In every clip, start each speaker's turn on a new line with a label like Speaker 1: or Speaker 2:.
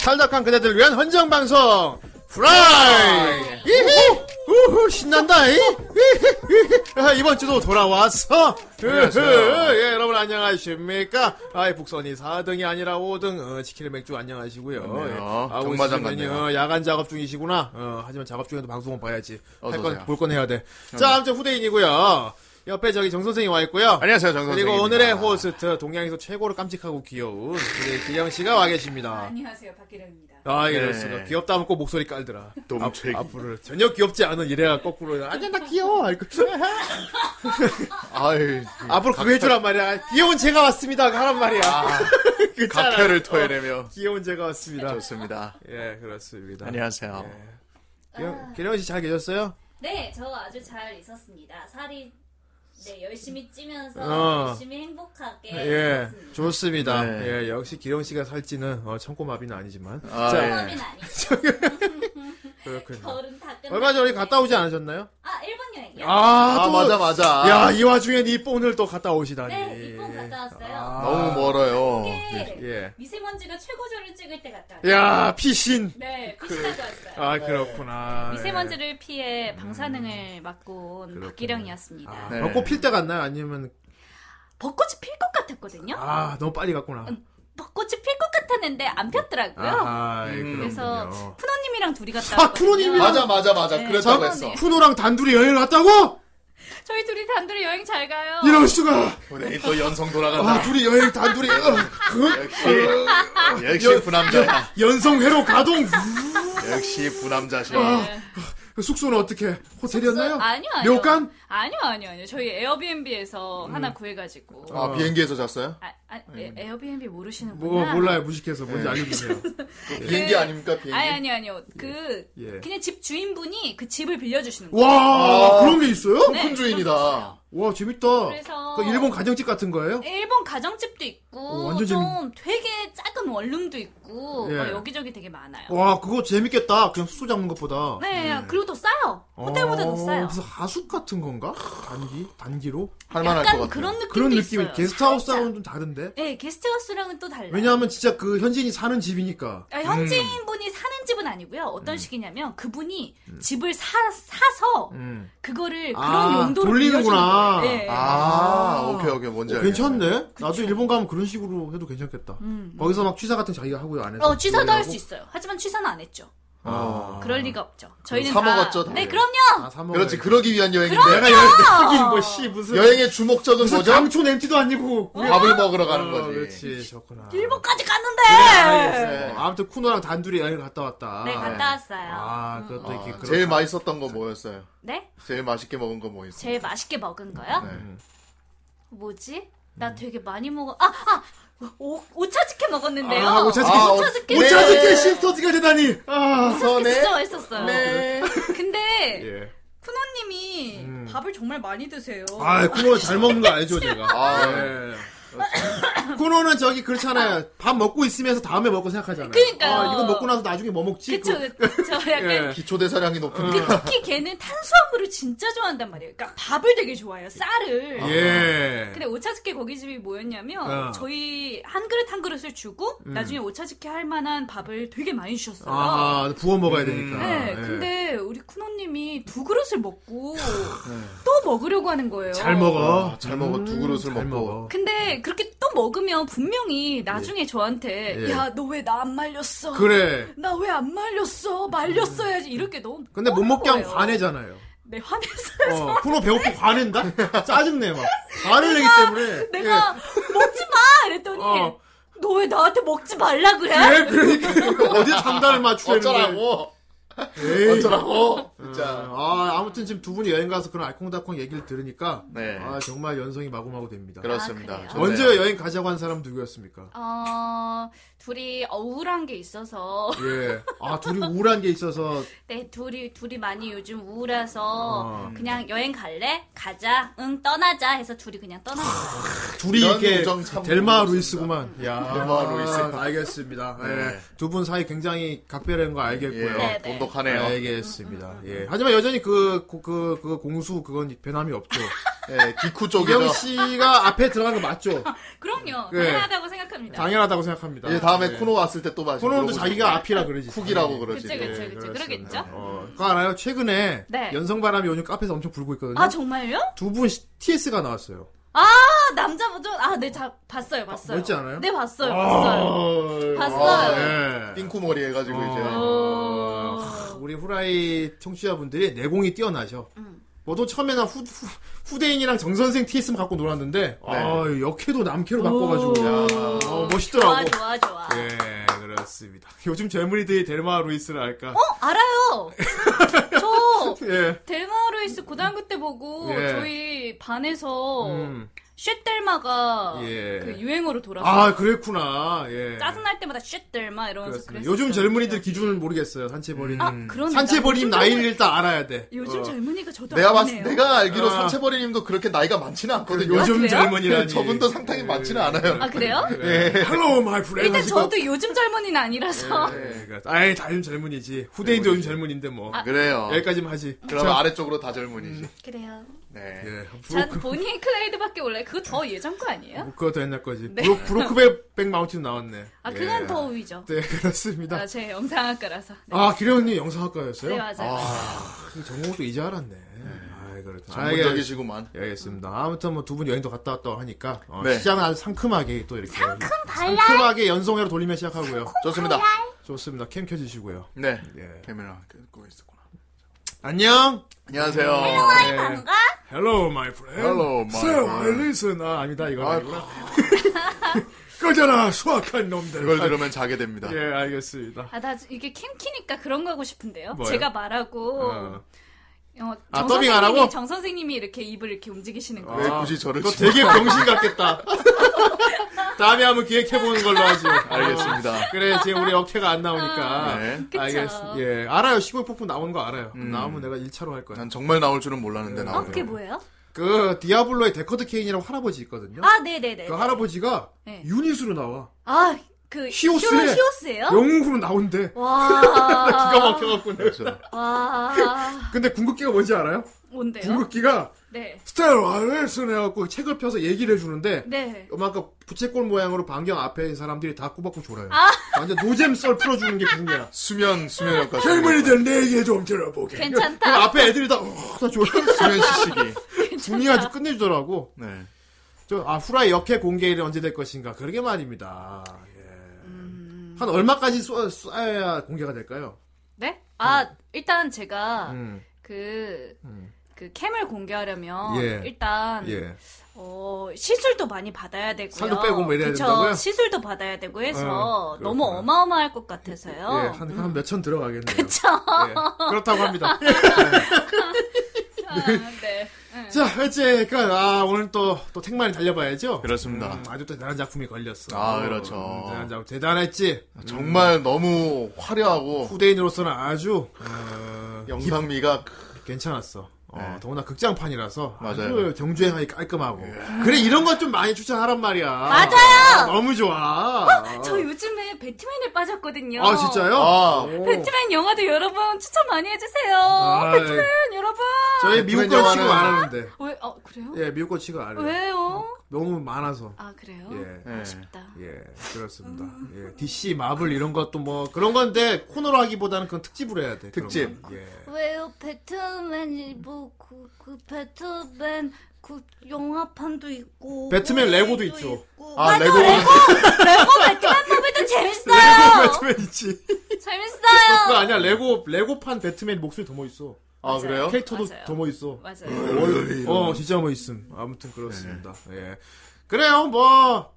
Speaker 1: 탈락한 그대들 위한 헌정 방송 프라이. 이히 우후 신난다. 이. 아, 이번 주도 돌아왔어. 으흐, 예, 여러분 안녕하십니까? 아이 북선이 4등이 아니라 5등 어, 치킨의 맥주 안녕하시고요.
Speaker 2: 맞네요.
Speaker 1: 예. 아, 오시면요.
Speaker 2: 정마장 같네요.
Speaker 1: 어, 야간 작업 중이시구나. 어, 하지만 작업 중에도 방송은 봐야지.
Speaker 2: 어서
Speaker 1: 할 건
Speaker 2: 오세요.
Speaker 1: 볼 건 해야 돼. 자, 아무튼 후대인이고요. 옆에 저기 정 선생이 와 있고요.
Speaker 2: 안녕하세요, 정선 아.
Speaker 1: 그리고 오늘의 호스트 동양에서 최고로 깜찍하고 귀여운 우리 기령 씨가 와 계십니다.
Speaker 3: 안녕하세요 박기령입니다.
Speaker 1: 아, 이럴
Speaker 2: 네.
Speaker 1: 수가. 귀엽다 하면 꼭 목소리 깔더라.
Speaker 2: 돔채기.
Speaker 1: 앞으로 전혀 귀엽지 않은 이래가 거꾸로 아니야 나 귀여워. 알고.
Speaker 3: 아.
Speaker 2: 아유,
Speaker 1: 앞으로 그거 해주란 말이야. 귀여운 제가 왔습니다. 그 하란 말이야. 그잖아. 어,
Speaker 2: 각혈을 아, 토해내며
Speaker 1: 귀여운 제가 왔습니다.
Speaker 2: 좋습니다.
Speaker 1: 예, 그렇습니다. 예.
Speaker 2: 안녕하세요.
Speaker 1: 기령, 기령 씨잘 계셨어요?
Speaker 4: 네, 저 아주 잘 있었습니다. 살이 네 열심히 찌면서
Speaker 1: 어.
Speaker 4: 열심히 행복하게
Speaker 1: 예,
Speaker 4: 살았습니다.
Speaker 1: 좋습니다.
Speaker 2: 네.
Speaker 1: 예, 역시 기령 씨가 살찌는 어, 청꼬마비는 아니지만.
Speaker 2: 아,
Speaker 1: 자,
Speaker 2: 예.
Speaker 4: 처음은 아니고
Speaker 1: 그렇군요.
Speaker 4: 겨울은 다 끝났는데
Speaker 1: 얼마 전에 갔다 오지 않으셨나요?
Speaker 4: 아 일본 여행이요?
Speaker 1: 아,
Speaker 2: 아,
Speaker 1: 또-
Speaker 2: 맞아, 맞아.
Speaker 1: 야, 이 와중에 니뽕을 또 갔다 오시다니.
Speaker 4: 네, 일본 갔다 왔어요.
Speaker 1: 예. 아,
Speaker 2: 너무 멀어요.
Speaker 4: 이게
Speaker 1: 예.
Speaker 4: 미세먼지가 최고조를 찍을 때 갔다 왔어요.
Speaker 1: 야, 피신.
Speaker 4: 네, 피신하고 왔어요.
Speaker 2: 네.
Speaker 1: 아, 그렇구나. 예.
Speaker 3: 미세먼지를 피해 방사능을 맡고 온
Speaker 1: 그렇군요.
Speaker 3: 박기령이었습니다.
Speaker 1: 아,
Speaker 2: 네.
Speaker 1: 벚꽃 필 때 갔나요? 아니면,
Speaker 3: 벚꽃이 필 것 같았거든요.
Speaker 1: 아, 너무 빨리 갔구나.
Speaker 4: 음,
Speaker 3: 벚꽃이 필 것 같았는데 안 폈더라고요.
Speaker 1: 아, 예,
Speaker 2: 음.
Speaker 3: 그래서
Speaker 1: 그렇군요.
Speaker 3: 푸노님이랑 둘이 갔다
Speaker 1: 아,
Speaker 3: 왔거든요.
Speaker 1: 푸노님이랑?
Speaker 2: 맞아, 맞아, 맞아.
Speaker 3: 네.
Speaker 2: 그랬다고
Speaker 3: 자,
Speaker 2: 했어.
Speaker 1: 쿠노랑 단둘이 여행을
Speaker 4: 어.
Speaker 1: 갔다고?
Speaker 3: 저희 둘이 단둘이 여행 잘 가요.
Speaker 1: 이럴 수가.
Speaker 2: 오늘 또 연성
Speaker 1: 아,
Speaker 2: 돌아간다.
Speaker 1: 둘이 여행 단둘이. 어,
Speaker 3: 아,
Speaker 1: 그?
Speaker 2: 역시, 역시 부남자다.
Speaker 1: 연성회로 가동.
Speaker 2: 역시 부남자시.
Speaker 3: 네.
Speaker 1: 아, 숙소는 어떻게? 호텔이었나요?
Speaker 3: 아니요, 아니요.
Speaker 1: 료칸?
Speaker 3: 아니요, 아니요, 아니요. 저희 에어비앤비에서
Speaker 1: 음.
Speaker 3: 하나 구해가지고.
Speaker 2: 아, 비행기에서 잤어요?
Speaker 3: 아, 아, 에- 에어비앤비
Speaker 1: 뭐,
Speaker 3: 모르시는구나.
Speaker 1: 몰라요. 무식해서 뭔지
Speaker 2: 네.
Speaker 1: 알려주세요.
Speaker 2: 그 비행기 아닙니까, 비행기?
Speaker 3: 아니, 아니, 아니요. 그,
Speaker 1: 예.
Speaker 3: 그냥 집 주인분이 그 집을 빌려주시는 거예요.
Speaker 1: 와,
Speaker 2: 아.
Speaker 1: 그런 게 있어요?
Speaker 3: 네,
Speaker 2: 큰 주인이다.
Speaker 1: 와, 재밌다.
Speaker 3: 그래서- 네.
Speaker 1: 그 일본 가정집 같은 거예요?
Speaker 3: 일본 가정집도 있고,
Speaker 1: 오, 완전
Speaker 3: 좀 되게 작은 원룸도 있고,
Speaker 1: 예.
Speaker 3: 막 여기저기 되게 많아요.
Speaker 1: 와, 그거 재밌겠다. 그냥 숙소 잡는 것보다.
Speaker 3: 네, 그리고 더 싸요. 호텔보다
Speaker 1: 어,
Speaker 3: 더 싸요.
Speaker 1: 무슨 하숙 같은 건가? 단기? 단기로?
Speaker 2: 할만할 것
Speaker 3: 약간
Speaker 2: 같아요.
Speaker 3: 그런 느낌도
Speaker 1: 그런 느낌이
Speaker 3: 있어요. 살짝.
Speaker 1: 게스트하우스하고는 좀 다른데?
Speaker 3: 네, 게스트하우스랑은 또 달라요.
Speaker 1: 왜냐하면 진짜 그 현지인이 사는 집이니까.
Speaker 3: 아, 현지인분이 사는 집은 아니고요. 어떤 식이냐면 그분이 집을 사, 사서
Speaker 1: 음.
Speaker 3: 그거를 네, 그런
Speaker 1: 아,
Speaker 3: 용도로
Speaker 1: 돌리는구나.
Speaker 3: 빌려주는 거예요. 네.
Speaker 2: 아, 오케이, 오케이. 뭔지
Speaker 1: 어,
Speaker 2: 알겠어.
Speaker 1: 괜찮네. 나도 일본 가면 그런 식으로 해도 괜찮겠다.
Speaker 3: 음.
Speaker 1: 거기서 막 취사 같은 거 자기가 하고요 안에서.
Speaker 3: 예. 어, 취사도 할 수
Speaker 1: 요리하고.
Speaker 3: 있어요. 하지만 취사는 안 했죠.
Speaker 2: 아.
Speaker 3: 그럴 리가 없죠. 저희는
Speaker 2: 사
Speaker 3: 다-
Speaker 2: 먹었죠, 다들.
Speaker 3: 네, 그럼요.
Speaker 1: 아, 사 먹어야지.
Speaker 2: 그렇지, 그러기 위한 여행인데.
Speaker 1: 내가 여행 하긴 뭐씨 무슨
Speaker 2: 여행의 주목적은
Speaker 1: 무슨
Speaker 2: 뭐죠?
Speaker 1: 장촌 MT도 아니고.
Speaker 2: 밥을 먹으러 가는
Speaker 1: 어,
Speaker 2: 거지.
Speaker 1: 그렇지, 좋구나.
Speaker 3: 일본까지 갔는데.
Speaker 1: 어, 아무튼 쿠노랑 단둘이 여행 갔다 왔다.
Speaker 3: 네, 갔다 왔어요.
Speaker 1: 아, 그것도
Speaker 2: 아,
Speaker 1: 이렇게 그렇-
Speaker 2: 제일 맛있었던 거 뭐였어요?
Speaker 3: 네?
Speaker 2: 제일 맛있게 먹은 거 뭐였어요?
Speaker 3: 제일 맛있게 먹은 거요?
Speaker 2: 네.
Speaker 3: 뭐지?
Speaker 1: 음.
Speaker 3: 나 되게 많이 먹어. 아, 아. 오, 오차즈케 먹었는데요.
Speaker 1: 아, 오차즈케.
Speaker 2: 아,
Speaker 3: 오차즈케.
Speaker 2: 네.
Speaker 1: 오차즈케 시스터즈가 되다니. 아.
Speaker 3: 오차즈케 진짜
Speaker 2: 우선에-
Speaker 3: 맛있었어요.
Speaker 2: 네.
Speaker 3: 근데
Speaker 1: 예. 음.
Speaker 3: 쿠노님이 밥을 정말 많이 드세요.
Speaker 1: 아, 쿠노 잘 먹는 거 알죠, 제가.
Speaker 2: 아,
Speaker 1: 예. 쿠노는 저기 그렇잖아요. 밥 먹고 있으면서 다음에 먹고 생각하잖아요.
Speaker 3: 그러니까요.
Speaker 1: 아, 이거 먹고 나서 나중에 뭐 먹지?
Speaker 3: 그쵸,
Speaker 1: 그거-
Speaker 3: 그쵸. 약간
Speaker 1: 예.
Speaker 2: 기초 대사량이 높은 데
Speaker 3: 특히 걔는 탄수화물을 진짜 좋아한단 말이에요. 그러니까 밥을 되게 좋아해요. 쌀을.
Speaker 1: 예.
Speaker 3: 근데 오차즈케 고기집이 뭐였냐면
Speaker 1: 어. 음.
Speaker 3: 저희 한 그릇 한 그릇을 주고 나중에 오차즈케 할 만한 밥을 되게 많이 주셨어요.
Speaker 1: 아, 부어 먹어야 되니까.
Speaker 3: 네,
Speaker 1: 예.
Speaker 3: 근데 우리 쿠노님이 두 그릇을 먹고 또 먹으려고 하는 거예요.
Speaker 1: 예. 잘 먹어. 음,
Speaker 2: 아, 잘 먹어. 두 그릇을
Speaker 1: 잘
Speaker 2: 먹고.
Speaker 1: 먹어.
Speaker 3: 근데 그렇게 또 먹으면 분명히 나중에 저한테
Speaker 1: 예.
Speaker 3: 야 너 왜 나 안 말렸어?
Speaker 1: 그래.
Speaker 3: 나 왜 안 말렸어? 말렸어야지 이렇게 너무
Speaker 1: 근데 못 먹게
Speaker 3: 뻔한
Speaker 1: 하면
Speaker 3: 거예요.
Speaker 1: 화내잖아요.
Speaker 3: 네 화내서
Speaker 1: 어, 쿠노 배고프고 화낸다? 짜증내, 막. 화를 내기 때문에.
Speaker 3: 내가 먹지 마 이랬더니
Speaker 1: 예. 어.
Speaker 3: 너 왜 나한테 먹지 말라 그래?
Speaker 1: 예, 그러니까 어디 장단을 맞추려는 거야.
Speaker 2: 어쩌라고?
Speaker 1: 에이.
Speaker 2: 어쩌라고?
Speaker 1: 자,
Speaker 2: 진짜.
Speaker 1: 아, 아무튼 지금 두 분이 여행 가서 그런 알콩달콩 얘기를 들으니까
Speaker 2: 네.
Speaker 1: 아, 정말 연성이 마구마구 됩니다.
Speaker 2: 그렇습니다.
Speaker 3: 아, 그래요?
Speaker 2: 좋네요.
Speaker 1: 언제 여행 가자고 한 사람 누구였습니까?
Speaker 3: 어 둘이 억울한 게 있어서
Speaker 1: 예. 아, 둘이 우울한 게 있어서
Speaker 3: 네 둘이 둘이 많이 요즘 우울해서
Speaker 1: 어.
Speaker 3: 그냥 여행 갈래? 가자 응 떠나자 해서 둘이 그냥
Speaker 1: 아,
Speaker 3: 떠났어요.
Speaker 1: 둘이
Speaker 2: 이런
Speaker 1: 이렇게
Speaker 2: 우정 참
Speaker 1: 델마
Speaker 2: 모르겠습니다.
Speaker 1: 루이스구만. 야, 아,
Speaker 2: 델마 루이스.
Speaker 1: 알겠습니다. 예.
Speaker 2: 네.
Speaker 1: 두 분 사이 굉장히 각별한 거 알겠고요.
Speaker 2: 예.
Speaker 3: 네, 네.
Speaker 2: 돈도 계속 하네요.
Speaker 1: 알겠습니다. 예. 하지만 여전히 그, 그, 그, 그 공수 그건 변함이 없죠.
Speaker 2: 예, 기쿠 쪽에서
Speaker 1: 이경 씨가 앞에 들어간 거 맞죠?
Speaker 3: 그럼요.
Speaker 1: 예.
Speaker 3: 당연하다고 생각합니다.
Speaker 1: 당연하다고 생각합니다.
Speaker 2: 이제 다음에
Speaker 1: 예.
Speaker 2: 쿠노 왔을 때 또 마시.
Speaker 1: 코너도 자기가 앞이라 그러지.
Speaker 2: 쿡이라고
Speaker 1: 그러지.
Speaker 2: 그러지.
Speaker 3: 그쵸, 그쵸,
Speaker 1: 예,
Speaker 3: 그쵸.
Speaker 1: 그렇습니다.
Speaker 3: 그러겠죠?
Speaker 1: 어, 그거 알아요? 최근에
Speaker 3: 네.
Speaker 1: 연성바람이 요즘 카페에서 엄청 불고 있거든요.
Speaker 3: 아 정말요?
Speaker 1: 두 분 TS가 나왔어요.
Speaker 3: 아 남자 버전 아네 봤어요 봤어요.
Speaker 1: 멋지 않아요? 예.
Speaker 3: 네 봤어요 봤어요. 봤어요.
Speaker 1: 아, 예.
Speaker 2: 띵쿠머리 해가지고
Speaker 1: 어.
Speaker 2: 이제
Speaker 3: 어...
Speaker 1: 아, 우리 후라이 청취자분들이 내공이 뛰어나죠. 저도 처음에는 후, 후, 대인이랑 정선생 TS만 갖고
Speaker 2: 네.
Speaker 1: 놀았는데, 아, 역해도 남캐로 바꿔가지고, 야, 어,
Speaker 3: 좋아
Speaker 1: 멋있더라고.
Speaker 3: 좋아 좋아.
Speaker 1: 예, 그렇습니다. 요즘 젊은이들이 델마 루이스를 알까?
Speaker 3: 어 알아요. 저
Speaker 1: 예.
Speaker 3: 델마 루이스 고등학교 때 보고
Speaker 1: 예.
Speaker 3: 저희 반에서
Speaker 1: 음.
Speaker 3: 쉣델마가
Speaker 1: 예.
Speaker 3: 어. 그 유행어로 돌아서
Speaker 1: 아, 그랬구나. 예.
Speaker 3: 짜증날 때마다 쉣델마 이러면서
Speaker 1: 그렇습니다.
Speaker 3: 그랬어요.
Speaker 1: 요즘 젊은이들 기준을 모르겠어요. 산채버린.
Speaker 3: 아 그러네.
Speaker 1: 산채버린
Speaker 3: 나 요즘
Speaker 1: 나이를 일단 알아야 돼.
Speaker 3: 젊- 요즘 젊은이가 저도
Speaker 2: 내가
Speaker 3: 안
Speaker 2: 봤을
Speaker 3: 해요.
Speaker 2: 내가 알기로
Speaker 1: 어. 아.
Speaker 2: 산채버리님도 그렇게 나이가 많지는 않거든요. 네,
Speaker 1: 요즘
Speaker 3: 그래요?
Speaker 1: 젊은이라니. 네.
Speaker 2: 저분도 상당히 많지는 않아요.
Speaker 3: 아 그래요?
Speaker 1: 예. Hello, my friend.
Speaker 3: 일단 저도 요즘 젊은이는 아니라서
Speaker 1: 예, 그러니까 아예 다 요즘 젊은이지. 후대인도 요즘 젊은인데 뭐.
Speaker 2: 네, 그렇죠.
Speaker 3: 아,
Speaker 2: 그래요.
Speaker 1: 여기까지만 하지.
Speaker 2: 그러면 아래쪽으로 다 젊은이지.
Speaker 3: 그래요.
Speaker 2: 네.
Speaker 1: 예.
Speaker 3: 전
Speaker 1: 브로크,
Speaker 3: 본인 클레이드밖에 원래 그거 더 예전 거 아니에요?
Speaker 1: 그거 더 옛날 거지.
Speaker 3: 네.
Speaker 1: 브로, 브로크백 마운틴 나왔네.
Speaker 3: 아 그건
Speaker 1: 예.
Speaker 3: 더 우위죠.
Speaker 1: 네, 그렇습니다.
Speaker 3: 아, 제 영상학과라서. 네,
Speaker 1: 아, 기령님 영상학과였어요?
Speaker 3: 네, 맞아요.
Speaker 1: 전공도 이제 알았네. 아이, 예, 그렇다.
Speaker 2: 전문적이시구만.
Speaker 1: 예, 알겠습니다. 아무튼 뭐 두 분 여행도 갔다 왔다고 하니까 어,
Speaker 2: 네.
Speaker 1: 시작은 아주 상큼하게 또 이렇게 상큼 상큼하게 연속으로 돌리며 시작하고요.
Speaker 2: 좋습니다.
Speaker 1: 좋습니다. 캠 켜주시고요.
Speaker 2: 네.
Speaker 1: 예.
Speaker 2: 카메라 끄고 있었구나.
Speaker 1: 안녕.
Speaker 2: 안녕하세요.
Speaker 1: 네. Hello, my friend.
Speaker 2: Hello, my
Speaker 1: Sir,
Speaker 2: friend.
Speaker 1: I listen. 아, 아니다 이거
Speaker 2: 아,
Speaker 1: 아니구나. 꺼져라 수악한 놈들.
Speaker 2: 이걸 들으면 자게 됩니다.
Speaker 1: 아, 예, 알겠습니다.
Speaker 3: 아, 나 이게 캠키니까 그런 거 하고 싶은데요.
Speaker 1: 뭐요?
Speaker 3: 제가 말하고
Speaker 1: 어.
Speaker 3: 어,
Speaker 1: 아,
Speaker 3: 정
Speaker 1: 더빙 안
Speaker 3: 선생님이-
Speaker 1: 하고? 네,
Speaker 3: 정 선생님이 이렇게 입을 이렇게 움직이시는 거예요.
Speaker 2: 왜 굳이 저를
Speaker 1: 너
Speaker 2: 지금-
Speaker 1: 아, 되게 병신 같겠다. 다음에 한번 기획해보는 걸로 하죠. 아,
Speaker 2: 알겠습니다.
Speaker 1: 그래, 지금 우리 어깨가 안 나오니까.
Speaker 2: 네. 음.
Speaker 3: 그쵸.
Speaker 1: 알겠습니다. 예, 알아요. 시골 폭풍 나오는 거 알아요. 나오면 내가 1차로 할 거야.
Speaker 2: 난 정말 나올 줄은 몰랐는데
Speaker 3: 어, 그게
Speaker 2: 나오네요.
Speaker 3: 뭐예요?
Speaker 1: 그, 디아블로의 데커드 케인이라고 할아버지 있거든요.
Speaker 3: 아, 네네네.
Speaker 1: 그 할아버지가
Speaker 3: 네.
Speaker 1: 유닛으로 나와.
Speaker 3: 아, 그
Speaker 1: 히오스에-
Speaker 3: 히오로 히오스예요?
Speaker 1: 영웅으로 나온대.
Speaker 3: 와.
Speaker 1: 기가 막혀갖고. 내가.
Speaker 2: 그렇죠.
Speaker 3: 와.
Speaker 1: 근데 궁극기가 뭔지 알아요?
Speaker 3: 뭔데요?
Speaker 1: 궁극기가
Speaker 3: 네.
Speaker 1: 스텔라레슨 해갖고 책을 펴서 얘기를 해주는데
Speaker 3: 네.
Speaker 1: 음 아까 부채꼴 모양으로 반경 앞에 있는 사람들이 다 꼬박꼬 졸아요. 완전 노잼 썰 풀어주는 게 궁이야.
Speaker 2: 수면 수면 효과.
Speaker 1: 젊은이들 내 얘기 좀 들어보게.
Speaker 3: 괜찮다.
Speaker 1: 그럼 앞에 애들이 다, 어, 다 졸아.
Speaker 2: 수면 시식이.
Speaker 1: 궁이 아주 끝내주더라고.
Speaker 2: 네.
Speaker 1: 저, 아, 후라이 역해 공개일이 언제 될 것인가. 그러게 말입니다. 예. 한 얼마까지 쏴, 쏴야 공개가 될까요?
Speaker 3: 네? 아, 일단 제가
Speaker 1: 음.
Speaker 3: 그,
Speaker 2: 음.
Speaker 3: 그 캠을 공개하려면
Speaker 1: 예.
Speaker 3: 일단
Speaker 1: 예.
Speaker 3: 어, 시술도 많이 받아야 되고요.
Speaker 1: 살도 빼고 뭐 이래야
Speaker 3: 그쵸?
Speaker 1: 된다고요?
Speaker 3: 시술도 받아야 되고 해서
Speaker 1: 어,
Speaker 3: 너무
Speaker 1: 그렇구나.
Speaker 3: 어마어마할 것
Speaker 1: 예,
Speaker 3: 같아서요.
Speaker 1: 한, 한 몇 천 들어가겠네요. 그쵸. 그렇다고 합니다.
Speaker 3: 아, 네.
Speaker 1: 자, 어쨌건, 아, 오늘 또, 또 택만이 달려봐야죠.
Speaker 2: 그렇습니다.
Speaker 1: 음, 아주 또 대단한 작품이 걸렸어.
Speaker 2: 아, 그렇죠. 아,
Speaker 1: 대단한 작품. 대단했지. 음.
Speaker 2: 정말 너무 화려하고
Speaker 1: 후대인으로서는 아주 어,
Speaker 2: 영상미가
Speaker 1: 괜찮았어. 어,
Speaker 2: 네.
Speaker 1: 더구나 극장판이라서 아주
Speaker 2: 맞아요. 예.
Speaker 1: 정주행하기 깔끔하고 그래 이런 것 좀 많이 추천하란 말이야. 맞아요. 너무 좋아.
Speaker 3: 저 요즘에 배트맨에 빠졌거든요.
Speaker 1: 아 진짜요?
Speaker 2: 아.
Speaker 1: 오.
Speaker 3: 배트맨 영화도 여러분 추천 많이 해주세요.
Speaker 1: 아,
Speaker 3: 배트맨 여러분.
Speaker 1: 저희 미국 거
Speaker 2: 영화는-
Speaker 1: 취급 안 하는데.
Speaker 3: 왜, 어, 그래요?
Speaker 1: 예, 미국 거 취급 안 해요.
Speaker 3: 왜요?
Speaker 1: 너무 많아서.
Speaker 3: 아, 그래요?
Speaker 1: 예.
Speaker 2: 예.
Speaker 3: 아쉽다. 음.
Speaker 1: 예, 그렇습니다. 예, DC, 마블 이런 것도 뭐 그런 건데 코너로 하기보다는 그건 특집으로 해야 돼. 그런
Speaker 2: 특집.
Speaker 1: 건. 예.
Speaker 4: 왜요? 배트맨이 뭐, 그, 그 배트맨, 그, 영화판도 있고.
Speaker 1: 배트맨 레고도
Speaker 4: 게임도
Speaker 1: 있죠.
Speaker 4: 있고.
Speaker 2: 아 레고
Speaker 3: 레고 배트맨 무비도 재밌어요.
Speaker 1: 레고 배트맨 있지. 그거
Speaker 3: 재밌어요.
Speaker 1: 아니야. 레고 레고판 배트맨 목소리 더 멋있어.
Speaker 2: 아 그래요?
Speaker 1: 캐릭터도
Speaker 3: 맞아요.
Speaker 1: 더 멋있어.
Speaker 3: 맞아요.
Speaker 1: 어, 진짜 뭐 있음. 아무튼 그렇습니다.
Speaker 2: 네.
Speaker 1: 예. 그래요, 뭐.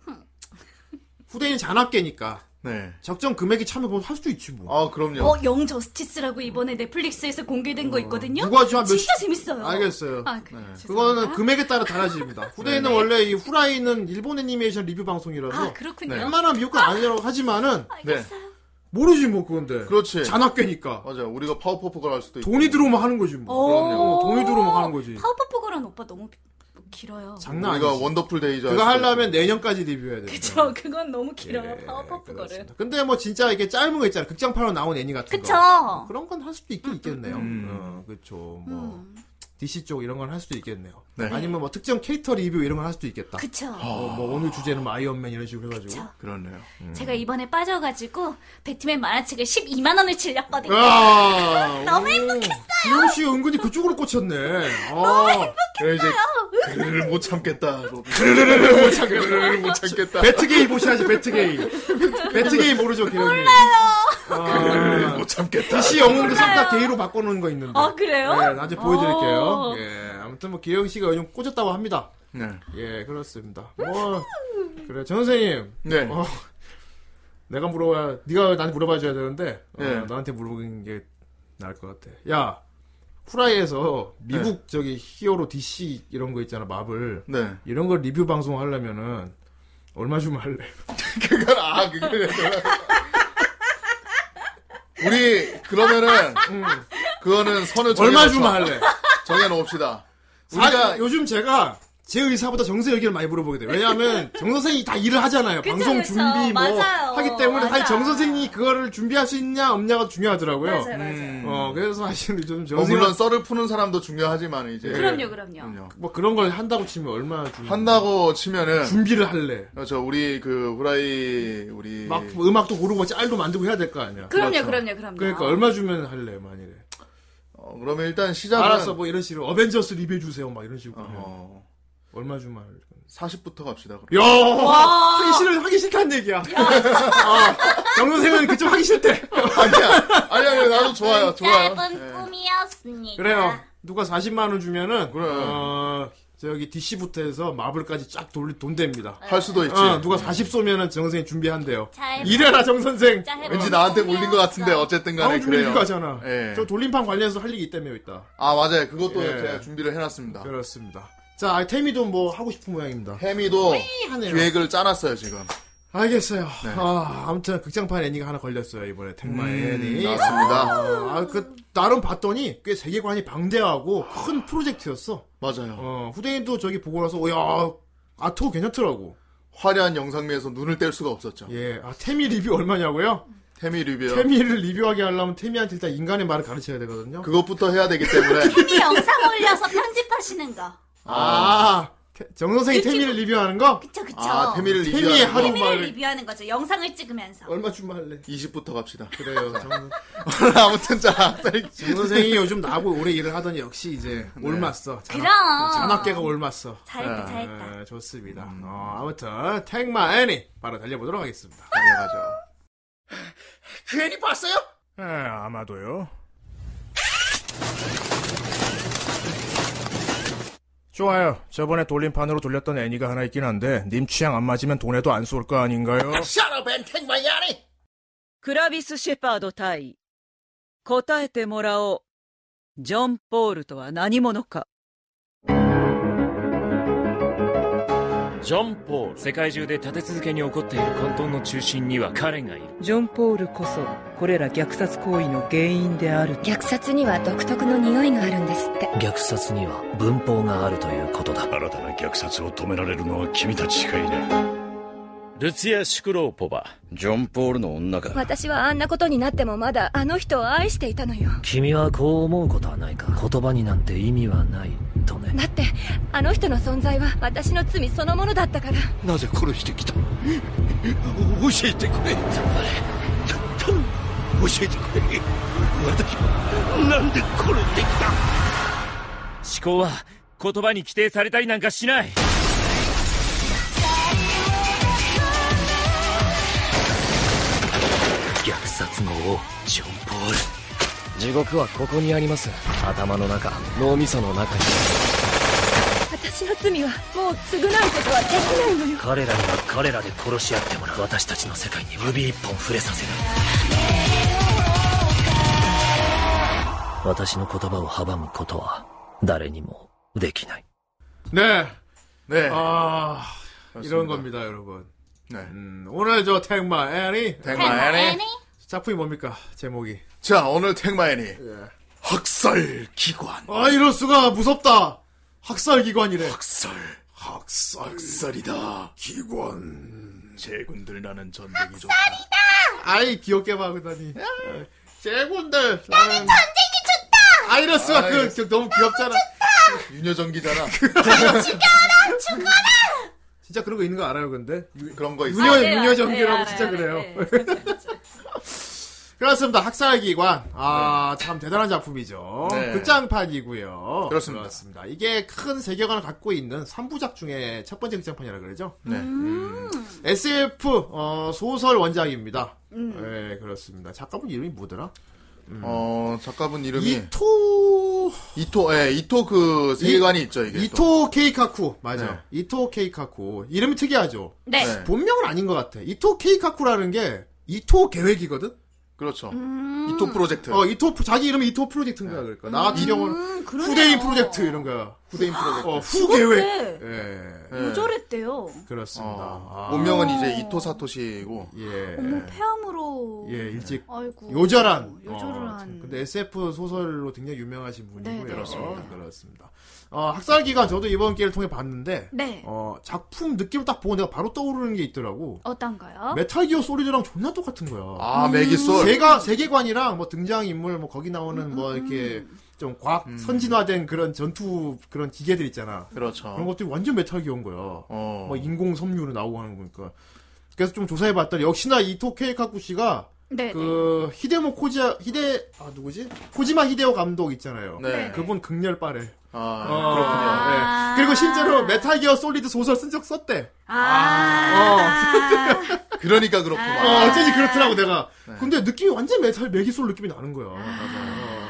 Speaker 1: 후대인 잔악계니까.
Speaker 2: 네.
Speaker 1: 적정 금액이 참여보면 할 수도 있지, 뭐.
Speaker 2: 아 그럼요.
Speaker 3: 어, 영 저스티스라고 이번에 넷플릭스에서 공개된 거 있거든요.
Speaker 1: 어, 누가 지금 한 몇,
Speaker 3: 진짜 재밌어요.
Speaker 1: 알겠어요. 네.
Speaker 3: 아, 그래요. 죄송합니다. 네.
Speaker 1: 그거는 금액에 따라 달라집니다. 후대인은 원래 이 후라이는 일본 애니메이션 리뷰 방송이라서. 네,
Speaker 3: 아, 그렇군요. 예.
Speaker 1: 웬만한 미국 건 아니라고 하지만, 은
Speaker 2: 네.
Speaker 1: 모르지, 뭐, 그건데.
Speaker 2: 그렇지.
Speaker 1: 잔악계니까.
Speaker 2: 맞아요. 우리가 파워포프가 할 수도 있고.
Speaker 1: 돈이 들어오면 하는 거지, 뭐.
Speaker 3: 오.
Speaker 1: 돈이 들어오면 하는 거지.
Speaker 3: 파워퍼프 걸한 오빠 너무 길어요.
Speaker 1: 장난
Speaker 2: 우리가
Speaker 1: 아니지.
Speaker 2: 원더풀 데이즈
Speaker 1: 그거
Speaker 2: 할 때.
Speaker 1: 하려면 내년까지 리뷰해야 돼.
Speaker 3: 그쵸, 그건 너무 길어요.
Speaker 1: 예,
Speaker 3: 파워퍼프 거를.
Speaker 1: 그렇습니다. 근데 뭐 진짜 이게 짧은 거 있잖아. 극장판으로 나온 애니 같은
Speaker 3: 그쵸.
Speaker 1: 거. 그런 건 할 수도 있긴 있겠네요.
Speaker 2: 음.
Speaker 1: 어, 그쵸. 뭐
Speaker 3: 음.
Speaker 1: DC 쪽 이런 건 할 수도 있겠네요.
Speaker 2: 네.
Speaker 1: 아니면 뭐 특정 캐릭터 리뷰 이런 걸 할 수도 있겠다.
Speaker 3: 그쵸.
Speaker 1: 어, 뭐 오늘 주제는 뭐 아이언맨 이런 식으로 해가지고.
Speaker 3: 그쵸.
Speaker 2: 그렇네요. 음.
Speaker 3: 제가 이번에 빠져가지고 배트맨 만화책을 12만 원을 질렸거든요.
Speaker 1: 아,
Speaker 3: 너무
Speaker 1: 행복했어요. 지영 씨 은근히 그쪽으로 꽂혔네. 너무 행복했어요.
Speaker 2: 그래 이제 그를 못 참겠다. 그를 못 참겠다. 그를 못 참겠다.
Speaker 1: 배트게이 보셔야지 배트게이. 배트게이 모르죠 기영이. 몰라요.
Speaker 2: 그를 못 참겠다.
Speaker 1: DC 영웅도 싹 다 게이로 바꿔놓은 거 있는데.
Speaker 3: 아 그래요?
Speaker 1: 네, 나중에 보여드릴게요.
Speaker 3: 어.
Speaker 1: 예, 아무튼 뭐 기영 씨가 요즘 꽂혔다고 합니다.
Speaker 2: 네.
Speaker 1: 예, 그렇습니다. 뭐 그래, 전 선생님.
Speaker 2: 네.
Speaker 1: 어, 내가 물어봐야, 네가 나한테 물어봐줘야 되는데, 어,
Speaker 2: 네.
Speaker 1: 나한테 물어보는 게 나을 것 같아. 야, 후라이에서 미국 저기 히어로 DC 이런 거 있잖아, 마블.
Speaker 2: 네.
Speaker 1: 이런 걸 리뷰 방송 하려면은, 얼마 주면 할래?
Speaker 2: 그걸 아 그걸 우리 그러면은
Speaker 1: 음.
Speaker 2: 그거는 선을
Speaker 1: 얼마
Speaker 2: 정해놓자.
Speaker 1: 주면 할래?
Speaker 2: 정해놓읍시다.
Speaker 1: 우리가
Speaker 2: 우리가
Speaker 1: 요즘 제가 제 의사보다 정세 의견을 많이 물어보게 돼요. 왜냐하면 정 선생이 다 일을 하잖아요.
Speaker 3: 그쵸,
Speaker 1: 방송
Speaker 3: 그쵸.
Speaker 1: 준비 뭐
Speaker 3: 맞아요.
Speaker 1: 하기 때문에 사실
Speaker 3: 맞아.
Speaker 1: 정 선생이 그거를 준비할 수 있냐 없냐가 중요하더라고요.
Speaker 3: 맞아요, 맞아요.
Speaker 2: 음,
Speaker 1: 어 그래서 사실 좀 네.
Speaker 2: 뭐
Speaker 1: 정세
Speaker 2: 물론 썰을 푸는 사람도 중요하지만 이제
Speaker 3: 그럼요, 그럼요.
Speaker 2: 그럼요.
Speaker 1: 뭐 예. 그런 걸 한다고 치면 얼마나 주
Speaker 2: 한다고 치면은
Speaker 1: 준비를 할래.
Speaker 2: 저 우리 그 후라이 우리
Speaker 1: 막뭐 음악도 고르고 짤도 만들고 해야 될 거 아니야.
Speaker 3: 그럼요, 그럼요, 그럼요.
Speaker 1: 그러니까 얼마 주면 할래 만일에.
Speaker 2: 어, 그러면 일단 시작은
Speaker 1: 알았어 뭐 이런 식으로 어벤져스 리뷰해 주세요 막 이런 식으로. 하면
Speaker 2: 어,
Speaker 1: 얼마 주면 할래.
Speaker 2: 40부터 갑시다. 그럼.
Speaker 1: 야
Speaker 3: 와.
Speaker 1: 하기 싫은 하기 싫다는 얘기야. 어, 영선생은 그쪽 하기 싫대.
Speaker 2: 아니야 아니야 아니야, 나도 좋아요 좋아요.
Speaker 4: 짧은
Speaker 2: 예.
Speaker 4: 꿈이었습니다.
Speaker 1: 그래요. 누가 40만 원 주면은
Speaker 2: 그래.
Speaker 1: 어, 저기 DC부터 해서 마블까지 쫙 돌리 돈 됩니다.
Speaker 2: 할 수도 있지.
Speaker 1: 어, 누가 40 쏘면은 정 선생 준비한대요.
Speaker 4: 짧은
Speaker 1: 이래라 정 선생.
Speaker 4: 짧은
Speaker 2: 왠지 나한테 몰린 것
Speaker 4: 꿈이었어.
Speaker 2: 같은데 어쨌든 간에
Speaker 1: 다음 주에
Speaker 2: 그래요.
Speaker 1: 가잖아.
Speaker 2: 예.
Speaker 1: 저 돌림판 관련해서 할 일이 있다며 있다.
Speaker 2: 아 맞아요. 그것도
Speaker 1: 예.
Speaker 2: 제가 준비를 해놨습니다.
Speaker 1: 그렇습니다. 자, 아, 태미도 뭐 하고 싶은 모양입니다.
Speaker 2: 해미도
Speaker 1: 하네요.
Speaker 2: 기획을 짜놨어요 지금.
Speaker 1: 알겠어요.
Speaker 2: 네. 음,
Speaker 1: 아, 아무튼 극장판 애니가 하나 걸렸어요 이번에 택마 애니.
Speaker 2: 맞습니다.
Speaker 1: 아, 그 나름 봤더니 꽤 세계관이 방대하고 큰 프로젝트였어.
Speaker 2: 맞아요.
Speaker 1: 어, 후대인도 저기 보고 나서 오야 아토 괜찮더라고.
Speaker 2: 화려한 영상미에서 눈을 뗄 수가 없었죠.
Speaker 1: 예, 아 태미 리뷰 얼마냐고요?
Speaker 2: 태미 리뷰요.
Speaker 1: 태미를 리뷰하게 하려면 태미한테 일단 인간의 말을 가르쳐야 되거든요.
Speaker 2: 그것부터 해야 되기 때문에
Speaker 3: 이 영상 올려서 편집하시는 거.
Speaker 1: 아, 태- 정 선생이 태미를 리뷰하는 거?
Speaker 3: 그쵸, 그쵸.
Speaker 2: 아 태미를
Speaker 1: 태미의
Speaker 2: 리뷰.
Speaker 1: 하루
Speaker 3: 를
Speaker 1: 말을
Speaker 3: 리뷰하는 거죠. 영상을 찍으면서.
Speaker 1: 얼마 주면 할래?
Speaker 2: 20부터 갑시다.
Speaker 1: 그래요. 정,
Speaker 2: 아무튼 자 빨리
Speaker 1: 정 선생이 요즘 나하고 오래 일을 하더니 역시 이제
Speaker 2: 네.
Speaker 1: 올맞어. 잔악-
Speaker 3: 그럼.
Speaker 1: 잔악계가 올맞어.
Speaker 3: 잘했다, 잘했다.
Speaker 1: 아, 좋습니다. 어, 아무튼 택마 애니 바로 달려보도록 하겠습니다.
Speaker 2: 달려가죠. 네,
Speaker 1: 괜히 봤어요? 예, 아마도요. 좋아요. 저번에 돌림판으로 돌렸던 애니가 하나 있긴 한데 님 취향 안 맞으면 돈에도 안 쏠 거 아닌가요?
Speaker 2: 탱마야니.
Speaker 5: クラビス・シェパード対答えてもらおうジョン・ポールとは何者か
Speaker 6: ジョン・ポール世界中で立て続けに起こっている混沌の中心には彼がいる
Speaker 5: ジョン・ポールこそこれら虐殺行為の原因である
Speaker 7: 虐殺には独特の匂いがあるんですって
Speaker 8: 虐殺には文法があるということだ
Speaker 9: 新たな虐殺を止められるのは君たちしかいない
Speaker 6: ルツィア・シュクローポバ
Speaker 10: ジョン・ポールの女が
Speaker 7: 私はあんなことになってもまだあの人を愛していたのよ
Speaker 8: 君はこう思うことはないか言葉になんて意味はないとね
Speaker 7: だってあの人の存在は私の罪そのものだったから
Speaker 9: なぜ殺してきた教えてくれ頼む教えてくれ私はなんで殺してきた
Speaker 6: 思考は言葉に規定されたりなんかしない
Speaker 8: 虐殺の王ジョン・ポール地獄はここにあります頭の中脳みその中に
Speaker 7: 私の罪はもう償うことはできないのよ
Speaker 8: 彼らには彼らで殺し合ってもらう私たちの世界に指一本触れさせない私の言葉を阻むことは誰にもできない
Speaker 1: 네.
Speaker 2: 네.
Speaker 1: 아, 이런
Speaker 2: 그렇습니다.
Speaker 1: 겁니다, 여러분.
Speaker 2: 네.
Speaker 1: 음, 오늘 저 택마 애니
Speaker 2: 탱마야니.
Speaker 1: 작품이 뭡니까? 제목이.
Speaker 2: 네.
Speaker 1: 예.
Speaker 2: 자 오늘 탱마야니. 학살 기관.
Speaker 1: 아, 이럴 수가 무섭다. 학살 기관이래.
Speaker 2: 학살. 학살. 학살이다. 기관. 제군들 나는 전쟁이 좋다.
Speaker 1: 아이 귀엽게 막 하다니. 제군들 나는 전쟁이 좋다. 아이러스가 그
Speaker 2: 아이러스.
Speaker 1: 그 너무 귀엽잖아.
Speaker 2: 유녀전기잖아.
Speaker 1: 진짜 그런 거 있는 거 알아요, 근데?
Speaker 2: 유- 그런 거 있어.
Speaker 1: 유녀
Speaker 3: 네,
Speaker 1: 유녀
Speaker 3: 아,
Speaker 1: 전기라고
Speaker 3: 네,
Speaker 1: 진짜
Speaker 3: 알아요.
Speaker 1: 그래요.
Speaker 3: 네, 그렇죠,
Speaker 1: 그렇습니다. 학살기관. 아, 참 대단한 작품이죠.
Speaker 2: 네.
Speaker 1: 극장판이고요.
Speaker 2: 그렇습니다.
Speaker 1: 그렇습니다. 이게 큰 세계관을 갖고 있는 3부작 중에 첫 번째 극장판이라 그러죠.
Speaker 2: 네.
Speaker 3: 음.
Speaker 1: SF 어, 소설 원작입니다.
Speaker 3: 음.
Speaker 1: 네, 그렇습니다. 작가분 이름이 뭐더라? 음.
Speaker 2: 어, 작가분 이름이
Speaker 1: 이토
Speaker 2: 이토, 예, 이토 그 세계관이 있죠, 이게. 또.
Speaker 1: 이토 케이카쿠 맞아.
Speaker 2: 네.
Speaker 1: 이토 케이카쿠 이름이 특이하죠.
Speaker 3: 네.
Speaker 2: 네.
Speaker 1: 본명은 아닌 것 같아. 이토 케이카쿠라는 게 이토 계획이거든.
Speaker 2: 그렇죠. 이토 프로젝트. 네.
Speaker 1: 어, 이토 프로- 자기 이름이 이토 프로젝트인가 그럴까. 나 같은 경우는
Speaker 3: 음. 음, 그러네요.
Speaker 1: 후대인 프로젝트 이런 거야.
Speaker 2: 후대인 프로젝트.
Speaker 1: 어,
Speaker 3: 네.
Speaker 1: 후계획. 예,
Speaker 2: 예.
Speaker 3: 모조랬대요.
Speaker 1: 그렇습니다.
Speaker 2: 어,
Speaker 1: 아,
Speaker 2: 본명은 이제 이토 사토시고.
Speaker 1: 예,
Speaker 3: 어머, 폐암으로.
Speaker 1: 예, 일찍
Speaker 3: 아이고.
Speaker 1: 요절한.
Speaker 3: 요절한.
Speaker 1: 어, 참. 근데 SF 소설로 굉장히 유명하신 분이고요.
Speaker 3: 네, 네.
Speaker 1: 그렇습니다. 그렇습니다. 어, 학살 기간 저도 이번 기회를 통해 봤는데,
Speaker 3: 네.
Speaker 1: 어, 작품 느낌을 딱 보고 내가 바로 떠오르는 게 있더라고.
Speaker 3: 어떤가요? 음.
Speaker 1: 메탈 기어 소리드랑 존나 똑같은 거야.
Speaker 2: 아, 메기솔.
Speaker 1: 세가 세계관이랑 뭐 등장 인물 뭐 거기 나오는
Speaker 3: 음,
Speaker 1: 뭐 이렇게 좀 과학 선진화된 그런 전투 그런 기계들 있잖아. 그런
Speaker 2: 음. 그렇죠.
Speaker 1: 것들이 완전 메탈 기어인 거야.
Speaker 2: 어.
Speaker 1: 뭐 인공 섬유로 나오고 하는 거니까. 그래서 좀 조사해봤더니 역시나 이토 케이카쿠 씨가
Speaker 3: 네.
Speaker 1: 그 히데모 코지아 히데 아 누구지 코지마 히데오 감독 있잖아요.
Speaker 2: 네.
Speaker 1: 그분 극렬빠래.
Speaker 2: 아,
Speaker 1: 어,
Speaker 2: 그렇군요.
Speaker 1: 예. 그리고 실제로 메탈 기어 솔리드 소설 쓴 적 썼대.
Speaker 3: 아.
Speaker 2: 그러니까
Speaker 1: 어,
Speaker 2: 그렇구만. 네.
Speaker 1: 어쩐지 그렇더라고 내가. 근데 느낌이 완전 메탈 메기솔 느낌이 나는 거야. 어,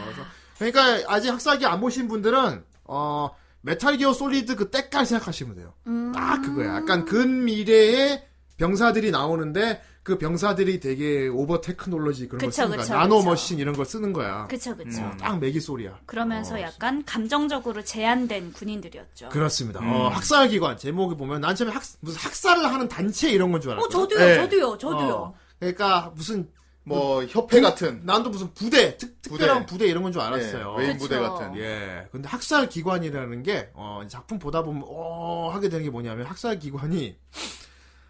Speaker 1: 그래서- 그러니까 아직 학사기 안 보신 분들은 어 메탈 기어 솔리드 그 때깔 생각하시면 돼요.
Speaker 3: 음.
Speaker 1: 딱 그거야. 약간 근미래에 병사들이 나오는데 그 병사들이 되게 오버 테크놀로지 그런 걸
Speaker 3: 그쵸,
Speaker 1: 쓰는 거야.
Speaker 3: 그쵸,
Speaker 1: 나노
Speaker 3: 그쵸.
Speaker 1: 머신 이런 걸 쓰는 거야.
Speaker 3: 그쵸, 그쵸.
Speaker 1: 어, 딱 매기 소리야.
Speaker 2: 어.
Speaker 3: 그러면서 약간 감정적으로 제한된 군인들이었죠.
Speaker 1: 어, 그렇습니다.
Speaker 3: 음.
Speaker 1: 어, 학살기관 제목에 보면 난 처음에 학, 무슨 학살을 하는 단체 이런 건 줄 알았어.
Speaker 3: 어, 저도요,
Speaker 2: 네.
Speaker 3: 저도요, 저도요.
Speaker 1: 그러니까 무슨
Speaker 2: 뭐 협회 같은
Speaker 1: 난도 무슨 부대 특, 특별한 부대, 이런 건 줄 알았어요.
Speaker 2: 예, 외인 부대
Speaker 3: 그쵸.
Speaker 2: 같은.
Speaker 1: 예. 근데 학살 기관이라는 게, 어, 작품 보다 보면, 어, 하게 되는 게 뭐냐면, 학살 기관이,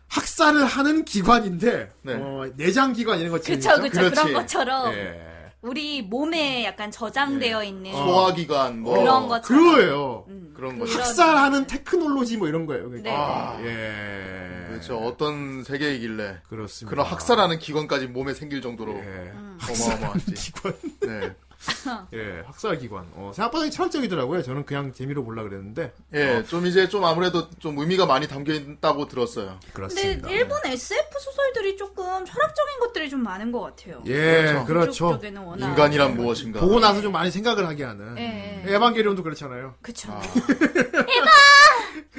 Speaker 1: 학살을 하는 기관인데,
Speaker 2: 네.
Speaker 1: 어, 내장 기관 이런 것처럼.
Speaker 3: 그쵸, 그쵸.
Speaker 2: 그렇지.
Speaker 3: 그런 것처럼
Speaker 1: 예.
Speaker 3: 우리 몸에 약간
Speaker 1: 네.
Speaker 3: 저장되어 있는
Speaker 2: 소화기관 뭐
Speaker 3: 네. 그런 것처럼. 음,
Speaker 1: 그거예요.
Speaker 2: 그런 거.
Speaker 3: 그런-
Speaker 1: 학살하는 테크놀로지 뭐 이런 거예요. 그러니까.
Speaker 3: 네.
Speaker 2: 아.
Speaker 1: 예.
Speaker 2: 그렇죠. 어떤 세계이길래
Speaker 1: 그렇습니다.
Speaker 2: 그런 학살하는 기관까지 몸에 생길 정도로
Speaker 1: 예.
Speaker 2: 어마어마한지.
Speaker 1: 기관.
Speaker 2: 네.
Speaker 1: 예, 학살 기관. 어, 생각보다 철학적이더라고요. 저는 그냥 재미로 보려 그랬는데.
Speaker 2: 예, 좀 이제 좀 아무래도 좀 의미가 많이 담겨 있다고 들었어요.
Speaker 3: 근데
Speaker 1: 그렇습니다.
Speaker 3: 일본 SF 소설들이 조금 철학적인 것들이 좀 많은 것 같아요.
Speaker 1: 예,
Speaker 3: 그쪽
Speaker 1: 그렇죠.
Speaker 3: 쪽에는 어, 워낙. 네.
Speaker 2: 인간이란 무엇인가.
Speaker 1: 보고 나서 좀 많이 생각을 하게 하는.
Speaker 3: 예, 예.
Speaker 1: 에반게리온도 그렇잖아요.
Speaker 3: 그쵸.
Speaker 2: 아,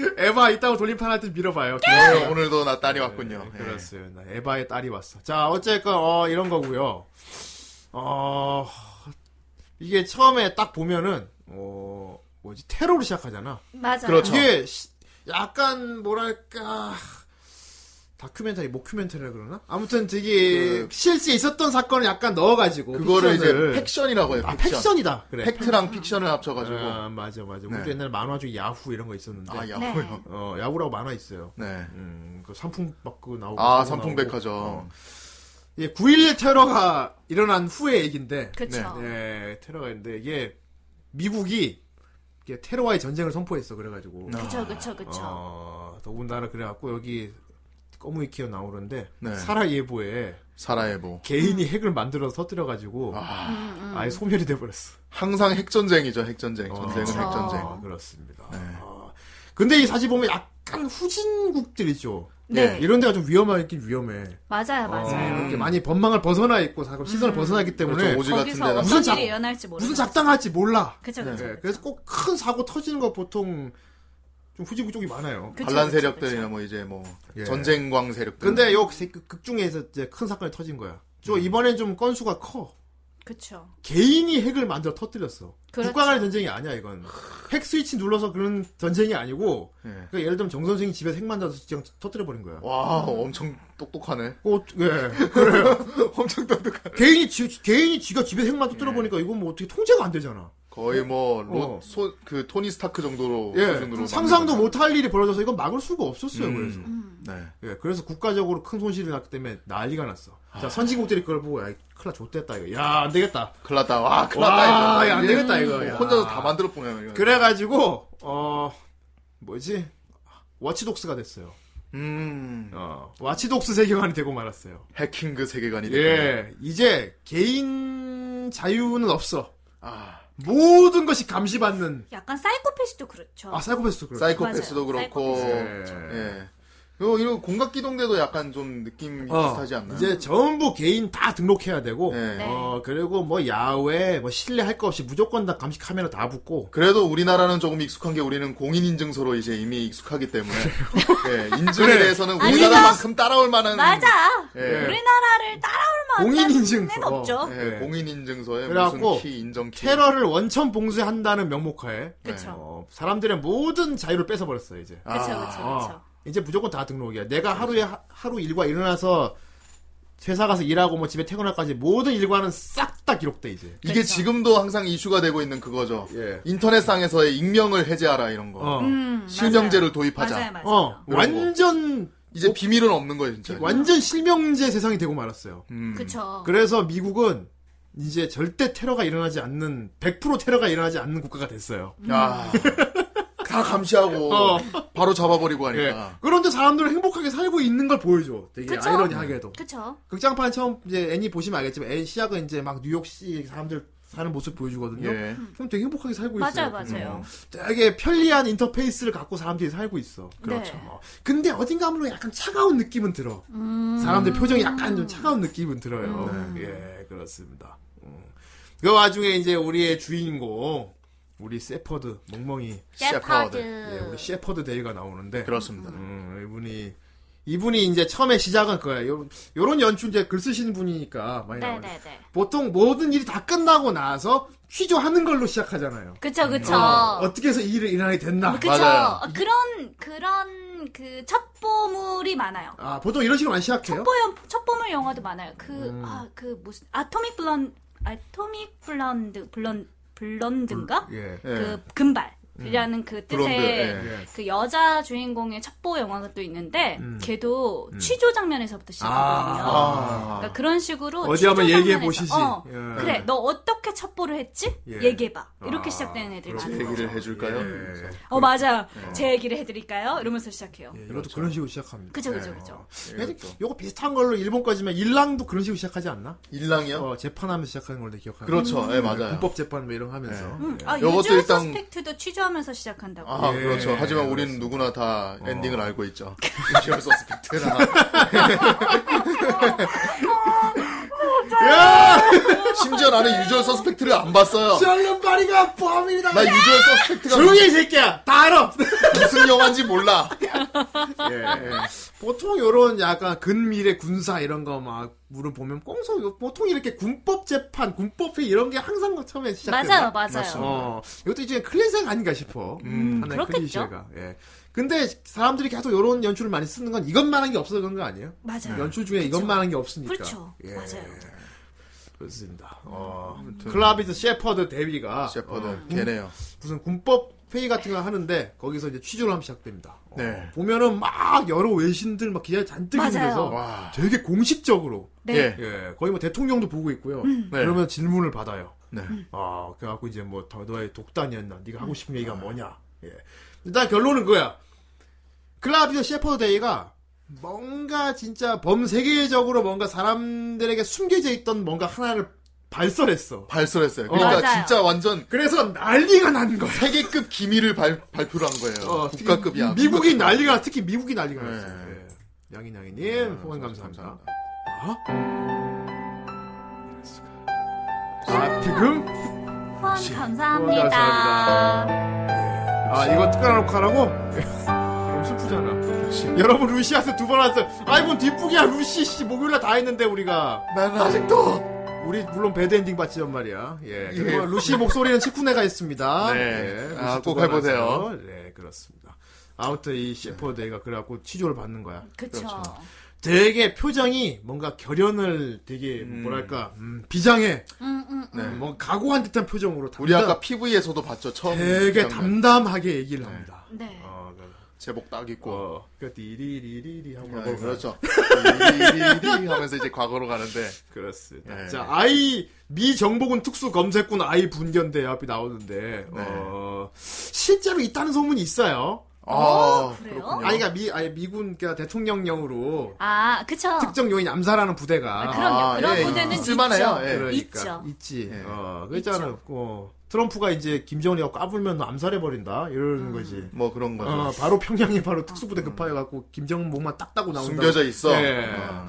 Speaker 1: 에바 이따가 돌림판 할 때 밀어봐요.
Speaker 2: 네, 오늘도 나 딸이
Speaker 1: 네,
Speaker 2: 왔군요. 예.
Speaker 1: 그렇습니다. 에바의 딸이 왔어. 자, 어쨌건 어, 이런 거고요. 어, 이게 처음에 딱 보면은 어, 뭐지 테러로 시작하잖아.
Speaker 3: 맞아.
Speaker 2: 그렇죠.
Speaker 1: 이게 시- 약간 뭐랄까 다큐멘터리, 모큐멘터리라 그러나? 아무튼 되게
Speaker 2: 그-
Speaker 1: 실제 있었던 사건을 약간 넣어가지고
Speaker 2: 그거를
Speaker 1: 픽션을-
Speaker 2: 이제 팩션이라고 해요.
Speaker 1: 아,
Speaker 2: 팩션.
Speaker 1: 팩션이다. 그래.
Speaker 2: 팩트랑 픽션을 합쳐가지고.
Speaker 1: 아, 맞아, 맞아. 우리도
Speaker 2: 네.
Speaker 1: 옛날에 만화 중에 야후 이런 거 있었는데.
Speaker 2: 아,
Speaker 3: 네.
Speaker 2: 야호요.
Speaker 1: 어, 야구라고 만화 있어요.
Speaker 2: 네.
Speaker 1: 음, 그 상품 받고 나오고.
Speaker 2: 아,
Speaker 1: 사고
Speaker 2: 삼풍백화점.
Speaker 1: 나오고. 어. 예, 9.11 테러가 일어난 후의 얘기인데,
Speaker 3: 그쵸.
Speaker 2: 네.
Speaker 1: 예, 테러가 있는데, 이게, 미국이, 이게 테러와의 전쟁을 선포했어, 그래가지고.
Speaker 2: 아.
Speaker 3: 그쵸, 그쵸, 그쵸.
Speaker 1: 어, 더군다나 그래갖고, 여기, 꺼무이키어 나오는데,
Speaker 2: 네.
Speaker 1: 사라 예보에
Speaker 2: 사라예보.
Speaker 1: 개인이 핵을 만들어서 터뜨려가지고,
Speaker 2: 아,
Speaker 1: 아예 소멸이 돼버렸어.
Speaker 2: 항상 핵전쟁이죠, 핵전쟁. 전쟁은
Speaker 1: 어,
Speaker 2: 핵전쟁. 네.
Speaker 1: 아, 그렇습니다. 아, 근데 이 사실 보면 약간 후진국들 있죠.
Speaker 3: 네.
Speaker 1: 이런 데가 좀 위험하긴 위험해.
Speaker 3: 맞아요, 맞아요. 음.
Speaker 1: 어, 이렇게 많이 번망을 벗어나 있고 자, 시선을 벗어나기 때문에
Speaker 2: 그렇죠, 오지 같은
Speaker 3: 거기서
Speaker 2: 데다.
Speaker 3: 어떤
Speaker 1: 무슨 작-
Speaker 3: 일이 일어날지 모르죠.
Speaker 1: 무슨 작당할지 몰라.
Speaker 3: 그쵸,
Speaker 1: 네,
Speaker 3: 그쵸.
Speaker 1: 그래서 꼭 큰 사고 터지는 거 보통 좀 후진국 쪽이 많아요.
Speaker 3: 그쵸,
Speaker 2: 반란
Speaker 3: 그쵸,
Speaker 2: 세력들이나 뭐 이제 뭐
Speaker 1: 예.
Speaker 2: 전쟁광 세력들.
Speaker 1: 근데 요극 중에서 이제 큰 사건이 터진 거야.
Speaker 2: 음.
Speaker 1: 저 이번엔 좀 건수가 커.
Speaker 3: 그쵸.
Speaker 1: 개인이 핵을 만들어 터뜨렸어.
Speaker 3: 그렇죠.
Speaker 1: 국가 간의 전쟁이 아니야 이건. 핵 스위치 눌러서 그런 전쟁이 아니고
Speaker 2: 예.
Speaker 1: 그러니까 예를 들면 정 선생이 집에 핵 만들어서 그냥 터뜨려 버린 거야.
Speaker 2: 와, 엄청 똑똑하네.
Speaker 1: 어, 예, 그래요.
Speaker 2: 엄청 똑똑하네.
Speaker 1: 개인이 지, 개인이 지가 집에 핵만 터뜨려 보니까 이건 뭐 어떻게 통제가 안 되잖아.
Speaker 2: 거의 뭐,
Speaker 1: 어.
Speaker 2: 로, 소, 그, 토니 스타크 그 정도로.
Speaker 1: 예,
Speaker 2: 수준으로
Speaker 1: 상상도
Speaker 2: 만든
Speaker 1: 못할 일이 벌어져서 이건 막을 수가 없었어요.
Speaker 2: 음.
Speaker 1: 그래서
Speaker 2: 네.
Speaker 1: 예, 그래서 국가적으로 큰 손실이 났기 때문에 난리가 났어. 자 선진국들이 그걸 보고 야 큰일 났댔다 이거. 야안 되겠다.
Speaker 2: 큰일 났다. 와, 아, 큰일
Speaker 1: 와,
Speaker 2: 났다. 이거.
Speaker 1: 야, 안 되겠다,
Speaker 2: 음.
Speaker 1: 이거. 야.
Speaker 2: 혼자서 다 만들어 보면. 이거.
Speaker 1: 그래가지고 어 뭐지 와치독스가 됐어요.
Speaker 2: 음.
Speaker 1: 어, 와치독스 세계관이 되고 말았어요.
Speaker 2: 해킹 그 세계관이 됐구나.
Speaker 1: 예, 이제 개인 자유는 없어.
Speaker 2: 아,
Speaker 1: 모든 것이 감시받는.
Speaker 3: 약간 사이코패스도 그렇죠.
Speaker 1: 아 사이코패스도 그렇죠.
Speaker 2: 사이코패스도
Speaker 3: 맞아요.
Speaker 2: 그렇고.
Speaker 1: 사이코패스.
Speaker 2: 예. 이거, 이거 공각기동대도 약간 좀 느낌이
Speaker 1: 어,
Speaker 2: 비슷하지 않나요?
Speaker 1: 이제 전부 개인 다 등록해야 되고,
Speaker 2: 예.
Speaker 3: 네.
Speaker 1: 어, 그리고 뭐 야외, 뭐 실내 할 거 없이 무조건 다 감시 카메라 다 붙고,
Speaker 2: 그래도 우리나라는 조금 익숙한 게 우리는 공인인증서로 이제 이미 익숙하기 때문에 예, 인증에 대해서는
Speaker 3: 아니요.
Speaker 2: 우리나라만큼 따라올 만한
Speaker 1: 음.
Speaker 3: 맞아.
Speaker 2: 예,
Speaker 3: 우리나라를 따라올 만한
Speaker 1: 공인인증서. 네.
Speaker 3: 데는 없죠.
Speaker 2: 예, 공인인증서에
Speaker 1: 그래갖고
Speaker 2: 무슨 키 인정 키
Speaker 1: 테러를 원천 봉쇄한다는 명목하에,
Speaker 3: 그렇죠.
Speaker 1: 어, 사람들의 모든 자유를 뺏어버렸어요, 이제.
Speaker 2: 아, 그렇죠.
Speaker 3: 그렇죠, 그렇죠,
Speaker 1: 어,
Speaker 3: 그렇죠.
Speaker 1: 이제 무조건 다 등록이야. 내가 하루에, 하- 하루 일과 일어나서, 회사 가서 일하고 뭐 집에 퇴근할까지 모든 일과는 싹 다 기록돼, 이제.
Speaker 2: 이게
Speaker 3: 그렇죠.
Speaker 2: 지금도 항상 이슈가 되고 있는 그거죠.
Speaker 1: 예.
Speaker 2: 인터넷상에서의 익명을 해제하라 이런 거.
Speaker 1: 어.
Speaker 3: 음,
Speaker 2: 실명제를
Speaker 3: 맞아요.
Speaker 2: 도입하자.
Speaker 3: 맞아요, 맞아요.
Speaker 1: 어,
Speaker 2: 그런
Speaker 1: 완전, 뭐
Speaker 2: 이제 비밀은 없는 거예요, 진짜.
Speaker 1: 완전 실명제 세상이 되고 말았어요.
Speaker 2: 음.
Speaker 3: 그쵸.
Speaker 1: 그래서 미국은 이제 절대 테러가 일어나지 않는 100% 테러가 일어나지 않는 국가가 됐어요.
Speaker 3: 음.
Speaker 2: 야. 다 감시하고
Speaker 1: 어.
Speaker 2: 뭐 바로 잡아버리고
Speaker 1: 예.
Speaker 2: 하니까.
Speaker 1: 그런데 사람들은 행복하게 살고 있는 걸 보여줘. 되게
Speaker 3: 그쵸?
Speaker 1: 아이러니하게도.
Speaker 3: 그쵸.
Speaker 1: 극장판 처음 이제 애니 보시면 알겠지만 애 시작은 이제 막 뉴욕시 사람들 사는 모습 보여주거든요.
Speaker 2: 예.
Speaker 1: 그럼 되게 행복하게 살고
Speaker 3: 맞아요,
Speaker 1: 있어요.
Speaker 3: 맞아요.
Speaker 1: 되게 편리한 인터페이스를 갖고 사람들이 살고 있어.
Speaker 3: 그렇죠.
Speaker 1: 어. 근데 어딘가 모르 약간 차가운 느낌은 들어. 음.
Speaker 3: 음.
Speaker 2: 음.
Speaker 1: 사람들 표정이 약간 좀 차가운 느낌은 들어요. 예, 그렇습니다. 음. 그 와중에 이제 우리의 주인공, 우리 세퍼드, 멍멍이,
Speaker 2: 셰퍼드. 음.
Speaker 1: 예, 우리 셰퍼드 데이가 나오는데,
Speaker 2: 그렇습니다.
Speaker 1: 음, 이분이, 이분이 이제 처음에 시작은 그거예요. 요런- 요런 연출 이제 글 쓰시는 분이니까 많이 나오네.
Speaker 3: 네네네.
Speaker 1: 보통 모든 일이 다 끝나고 나서 취조하는 걸로 시작하잖아요.
Speaker 3: 그쵸, 그쵸.
Speaker 1: 어떻게 해서 이 일을 일하게
Speaker 2: 음,
Speaker 1: 됐나.
Speaker 3: 그쵸.
Speaker 2: 맞아요.
Speaker 3: 어, 그런, 그런, 그, 첩보물이 많아요.
Speaker 1: 아, 보통 이런 식으로 안 시작해요? 음.
Speaker 3: 첩보연, 첩보물 영화도 많아요. 그, 아, 그, 무슨, 아토믹 블런, 아토믹 블런드, 블런, 블런드인가?
Speaker 1: 예.
Speaker 2: 예.
Speaker 3: 그, 금발이라는 그 뜻의
Speaker 2: 블론드. 예.
Speaker 1: 예.
Speaker 3: 그 여자 주인공의 첩보 영화가 또 있는데,
Speaker 1: 음.
Speaker 3: 걔도 취조 장면에서부터 시작하거든요.
Speaker 2: 아.
Speaker 3: 그러니까 그런 식으로
Speaker 1: 어디 한번
Speaker 3: 취조
Speaker 1: 얘기해
Speaker 3: 장면에서-
Speaker 1: 보시지.
Speaker 3: 어,
Speaker 1: 예.
Speaker 3: 그래, 너 어떻게 첩보를 했지?
Speaker 1: 예.
Speaker 3: 얘기해봐. 이렇게
Speaker 1: 아,
Speaker 3: 시작되는 애들이
Speaker 1: 그렇구나.
Speaker 2: 제
Speaker 3: 많아요.
Speaker 2: 얘기를 해줄까요?
Speaker 1: 예.
Speaker 3: 어 맞아요. 제 얘기를 해드릴까요? 이러면서 시작해요.
Speaker 1: 예, 이것도 그런 식으로 시작합니다.
Speaker 3: 그죠
Speaker 2: 네,
Speaker 3: 그죠
Speaker 2: 어,
Speaker 3: 그죠.
Speaker 1: 근데 요거 비슷한 걸로 일본까지만 일랑도 그런 식으로 시작하지 않나?
Speaker 2: 일랑이요?
Speaker 1: 어, 재판하면서 시작하는 걸로 기억하는.
Speaker 2: 그렇죠. 예, 맞아요. 네.
Speaker 1: 불법 재판 뭐 이런 거 하면서.
Speaker 3: 음, 아
Speaker 2: 요것도
Speaker 3: 요즘
Speaker 2: 일단-
Speaker 3: 서스펙트도 취조하면서 시작한다고.
Speaker 2: 아,
Speaker 1: 예,
Speaker 2: 그렇죠. 하지만 우리는
Speaker 1: 그렇습니다. 어.
Speaker 2: 누구나 다 엔딩을 알고 있죠. 유시얼 서스펙트나.
Speaker 1: 야!
Speaker 2: 심지어 나는 유저얼 서스펙트를 안 봤어요.
Speaker 1: 저런 바리가 범인이다.
Speaker 2: 나 유저얼 서스펙트가
Speaker 1: 조용히 해, 이 새끼야! 다 알아!
Speaker 2: 무슨 영화인지 몰라.
Speaker 1: 예, 예. 보통 요런 약간 근미래 군사 이런 거 막 물어보면 꽁소 보통 이렇게 군법 재판, 군법회 이런 게 항상 처음에
Speaker 3: 맞아요
Speaker 1: 시작돼요.
Speaker 3: 맞아요. 음,
Speaker 1: 어, 이것도 이제 클래식 아닌가 싶어. 하나의
Speaker 3: 그렇겠죠.
Speaker 1: 클리셰가. 예. 근데 사람들이 계속 이런 연출을 많이 쓰는 건 이것만한 게 없어서 그런 거 아니에요?
Speaker 3: 맞아요.
Speaker 1: 연출 중에 이것만한 게 없으니까.
Speaker 3: 그렇죠.
Speaker 1: 예.
Speaker 3: 맞아요.
Speaker 1: 그렇습니다. 어, 클라비드 셰퍼드 대위가
Speaker 2: 셰퍼드
Speaker 1: 어,
Speaker 2: 걔네요.
Speaker 1: 무슨 군법 회의 같은 거 하는데 거기서 이제 취조를 하면 시작됩니다. 어,
Speaker 2: 네.
Speaker 1: 보면은 막 여러 외신들 막 기자 잔뜩
Speaker 3: 맞아요.
Speaker 1: 있는데서
Speaker 2: 와.
Speaker 1: 되게 공식적으로
Speaker 3: 네. 음.
Speaker 2: 예.
Speaker 1: 예, 거의 뭐 대통령도 보고 있고요.
Speaker 2: 네.
Speaker 1: 그러면 질문을 받아요.
Speaker 2: 네.
Speaker 1: 아, 그래갖고 이제 뭐, 더, 너의 독단이었나? 네가 하고
Speaker 3: 음.
Speaker 1: 싶은 얘기가 뭐냐? 예. 일단 결론은 그거야. 클라비오 셰퍼드 데이가 뭔가 진짜 범세계적으로 뭔가 사람들에게 숨겨져 있던 뭔가 하나를 발설했어.
Speaker 2: 발설했어요. 그러니까
Speaker 3: 맞아요.
Speaker 2: 진짜 완전
Speaker 1: 그래서 난리가 난 거야.
Speaker 2: 세계급 기밀을 발, 발표를 한 거예요.
Speaker 1: 어, 특히
Speaker 2: 국가급이야.
Speaker 1: 미국이 난리가, 특히 미국이 난리가
Speaker 2: 네.
Speaker 1: 났어. 예. 양인양이님, 후원 감사합니다. 아, 지금?
Speaker 3: 후원
Speaker 1: 후원
Speaker 3: 감사합니다.
Speaker 1: 감사합니다. 아, 이거 뜯어놓고 하라고? 너무 슬프잖아. 여러분, 루시아스 두 번 왔어요. 아, 이건 뒷북이야, 루시, 씨. 목요일날 다 했는데, 우리가.
Speaker 2: 나는 아직도
Speaker 1: 우리, 물론, 배드엔딩 봤지만 말이야. 예.
Speaker 2: 예.
Speaker 1: 그리고 루시 목소리는 치쿠네가 있습니다.
Speaker 2: 네.
Speaker 1: 예,
Speaker 2: 아,
Speaker 1: 루시 두
Speaker 2: 꼭
Speaker 1: 번
Speaker 2: 해보세요.
Speaker 1: 왔어요. 네, 그렇습니다. 아무튼 이 셰퍼데이가 그래갖고 치조를 받는 거야.
Speaker 3: 그쵸.
Speaker 1: 되게 표정이 뭔가 결연을 되게 뭐랄까 음, 비장해
Speaker 3: 음,
Speaker 2: 네.
Speaker 1: 뭔가 음, 뭐 각오한 듯한 표정으로
Speaker 2: 우리
Speaker 1: 담담-
Speaker 2: 아까 PV에서도 봤죠 처음
Speaker 1: 되게
Speaker 2: 장면.
Speaker 1: 담담하게 얘기를 합니다.
Speaker 3: 네.
Speaker 1: 어,
Speaker 2: 제복 딱 입고
Speaker 1: 그 디리리리리 하고
Speaker 2: 네,
Speaker 1: 가고
Speaker 2: 그렇죠 리리리 하면서 이제 과거로 가는데
Speaker 1: 그렇습니다.
Speaker 2: 네.
Speaker 1: 자, 아이 미정복은 특수 검색군 아이 분견대 앞이 나오는데
Speaker 2: 네.
Speaker 1: 어, 실제로 있다는 소문이 있어요.
Speaker 2: 아
Speaker 3: 그래요?
Speaker 2: 그렇군요.
Speaker 1: 아니, 그러니까 미, 아니 미군 그러니까 대통령령으로
Speaker 3: 아, 그쵸.
Speaker 1: 특정 요인 암살하는 부대가
Speaker 3: 아, 그럼요. 그런
Speaker 2: 예,
Speaker 3: 무대는
Speaker 2: 있을만해요.
Speaker 3: 있죠.
Speaker 2: 예.
Speaker 1: 그러니까
Speaker 3: 있죠.
Speaker 1: 있지.
Speaker 2: 예.
Speaker 1: 어, 그랬잖아요. 어, 트럼프가 이제 김정은이가 까불면 너 암살해버린다 이러는
Speaker 3: 음.
Speaker 1: 거지.
Speaker 2: 뭐 그런 거죠. 음.
Speaker 1: 어, 바로 평양에 바로 특수부대 급파해갖고 김정은 몸만 딱 따고 나온다.
Speaker 2: 숨겨져 있어.
Speaker 1: 예.
Speaker 2: 아,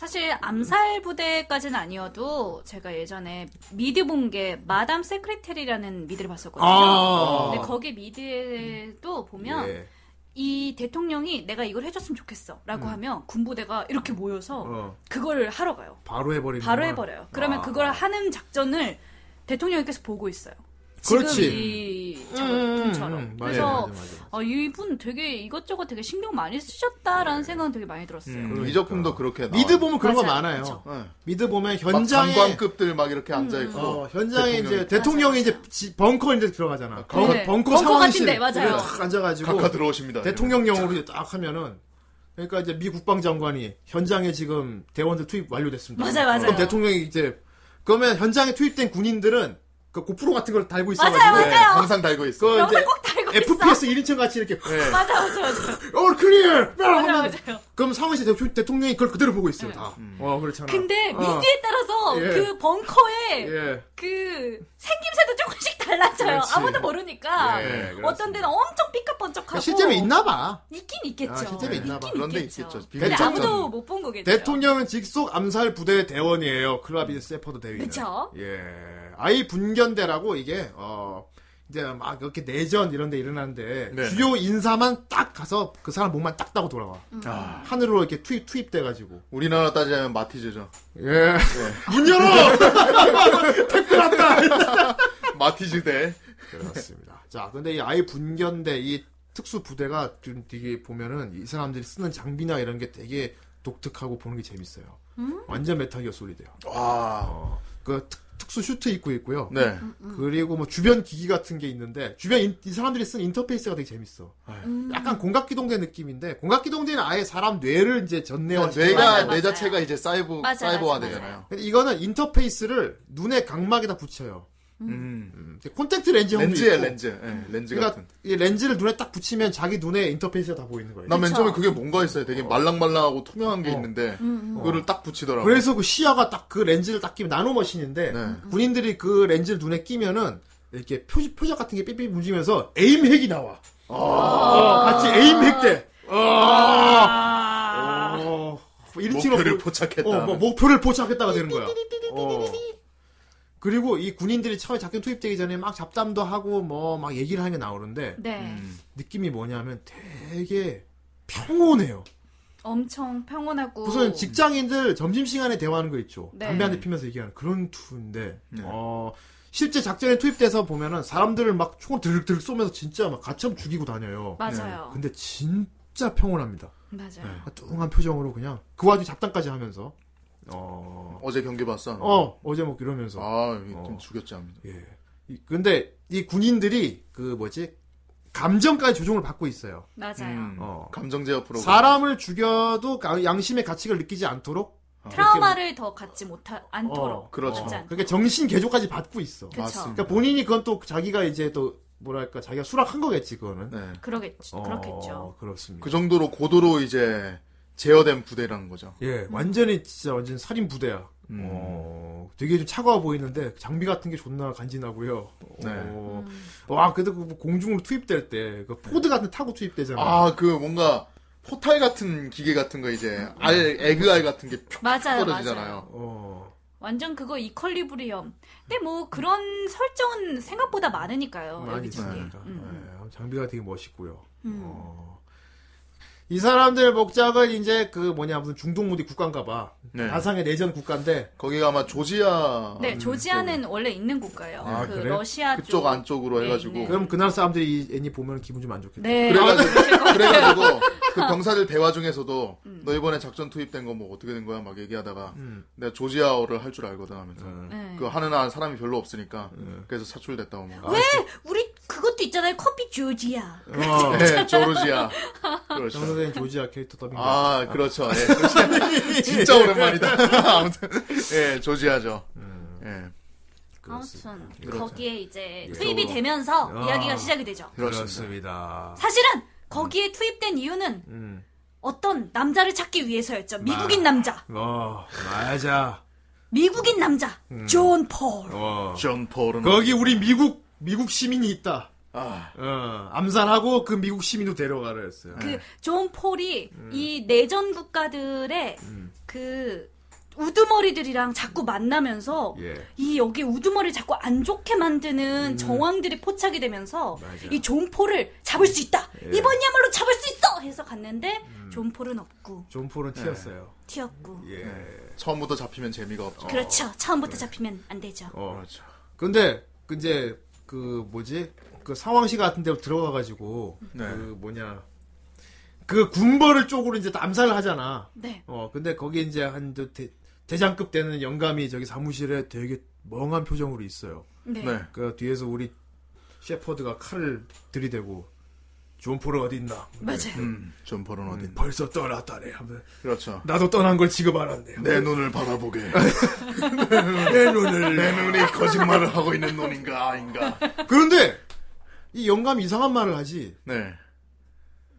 Speaker 3: 사실 암살 부대까지는 아니어도 제가 예전에 미드 본 게 마담 세크레테리라는 미드를 봤었거든요.
Speaker 1: 아.
Speaker 3: 근데 거기 미드에도 보면
Speaker 1: 예.
Speaker 3: 이 대통령이 내가 이걸 해줬으면 좋겠어라고
Speaker 2: 음.
Speaker 3: 하면 군부대가 이렇게 모여서
Speaker 1: 어,
Speaker 3: 그거를 하러 가요.
Speaker 1: 바로 해버리는.
Speaker 3: 바로
Speaker 1: 거야.
Speaker 3: 해버려요. 그러면
Speaker 1: 아.
Speaker 3: 그걸 하는 작전을 대통령께서 보고 있어요.
Speaker 1: 그렇지.
Speaker 3: 지금 이 작품처럼.
Speaker 1: 음, 음, 맞아,
Speaker 3: 그래서
Speaker 1: 맞아, 맞아.
Speaker 3: 아, 이분 되게 이것저것 되게 신경 많이 쓰셨다라는 생각은 되게 많이 들었어요.
Speaker 2: 음,
Speaker 1: 네. 그러니까.
Speaker 2: 이 작품도 그렇게 나.
Speaker 1: 미드 보면 그런 거
Speaker 3: 맞아요.
Speaker 1: 많아요.
Speaker 3: 그쵸.
Speaker 1: 미드 보면 현장에
Speaker 2: 현장에 예. 관급들 막 이렇게 앉아 있고.
Speaker 1: 어, 현장에
Speaker 2: 대통령이
Speaker 1: 이제 대통령이 이제 지- 벙커 이제 들어가잖아. 벙,
Speaker 3: 네.
Speaker 1: 벙커
Speaker 3: 벙커
Speaker 1: 상황실에
Speaker 3: 같은데, 맞아요. 네.
Speaker 1: 우리가 딱 앉아가지고
Speaker 2: 각하 들어오십니다.
Speaker 1: 대통령령으로 이제 딱 하면은 그러니까 이제 미 국방장관이 현장에 지금 대원들 투입 완료됐습니다.
Speaker 3: 맞아요, 맞아요.
Speaker 1: 그럼 대통령이 이제 그러면 현장에 투입된 군인들은 그 고프로 같은 걸 달고 있어가지고
Speaker 3: 맞아요,
Speaker 2: 네,
Speaker 3: 맞아요.
Speaker 2: 항상 달고 있어.
Speaker 1: 그 이제
Speaker 3: 꼭 달고 있어.
Speaker 1: FPS 1인칭 같이 이렇게
Speaker 2: 네.
Speaker 3: 맞아, 맞아, 맞아.
Speaker 1: 올 클리어
Speaker 3: 맞아,
Speaker 1: 하면
Speaker 3: 맞아요. 네.
Speaker 1: 그럼 상황실 대통령- 대통령이 그걸 그대로 보고 있어요 다.
Speaker 2: 음.
Speaker 1: 어 그렇잖아.
Speaker 3: 근데
Speaker 1: 어.
Speaker 3: 미디에 따라서
Speaker 1: 예.
Speaker 3: 그 벙커에
Speaker 1: 예.
Speaker 3: 그 생김새도 조금씩 달라져요.
Speaker 1: 그렇지.
Speaker 3: 아무도 모르니까.
Speaker 1: 예, 그렇습니다.
Speaker 3: 어떤 데는 엄청 삐까뻔쩍하고
Speaker 1: 실제로 있나봐.
Speaker 3: 있긴 있겠죠.
Speaker 1: 아, 실제로 있나 봐.
Speaker 3: 있긴
Speaker 2: 그런 데
Speaker 3: 있겠죠.
Speaker 2: 있겠죠.
Speaker 3: 근데
Speaker 1: 비밀
Speaker 3: 아무도
Speaker 2: 작전.
Speaker 3: 못 본 거겠죠.
Speaker 1: 대통령은 직속 암살 부대 대원이에요. 클라빈 세퍼드 대위는.
Speaker 3: 그쵸?
Speaker 1: 예. 아이 분견대라고 이게 어 이제 막 이렇게 내전 이런 데 일어나는데
Speaker 2: 네.
Speaker 1: 주요 인사만 딱 가서 그 사람 몸만 딱 따고 돌아와.
Speaker 3: 음.
Speaker 2: 아,
Speaker 1: 하늘로 이렇게 투입 투입돼 가지고.
Speaker 2: 우리나라 따지자면 마티즈죠.
Speaker 1: 예. 문 열어. 택배 났다.
Speaker 2: 마티즈 대.
Speaker 1: 그렇습니다. 자, 근데 이 아이 분견대 이 특수 부대가 좀 되게 보면은 이 사람들이 쓰는 장비나 이런 게 되게 독특하고 보는 게 재밌어요. 완전 메타기어 솔리드요.
Speaker 2: 와.
Speaker 1: 그 특, 특수 슈트 입고 있고요.
Speaker 2: 네.
Speaker 1: 그리고 뭐 주변 기기 같은 게 있는데 주변 인- 이 사람들이 쓰는 인터페이스가 되게 재밌어.
Speaker 2: 아.
Speaker 1: 약간 공각기동대 느낌인데 공각기동대는 아예 사람 뇌를 이제 전내화.
Speaker 2: 그러니까 뇌가
Speaker 3: 맞아요,
Speaker 2: 뇌
Speaker 3: 맞아요.
Speaker 2: 자체가 이제 사이버
Speaker 3: 맞아요,
Speaker 2: 사이버화
Speaker 3: 맞아요,
Speaker 2: 되잖아요.
Speaker 1: 근데 이거는 인터페이스를 눈의 각막에다 붙여요.
Speaker 2: 음.
Speaker 1: 음, 콘택트 렌즈형도
Speaker 2: 렌즈에
Speaker 1: 있고.
Speaker 2: 렌즈. 예, 렌즈
Speaker 1: 그러니까
Speaker 2: 같은.
Speaker 1: 이 렌즈를 눈에 딱 붙이면 자기 눈에 인터페이스가 다 보이는 거예요.
Speaker 2: 난맨 처음에 그게 뭔가 있어요. 되게 말랑말랑하고 투명한 게 있는데
Speaker 1: 음,
Speaker 3: 음,
Speaker 2: 그거를 딱 붙이더라고. 요
Speaker 1: 어. 그래서 그 시야가 딱 그 렌즈를 딱 끼면 나노 머신인데
Speaker 2: 네.
Speaker 1: 군인들이 그 렌즈를 눈에 끼면은 이렇게 표, 표적 같은 게 삐삐 움직이면서 에임 핵이 나와.
Speaker 2: 아.
Speaker 1: 어, 같이 에임 핵 돼. 어, 뭐 이런 식으로
Speaker 2: 아. 목표를
Speaker 1: 보-
Speaker 2: 포착했다.
Speaker 1: 어, 뭐 목표를 포착했다가 되는 거야. 어. 그리고 이 군인들이 처음에 작전 투입되기 전에 막 잡담도 하고 뭐 막 얘기를 하는 게 나오는데
Speaker 3: 네.
Speaker 2: 음.
Speaker 1: 느낌이 뭐냐면 되게 평온해요.
Speaker 3: 엄청 평온하고
Speaker 1: 무슨 직장인들 점심시간에 대화하는 거 있죠.
Speaker 3: 네.
Speaker 1: 담배 한 대 피면서 얘기하는 그런 투인데,
Speaker 2: 네.
Speaker 1: 어, 실제 작전에 투입돼서 보면은 사람들을 막 총을 드륵드륵 쏘면서 진짜 막 가참 죽이고 다녀요.
Speaker 3: 맞아요.
Speaker 1: 근데 진짜 평온합니다. 네.
Speaker 3: 맞아요.
Speaker 1: 뚱한 표정으로 그냥. 그 와중에 잡담까지 하면서, 어,
Speaker 2: 어제 경기 봤어.
Speaker 1: 어, 어제 뭐 이러면서.
Speaker 2: 아, 이거
Speaker 1: 어.
Speaker 2: 좀 죽였지 합니다.
Speaker 1: 예. 이- 근데 이 군인들이 그 뭐지, 감정까지 조종을 받고 있어요.
Speaker 3: 맞아요.
Speaker 1: 어.
Speaker 2: 음, 감정 제어 프로그램.
Speaker 1: 사람을 죽여도 가- 양심의 가치를 느끼지 않도록.
Speaker 3: 트라우마를 더 갖지 못하 않도록
Speaker 1: 어,
Speaker 2: 어. 그렇죠.
Speaker 3: 그렇지 않-
Speaker 1: 그러니까 정신 개조까지 받고 있어.
Speaker 3: 그쵸.
Speaker 2: 맞습니다.
Speaker 1: 그러니까 본인이 그건 또 자기가 이제 또 뭐랄까 자기가 수락한 거겠지 그거는.
Speaker 2: 네.
Speaker 3: 그러겠죠.
Speaker 1: 어,
Speaker 3: 그렇겠죠.
Speaker 1: 그렇습니다.
Speaker 2: 그 정도로 고도로 이제 제어된 부대라는 거죠.
Speaker 1: 예, 완전히 진짜 완전 살인 부대야.
Speaker 2: 음.
Speaker 1: 어, 되게 좀 차가워 보이는데 장비 같은 게 존나 간지나고요.
Speaker 2: 네.
Speaker 3: 음.
Speaker 1: 어, 와, 그래도 그 공중으로 투입될 때 그 포드 같은 데 타고 투입되잖아.
Speaker 2: 네. 아, 그 뭔가 포탈 같은 기계 같은 거그 이제 알 에그알 같은 게 쭉
Speaker 3: 맞아요, 맞아요.
Speaker 2: 떨어지잖아요.
Speaker 1: 어,
Speaker 3: 완전 그거 이퀄리브리엄. 근데 뭐 그런 설정은 생각보다 많으니까요.
Speaker 1: 많이
Speaker 3: 여기저기.
Speaker 1: 네, 있으니까.
Speaker 3: 음.
Speaker 1: 예, 장비가 되게 멋있고요.
Speaker 3: 음.
Speaker 1: 어. 이 사람들 목적은 이제 그 뭐냐 무슨 중동 무디 국가인가 봐.
Speaker 2: 네.
Speaker 1: 아상의 내전 국가인데
Speaker 2: 거기가 아마 조지아
Speaker 3: 네, 조지아는 원래 있는 국가예요.
Speaker 1: 음. 아,
Speaker 3: 그
Speaker 1: 그래요?
Speaker 3: 러시아 쪽.
Speaker 2: 그쪽 안쪽으로 해가지고
Speaker 1: 그럼 그날 사람들이 이 애니 보면 기분 좀 안 좋겠다.
Speaker 3: 네.
Speaker 2: 그래가지고,
Speaker 3: 음.
Speaker 2: 그래가지고 그 병사들 대화 중에서도 너 이번에 작전 투입된 거 뭐 어떻게 된 거야 막 얘기하다가
Speaker 1: 음.
Speaker 2: 내가 조지아어를 할 줄 알거든 하면서
Speaker 3: 네.
Speaker 2: 그 하는 한 사람이 별로 없으니까
Speaker 1: 음.
Speaker 2: 그래서 사출됐다고
Speaker 1: 아,
Speaker 2: 뭐.
Speaker 3: 왜? 우리 그것도 있잖아요. 커피 조지아.
Speaker 1: 어.
Speaker 2: 네, 조르지아.
Speaker 1: 정
Speaker 2: 그렇죠.
Speaker 1: 선생님 조지아 캐릭터 더빙.
Speaker 2: 아, 그렇죠. 예, 조지아. 진짜 오랜만이다. 아무튼, 예, 조지아죠.
Speaker 1: 음.
Speaker 2: 예,
Speaker 3: 아무튼
Speaker 2: 그렇죠.
Speaker 3: 거기에 이제
Speaker 2: 예.
Speaker 3: 네, 투입이
Speaker 2: 그쪽으로.
Speaker 3: 되면서
Speaker 1: 아.
Speaker 3: 이야기가 시작이 되죠.
Speaker 2: 그렇습니다.
Speaker 1: 그렇습니다.
Speaker 3: 사실은 거기에 투입된 이유는
Speaker 1: 음.
Speaker 3: 어떤 남자를 찾기 위해서였죠. 미국인 남자.
Speaker 1: 어, 맞아.
Speaker 3: 미국인 남자. 존 폴.
Speaker 1: 어.
Speaker 2: 존 폴은.
Speaker 1: 거기 우리 미국 미국 시민이 있다.
Speaker 2: 아,
Speaker 1: 어, 암살하고 그 미국 시민도 데려가려 했어요. 네.
Speaker 3: 그 존 폴이 이 내전 국가들의 그 우두머리들이랑 자꾸 만나면서
Speaker 1: 예.
Speaker 3: 이 여기 우두머리를 자꾸 안 좋게 만드는 정황들이 포착이 되면서 이 존포를 잡을 수 있다. 이번이야말로 잡을 수 있어. 해서 갔는데 존포는 없고
Speaker 1: 존 폴은 튀었어요.
Speaker 3: 튀었고.
Speaker 1: 예.
Speaker 2: 네. 처음부터 잡히면 재미가 없죠.
Speaker 3: 그렇죠. 처음부터 잡히면 안 되죠.
Speaker 1: 어.
Speaker 2: 그렇죠.
Speaker 1: 근데 그 이제 그 뭐지 그 상황시 같은 데로 들어가 가지고
Speaker 2: 네.
Speaker 1: 그 뭐냐 그 군벌을 쪽으로 이제 암살을 하잖아.
Speaker 3: 네.
Speaker 1: 어 근데 거기 이제 한저 대, 대장급 되는 영감이 저기 사무실에 되게 멍한 표정으로 있어요.
Speaker 3: 네.
Speaker 2: 네.
Speaker 1: 그 뒤에서 우리 셰퍼드가 칼을 들이대고 존포를 어디 있나?
Speaker 3: 맞아요.
Speaker 2: 음, 존 폴은 어디?
Speaker 1: 음, 벌써 떠났다네. 하면
Speaker 2: 그렇죠.
Speaker 1: 나도 떠난 걸 지금 알았네요.
Speaker 2: 내 눈을 바라보게.
Speaker 1: 내 눈을
Speaker 2: 내 눈이 거짓말을 하고 있는 눈인가, 아닌가.
Speaker 1: 그런데 이 영감 이상한 말을 하지.
Speaker 2: 네.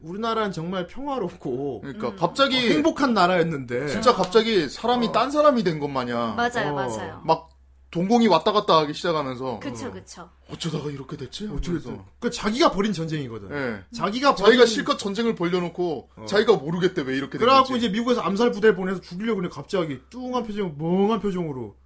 Speaker 1: 우리나라는 정말 평화롭고
Speaker 2: 그러니까
Speaker 3: 음.
Speaker 2: 갑자기
Speaker 1: 어, 행복한 나라였는데
Speaker 2: 진짜 갑자기 사람이 딴 사람이 된 것 마냥
Speaker 3: 맞아요.
Speaker 1: 어.
Speaker 3: 맞아요.
Speaker 2: 막 동공이 왔다 갔다 하기 시작하면서
Speaker 3: 그쵸 그쵸.
Speaker 2: 어쩌다가 이렇게 됐지?
Speaker 1: 어떻게
Speaker 2: 하면서.
Speaker 1: 됐어? 그 자기가 벌인 전쟁이거든.
Speaker 2: 예.
Speaker 1: 자기가 벌인 어.
Speaker 2: 자기가 실컷 전쟁을 벌려놓고 자기가 모르겠대 왜 이렇게
Speaker 1: 그래갖고
Speaker 2: 됐는지.
Speaker 1: 이제 미국에서 암살 부대를 보내서 죽이려고 근데 갑자기 뚱한 표정, 멍한 표정으로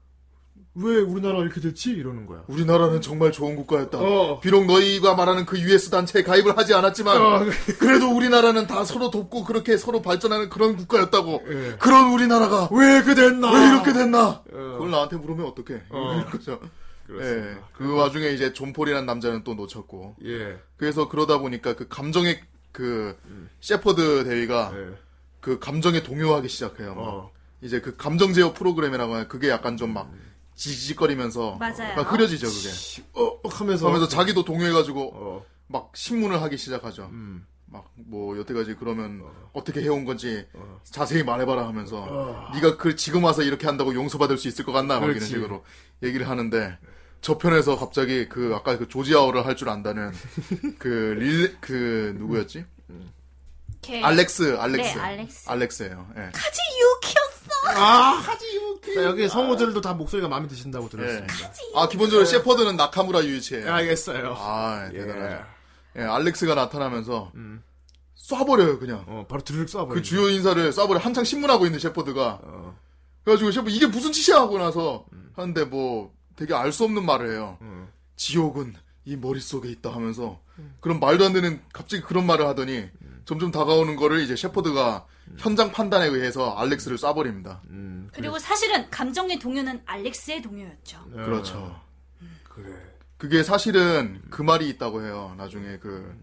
Speaker 1: 왜 우리나라 가 이렇게 됐지 이러는 거야.
Speaker 2: 우리나라는 정말 좋은 국가였다.
Speaker 1: 어.
Speaker 2: 비록 너희가 말하는 그 US 단체에 가입을 하지 않았지만
Speaker 1: 어.
Speaker 2: 그래도 우리나라는 다 서로 돕고 그렇게 서로 발전하는 그런 국가였다고.
Speaker 1: 예.
Speaker 2: 그런 우리나라가
Speaker 1: 왜 그 됐나?
Speaker 2: 왜 이렇게 됐나?
Speaker 1: 어.
Speaker 2: 그걸 나한테 물으면 어떡해?
Speaker 1: 어.
Speaker 2: 그렇죠. 예.
Speaker 1: 그렇습니다.
Speaker 2: 그 와중에 이제 존폴이라는 남자는 또 놓쳤고.
Speaker 1: 예.
Speaker 2: 그래서 그러다 보니까 그 감정의 그 셰퍼드 대위가
Speaker 1: 예.
Speaker 2: 그 감정에 동요하기 시작해요. 막.
Speaker 1: 어.
Speaker 2: 이제 그 감정 제어 프로그램이라고 하는 그게 약간 좀 막 지지거리면서
Speaker 3: 맞아요.
Speaker 2: 막 흐려지죠 그게.
Speaker 1: 어, 어, 하면서
Speaker 2: 그러면서 자기도 동요해가지고
Speaker 1: 어. 음.
Speaker 2: 막 신문을 하기 시작하죠. 막 뭐 여태까지 그러면 어. 떻게 해온 건지
Speaker 1: 어.
Speaker 2: 자세히 말해봐라 하면서 네가 그 지금 와서 이렇게 한다고 용서받을 수 있을 것 같나 막 이런
Speaker 1: 그렇지.
Speaker 2: 식으로 얘기를 하는데 저편에서 갑자기 그 아까 그 조지아어를 할 줄 안다는 그 릴 그 누구였지?
Speaker 3: 걔
Speaker 2: 알렉스 알렉스
Speaker 3: 네, 알렉스.
Speaker 2: 알렉스예요. 예.
Speaker 3: 카지 유키였어.
Speaker 1: 아, 자, 여기 성우들도 다 목소리가 마음에 드신다고 들었습니다.
Speaker 2: 아 기본적으로 셰퍼드는 나카무라 유이치예요.
Speaker 1: 네. 알겠어요.
Speaker 2: 아,
Speaker 1: 예. 음.
Speaker 2: 대단하죠. 예, 알렉스가 나타나면서 쏴버려요 그냥.
Speaker 1: 어, 바로 드르륵 쏴버려.
Speaker 2: 그 주요 인사를 쏴버려 한창 신문하고 있는 셰퍼드가.
Speaker 1: 어.
Speaker 2: 그래가지고 셰퍼 이게 무슨 짓이야 하고 나서 하는데 뭐 되게 알 수 없는 말을 해요. 지옥은 이 머릿속에 있다 하면서 그런 말도 안 되는 갑자기 그런 말을 하더니 점점 다가오는 거를 이제 셰퍼드가 현장 판단에 의해서 알렉스를 쏴버립니다.
Speaker 3: 그리고 사실은 감정의 동요는 알렉스의 동요였죠.
Speaker 2: 그렇죠.
Speaker 1: 아, 그래.
Speaker 2: 그게 사실은 그 말이 있다고 해요. 나중에 그,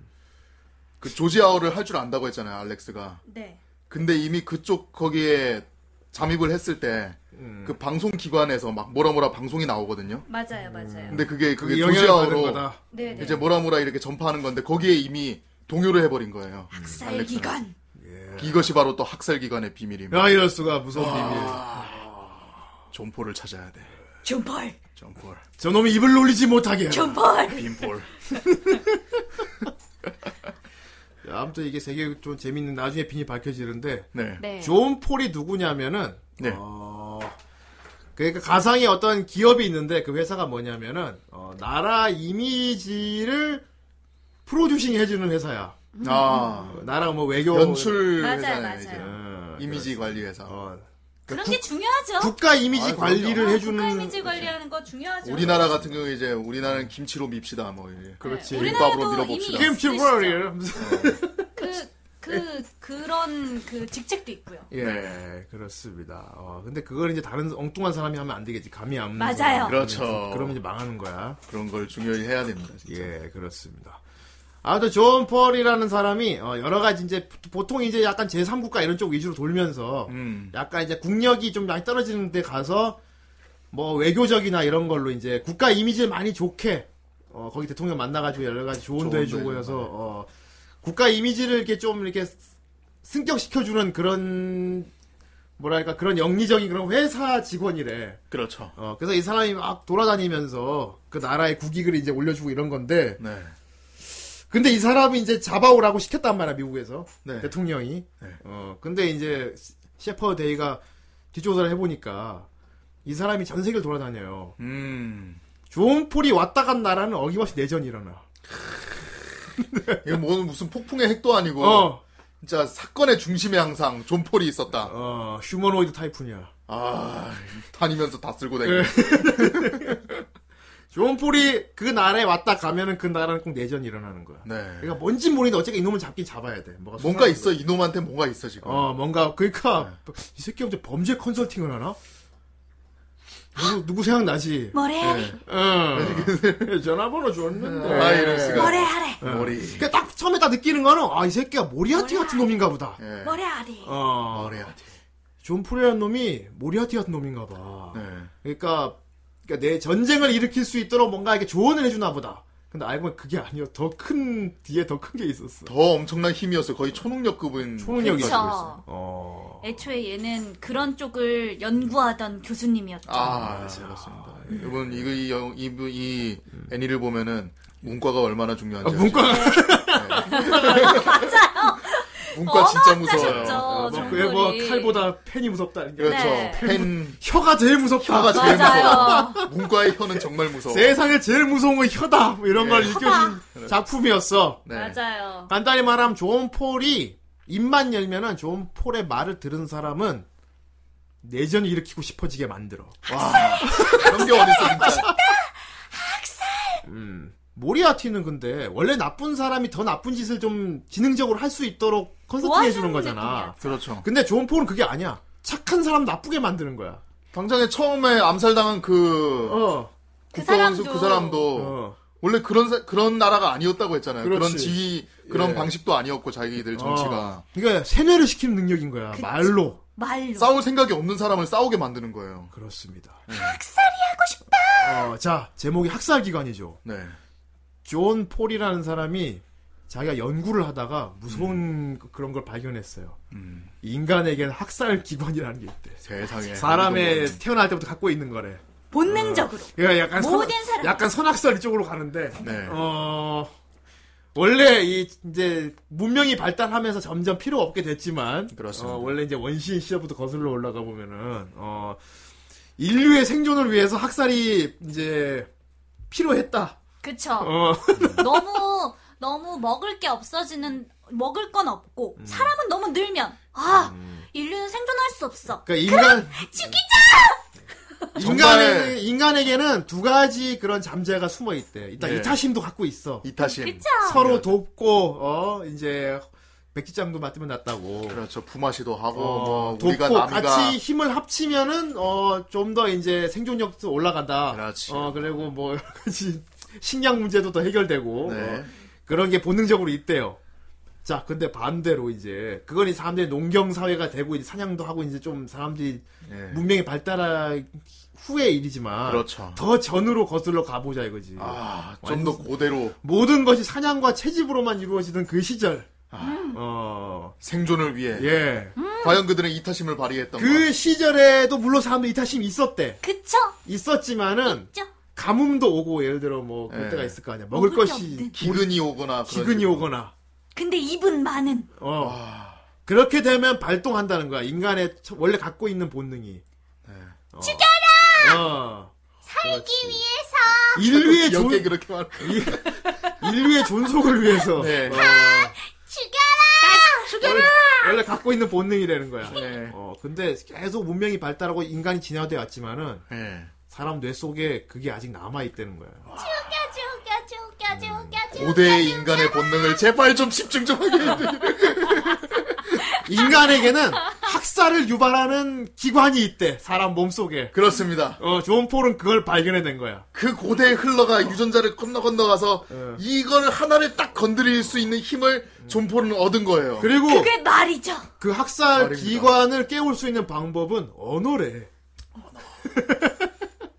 Speaker 2: 그 조지아어를 할 줄 안다고 했잖아요, 알렉스가.
Speaker 3: 네.
Speaker 2: 근데 이미 그쪽 거기에 잠입을 했을 때 그
Speaker 1: 음.
Speaker 2: 방송 기관에서 막 뭐라 뭐라 방송이 나오거든요.
Speaker 3: 맞아요. 맞아요.
Speaker 2: 근데 그게 그게
Speaker 1: 그게 영향을 받은
Speaker 2: 조지아어로
Speaker 1: 거다.
Speaker 3: 네, 네.
Speaker 2: 이제 뭐라 뭐라 이렇게 전파하는 건데 거기에 이미 동요를 해버린 거예요.
Speaker 3: 학살
Speaker 2: 알렉스는.
Speaker 3: 기간.
Speaker 2: 이것이 바로 또 학살 기관의 비밀입니다.
Speaker 1: 예. 야, 이럴 수가 무서운 비밀.
Speaker 2: 아. 존폴을 찾아야 돼.
Speaker 3: 존폴.
Speaker 2: 존폴,
Speaker 1: 저놈이 입을 놀리지 못하게. 해라.
Speaker 3: 존폴.
Speaker 2: 빈폴.
Speaker 1: 야, 아무튼 이게 되게 좀 재밌는 나중에 빈이 밝혀지는데
Speaker 2: 네.
Speaker 3: 네.
Speaker 1: 존 폴이 누구냐면은
Speaker 2: 네.
Speaker 1: 어, 그러니까 가상의 어떤 기업이 있는데 그 회사가 뭐냐면은 어, 나라 이미지를 프로듀싱 해주는 회사야.
Speaker 2: 아
Speaker 1: 어, 나라 뭐 외교
Speaker 2: 연출
Speaker 3: 맞아요,
Speaker 2: 회사예요
Speaker 3: 맞아요.
Speaker 2: 이제
Speaker 1: 어,
Speaker 2: 이미지 관리 회사. 그러니까
Speaker 1: 어,
Speaker 3: 네. 그런 게 중요하죠. 어,
Speaker 1: 국가 이미지
Speaker 2: 아,
Speaker 1: 관리를
Speaker 2: 그럼요.
Speaker 1: 해주는
Speaker 3: 국가 이미지 관리하는 거 중요하죠.
Speaker 2: 우리나라 같은 경우에 이제 우리나라는 김치로 밉시다 뭐 이제
Speaker 1: 그렇지.
Speaker 3: 우리나라도
Speaker 2: 김밥으로 밀어봅시다.
Speaker 3: 이미
Speaker 1: 김치
Speaker 3: 있으시죠?
Speaker 1: 프로리얼.
Speaker 3: 그, 그 그런 그 직책도 있고요.
Speaker 1: 예, 그렇습니다. 어, 근데 그걸 이제 다른 엉뚱한 사람이 하면 안 되겠지. 감이 안 오는
Speaker 3: 맞아요.
Speaker 1: 사람이.
Speaker 2: 그렇죠.
Speaker 1: 그럼 이제 망하는 거야.
Speaker 2: 그런 걸 중요히 해야 됩니다.
Speaker 1: 예, 그렇습니다. 아무튼 존 폴이라는 사람이 어, 여러 가지 이제 보통 이제 약간 제3국가 이런 쪽 위주로 돌면서
Speaker 2: 음.
Speaker 1: 약간 이제 국력이 좀 많이 떨어지는 데 가서 뭐 외교적이나 이런 걸로 이제 국가 이미지를 많이 좋게 어, 거기 대통령 만나가지고 여러 가지 조언도
Speaker 2: 조언도
Speaker 1: 해주고
Speaker 2: 해주고,
Speaker 1: 해서 어, 국가 이미지를 이렇게 좀 이렇게 승격시켜주는 그런 뭐랄까 그런 영리적인 그런 회사 직원이래.
Speaker 2: 그렇죠.
Speaker 1: 어, 그래서 이 사람이 막 돌아다니면서 그 나라의 국익을 이제 올려주고 이런 건데
Speaker 2: 네.
Speaker 1: 근데 이 사람이 이제 잡아오라고 시켰단 말이야 미국에서
Speaker 2: 네.
Speaker 1: 대통령이
Speaker 2: 네.
Speaker 1: 어 근데 이제 셰퍼 데이가 뒷조사를 해보니까 이 사람이 전 세계를 돌아다녀요
Speaker 2: 음.
Speaker 1: 존 폴이 왔다 간 나라는 어김없이 내전이 일어나
Speaker 2: 이거 뭐 무슨 폭풍의 핵도 아니고
Speaker 1: 어어
Speaker 2: 진짜 사건의 중심에 항상 존폴이 있었다.
Speaker 1: 어, 휴머노이드 타이푼이야
Speaker 2: 아 다니면서 다 쓸고 다니고.
Speaker 1: 존 폴이 네. 그 나라에 왔다 가면은 그 나라는 꼭 내전이 일어나는 거야
Speaker 2: 네.
Speaker 1: 그러니까 뭔지 모르는데 어쨌든 이놈을 잡긴 잡아야 돼 뭐가
Speaker 2: 뭔가
Speaker 1: 수상한
Speaker 2: 있어 이놈한테 뭔가 있어 지금. 네.
Speaker 1: 어, 뭔가, 그니까, 이 새끼 언제 범죄 컨설팅을 하나? 누구, 누구 생각나지?
Speaker 3: 뭐래?
Speaker 1: 응. 전화번호
Speaker 2: 아
Speaker 1: 줬는데.
Speaker 2: 이럴 수가.
Speaker 3: 뭐래 하래?
Speaker 2: 머리.
Speaker 1: 그니까 딱 처음에 딱 느끼는 거는, 아, 이 새끼가 모리아티 같은 놈인가 보다.
Speaker 2: 예.
Speaker 3: 뭐래 하래?
Speaker 1: 어,
Speaker 2: 머리야. 돼.
Speaker 1: 존 폴이라는 놈이 모리아티 같은 놈인가 봐.
Speaker 2: 네.
Speaker 1: 그러니까, 그러니까 내 전쟁을 일으킬 수 있도록 뭔가 이렇게 조언을 해주나 보다. 근데 알고 보면 그게 아니요. 더 큰 뒤에 더 큰 게 있었어.
Speaker 2: 더 엄청난 힘이었어. 거의 초능력급은.
Speaker 1: 초능력이
Speaker 3: 그쵸.
Speaker 1: 있었어. 어.
Speaker 3: 애초에 얘는 그런 쪽을 연구하던 교수님이었죠.
Speaker 2: 아, 그렇습니다. 이분 이거 이, 영- 이분 이 애니를 보면은 문과가 얼마나 중요한지.
Speaker 1: 음. 아, 문과가-
Speaker 2: 맞아요. 네. 문과 진짜
Speaker 3: 어마어마하셨죠.
Speaker 2: 무서워요.
Speaker 1: 어, 뭐,
Speaker 3: 정글이.
Speaker 1: 그게 뭐 칼보다 팬이 무섭다. 이게.
Speaker 2: 그렇죠.
Speaker 3: 네.
Speaker 2: 펜
Speaker 1: 혀가 제일 무섭다.
Speaker 2: 혀가 제일
Speaker 3: 맞아요.
Speaker 2: 무서워. 문과의 혀는 정말 무서워.
Speaker 1: 세상에 제일 무서운 건 혀다. 뭐 이런 걸 일깨워준 작품이었어.
Speaker 2: 네.
Speaker 3: 맞아요.
Speaker 1: 간단히 말하면 존 폴이 입만 열면은 존 폴의 말을 들은 사람은 내전을 일으키고 싶어지게 만들어.
Speaker 2: 와. 그런 게 어딨어 진짜.
Speaker 1: 음. 모리아티는 근데 원래 나쁜 사람이 더 나쁜 짓을 좀 지능적으로 할 수
Speaker 3: 뭐
Speaker 1: 있도록 컨설팅 해주는
Speaker 3: 도와주는
Speaker 1: 거잖아.
Speaker 2: 그렇죠.
Speaker 1: 근데 존 폴은 그게 아니야. 착한 사람 나쁘게 만드는 거야.
Speaker 2: 당장에 처음에 암살당한 그
Speaker 1: 어.
Speaker 2: 국방원수
Speaker 3: 사람도-
Speaker 2: 그 사람도
Speaker 1: 어.
Speaker 2: 원래 그런 사- 그런 나라가 아니었다고 했잖아요. 그런
Speaker 1: 그렇지.
Speaker 2: 지위 그런
Speaker 1: 예.
Speaker 2: 방식도 아니었고 자기들 정치가
Speaker 1: 어. 그러니까 세뇌를 시키는 능력인 거야. 말로.
Speaker 3: 말로.
Speaker 2: 싸울 생각이 없는 사람을 싸우게 만드는 거예요. 네.
Speaker 1: 그렇습니다. 학살이 하고 싶다. 어, 자 제목이 학살 기관이죠.
Speaker 2: 네.
Speaker 1: 존 폴이라는 사람이 자기가 연구를 하다가 무서운 그- 그런 걸 발견했어요.
Speaker 2: 음.
Speaker 1: 인간에겐 학살 기관이라는 게 있대.
Speaker 2: 세상에
Speaker 1: 사람의 태어날 때부터 갖고 있는 거래.
Speaker 3: 본능적으로.
Speaker 1: 그러니까 약간
Speaker 3: 모든 사람.
Speaker 1: 약간 선악설 쪽으로 가는데
Speaker 2: 네.
Speaker 1: 어 원래 이 이제 문명이 발달하면서 점점 필요 없게 됐지만
Speaker 2: 그렇습니다.
Speaker 1: 어, 원래 이제 원시인 시절부터 거슬러 올라가 보면은 어 인류의 생존을 위해서 학살이 이제 필요했다.
Speaker 3: 그쵸.
Speaker 1: 어.
Speaker 3: 너무 너무 먹을 게 없어지는 먹을 건 없고 사람은 너무 늘면 아 인류는 생존할 수 없어.
Speaker 1: 그러니까 인간
Speaker 3: 죽이자.
Speaker 1: 인간에 인간에게는 두 가지 그런 잠재가 숨어 있대. 일단
Speaker 2: 네.
Speaker 1: 이타심도 갖고 있어.
Speaker 2: 이타심. 네.
Speaker 3: 그쵸.
Speaker 1: 서로 돕고 어 이제 백지장도 맞으면 낫다고.
Speaker 2: 그렇죠. 부마시도 하고
Speaker 1: 뭐. 어,
Speaker 2: 뭐 우리가
Speaker 1: 돕고
Speaker 2: 남이가
Speaker 1: 같이 힘을 합치면은 어, 좀 더 이제 생존력도 올라간다.
Speaker 2: 그렇지.
Speaker 1: 어, 그리고 뭐 여러 가지 식량 문제도 더 해결되고
Speaker 2: 네.
Speaker 1: 어, 그런 게 본능적으로 있대요. 자, 근데 반대로 이제 그건 이 사람들이 농경 사회가 되고 이제 사냥도 하고 이제 좀 사람들이
Speaker 2: 네.
Speaker 1: 문명이 발달한 후의 일이지만
Speaker 2: 그렇죠.
Speaker 1: 더 전으로 거슬러 가보자 이거지.
Speaker 2: 아, 좀 더 고대로
Speaker 1: 모든 것이 사냥과 채집으로만 이루어지던 그 시절. 어,
Speaker 2: 생존을 아, 위해
Speaker 1: 예.
Speaker 2: 과연 그들은 이타심을 발휘했던
Speaker 1: 그 시절에도 물론 사람들 이타심이 있었대.
Speaker 3: 그쵸.
Speaker 1: 있었지만은
Speaker 3: 있죠.
Speaker 1: 가뭄도 오고 예를 들어 뭐 그럴
Speaker 2: 예.
Speaker 1: 때가 있을 거 아니야. 먹을
Speaker 3: 먹을 게
Speaker 1: 것이
Speaker 3: 없는.
Speaker 2: 기근이 오거나 뭐. 그런
Speaker 1: 기근이
Speaker 2: 식으로.
Speaker 1: 오거나
Speaker 3: 근데 입은 많은
Speaker 1: 어 그렇게 되면 발동한다는 거야. 인간의 처- 원래 갖고 있는 본능이 어. 죽여라. 살기 위해서 인류의 존
Speaker 2: 연계 그렇게 말.
Speaker 1: 이- 인류의 존속을 위해서
Speaker 2: 네.
Speaker 1: 어,
Speaker 3: 죽여라.
Speaker 1: 원래, 원래 갖고 있는 본능이라는 거야.
Speaker 2: 네.
Speaker 1: 어 근데 계속 문명이 발달하고 인간이 진화돼 왔지만은
Speaker 2: 네.
Speaker 1: 사람 뇌 속에 그게 아직 남아 있다는 거야.
Speaker 4: 죽여 죽여 죽여 죽여
Speaker 2: 고대의 인간의 본능을 제발 좀 집중 좀 하게 해주세요.
Speaker 1: 인간에게는
Speaker 3: 아,
Speaker 1: 학살을 유발하는 기관이 있대. 사람 몸속에.
Speaker 2: 그렇습니다.
Speaker 1: 어, 존 폴은 그걸 발견해낸 거야.
Speaker 2: 그 고대의 흘러가 유전자를 건너 건너가서
Speaker 1: 예.
Speaker 2: 이걸 하나를 딱 건드릴 수 있는 힘을 존 폴은 얻은 거예요.
Speaker 1: 그리고
Speaker 3: 그게 말이죠.
Speaker 1: 그 학살
Speaker 2: 말입니다.
Speaker 1: 기관을 깨울 수 있는 방법은 언어래.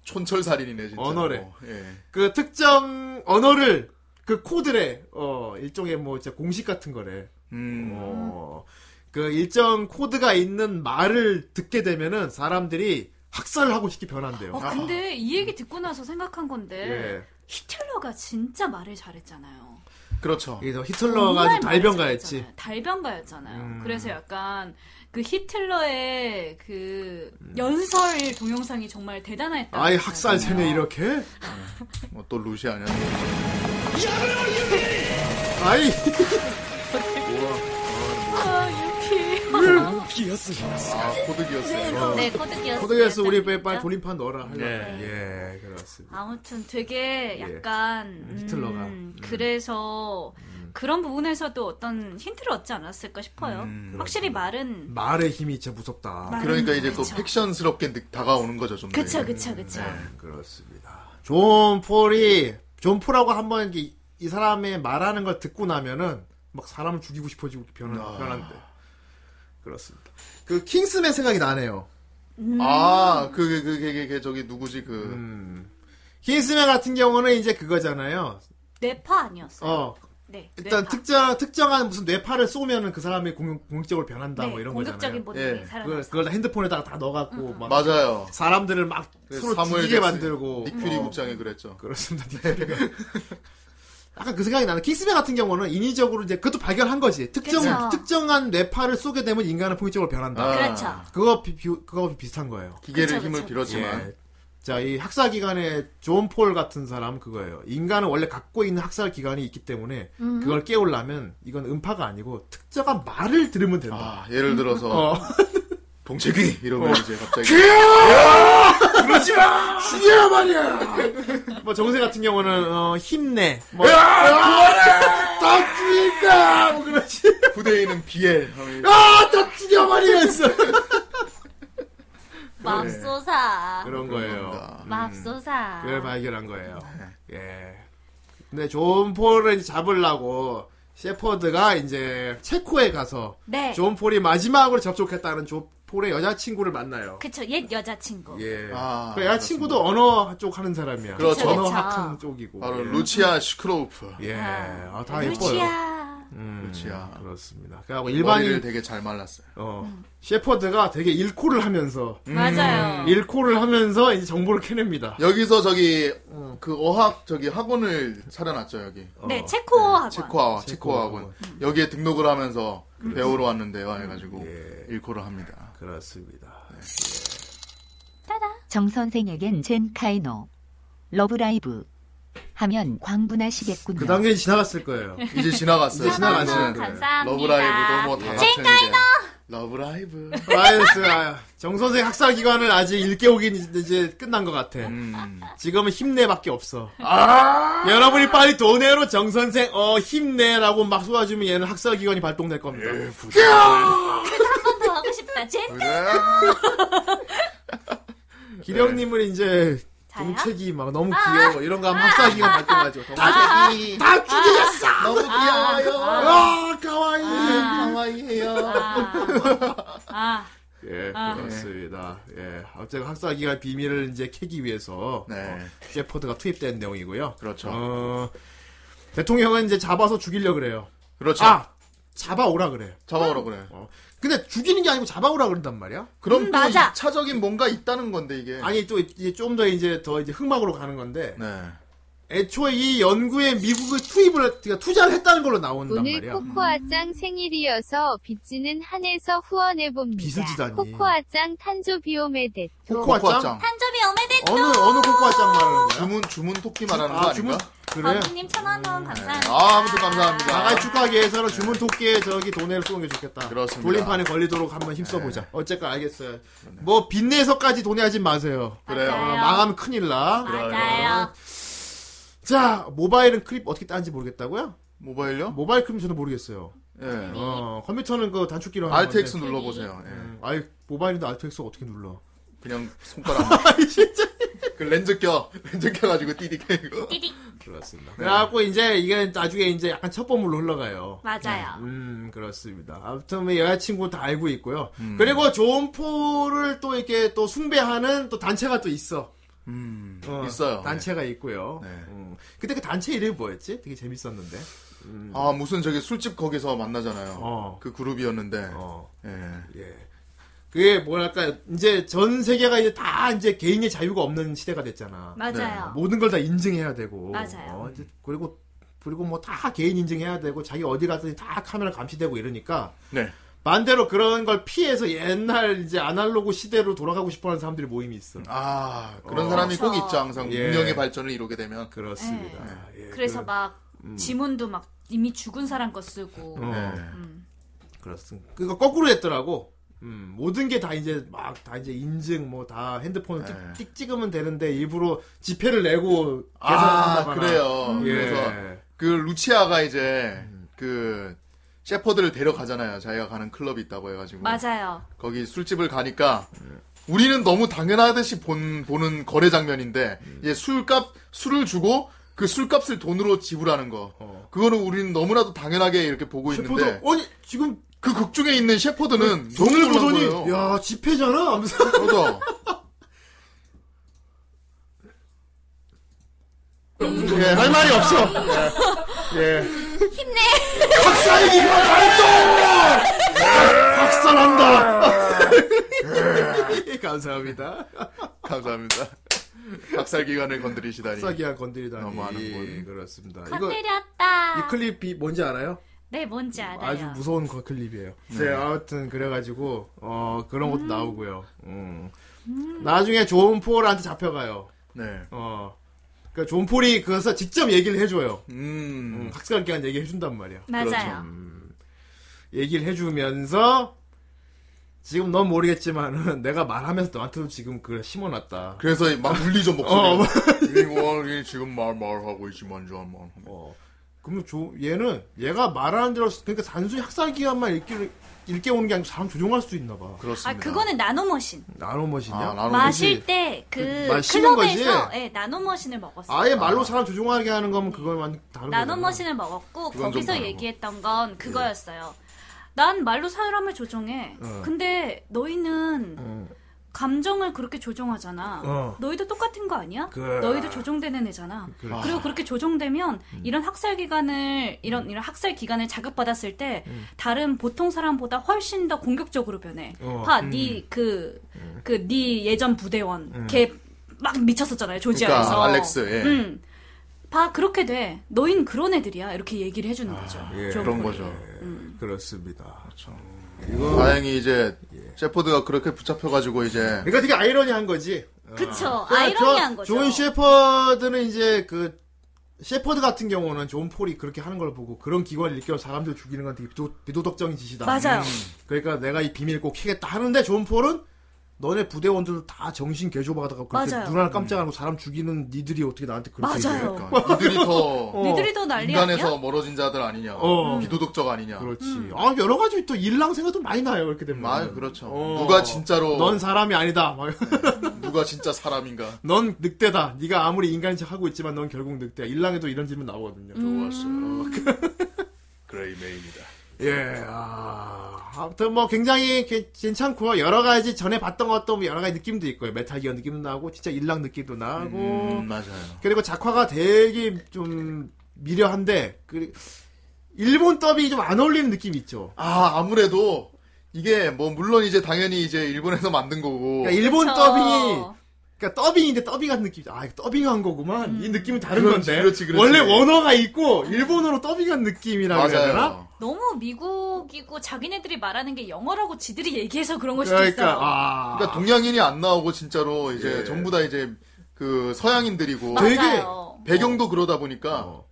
Speaker 2: 촌철살인이네 진짜.
Speaker 1: 언어래.
Speaker 2: 어, 예.
Speaker 1: 그 특정 언어를 그 코드래. 어, 일종의 뭐 진짜 공식 같은 거래.
Speaker 2: 음.
Speaker 1: 어, 그 일정 코드가 있는 말을 듣게 되면은 사람들이 학살하고 싶게 변한대요.
Speaker 3: 어, 근데 이 얘기 듣고 나서 생각한 건데
Speaker 1: 아. 예.
Speaker 3: 히틀러가 진짜 말을 잘했잖아요.
Speaker 2: 그렇죠.
Speaker 1: 그래서 히틀러가 아주
Speaker 3: 정말
Speaker 1: 달변가였지.
Speaker 3: 말잘했잖아요. 달변가였잖아요.
Speaker 1: 음.
Speaker 3: 그래서 약간 그 히틀러의 그 연설 동영상이 정말 대단했다.
Speaker 1: 음. 아이 학살 세네 이렇게?
Speaker 2: 뭐 또 루시 아니야.
Speaker 1: 아이
Speaker 3: 아, 유키.
Speaker 2: 아 코드기였어요.
Speaker 4: 네, 코드기어스.
Speaker 1: 코드에서 우리 빼 빨리 돌림판 넣어라 하려고. 예, 그렇습니다.
Speaker 3: 아무튼 되게 약간 음,
Speaker 1: 예. 히틀러가. 음.
Speaker 3: 그래서 그런 부분에서도 어떤 힌트를 얻지 않았을까 싶어요.
Speaker 2: 음,
Speaker 3: 확실히 말은
Speaker 1: 말의 힘이 진짜 무섭다.
Speaker 3: 말-
Speaker 2: 그러니까 이제 또
Speaker 3: 그렇죠.
Speaker 2: 팩션스럽게 느- 다가오는 거죠 좀.
Speaker 3: 그쵸
Speaker 2: 되게.
Speaker 3: 그쵸 그쵸.
Speaker 1: 네, 그렇습니다. 존 폴이 존 폴하고 한번 이렇게 이 사람의 말하는 걸 듣고 나면은 막 사람을 죽이고 싶어지고 변한
Speaker 2: 아.
Speaker 1: 변한데 그렇습니다. 그 킹스맨 생각이 나네요.
Speaker 3: 음.
Speaker 2: 아, 그, 그, 그, 그, 그, 저기, 누구지, 그.
Speaker 1: 음. 킹스맨 같은 경우는 이제 그거잖아요.
Speaker 3: 뇌파 아니었어요.
Speaker 1: 어
Speaker 3: 네.
Speaker 1: 일단
Speaker 3: 뇌파.
Speaker 1: 특정 특정한 무슨 뇌파를 쏘면은 그 사람이 공, 공격적으로 변한다
Speaker 3: 네,
Speaker 1: 뭐 이런
Speaker 3: 공격적인
Speaker 1: 거잖아요.
Speaker 3: 본능이 음,
Speaker 2: 예,
Speaker 1: 그걸,
Speaker 3: 살아나서
Speaker 1: 그걸 다 핸드폰에다가 다 넣어갖고 막
Speaker 2: 맞아요.
Speaker 1: 사람들을 막
Speaker 2: 그
Speaker 1: 서로
Speaker 2: 사무엘
Speaker 1: 죽이게
Speaker 2: 잭슨,
Speaker 1: 만들고
Speaker 2: 닉퓨리
Speaker 1: 어.
Speaker 3: 음.
Speaker 2: 국장이 그랬죠.
Speaker 1: 그렇습니다.
Speaker 2: 네.
Speaker 1: 닉퓨리가. 네. 약간 그 생각이 나는 킹스맨 같은 경우는 인위적으로 이제 그것도 발견한 거지. 특정
Speaker 3: 그쵸.
Speaker 1: 특정한 뇌파를 쏘게 되면 인간은 폭력적으로 변한다.
Speaker 2: 아.
Speaker 3: 그렇죠.
Speaker 1: 그거 비, 비, 그거 비슷한 거예요.
Speaker 2: 기계를
Speaker 3: 그쵸,
Speaker 2: 힘을
Speaker 3: 그쵸.
Speaker 2: 빌었지만.
Speaker 1: 예. 자, 이 학살 기관의 존 폴 같은 사람 그거예요. 인간은 원래 갖고 있는 학살 기관이 있기 때문에
Speaker 3: 음.
Speaker 1: 그걸 깨우려면 이건 음파가 아니고 특정한 말을 들으면 된다.
Speaker 2: 아, 예를 들어서,
Speaker 1: 어.
Speaker 2: 동체귀! 이러면 이제 갑자기.
Speaker 1: 죽여야 말이야. 뭐 정세 같은 경우는 어, 힘내. 뭐
Speaker 2: 다 죽인다! 뭐 그러지. 부대인은 비엘. 하면
Speaker 1: 아다 죽여 말이면서
Speaker 4: 맙소사.
Speaker 1: 그런 거예요.
Speaker 2: 겁니다.
Speaker 4: 맙소사.
Speaker 1: 음. 그걸 발견한 거예요. 예. 근데 존 폴을 이제 잡으려고 셰퍼드가 이제 체코에 가서
Speaker 3: 네.
Speaker 1: 존 폴이 마지막으로 접촉했다는 존 폴의 여자친구를 만나요.
Speaker 3: 그쵸 옛 여자친구.
Speaker 1: 예.
Speaker 2: 아,
Speaker 1: 그 여자친구도 언어 쪽 하는 사람이야.
Speaker 2: 그렇죠.
Speaker 1: 언어
Speaker 3: 그렇죠.
Speaker 1: 학한 쪽이고.
Speaker 2: 바로
Speaker 1: 예.
Speaker 2: 루치아 슈크로우프.
Speaker 1: 예. 아, 다 예뻐요.
Speaker 3: 루치야.
Speaker 1: 음,
Speaker 2: 루치아.
Speaker 1: 그렇습니다. 그리고
Speaker 2: 일반인을
Speaker 1: 일반인
Speaker 2: 되게 잘 말랐어요.
Speaker 1: 어,
Speaker 3: 음.
Speaker 1: 셰퍼드가 되게 일코를 하면서 음,
Speaker 3: 맞아요.
Speaker 1: 일코를 하면서 이제 정보를 캐냅니다.
Speaker 2: 여기서 저기, 그 어학, 저기 학원을 차려놨죠, 여기.
Speaker 3: 네 음. 체코어 학원.
Speaker 2: 체코아, 체코아
Speaker 1: 체코아
Speaker 2: 학원. 여기에 등록을 하면서 배우러 왔는데요. 해가지고 일코를 합니다. 네.
Speaker 1: 그렇습니다.
Speaker 11: 정 선생에겐 젠 카이노 러브라이브 하면 광분하시겠군요.
Speaker 1: 그 당연히 지나갔을 거예요.
Speaker 2: 이제 지나갔어요.
Speaker 1: 이제 지나갔어요. 예.
Speaker 4: 감사합니다.
Speaker 2: 러브라이브도 뭐다 같은 이제. 러브라이브.
Speaker 1: 라이언스 아, 정 선생 학살 기간을 아직 일깨우긴 이제 끝난 것 같아.
Speaker 2: 음. 아!
Speaker 1: 지금은 힘내밖에 없어. 여러분이 빨리 돈으로 정 선생 어 힘내라고 막 쏟아주면 얘는 학살 기간이 발동될 겁니다.
Speaker 2: 예,
Speaker 4: 한번더 하고 싶다. 젠.
Speaker 1: 기령님을 이제
Speaker 4: 자요? 아,
Speaker 1: 동책이 막 너무 귀여워 이런 거 하면 학살 기간 발동하죠. 다, 다 죽이겠어.
Speaker 2: 너무 귀여워요.
Speaker 1: 아 가와이.
Speaker 2: 강화이에요.
Speaker 3: 아
Speaker 1: 예 그렇습니다. 예 갑자기 학살 기간 비밀을 이제 캐기 위해서 어,
Speaker 2: 네.
Speaker 1: 셰퍼드가 투입된 내용이고요.
Speaker 2: 그렇죠.
Speaker 1: 어, 대통령은 이제 잡아서 죽이려 그래요.
Speaker 2: 그렇죠.
Speaker 1: 아 잡아오라 그래.
Speaker 2: 잡아오라 그래.
Speaker 1: 근데 죽이는 게 아니고 잡아오라 그런단 말이야.
Speaker 2: 그럼
Speaker 3: 음,
Speaker 2: 또
Speaker 3: 맞아.
Speaker 2: 차적인 뭔가 있다는 건데 이게.
Speaker 1: 아니 또 이제 좀 더 이제 더 이제 흑막으로 가는 건데
Speaker 2: 네.
Speaker 1: 애초에 이 연구에 미국의 투입을 그러니까 투자를 했다는 걸로 나온단
Speaker 12: 오늘
Speaker 1: 말이야.
Speaker 12: 코코아짱 생일이어서 빚지는 한에서 후원해봅니다.
Speaker 1: 빚을 지다니.
Speaker 12: 코코아짱 탄조 비오메데.
Speaker 1: 코코아짱
Speaker 4: 한점이 오메데.
Speaker 1: 어느 어느 코코아짱 말하는 거야?
Speaker 2: 주문 주문 토끼 말하는 거
Speaker 1: 아, 주문
Speaker 2: 아닌가?
Speaker 1: 그래.
Speaker 4: 범님 천원 원 감사합니다.
Speaker 2: 아, 아무튼 감사합니다.
Speaker 1: 나갈 축하기에서는 주문 토끼에 저기 돈을 쏘는 게 좋겠다.
Speaker 2: 그렇습니다. 네.
Speaker 1: 돌림판에 걸리도록 한번 힘써보자. 어쨌건 알겠어요. 뭐 빚내서까지 돈해하지 마세요.
Speaker 2: 그래요.
Speaker 1: 아,
Speaker 4: 맞아요.
Speaker 1: 망하면 큰일 나.
Speaker 4: 맞아요.
Speaker 1: 자, 모바일은 클립 어떻게 따는지 모르겠다고요?
Speaker 2: 모바일요?
Speaker 1: 모바일 클립 저도 모르겠어요.
Speaker 2: 예.
Speaker 4: 네.
Speaker 1: 어, 컴퓨터는 그 단축키로 하는
Speaker 2: RTX
Speaker 1: 건데.
Speaker 2: 눌러보세요. 예.
Speaker 1: 음, 아이 모바일인데 RTX 어떻게 눌러?
Speaker 2: 그냥 손가락. 진짜. 그 렌즈 껴. 렌즈 껴가지고 띠딕 이거. 네.
Speaker 1: 그렇습니다. 그래갖고 이제 이게 나중에 이제 약간 첩보물로 흘러가요.
Speaker 3: 맞아요.
Speaker 1: 음 그렇습니다. 아무튼 뭐 여자친구 다 알고 있고요.
Speaker 2: 음.
Speaker 1: 그리고 존포를 또 이렇게 또 숭배하는 또 단체가 또 있어.
Speaker 2: 음,
Speaker 1: 어,
Speaker 2: 있어요. 네.
Speaker 1: 단체가 있고요. 음. 근데 그 단체 이름이 뭐였지? 되게 재밌었는데. 음.
Speaker 2: 아 무슨 저기 술집 거기서 만나잖아요.
Speaker 1: 어.
Speaker 2: 그 그룹이었는데. 예.
Speaker 1: 그게 뭐랄까 이제 전 세계가 이제 다 이제 개인의 자유가 없는 시대가 됐잖아. 네.
Speaker 3: 맞아요.
Speaker 1: 모든 걸 다 인증해야 되고.
Speaker 3: 맞아요.
Speaker 1: 어, 이제 그리고 그리고 뭐 다 개인 인증해야 되고 자기 어디 가든지 다 카메라 감시되고 이러니까
Speaker 2: 네.
Speaker 1: 반대로 그런 걸 피해서 옛날 이제 아날로그 시대로 돌아가고 싶어하는 사람들이 모임이 있어. 어.
Speaker 2: 아 그런 사람이
Speaker 1: 그렇죠.
Speaker 2: 꼭
Speaker 3: 그렇죠.
Speaker 2: 있죠 항상 문명의 발전을 이루게 되면.
Speaker 1: 예. 네. 그렇습니다. 예. 음.
Speaker 3: 그래서 막 지문도 막 이미 죽은 사람 거 쓰고.
Speaker 1: 어.
Speaker 2: 네.
Speaker 3: 음.
Speaker 1: 그렇습니다. 그러니까 거꾸로 했더라고. 음, 모든 게 다 이제 막 다 이제 인증 뭐 다 핸드폰을 찍, 찍 찍으면 되는데 일부러 지폐를 내고
Speaker 2: 네. 아
Speaker 1: 계산한다거나.
Speaker 2: 그래요.
Speaker 1: 음.
Speaker 2: 그래서 그 루치아가 이제 그 셰퍼드를 데려가잖아요. 자기가 가는 클럽이 있다고 해가지고.
Speaker 3: 맞아요.
Speaker 2: 거기 술집을 가니까 우리는 너무 당연하듯이 본 보는 거래 장면인데
Speaker 1: 음.
Speaker 2: 이제 술값 술을 주고 그 술값을 돈으로 지불하는 거.
Speaker 1: 어.
Speaker 2: 그거는 우리는 너무나도 당연하게 이렇게 보고
Speaker 1: 셰퍼드,
Speaker 2: 있는데.
Speaker 1: 아니 지금
Speaker 2: 그 극 중에 있는 셰퍼드는
Speaker 1: 그
Speaker 2: 너무
Speaker 1: 돈을
Speaker 2: 놀란
Speaker 1: 보더니,
Speaker 2: 거예요.
Speaker 1: 야 지폐잖아. 하면서
Speaker 2: 그러다.
Speaker 1: 예, 할 말이 없어. 예.
Speaker 4: 힘내.
Speaker 1: 박사이기 활동. 박살한다. 감사합니다.
Speaker 2: 감사합니다. 박살 기관을 건드리시다니.
Speaker 1: 박사기한 건드리다니.
Speaker 2: 너무하는군.
Speaker 1: 예, 그렇습니다.
Speaker 3: 건
Speaker 1: 아, 이거
Speaker 3: 드
Speaker 1: 이
Speaker 3: 렸다
Speaker 1: 클립이 뭔지 알아요?
Speaker 3: 네, 뭔지 알아요.
Speaker 1: 아주 무서운 거 클립이에요.
Speaker 2: 네.
Speaker 1: 네, 아무튼 그래가지고 어 그런 것도 나오고요. 음. 나중에 존 폴한테 잡혀가요.
Speaker 2: 네.
Speaker 1: 어. 그러니까 존 폴이 그래서 직접 얘기를 해줘요.
Speaker 2: 음. 그렇죠.
Speaker 1: 학습할 기간 얘기 해준단 말이야.
Speaker 3: 맞아요.
Speaker 1: 음. 얘기를 해주면서 지금 넌 모르겠지만은 내가 말하면서 너한테도 지금 그걸 심어놨다.
Speaker 2: 그래서 막 울리죠
Speaker 1: 어,
Speaker 2: 목소리. 이거 뭐. 지금 말 말하고 있지만 저 뭐.
Speaker 1: 어, 그러면 조, 얘는 얘가 말하는 대로 그러니까 단순히 학살 기간만 읽기를 일깨우는 게 아니고 사람 조종할 수도 있나 봐.
Speaker 3: 아, 그거는 나노머신.
Speaker 1: 나노머신이야?
Speaker 2: 아,
Speaker 3: 마실 때 그
Speaker 1: 아, 그 마시는
Speaker 3: 클럽에서
Speaker 1: 거지?
Speaker 3: 예, 나노머신을 먹었어요.
Speaker 1: 아예 말로 사람 조종하게 하는 거면 그걸 완전 다른
Speaker 3: 나노머신을 먹었고
Speaker 1: 그건 좀
Speaker 3: 거기서
Speaker 1: 다르고. 네.
Speaker 3: 얘기했던 건 그거였어요. 난 말로 사람을 조종해.
Speaker 1: 어.
Speaker 3: 근데 너희는
Speaker 1: 거잖아.
Speaker 3: 감정을 그렇게 조종하잖아.
Speaker 1: 어.
Speaker 3: 너희도 똑같은 거 아니야?
Speaker 1: 그-
Speaker 3: 너희도 조종되는 애잖아. 그
Speaker 1: 그렇지. 음.
Speaker 3: 리고 그렇게 조종되면 이런 학살 기간을 이런 이런 학살 기간을 자극받았을 때
Speaker 4: 음.
Speaker 3: 다른 보통 사람보다 훨씬 더 공격적으로 변해.
Speaker 4: 어,
Speaker 3: 봐,
Speaker 4: 음.
Speaker 1: 음.
Speaker 3: 네그그 네 예전 부대원
Speaker 4: 음.
Speaker 3: 걔 막 미쳤었잖아요 조지아에서.
Speaker 2: 그러니까 알렉스. 예.
Speaker 3: 음. 봐 그렇게 돼. 너흰 그런 애들이야. 이렇게 얘기를 해주는 거죠. 음.
Speaker 1: 예.
Speaker 3: 좀
Speaker 2: 그런 거죠.
Speaker 1: 그렇습니다.
Speaker 2: 이거- 다행히 이제 셰퍼드가 그렇게 붙잡혀가지고 이제
Speaker 1: 그러니까 되게 아이러니한 거지.
Speaker 3: 그쵸.
Speaker 1: 그러니까
Speaker 3: 아이러니한
Speaker 1: 저-
Speaker 3: 거죠.
Speaker 1: 존 셰퍼드는 이제 그 셰퍼드 같은 경우는 존 폴이 그렇게 하는 걸 보고 그런 기관을 일깨워 사람들 죽이는 건 되게 비도, 덕적인 짓이다.
Speaker 3: 맞아요.
Speaker 1: 그러니까 내가 이 비밀 꼭 캐겠다 하는데 존 폴은 너네 부대원들 다 정신 개조받아가 그렇게
Speaker 3: 맞아요.
Speaker 1: 눈
Speaker 2: 음.
Speaker 1: 하나 깜짝하고 사람 죽이는 니들이 어떻게 나한테 그렇게
Speaker 3: 맞아요.
Speaker 1: 얘기할까?
Speaker 2: 그러니까 이들이 더
Speaker 1: 어.
Speaker 3: 니들이 더 난리
Speaker 2: 인간에서
Speaker 3: 아니야?
Speaker 2: 멀어진 자들 아니냐,
Speaker 1: 어.
Speaker 2: 비도덕적 아니냐.
Speaker 1: 그렇지.
Speaker 3: 음.
Speaker 1: 아 여러 가지 또 일랑 생각도 많이 나요 이렇게 되면. 어.
Speaker 2: 아, 그렇죠. 누가 진짜로
Speaker 1: 넌 사람이 아니다. 막
Speaker 2: 누가 진짜 사람인가?
Speaker 1: 넌 늑대다. 네가 아무리 인간인 척 하고 있지만 넌 결국 늑대야. 일랑에도 이런 질문 나오거든요.
Speaker 2: 음. 그레이메이입니다.
Speaker 1: 예. 아, 아무튼 뭐 굉장히 게- 괜찮고요. 여러 가지 전에 봤던 것도 뭐 여러 가지 느낌도 있고요. 메탈 기어 느낌도 나고 진짜 일랑 느낌도 나고.
Speaker 2: 음, 맞아요.
Speaker 1: 그리고 작화가 되게 좀 미려한데 그 일본 더빙이 좀 안 어울리는 느낌이 있죠.
Speaker 2: 아 아무래도 이게 뭐 물론 이제 당연히 이제 일본에서 만든 거고.
Speaker 1: 그러니까 일본
Speaker 2: 그쵸.
Speaker 1: 더빙이 그러니까 더빙인데 더빙 같은 느낌이 아 이거 더빙한 거구만 이 느낌은 다른
Speaker 2: 그렇지,
Speaker 1: 건데
Speaker 2: 그렇지, 그렇지.
Speaker 1: 원래 원어가 있고 일본어로 더빙한 느낌이라고 해야 되나?
Speaker 2: 맞아요.
Speaker 3: 너무 미국이고 자기네들이 말하는 게 영어라고 지들이 얘기해서 그런 걸 수도 있어요.
Speaker 1: 아. 예.
Speaker 2: 그러니까 동양인이 안 나오고 진짜로 이제 전부 다 이제 그 서양인들이고
Speaker 3: 맞아요. 되게-
Speaker 2: 배경도 그러다 보니까
Speaker 1: 어.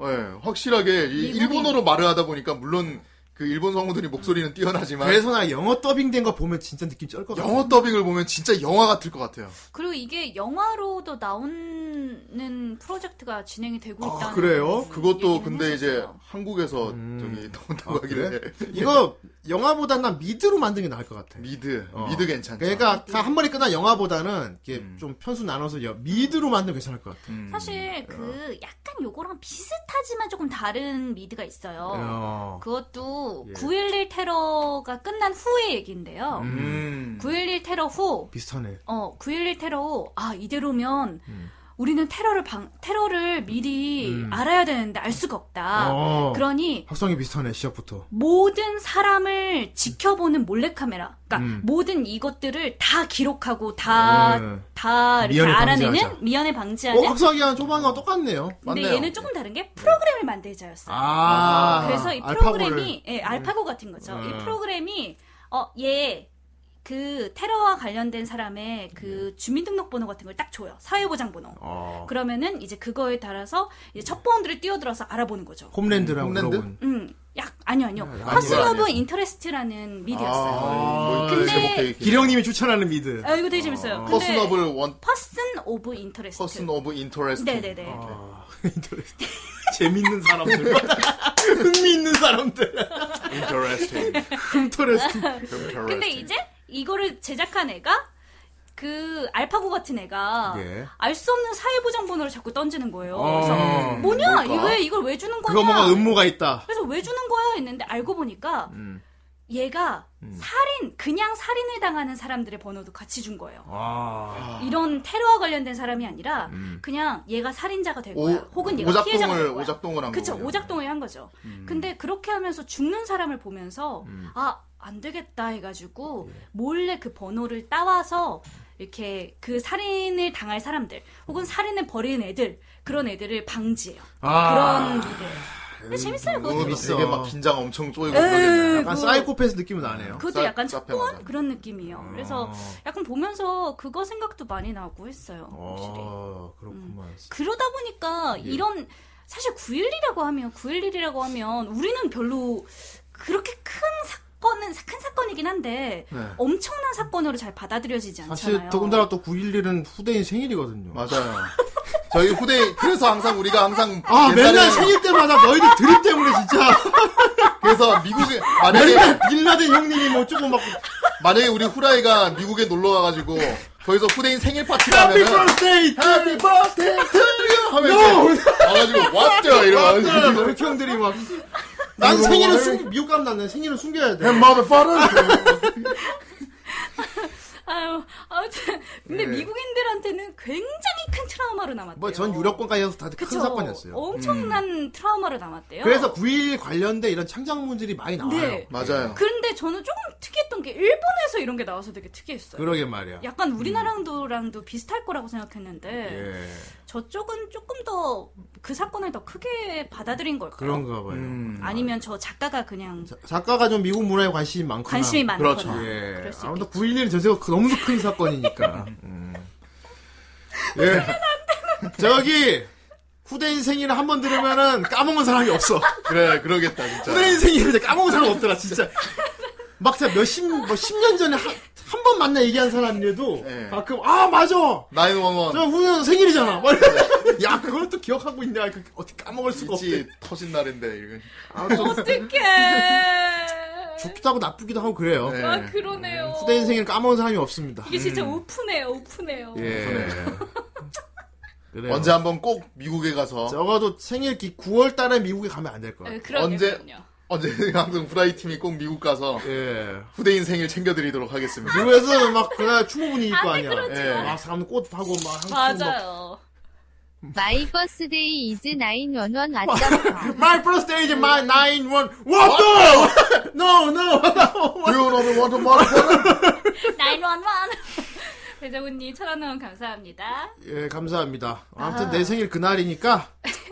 Speaker 2: 예, 확실하게 이 일본어로 말을 하다 보니까 물론 그 일본 성우들이 목소리는 뛰어나지만
Speaker 1: 그래서 나 영어 더빙된 거 보면 진짜 느낌 쩔것 같아.
Speaker 2: 영어 더빙을 보면 진짜 영화 같을 것 같아요.
Speaker 3: 그리고 이게 영화로도 나온 있는 프로젝트가 진행이 되고 있다는
Speaker 2: 아, 그래요? 그것도 근데 이제 한국에서 저기 나온다고
Speaker 1: 아,
Speaker 2: 하길래
Speaker 1: 그래? 이거 영화보다 난 미드로 만든 게 나을 것 같아. 어.
Speaker 2: 미드, 미드 괜찮죠. 음.
Speaker 1: 그러니까 다 한 번에 끝난 영화보다는 이게 좀 편수 나눠서 여- 미드로 만들면 괜찮을 것 같아.
Speaker 3: 사실 그 약간 요거랑 비슷하지만 조금 다른 미드가 있어요.
Speaker 1: 어.
Speaker 3: 그것도
Speaker 1: 예.
Speaker 3: 9.11 테러가 끝난 후의 얘기인데요.
Speaker 1: 음.
Speaker 3: 9.11 테러 후,
Speaker 1: 비슷하네.
Speaker 3: 어, 9.11 테러 후, 아, 이대로면 우리는 테러를 방, 테러를 미리
Speaker 1: 음.
Speaker 3: 알아야 되는데 알 수가 없다.
Speaker 1: 어.
Speaker 3: 아, 그러니
Speaker 1: 합성이 비슷하네 시작부터.
Speaker 3: 모든 사람을 지켜보는 몰래카메라. 그러니까
Speaker 1: 음.
Speaker 3: 모든 이것들을 다 기록하고 다,
Speaker 1: 음.
Speaker 3: 다 이렇게
Speaker 1: 미연에
Speaker 3: 알아내는
Speaker 1: 방지하자.
Speaker 3: 미연에
Speaker 1: 어,
Speaker 3: 방지하는.
Speaker 1: 합성이랑 초반과 똑같네요.
Speaker 3: 근데
Speaker 1: 맞네요.
Speaker 3: 얘는 조금 다른 게 프로그램을 만들자였어요.
Speaker 1: 아,
Speaker 3: 그래서 이
Speaker 1: 알파고를. 네.
Speaker 3: 프로그램이 예, 알파고 같은 거죠.
Speaker 1: 음.
Speaker 3: 이 프로그램이 어, 어얘 그 테러와 관련된 사람의 그 주민등록번호 같은 걸 딱 줘요. 사회보장번호.
Speaker 1: 네. 어.
Speaker 3: 그러면은 이제 그거에 따라서 이제 첩보원들을 뛰어들어서 알아보는 거죠.
Speaker 1: 홈랜드랑
Speaker 2: 홈랜드?
Speaker 1: 물어본.
Speaker 3: 음, 약 아니요 아니요.
Speaker 1: 아니요,
Speaker 3: 파스
Speaker 1: 아니요.
Speaker 3: 오브 인터레스트라는 미디였어요.
Speaker 1: 아,
Speaker 3: 근데
Speaker 1: 기령님이 추천하는 미드.
Speaker 3: 아 이거 되게 재밌어요.
Speaker 2: 퍼슨 오브 원
Speaker 3: 퍼슨 오브 인터레스트.
Speaker 2: 퍼슨 오브 인터레스트.
Speaker 3: 네네네.
Speaker 1: 어, 아. 재밌는 사람들. 흥미 있는 사람들.
Speaker 2: 인터레스팅.
Speaker 1: 흥터레스팅.
Speaker 3: 근데 이제 이거를 제작한 애가 그 알파고 같은 애가
Speaker 1: 예.
Speaker 3: 알 수 없는 사회보장 번호를 자꾸 던지는 거예요.
Speaker 1: 어,
Speaker 3: 그래서 뭐냐?
Speaker 2: 그러니까.
Speaker 1: 뭘까?
Speaker 3: 이왜 이걸 왜 주는 거냐?
Speaker 1: 그거 뭔가 음모가 있다.
Speaker 3: 그래서 왜 주는 거야 했는데 알고 보니까
Speaker 1: 음.
Speaker 3: 얘가
Speaker 2: 음.
Speaker 3: 살인 그냥 살인을 당하는 사람들의 번호도 같이 준 거예요.
Speaker 1: 아.
Speaker 3: 이런 테러와 관련된 사람이 아니라
Speaker 2: 음.
Speaker 3: 그냥 얘가 살인자가 될
Speaker 2: 오-
Speaker 3: 거야. 혹은 얘가 피해자가
Speaker 2: 오작동을
Speaker 3: 될 거야.
Speaker 2: 오작동을 한
Speaker 3: 그쵸
Speaker 2: 거예요.
Speaker 3: 오작동을 한 거죠. 근데 그렇게 하면서 죽는 사람을 보면서 아 안 되겠다 해가지고 몰래 그 번호를 따와서 이렇게 그 살인을 당할 사람들 혹은 살인을 벌이는 애들 그런 애들을 방지해요.
Speaker 1: 아.
Speaker 3: 그런 미래. 근데 재밌어요 그것도.
Speaker 2: 되게 막 긴장 엄청 쪼이고
Speaker 3: 에이,
Speaker 2: 그러겠네요.
Speaker 1: 약간
Speaker 3: 그-
Speaker 1: 사이코패스 느낌이 나네요.
Speaker 3: 그것도 약간 첩보원
Speaker 2: 맞아.
Speaker 3: 그런 느낌이에요. 그래서 약간 보면서 그거 생각도 많이 나고 했어요.
Speaker 1: 어, 그렇구만.
Speaker 3: 음. 그러다 보니까
Speaker 1: 예.
Speaker 3: 이런 사실 911이라고 하면 911이라고 하면 우리는 별로 그렇게 큰 사건은 큰 사건이긴 한데
Speaker 1: 네.
Speaker 3: 엄청난 사건으로 잘 받아들여지지 않잖아요.
Speaker 1: 사실 더군다나 또 911은 후대인 생일이거든요.
Speaker 2: 맞아요. 저희 후대 그래서 항상 우리가 항상
Speaker 1: 아,
Speaker 2: 옛날에는
Speaker 1: 맨날 생일 때마다 너희들 드립 때문에 진짜.
Speaker 2: 그래서 미국에
Speaker 1: 맨날
Speaker 2: 만약에
Speaker 1: 빌라덴 형님이 뭐 조금 막
Speaker 2: 만약에 우리 후라이가 미국에 놀러 와가지고 거기서 후대인 생일 파티가
Speaker 1: Happy
Speaker 2: 하면은
Speaker 1: birthday to
Speaker 2: Happy birthday to you 하면서
Speaker 1: No.
Speaker 2: 와가지고 What the
Speaker 1: 왔다!
Speaker 2: 이러면서
Speaker 1: 우리 형들이 막. 난
Speaker 2: 이거
Speaker 1: 생일은
Speaker 2: 먹어요?
Speaker 1: 숨, 미국 가면 난 생일은 숨겨야 돼.
Speaker 2: Hey motherfucker
Speaker 3: 아유, 아무튼 근데
Speaker 1: 네.
Speaker 3: 미국인들한테는 굉장히 큰 트라우마로 남았대요.
Speaker 1: 뭐 전 유럽권까지 해서 다들
Speaker 3: 그쵸?
Speaker 1: 큰 사건이었어요. 음.
Speaker 3: 엄청난 트라우마로 남았대요.
Speaker 1: 그래서 9.11 관련된 이런 창작물들이 많이 나와요.
Speaker 3: 네.
Speaker 2: 맞아요.
Speaker 3: 근데 저는 조금 특이했던 게 일본에서 이런 게 나와서 되게 특이했어요.
Speaker 1: 그러게 말이야. 음.
Speaker 3: 약간 네. 우리나라랑도랑도 비슷할 거라고 생각했는데
Speaker 1: 예.
Speaker 3: 저쪽은 조금 더 그 사건을 더 크게 받아들인 걸까요?
Speaker 1: 그런가 봐요.
Speaker 3: 아니면 저 작가가 그냥
Speaker 1: 작가가 좀 미국 문화에 관심이 많구나.
Speaker 3: 관심이 많거나. 그렇죠.
Speaker 1: 예.
Speaker 3: 그럴 수
Speaker 1: 아무튼 9.11은 전세가 그 너무 큰 사건이니까. 음. 예. 저기 후대인 생일을 한 번 들으면은 까먹은 사람이 없어.
Speaker 2: 그래 그러겠다 진짜
Speaker 1: 후대인 생일을 이제 까먹은 사람 없더라 진짜. 막 진짜 몇십 뭐십년 전에 한 번 만나 얘기한 사람이라도
Speaker 2: 예.
Speaker 1: 가끔 아 맞아.
Speaker 2: 911
Speaker 1: 저 후대인 생일이잖아. 막 이래. 야 그걸 또 기억하고 있냐. 그 어떻게 까먹을 수가 없지.
Speaker 2: 있지 네. 터진 날인데 이거
Speaker 3: 어떡해
Speaker 1: 죽기도 하고 나쁘기도 하고 그래요.
Speaker 2: 네. 음.
Speaker 3: 아 그러네요
Speaker 1: 네. 후대인 생일 까먹은 사람이 없습니다. 음.
Speaker 3: 이게 진짜 오픈해요 오픈해요
Speaker 1: 예. 그래요.
Speaker 2: 언제 한번 꼭 미국에 가서
Speaker 1: 적어도 생일 9월 달에 미국에 가면 안 될 거야.
Speaker 3: 예, 그럼요,
Speaker 2: 언제-
Speaker 3: 그럼요.
Speaker 2: 언제 항상 후라이 팀이 꼭 미국 가서
Speaker 1: 예.
Speaker 2: 후대인 생일 챙겨드리도록 하겠습니다.
Speaker 1: 미국에서 막 그날 추모 분위기일 거
Speaker 3: 아, 네,
Speaker 1: 아니야.
Speaker 3: 그렇죠.
Speaker 1: 예. 막 사람 꽃하고 막 한국 막
Speaker 3: 맞아요
Speaker 12: 어? 마이 버스데이 이즈 911
Speaker 1: 뭐
Speaker 12: 왔다.
Speaker 1: My birthday is my nine one. What the? No, no.
Speaker 2: Do you know what motherfucker?
Speaker 3: 911 배정훈님 천원 후원 감사합니다
Speaker 1: 예, 감사합니다. 아무튼 내 생일 그날이니까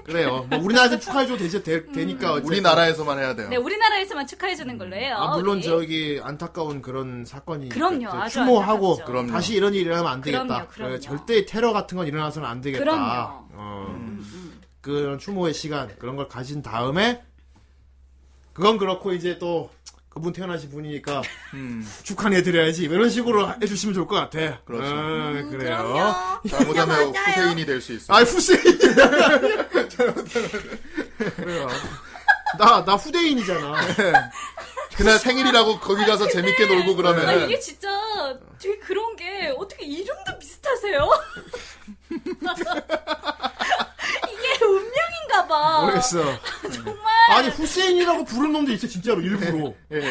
Speaker 1: 그래요. 뭐 우리나라에서 축하해줘도 되지, 되, 되니까 어쨌든.
Speaker 2: 우리나라에서만 해야 돼요.
Speaker 3: 네 우리나라에서만 축하해주는 걸로 해요 예.
Speaker 1: 아, 물론
Speaker 3: 우리.
Speaker 1: 저기 안타까운 그런 사건이
Speaker 3: 그럼요, 아주
Speaker 1: 추모하고
Speaker 3: 안타깝죠.
Speaker 2: 그럼요.
Speaker 1: 다시 이런 일이 일어나면 안 되겠다.
Speaker 3: 그럼요, 그럼요.
Speaker 1: 예, 절대 테러 같은 건 일어나서는 안 되겠다.
Speaker 3: 그럼요. 음,
Speaker 1: 어, 그런 추모의 시간 그런 걸 가진 다음에 그건 그렇고 이제 또 그분 태어나신 분이니까
Speaker 2: 음.
Speaker 1: 축하해드려야지 뭐 이런 식으로 해주시면 좋을 것 같아. 그렇죠.
Speaker 3: 음,
Speaker 1: 그래요.
Speaker 2: 잘못하면 후세인이 될 수 있어.
Speaker 1: 아, 후세인. 그래요. 나, 나 후대인이잖아.
Speaker 2: 그날 생일이라고 거기 가서 재밌게
Speaker 1: 네.
Speaker 2: 놀고
Speaker 4: 아,
Speaker 2: 그러면은
Speaker 4: 이게 진짜 되게 그런 게 어떻게 이름도 비슷하세요? 이게 운명인가 봐.
Speaker 1: 모르겠어.
Speaker 2: 아,
Speaker 4: 정말.
Speaker 1: 아니, 후세인이라고 부른 놈도 있어, 진짜로, 일부러.
Speaker 2: 예.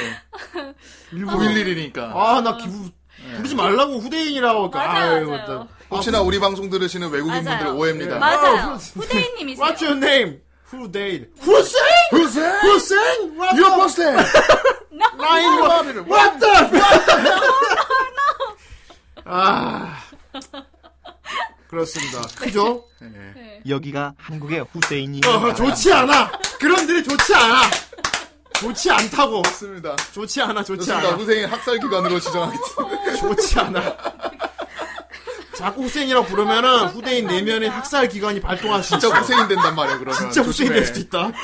Speaker 1: 일부러.
Speaker 2: 911이니까.
Speaker 1: 아, 나 기분, 부르지 말라고 후대인이라고. 하니까.
Speaker 2: 맞아요,
Speaker 1: 아유,
Speaker 2: 맞아요.
Speaker 1: 나-
Speaker 2: 혹시나 우리 방송 들으시는 외국인분들
Speaker 1: 맞아요.
Speaker 2: 오해입니다.
Speaker 1: 예. 맞아요.
Speaker 4: 후대인님이세요.
Speaker 1: What's your name? 후대인. 후세인?
Speaker 2: 후세인? 뭐
Speaker 1: 후세인? What
Speaker 2: Your
Speaker 1: the-
Speaker 2: birthday?
Speaker 1: 라인
Speaker 2: No.
Speaker 1: What the? 아. 그렇습니다. 그죠?
Speaker 3: 네.
Speaker 1: 네.
Speaker 13: 여기가 한국의 후세인이
Speaker 1: 어, 좋지 않아. 그런 일이 좋지 않아. 좋지 않다고.
Speaker 2: 맞습니다.
Speaker 1: 좋지 않아, 좋지
Speaker 2: 좋습니다.
Speaker 1: 않아.
Speaker 2: 후생이 학살 기관으로 지정하겠습니다.
Speaker 1: 좋지 않아. 자꾸 후생이라고 부르면은 후대인 내면의 학살 기관이 발동할 수 있어.
Speaker 2: 진짜 후생이 된단 말이야, 그러면.
Speaker 1: 진짜 후생이
Speaker 2: 아, 조심해.
Speaker 1: 될 수도 있다.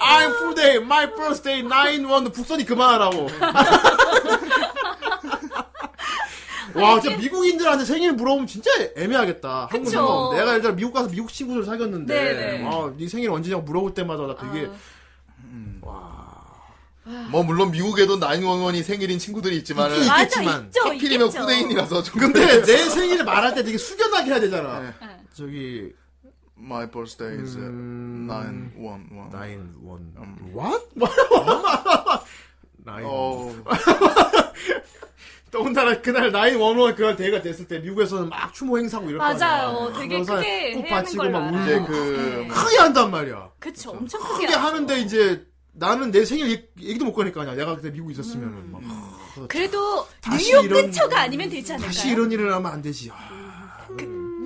Speaker 1: I'm 후대인, my birthday 91. 북선이 그만하라고. 와, 진짜 미국인들한테 생일 물어보면 진짜 애매하겠다. 한국
Speaker 2: 그쵸.
Speaker 1: 생각. 내가 예를 들어 미국 가서 미국 친구들 사귀었는데,
Speaker 2: 네네.
Speaker 1: 아, 네 아. 생일 언제냐고 물어볼 때마다 나 되게 음,
Speaker 2: 뭐 물론 미국에도 911이 생일인 친구들이 있지만
Speaker 1: 있긴 맞아, 있겠지만. 있죠,
Speaker 2: 하필이면
Speaker 1: 있겠죠.
Speaker 2: 후대인이라서 좀 네.
Speaker 1: 근데 내 생일을 말할 때 되게 숙연하게 해야 되잖아. 저기
Speaker 2: My birthday is uh,
Speaker 1: 음...
Speaker 2: 911.
Speaker 1: 911.
Speaker 2: 음.
Speaker 1: What? 나인.
Speaker 2: 어.
Speaker 1: 더군다나 그날 나인 원원 그날 대회가 됐을 때 미국에서는 막 추모 행사고 이럴
Speaker 4: 맞아요.
Speaker 1: 거 아니야.
Speaker 4: 되게
Speaker 1: 그래서
Speaker 4: 크게
Speaker 1: 꽃
Speaker 4: 해야
Speaker 1: 받치고
Speaker 4: 하는
Speaker 1: 막
Speaker 4: 걸로
Speaker 1: 울고
Speaker 4: 알아요.
Speaker 1: 막
Speaker 4: 그-
Speaker 1: 크게 한단 말이야.
Speaker 4: 그쵸. 엄청
Speaker 1: 크게
Speaker 4: 크게.
Speaker 1: 하는데 이제 나는 내 생일 얘기- 얘기도 못 거니까 아니야. 내가 그때 미국 있었으면 은 막. 하,
Speaker 4: 음. 그래도
Speaker 1: 음. 다시
Speaker 4: 뉴욕
Speaker 1: 이런-
Speaker 4: 근처가 아니면 되지 않을까요?
Speaker 1: 다시 이런 일을 하면 안 되지. 아,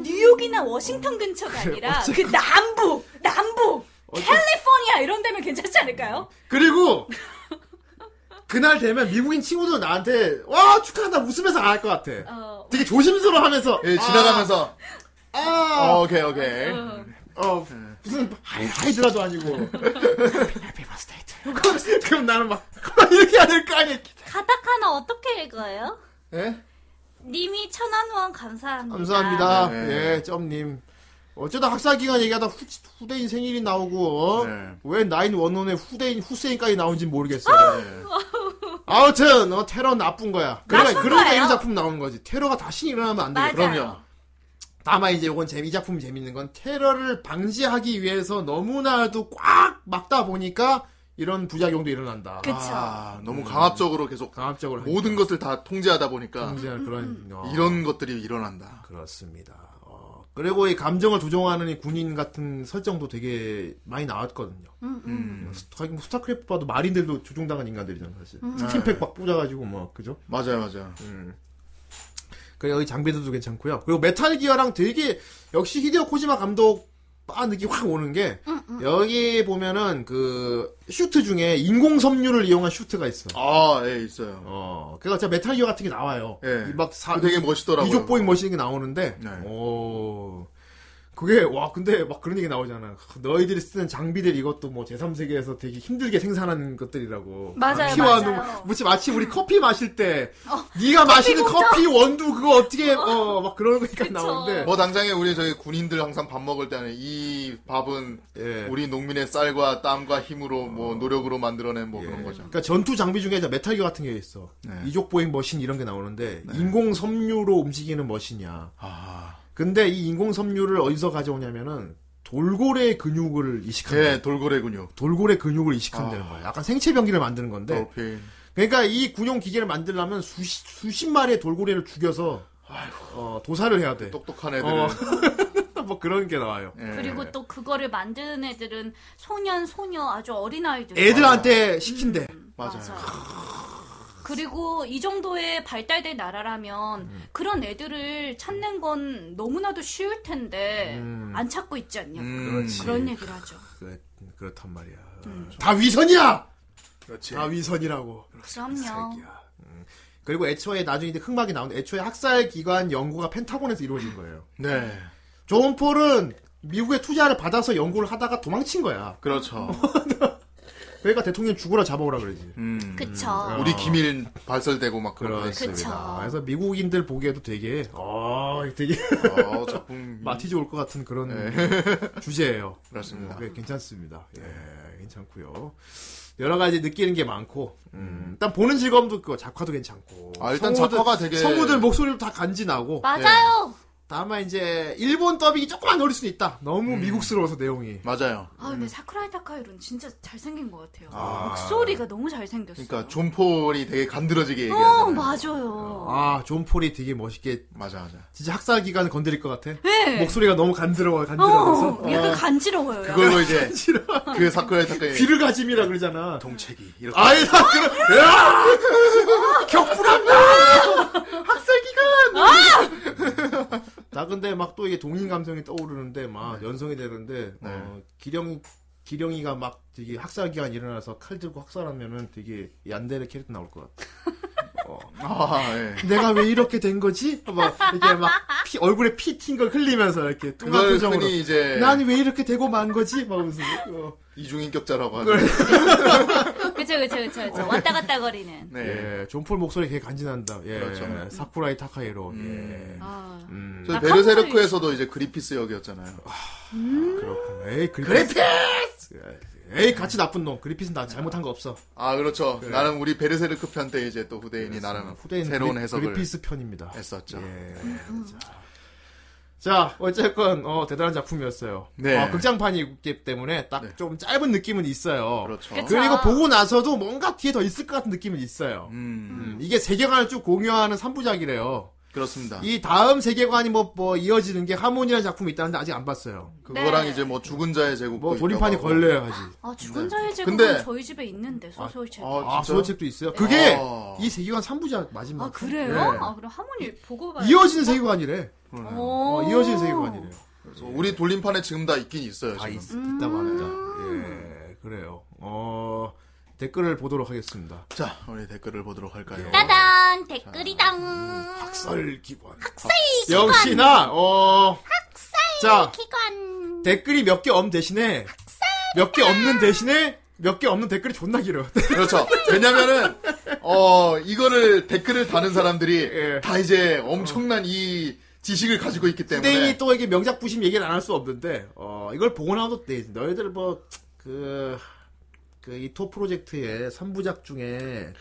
Speaker 4: 뉴욕이나 워싱턴 근처가 아니라 그 남부, 남부, 캘리포니아 이런 데면 괜찮지 않을까요?
Speaker 1: 그리고 그날 되면 미국인 친구들 나한테 와 축하한다 웃으면서 안 할 것 같아.
Speaker 4: 어,
Speaker 1: 되게 조심스러워하면서
Speaker 2: 예, 지나가면서
Speaker 1: 아,
Speaker 2: 어, 오케이 오케이.
Speaker 1: 어, 무슨 하이, 하이드라도 아니고 그럼, 그럼 나는 막 이렇게 해야 될 거 아니야.
Speaker 4: 가타카나 어떻게 읽어요?
Speaker 1: 예?
Speaker 4: 님이 천원 후원 감사합니다.
Speaker 2: 아,
Speaker 1: 감사합니다.
Speaker 2: 네.
Speaker 1: 예, 점님. 어쩌다 학사 기간 얘기하다 후, 후대인 생일이 나오고 어?
Speaker 2: 네.
Speaker 1: 왜 나인 원원의 후대인 후세인까지 나온지 모르겠어요. 예. 아무튼 어, 테러 나쁜 거야. 그래,
Speaker 2: 나쁜
Speaker 1: 그러니까
Speaker 2: 거예요.
Speaker 1: 이런 작품 나오는 거지. 테러가 다시 일어나면 안 돼.
Speaker 2: 맞아요. 그럼요.
Speaker 1: 다만 이제 이건 재미 이 작품이 재밌는 건 테러를 방지하기 위해서 너무나도 꽉 막다 보니까 이런 부작용도 일어난다. 음.
Speaker 2: 그쵸. 아, 너무 강압적으로 계속
Speaker 1: 강압적으로 아.
Speaker 2: 모든 것을 다 통제하다 보니까
Speaker 1: 통제할
Speaker 2: 음.
Speaker 1: 그런
Speaker 2: 이런 것들이 일어난다.
Speaker 1: 그렇습니다. 그리고 이 감정을 조종하는 이 군인 같은 설정도 되게 많이 나왔거든요.
Speaker 4: 음, 음.
Speaker 1: 스- 하긴 뭐 스타크래프트 봐도 마린들도 조종당한 인간들이잖아 사실.
Speaker 4: 음.
Speaker 1: 스팀팩 막 꽂아가지고 막 그죠? 음.
Speaker 2: 맞아요, 맞아요.
Speaker 1: 그 여기 장비들도 괜찮고요. 그리고 메탈 기어랑 되게 역시 히데오 코지마 감독 빠 느낌 확 오는 게
Speaker 4: 음,
Speaker 1: 여기 보면은 그 슈트 중에 인공 섬유를 이용한 슈트가 있어.
Speaker 2: 아, 예, 있어요.
Speaker 1: 어, 그러니까 진짜 메탈 기어 같은 게 나와요.
Speaker 2: 예.
Speaker 1: 이막 사,
Speaker 2: 되게 멋있더라고요. 네.
Speaker 1: 이족보잉 멋있는 게 나오는데, 오, 그게, 와, 근데 막 그런 얘기 나오잖아. 너희들이 쓰는 장비들 이것도 뭐 제3세계에서 되게 힘들게 생산한 것들이라고.
Speaker 4: 맞아요,
Speaker 1: 피와
Speaker 4: 맞아요.
Speaker 1: 눈, 마치, 마치 우리 커피 마실 때,
Speaker 4: 어,
Speaker 1: 네가
Speaker 4: 커피
Speaker 1: 마시는
Speaker 4: 공장.
Speaker 1: 커피 원두 그거 어떻게, 어, 막 그런 거니까 나오는데.
Speaker 2: 뭐 당장에 우리 저희 군인들 항상 밥 먹을 때는 이 밥은
Speaker 1: 예.
Speaker 2: 우리 농민의 쌀과 땀과 힘으로 뭐 노력으로 만들어낸 뭐 그런 거죠.
Speaker 1: 그러니까 전투 장비 중에 이제 메탈 기어 같은 게 있어.
Speaker 2: 네.
Speaker 1: 이족 보잉 머신 이런 게 나오는데 인공 섬유로 움직이는 머신이야.
Speaker 2: 아.
Speaker 1: 근데 이 인공 섬유를 어디서 가져오냐면은 돌고래 근육을 이식한다.
Speaker 2: 예, 돌고래 근육. 아.
Speaker 1: 돌고래 근육을 이식한다는 거야. 약간 생체 변기를 만드는 건데.
Speaker 2: 오케이.
Speaker 1: 그러니까 이 군용 기계를 만들려면 수십, 수십 마리의 돌고래를 죽여서 어, 도살을 해야 돼. 어.
Speaker 2: 똑똑한 네.
Speaker 1: 뭐 그런 게 나와요.
Speaker 4: 그리고 또 그거를 만드는 애들은 소년, 소녀, 아주 어린아이들.
Speaker 1: 네, 애들한테 시킨대.
Speaker 2: 맞아요.
Speaker 4: 그리고 이 정도의 발달된 나라라면
Speaker 1: 음.
Speaker 4: 그런 애들을 찾는 건 너무나도 쉬울 텐데
Speaker 1: 음.
Speaker 4: 안 찾고 있지 않냐.
Speaker 1: 그렇지.
Speaker 4: 그런 얘기를 하죠.
Speaker 1: 그래, 그렇단 말이야.
Speaker 4: 음.
Speaker 1: 다 위선이야! 다 위선이라고.
Speaker 4: 그럼요.
Speaker 1: 그리고 애초에 나중에 이제 흑막이 나오는데 애초에 학살 기관 연구가 펜타곤에서 이루어진 거예요.
Speaker 2: 네.
Speaker 1: 존 폴은 미국의 투자를 받아서 연구를 하다가 도망친 거야.
Speaker 2: 그렇죠.
Speaker 1: 그러니까 대통령 죽으라 잡아오라 그러지.
Speaker 4: 그쵸.
Speaker 1: 음, 어.
Speaker 2: 우리 기밀 발설되고 막 그런
Speaker 4: 그렇죠.
Speaker 2: 거
Speaker 1: 그렇습니다.
Speaker 2: 있습니다.
Speaker 1: 그래서 미국인들 보기에도 되게 어 되게
Speaker 2: 아,
Speaker 1: 마티즈 올 것 같은 그런 주제예요.
Speaker 2: 네. 그렇습니다.
Speaker 1: 네, 괜찮습니다. 예, 괜찮고요. 여러 가지 느끼는 게 많고 음, 일단 보는 즐거움도 그거 작화도 괜찮고
Speaker 2: 아, 일단
Speaker 1: 성우들-
Speaker 2: 작화가 되게-
Speaker 1: 성우들 목소리도 다 간지나고 네.
Speaker 4: 맞아요.
Speaker 1: 다만 이제 일본 더빙이 조금만 어릴 수는 있다. 너무 미국스러워서 내용이
Speaker 2: 음. 맞아요.
Speaker 4: 아 근데 사쿠라이 타카이로는 진짜 잘생긴 것 같아요.
Speaker 2: 아.
Speaker 4: 목소리가 너무 잘생겼어.
Speaker 2: 그러니까 존 폴이 되게 간드러지게
Speaker 4: 어
Speaker 2: 얘기하잖아요.
Speaker 4: 맞아요.
Speaker 1: 아, 존 폴이 되게 멋있게.
Speaker 2: 맞아, 맞아.
Speaker 1: 진짜 학사 기간 건드릴 것 같아.
Speaker 4: 네.
Speaker 1: 목소리가 너무 간지러워, 간지러워서.
Speaker 4: 어, 약간 간지러워요.
Speaker 2: 그걸로
Speaker 4: 약간.
Speaker 2: 이제 그 사쿠라이 타카의
Speaker 1: 귀를 가짐이라 그러잖아.
Speaker 2: 동책이 이렇게
Speaker 1: 아예 다 그런. 으아! 격분한다!
Speaker 4: 아!
Speaker 1: 학살기간! 나 근데 막 또 이게 동인 감성이 떠오르는데 막
Speaker 2: 네.
Speaker 1: 연성이 되는데, 어, 기령, 기령이가 막 되게 학살기간 일어나서 칼 들고 학살하면은 되게 얀데레 캐릭터 나올 것 같아. 어.
Speaker 2: 아, 예.
Speaker 1: 내가 왜 이렇게 된 거지? 막 이게 막 피- 얼굴에 피 튄 걸 흘리면서 이렇게 뚱한
Speaker 2: 그걸
Speaker 1: 표정으로
Speaker 2: 흔히 이제
Speaker 1: 난 왜 이렇게 되고 만 거지? 막 하면서 어.
Speaker 2: 이중인격자라고 하는
Speaker 4: 그쵸 그쵸 그쵸 그쵸 왔다 갔다 거리는.
Speaker 2: 네.
Speaker 1: 예, 존폴 목소리 되게 간지난다. 예,
Speaker 2: 그렇죠.
Speaker 1: 사쿠라이 타카이로. 예.
Speaker 4: 아.
Speaker 1: 음.
Speaker 2: 저 베르세르크에서도 이제 그리피스 역이었잖아요. 음.
Speaker 1: 그렇군. 에이 그리피스. 아, 에이 같이 나쁜 놈. 그리피스 나 잘못한 거 없어.
Speaker 2: 아 그렇죠.
Speaker 1: 그래.
Speaker 2: 나름 우리 베르세르크 편 때 이제 또 후대인이 나름
Speaker 1: 네. 후대인
Speaker 2: 새로운
Speaker 1: 그리-
Speaker 2: 해석을
Speaker 1: 그리피스 예. 편입니다.
Speaker 2: 했었죠.
Speaker 1: 자 어쨌건 어, 대단한 작품이었어요.
Speaker 2: 네.
Speaker 1: 어, 극장판이기 때문에 딱 좀 짧은 느낌은 있어요.
Speaker 2: 그렇죠.
Speaker 1: 리고 보고 나서도 뭔가 뒤에 더 있을 것 같은 느낌은 있어요. 음, 이게 세계관을 쭉 공유하는 3부작이래요.
Speaker 2: 그렇습니다.
Speaker 1: 이 다음 세계관이 뭐, 뭐 이어지는 게 하모니라는 작품이 있다는데 아직 안 봤어요.
Speaker 2: 그거랑 이제 뭐 죽은 자의 제국
Speaker 1: 뭐 돌림판이 걸려야지.
Speaker 4: 아 죽은 자의 제국은
Speaker 2: 근데-
Speaker 4: 저희 집에 있는데 소설책.
Speaker 1: 아,
Speaker 2: 어, 진짜요?
Speaker 1: 소설책도 있어요. 그게
Speaker 2: 아.
Speaker 1: 이 세계관 3부작 마지막.
Speaker 4: 아 그래요?
Speaker 1: 네.
Speaker 4: 아 그럼 하모니 보고 봐요.
Speaker 1: 이어지는 세계관이래.
Speaker 4: 오.
Speaker 1: 어, 이어지는 세계관이래요.
Speaker 2: 그래서 우리 돌림판에 지금 다 있긴 있어요.
Speaker 1: 다
Speaker 2: 지금. 음.
Speaker 1: 있, 있다고 합니다. 예, 그래요. 어, 댓글을 보도록 하겠습니다.
Speaker 2: 자, 우리 댓글을 보도록 할까요?
Speaker 4: 네. 따단 댓글이당.
Speaker 1: 학살 기관.
Speaker 4: 학살 기관.
Speaker 1: 역시나, 어, 자.
Speaker 4: 학살 기관.
Speaker 1: 댓글이 몇 개 없는 대신에, 몇 개 없는 대신에, 몇 개 없는 댓글이 존나 길어.
Speaker 2: 그렇죠. 왜냐면은 어 이거를 댓글을 다는 사람들이
Speaker 1: 예.
Speaker 2: 다 이제 엄청난 이 지식을 가지고 있기 때문에
Speaker 1: 네. 후대인이 또 이게 명작 부심 얘기를 안 할 수 없는데 어 이걸 보고 나도 돼 너희들 뭐, 그, 뭐그그이토 프로젝트의 3부작 중에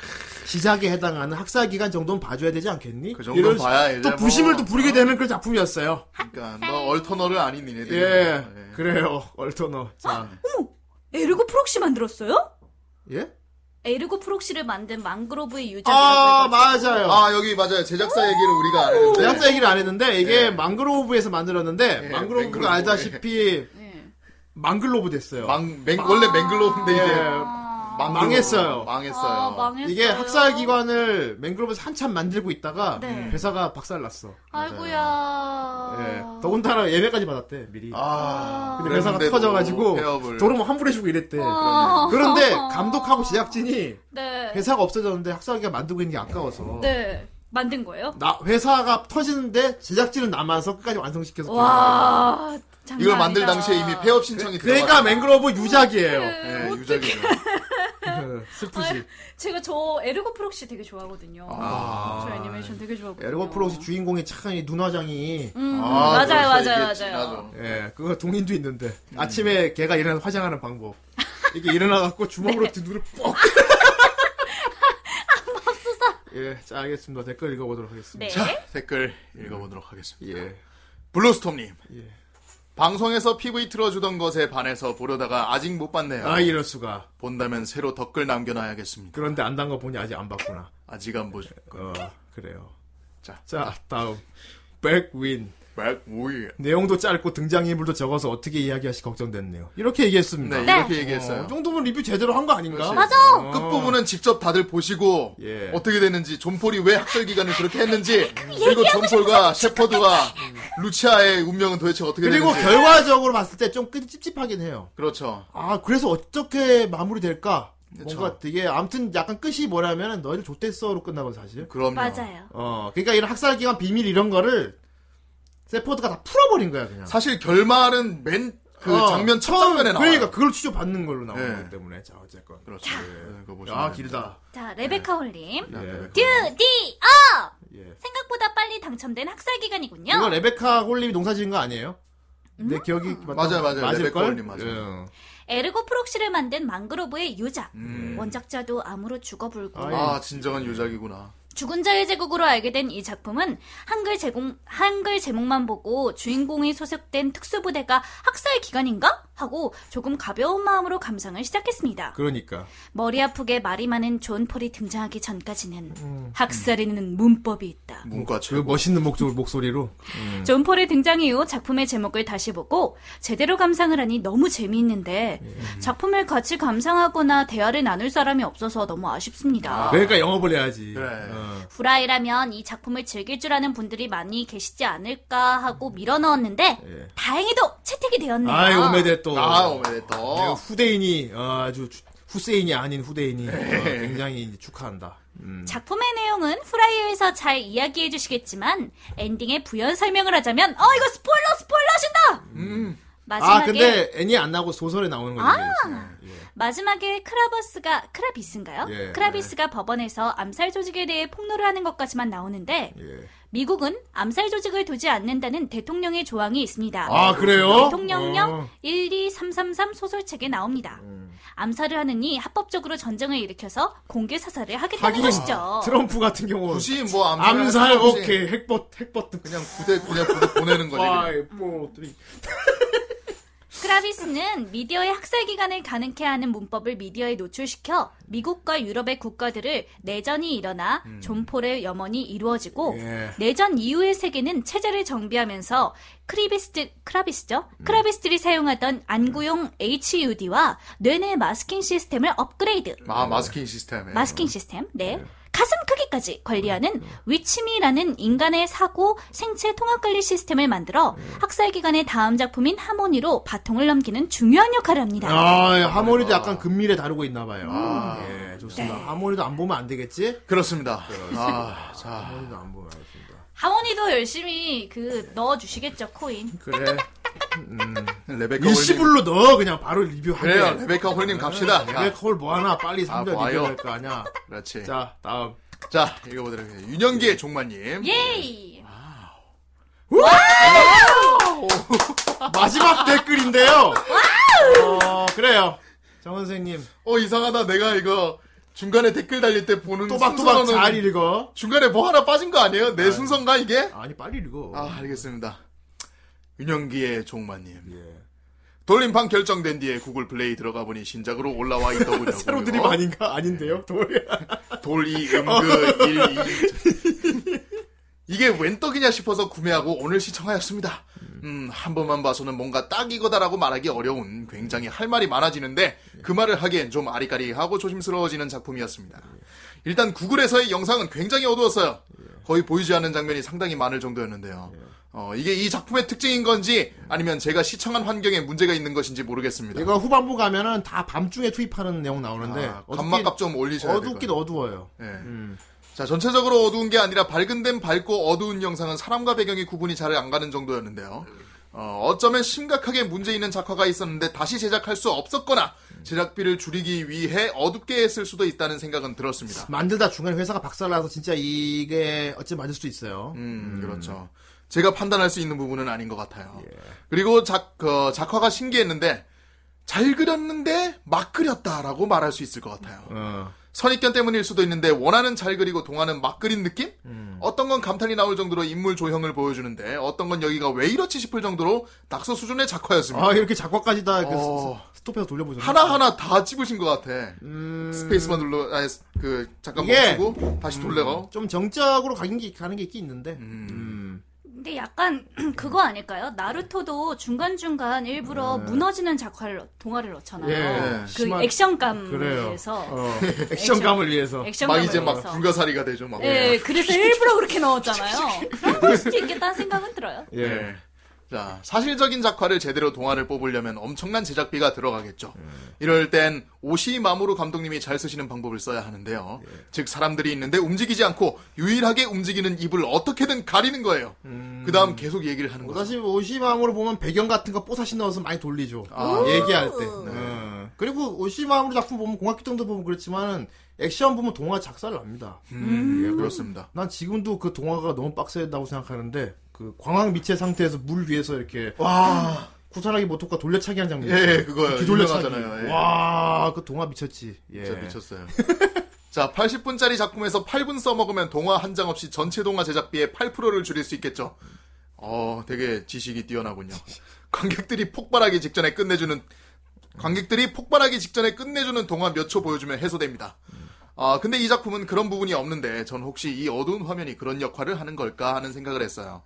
Speaker 1: 시작에 해당하는 학사 기간 정도는 봐줘야 되지 않겠니?
Speaker 2: 그 정도는 봐야 이제
Speaker 1: 또
Speaker 2: 뭐-
Speaker 1: 부심을 또 부리게 되는 그런 작품이었어요.
Speaker 2: 그러니까 너 얼터너를 아닌
Speaker 1: 예,
Speaker 2: 니네들
Speaker 1: 그래요 얼터너 자
Speaker 4: 에르고 프록시 만들었어요?
Speaker 1: 예?
Speaker 4: 에르고 프록시를 만든 망그로브의
Speaker 1: 아
Speaker 4: 유자들이라고
Speaker 1: 맞아요.
Speaker 2: 아 여기 맞아요 제작사 얘기를 우리가 안 했는데 네.
Speaker 1: 제작사 얘기를 안 했는데 이게 망그로브에서 만들었는데 망그로브가
Speaker 2: 맹그로브. 네.
Speaker 1: 알다시피 망글로브 됐어요. 네.
Speaker 2: 망, 맹, 원래 맹글로브인데 이제 망,
Speaker 1: 망했어요.
Speaker 2: 망했어요.
Speaker 1: 이게 학살 기관을 맹그로브에서 한참 만들고 있다가
Speaker 4: 네.
Speaker 2: 음.
Speaker 4: 아.
Speaker 1: 회사가 박살났어.
Speaker 4: 아이고야.
Speaker 1: 예. 더군다나 예매까지 받았대 미리.
Speaker 2: 아,
Speaker 1: 근데 회사가 터져가지고 돈을 뭐 환불해주고 이랬대.
Speaker 4: 아.
Speaker 1: 그런데 감독하고 제작진이
Speaker 4: 네.
Speaker 1: 회사가 없어졌는데 학살 기관 만들고 있는 게 아까워서.
Speaker 4: 네. 만든 거예요?
Speaker 1: 나 회사가 터지는데 제작진은 남아서 끝까지 완성시켜서
Speaker 4: 와. 장난
Speaker 2: 이걸 만들
Speaker 4: 아니다. 네,
Speaker 2: 당시에 이미 폐업 신청이
Speaker 1: 그러니까 맹그로브 유작이에요.
Speaker 2: 예, 유작이죠.
Speaker 1: 슬프지.
Speaker 4: 제가 저 에르고 프록시 되게 좋아하거든요.
Speaker 1: 아.
Speaker 4: 저 애니메이션 되게 좋아하거든요.
Speaker 1: 에르고 프로스 주인공의 착한 이 눈화장이
Speaker 4: 음,
Speaker 1: 아,
Speaker 4: 맞아요,
Speaker 1: 그래서
Speaker 4: 맞아요,
Speaker 1: 이게
Speaker 4: 맞아요.
Speaker 1: 예, 그거 동인도 있는데 아침에 걔가 일어나 서 화장하는 방법. 이게 일어나갖고 주먹으로
Speaker 4: 네.
Speaker 1: 뒤 눈을 뻑. 예, 자 알겠습니다. 댓글 읽어보도록
Speaker 4: 네.
Speaker 1: 하겠습니다.
Speaker 2: 자, 댓글 읽어보도록 하겠습니다.
Speaker 1: 예.
Speaker 2: 블루스톰님.
Speaker 1: 예.
Speaker 2: 방송에서 PV 틀어주던 것에 반해서 보려다가 아직 못 봤네요.
Speaker 1: 아 이럴 수가.
Speaker 2: 본다면 새로 댓글 남겨놔야겠습니다.
Speaker 1: 그런데 안 단 거 보니 아직 안 봤구나.
Speaker 2: 아직 안 보죠.
Speaker 1: 어, 그래요.
Speaker 2: 자,
Speaker 1: 자 다음 백윈.
Speaker 2: 백윈.
Speaker 1: 내용도 짧고 등장인물도 적어서 어떻게 이야기하시 걱정됐네요. 이렇게 얘기했습니다.
Speaker 2: 네, 이렇게 얘기했어요. 그
Speaker 1: 어, 이 정도면 리뷰 제대로 한 거 아닌가?
Speaker 4: 맞아.
Speaker 1: 어.
Speaker 2: 끝부분은 직접 다들 보시고
Speaker 1: 예.
Speaker 2: 어떻게 됐는지 존폴이 왜 학살 기간을 그렇게 했는지 그리고 존폴과 셰퍼드와 루치아의 운명은 도대체 어떻게
Speaker 1: 그리고
Speaker 2: 되는지
Speaker 1: 결과적으로 봤을 때 좀 끝이 찝찝하긴 해요.
Speaker 2: 그렇죠.
Speaker 1: 아, 그래서 어떻게 마무리될까? 뭔가
Speaker 2: 그쵸.
Speaker 1: 되게, 아무튼 약간 끝이 뭐냐면, 너희들 좆됐어로 끝나고 사실.
Speaker 2: 그럼요.
Speaker 4: 맞아요.
Speaker 1: 어, 그러니까 이런 학살기간 비밀 이런 거를, 세포드가 다 풀어버린 거야, 그냥. 어,
Speaker 2: 사실 결말은 맨 그 장면 첫 장면에 나와요.
Speaker 1: 그러니까 그걸 추적받는 걸로 나오는
Speaker 2: 네.
Speaker 1: 거기 때문에 자 어쨌건
Speaker 2: 그렇죠.
Speaker 1: 자,
Speaker 2: 보시면
Speaker 1: 아
Speaker 2: 됩니다.
Speaker 1: 길다.
Speaker 3: 자, 레베카 홀님.
Speaker 1: 네, 레베카
Speaker 3: 드디어!
Speaker 1: 예.
Speaker 3: 생각보다 빨리 당첨된 학살 기간이군요.
Speaker 1: 이거 레베카 홀님이 농사 지은 거 아니에요? 내 기억이
Speaker 2: 맞아요, 맞아요. 레베카
Speaker 1: 걸?
Speaker 2: 홀님 맞아요.
Speaker 1: 예.
Speaker 3: 에르고 프록시를 만든 망그로브의 유작.
Speaker 1: 네.
Speaker 2: 음.
Speaker 3: 원작자도 암으로 죽어불고
Speaker 2: 아,
Speaker 1: 예.
Speaker 2: 진정한 유작이구나.
Speaker 3: 죽은 자의 제국으로 알게 된 이 작품은 한글 제공 한글 제목만 보고 주인공이 소속된 특수부대가 학살 기간인가 하고 조금 가벼운 마음으로 감상을 시작했습니다.
Speaker 1: 그러니까
Speaker 3: 머리 아프게 말이 많은 존 폴이 등장하기 전까지는
Speaker 1: 음.
Speaker 3: 학살에는 문법이 있다.
Speaker 1: 문과 그 멋있는 목소리 목소리로. 음.
Speaker 3: 존 폴의 등장 이후 작품의 제목을 다시 보고 제대로 감상을 하니 너무 재미있는데
Speaker 1: 음.
Speaker 3: 작품을 같이 감상하거나 대화를 나눌 사람이 없어서 너무 아쉽습니다.
Speaker 1: 그러니까 영업을 해야지. 어.
Speaker 3: 후라이라면 이 작품을 즐길 줄 아는 분들이 많이 계시지 않을까 하고 밀어 넣었는데
Speaker 1: 예.
Speaker 3: 다행히도 채택이 되었네요.
Speaker 1: 아이 오메데 또.
Speaker 2: 아, 오메데토.
Speaker 1: 내가 후대인이 아, 아주 주- 후세인이 아닌 후대인이 어, 굉장히 이제 축하한다. 음.
Speaker 3: 작품의 내용은 후라이에서 잘 이야기해 주시겠지만 엔딩의 부연 설명을 하자면 어 이거 스포일러 스포일러신다. 음, 마지막에
Speaker 1: 음. 아 근데 애니 안 나고 소설에 나오는 거지.
Speaker 3: 아! 마지막에 크라버스가 크라비스인가요?
Speaker 1: 예.
Speaker 3: 크라비스가 법원에서 암살 조직에 대해 폭로를 하는 것까지만 나오는데
Speaker 1: 예.
Speaker 3: 미국은 암살 조직을 두지 않는다는 대통령의 조항이 있습니다.
Speaker 1: 아, 그래요?
Speaker 3: 대통령령
Speaker 1: 어. 음.
Speaker 3: 12333 소설책에 나옵니다. 암살을 하느니 합법적으로 전쟁을 일으켜서 공개 사살을 하겠다는
Speaker 1: 하긴
Speaker 3: 것이죠.
Speaker 1: 트럼프 같은 경우
Speaker 2: 굳이 뭐 암살을
Speaker 1: 암살
Speaker 2: 할 필요 없이
Speaker 1: 오케이 핵버 핵버튼
Speaker 2: 그냥 부대 그냥 부대 보내는 거지.
Speaker 1: 아,
Speaker 2: 그냥.
Speaker 1: 5, 4, 3.
Speaker 3: 크라비스는 미디어의 학살 기간을 가능케 하는 문법을 미디어에 노출시켜 미국과 유럽의 국가들을 내전이 일어나 존폴의 염원이 이루어지고
Speaker 1: 예.
Speaker 3: 내전 이후의 세계는 체제를 정비하면서 크리비스트 크라비스죠 크라비스들이 사용하던 안구용 HUD와 뇌내 마스킹 시스템을 업그레이드
Speaker 2: 아, 마스킹 시스템에.
Speaker 3: 마스킹 시스템, 네. 가슴 크기까지
Speaker 1: 네.
Speaker 3: 관리하는 위치미라는 인간의 사고 생체 통합 관리 시스템을 만들어
Speaker 1: 네.
Speaker 3: 학살 기간의 다음 작품인 하모니로 바통을 넘기는 중요한 역할을 합니다.
Speaker 2: 음.
Speaker 1: 아, 하모니도 약간 금밀에 다루고 있나 봐요.
Speaker 2: 아.
Speaker 3: 음.
Speaker 1: 예, 좋습니다.
Speaker 3: 네.
Speaker 1: 하모니도 안 보면 안 되겠지?
Speaker 2: 그렇습니다.
Speaker 1: 아,
Speaker 2: 아,
Speaker 1: 자. 하모니도 안 보면 알겠습니다.
Speaker 3: 하모니도 열심히 그 넣어 주시겠죠 코인.
Speaker 1: 그래.
Speaker 2: 음, 레베카 홀님.
Speaker 1: 일시불로 넣어 그냥 바로 리뷰하게. 네,
Speaker 2: 그래요. 레베카 홀님 갑시다.
Speaker 1: 아, 레베 콜 뭐하나 빨리
Speaker 2: 아,
Speaker 1: 3자
Speaker 2: 봐요.
Speaker 1: 리뷰할 거 아니야.
Speaker 2: 그렇지.
Speaker 1: 자, 다음. 예.
Speaker 2: 자, 읽어보도록 해요. 윤영기의 종마님.
Speaker 3: 예이.
Speaker 1: 마지막 댓글인데요. 어, 그래요. 정 선생님.
Speaker 2: 어, 이상하다. 내가 이거 중간에 댓글 달릴 때 보는
Speaker 1: 또박또박
Speaker 2: 순서로는
Speaker 1: 잘 읽어.
Speaker 2: 중간에 뭐 하나 빠진 거 아니에요? 내 순서인가, 이게?
Speaker 1: 아니, 빨리 읽어.
Speaker 2: 아, 알겠습니다. 윤영기의 종마님.
Speaker 1: 예.
Speaker 2: 돌림판 결정된 뒤에 구글 플레이 들어가 아, 보니 신작으로 올라와 있더군요. 어?
Speaker 1: 새로 드림 아닌가? 아닌데요? 돌.
Speaker 2: 돌이 음그 1, 2. 이게 웬 떡이냐 싶어서 구매하고 오늘 시청하였습니다. 음, 한 번만 봐서는 뭔가 딱 이거다라고 말하기 어려운 굉장히 할 말이 많아지는데 그 말을 하기엔 좀 아리까리하고 조심스러워지는 작품이었습니다. 일단 구글에서의 영상은 굉장히 어두웠어요. 거의 보이지 않는 장면이 상당히 많을 정도였는데요. 어, 이게 이 작품의 특징인 건지 아니면 제가 시청한 환경에 문제가 있는 것인지 모르겠습니다.
Speaker 1: 이거 어, 후반부 가면은 다 밤중에 투입하는 내용 나오는데.
Speaker 2: 아,
Speaker 1: 어둡긴-
Speaker 2: 감막값 좀 올리셔야 돼요.
Speaker 1: 어둡긴 어두워요. 음.
Speaker 2: 예. 자, 전체적으로 어두운 게 아니라 밝은 데는 밝고 어두운 영상은 사람과 배경의 구분이 잘 안 가는 정도였는데요. 어, 어쩌면 심각하게 문제 있는 작화가 있었는데 다시 제작할 수 없었거나 제작비를 줄이기 위해 어둡게 했을 수도 있다는 생각은 들었습니다.
Speaker 1: 만들다 중간에 회사가 박살나서 진짜 이게 어찌 맞을 수도 있어요.
Speaker 2: 음, 그렇죠. 제가 판단할 수 있는 부분은 아닌 것 같아요.
Speaker 1: 예.
Speaker 2: 그리고 작, 어, 작화가 신기했는데 잘 그렸는데 막 그렸다라고 말할 수 있을 것 같아요.
Speaker 1: 어.
Speaker 2: 선입견 때문일 수도 있는데 원하는 잘 그리고 동화는 막 그린 느낌?
Speaker 1: 음.
Speaker 2: 어떤 건 감탄이 나올 정도로 인물 조형을 보여주는데 어떤 건 여기가 왜 이렇지 싶을 정도로 낙서 수준의 작화였습니다.
Speaker 1: 아, 이렇게 작화까지 다 이렇게
Speaker 2: 어.
Speaker 1: 스- 스톱해서 돌려보죠.
Speaker 2: 하나하나 다 집으신 것 같아. 스페이스만 눌러, 아니, 그, 잠깐
Speaker 1: 음. 이게- 음.
Speaker 2: 멈추고, 다시 돌려가.
Speaker 1: 좀 정적으로 가는 게, 가는 게 있긴 있는데. 음.
Speaker 3: 근데 약간 그거 아닐까요? 나루토도 중간중간 일부러 무너지는 작화를 동화를 넣잖아요.
Speaker 1: 네. 예,
Speaker 3: 그
Speaker 1: 심한-
Speaker 3: 액션감에
Speaker 1: 그래요.
Speaker 3: 대해서
Speaker 1: 어, 액션감을 위해서.
Speaker 2: 막
Speaker 3: 액션감을
Speaker 2: 이제 막
Speaker 3: 위해서.
Speaker 2: 불가사리가 되죠, 막.
Speaker 3: 예, 그래서 일부러 그렇게 넣었잖아요. 그런 걸 수도 있겠다는 생각은 들어요.
Speaker 1: 예.
Speaker 2: 네. 자, 사실적인 작화를 제대로 동화를 뽑으려면 엄청난 제작비가 들어가겠죠. 이럴 땐 오시마모루 감독님이 잘 쓰시는 방법을 써야 하는데요. 즉 사람들이 있는데 움직이지 않고 유일하게 움직이는 입을 어떻게든 가리는 거예요. 그다음 계속 얘기를 하는 거죠.
Speaker 1: 사실 뭐 오시마음으로 보면 배경 같은 거 뽀사시 넣어서 많이 돌리죠.
Speaker 2: 아.
Speaker 1: 얘기할 때.
Speaker 2: 네.
Speaker 1: 음. 그리고 오시마음으로 작품 보면 공학기정도 보면 그렇지만 액션 보면 동화 작살 납니다.
Speaker 2: 음, 예, 그렇습니다.
Speaker 1: 난 지금도 그 동화가 너무 빡세다고 생각하는데 그 광학 미체 상태에서 물 위에서 이렇게
Speaker 2: 와.
Speaker 1: 구사라기 모토가 돌려차기 한 장면.
Speaker 2: 예, 예, 그거요.
Speaker 1: 기돌려차기.
Speaker 2: 유명하잖아요. 예.
Speaker 1: 와, 그 동화 미쳤지. 예.
Speaker 2: 진짜 미쳤어요. 자, 80분짜리 작품에서 8분 써먹으면 동화 한 장 없이 전체 동화 제작비의 8%를 줄일 수 있겠죠. 어, 되게 지식이 뛰어나군요. 관객들이 폭발하기 직전에 끝내주는 관객들이 폭발하기 직전에 끝내주는 동화 몇 초 보여주면 해소됩니다. 아, 근데 이 작품은 그런 부분이 없는데 전 혹시 이 어두운 화면이 그런 역할을 하는 걸까 하는 생각을 했어요.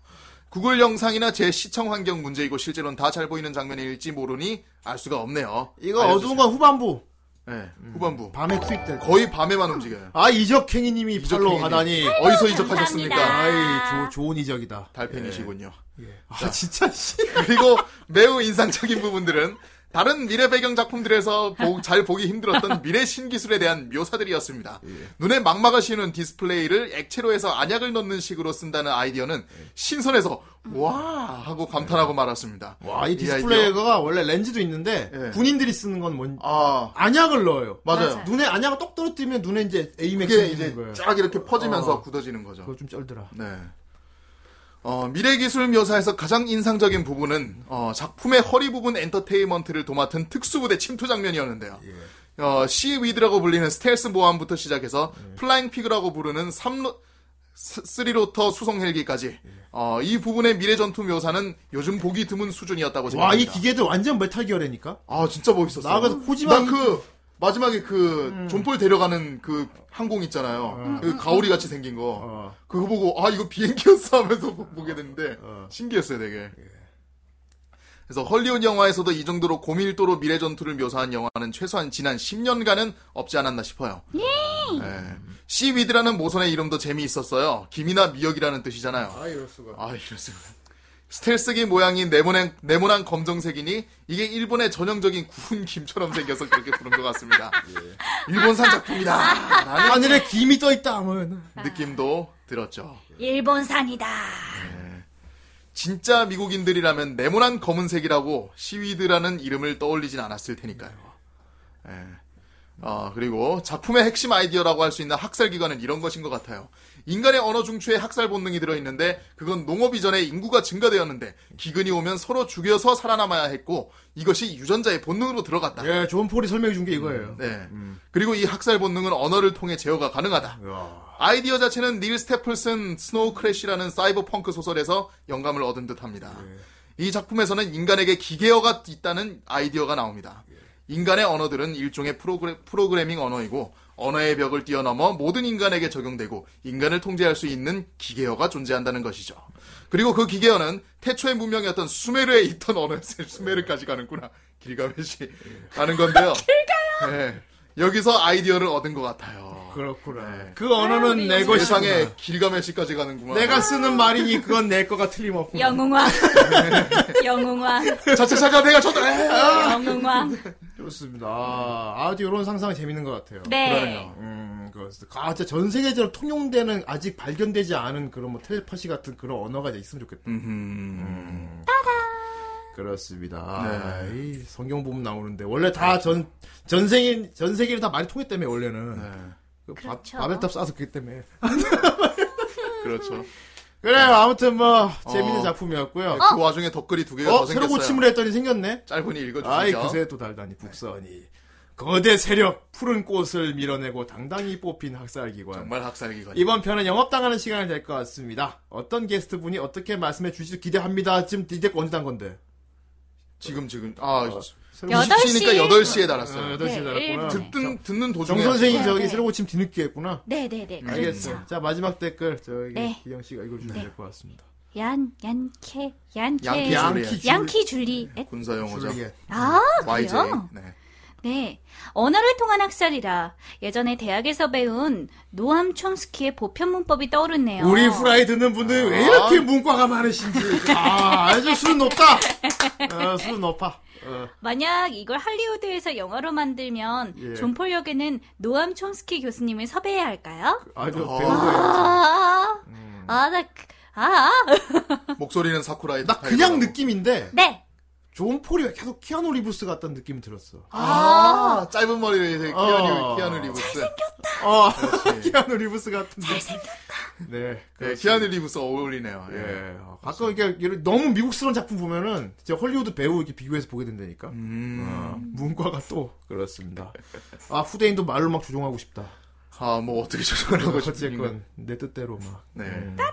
Speaker 2: 구글 영상이나 제 시청 환경 문제이고 실제로는 다 잘 보이는 장면일지 모르니 알 수가 없네요.
Speaker 1: 이거 어두운 건 후반부. 음,
Speaker 2: 네, 후반부.
Speaker 1: 밤에 투입될 거.
Speaker 2: 거의 밤에만 움직여요.
Speaker 1: 아, 이적행이님이 팔로우 하다니.
Speaker 2: 아이고, 어디서 이적하셨습니까?
Speaker 1: 감사합니다. 아이, 조- 좋은 이적이다.
Speaker 2: 달팽이시군요.
Speaker 1: 아, 진짜, 씨.
Speaker 2: 그리고 매우 인상적인 부분들은 다른 미래 배경 작품들에서 보- 잘 보기 힘들었던 미래 신기술에 대한 묘사들이었습니다.
Speaker 1: 예.
Speaker 2: 눈에 막막을 씌우는 디스플레이를 액체로 해서 안약을 넣는 식으로 쓴다는 아이디어는 신선해서 와 하고 감탄하고 말았습니다.
Speaker 1: 와, 이
Speaker 2: 아이디어. 예.
Speaker 1: 디스플레이가 원래 렌즈도 있는데 군인들이 쓰는 건 뭔? 안약을 넣어요.
Speaker 2: 아. 맞아요. 맞아요.
Speaker 1: 눈에 안약을 똑 떨어뜨리면 눈에 이제 에이맥이 아.
Speaker 2: 그게 이제 쫙 이렇게 퍼지면서 굳어지는 거죠.
Speaker 1: 어. 그거 좀 쩔더라.
Speaker 2: 네. 어, 미래 기술 묘사에서 가장 인상적인 부분은 어, 작품의 허리 부분 엔터테인먼트를 도맡은 특수부대 침투 장면이었는데요.
Speaker 1: 예.
Speaker 2: 어, 시위드라고 불리는 스텔스 보안부터 시작해서 플라잉 피그라고 부르는 3로, 3로터 수송 헬기까지
Speaker 1: 예.
Speaker 2: 어, 이 부분의 미래 전투 묘사는 요즘 보기 드문 수준이었다고
Speaker 1: 와, 이
Speaker 2: 생각합니다.
Speaker 1: 기계들 완전 메탈 기어라니까.
Speaker 2: 아 진짜 멋있었어.
Speaker 1: 나가서 코지마 음.
Speaker 2: 나 그 마지막에 그 존폴 데려가는 그 항공 있잖아요. 그 가오리 같이 생긴 거.
Speaker 1: 어.
Speaker 2: 그거 보고 아 이거 비행기였어 하면서 보- 보게 됐는데 신기했어요 되게.
Speaker 1: 예.
Speaker 2: 그래서 헐리우드 영화에서도 이 정도로 고밀도로 미래 전투를 묘사한 영화는 최소한 지난 10년간은 없지 않았나 싶어요.
Speaker 1: 음. 네.
Speaker 2: 예. 시위드라는 모선의 이름도 재미있었어요. 김이나 미역이라는 뜻이잖아요.
Speaker 1: 아, 이럴 수가.
Speaker 2: 아, 이럴수가. 스텔스기 모양이 네모난, 네모난 검정색이니 이게 일본의 전형적인 구운 김처럼 생겨서 그렇게 부른 것 같습니다. 일본산 작품이다. 라는
Speaker 1: 예. 하늘에 김이 떠 있다 하면
Speaker 2: 느낌도 들었죠.
Speaker 4: 일본산이다.
Speaker 2: 진짜 미국인들이라면 네모난 검은색이라고 시위드라는 이름을 떠올리진 않았을 테니까요. 예. 아, 그리고 작품의 핵심 아이디어라고 할 수 있는 학살 기관은 이런 것인 것 같아요. 인간의 언어 중추에 학살 본능이 들어있는데 그건 농업 이전에 인구가 증가되었는데 기근이 오면 서로 죽여서 살아남아야 했고 이것이 유전자의 본능으로 들어갔다.
Speaker 1: 예, 존 폴이 설명해 준 게 이거예요.
Speaker 2: 네.
Speaker 1: 음.
Speaker 2: 그리고 이 학살 본능은 언어를 통해 제어가 가능하다. 아이디어 자체는 닐 스테플슨 스노우 크래시라는 사이버 펑크 소설에서 영감을 얻은 듯 합니다. 이 작품에서는 인간에게 기계어가 있다는 아이디어가 나옵니다. 인간의 언어들은 일종의 프로그래, 프로그래밍 언어이고 언어의 벽을 뛰어넘어 모든 인간에게 적용되고 인간을 통제할 수 있는 기계어가 존재한다는 것이죠. 그리고 그 기계어는 태초의 문명이었던 수메르에 있던 언어에서 수메르까지 가는구나. 길가메시 가는 건데요. 네. 여기서 아이디어를 얻은 것 같아요. 네.
Speaker 1: 그렇구나. 그 언어는 내 것이구나.
Speaker 2: 세상에 길가메시까지 가는구만.
Speaker 1: 내가 쓰는 말이니 그건 내 거가 틀림없고.
Speaker 4: 영웅왕. 영웅왕.
Speaker 2: 자차차가 내가 쳤다.
Speaker 4: 아, 영웅왕.
Speaker 1: 좋습니다. 아, 아주 이런 상상 재밌는 것 같아요.
Speaker 4: 네.
Speaker 1: 그러네요. 음, 그렇습니다. 아, 진짜 전 세계적으로 통용되는 아직 발견되지 않은 그런 뭐 텔레파시 같은 그런 언어가 이제 있으면 좋겠다.
Speaker 2: 음.
Speaker 1: 그렇습니다. 아, 이 성경 보면 나오는데 원래 다 전 전생인 전 세계를 다 많이 통했다며 원래는. 그 바,
Speaker 4: 그렇죠.
Speaker 1: 바벨탑 쌓아서 그기 때문에.
Speaker 2: 그렇죠.
Speaker 1: 그래요. 아무튼 뭐 재밌는
Speaker 2: 어.
Speaker 1: 작품이었고요.
Speaker 2: 네, 그 와중에 덧글이 두 개가
Speaker 1: 어,
Speaker 2: 더
Speaker 1: 새로
Speaker 2: 생겼어요.
Speaker 1: 고침을 했더니 생겼네.
Speaker 2: 짧은이 읽어주시죠.
Speaker 1: 아이 그새 또 달다니 북선이 거대 세력 푸른 꽃을 밀어내고 당당히 뽑힌 학살기관.
Speaker 2: 정말 학살기관.
Speaker 1: 이번 편은 영업당하는 시간이 될 것 같습니다. 어떤 게스트 분이 어떻게 말씀해 주실지 기대합니다. 지금 이제 언제 단 건데? 어,
Speaker 2: 지금 지금 아
Speaker 1: 여덟 시.
Speaker 2: 20시니까 8시에 달았어요.
Speaker 1: 아, 8시에 네, 달았구나. 일본에.
Speaker 2: 듣는 듣는 도중에
Speaker 1: 정 선생이 저기
Speaker 4: 네.
Speaker 1: 새로 고침 뒤늦게 했구나.
Speaker 4: 네네네. 그렇죠.
Speaker 1: 음, 알겠어요. 자 마지막 댓글 저기
Speaker 4: 네.
Speaker 1: 기영 씨가 읽어주면 될 것 같습니다.
Speaker 4: 얀, 얀케, 얀케.
Speaker 1: 양키 줄리엣.
Speaker 4: 양키 줄리엣.
Speaker 2: 군사 용어죠.
Speaker 1: 줄리엣.
Speaker 4: 아,
Speaker 2: YJ.
Speaker 4: 그래요?
Speaker 2: 네.
Speaker 3: 네. 언어를 통한 학살이라 예전에 대학에서 배운 노암 촘스키의 보편 문법이
Speaker 4: 어.
Speaker 3: 떠오르네요.
Speaker 1: 우리 후라이 듣는 분들
Speaker 2: 아.
Speaker 1: 왜 이렇게 문과가 많으신지. 아, 아주 수는 높다. 어, 수는 높아. 어.
Speaker 3: 만약 이걸 할리우드에서 영화로 만들면
Speaker 1: 예.
Speaker 3: 존폴 역에는 노암 촘스키 교수님을 섭외해야 할까요?
Speaker 1: 아니,
Speaker 2: 어.
Speaker 1: 배운 거예요.
Speaker 3: 아,
Speaker 2: 음.
Speaker 3: 아, 나, 그- 아,
Speaker 2: 목소리는 사쿠라이.
Speaker 1: 나 그냥 느낌인데.
Speaker 3: 네.
Speaker 1: 존 폴이 왜 계속 키아누 리브스 같다는 느낌이 들었어.
Speaker 2: 아, 짧은 머리를 이제 키아누,
Speaker 1: 어.
Speaker 2: 키아누 리브스.
Speaker 1: 어, 키아누 리브스 같은 느낌. 네.
Speaker 2: 네, 키아누 리브스 어울리네요. 예.
Speaker 1: 예. 어, 가끔 이렇게 예를- 너무 미국스러운 작품 보면은 진짜 헐리우드 배우 이렇게 비교해서 보게 된다니까.
Speaker 2: 음.
Speaker 1: 어, 문과가 또 그렇습니다. 아 후대인도 말로 막 조종하고 싶다.
Speaker 2: 아 뭐 어떻게 조종을 하고
Speaker 1: 어쨌건 내 뜻대로 막. 음.
Speaker 2: 네.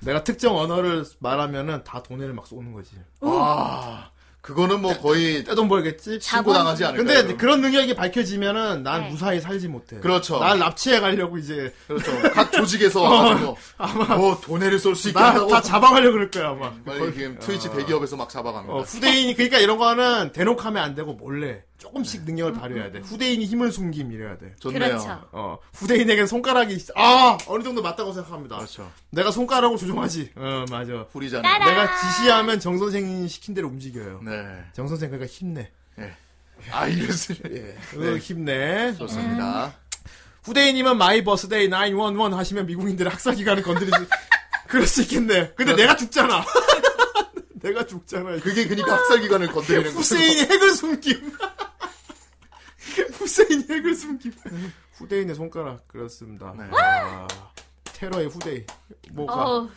Speaker 1: 내가 특정 언어를 말하면은 다 돈을 막 쏘는 거지.
Speaker 2: 와, 그거는 뭐 거의
Speaker 1: 떼돈 벌겠지.
Speaker 2: 신고 당하지 않을까.
Speaker 1: 근데 그런 능력이 밝혀지면은 난
Speaker 2: 네.
Speaker 1: 무사히 살지 못해.
Speaker 2: 그렇죠.
Speaker 1: 날 납치해 가려고 이제. 어,
Speaker 2: 그렇죠. 각 조직에서 와가지고
Speaker 1: 아마
Speaker 2: 뭐 돈을 쏠 수 있게 한다고.
Speaker 1: 나다 잡아가려 고 그럴 거야 아마.
Speaker 2: 빨리 지금 트위치 대기업에서 막 잡아갑니다.
Speaker 1: 어, 후대인이 그러니까 이런 거는 대놓고 하면 안 되고 몰래 조금씩 능력을 발휘해야 돼. 후대인이 힘을 숨김 이래야 돼.
Speaker 2: 네. 좋네요. 그렇죠.
Speaker 1: 어, 후대인에겐 손가락이 있- 아 어느 정도 맞다고 생각합니다.
Speaker 2: 그렇죠.
Speaker 1: 내가 손가락으로 조종하지. 어 맞아.
Speaker 2: 후리잖아. 따란!
Speaker 1: 내가 지시하면 정 선생이 시킨 대로 움직여요.
Speaker 2: 네.
Speaker 1: 정 선생 그러니까 힘내.
Speaker 2: 예. 아 이랬을.
Speaker 1: 예.
Speaker 2: 네.
Speaker 1: 어, 힘내. 음.
Speaker 2: 좋습니다.
Speaker 1: 후대인님은 마이 버스데이 911 하시면 미국인들의 학사 기간을 건드리지. 그럴 수 있겠네. 근데 내가 죽잖아. 내가 죽잖아.
Speaker 2: 그게 그러니까 학살 기간을 건드리는 거죠.
Speaker 1: 후세인이 핵을 숨김. 후세인이 핵을 숨김. 후대인의 손가락 그렇습니다.
Speaker 2: 네.
Speaker 1: 아, 테러의 후대인. 뭐가?
Speaker 3: 어,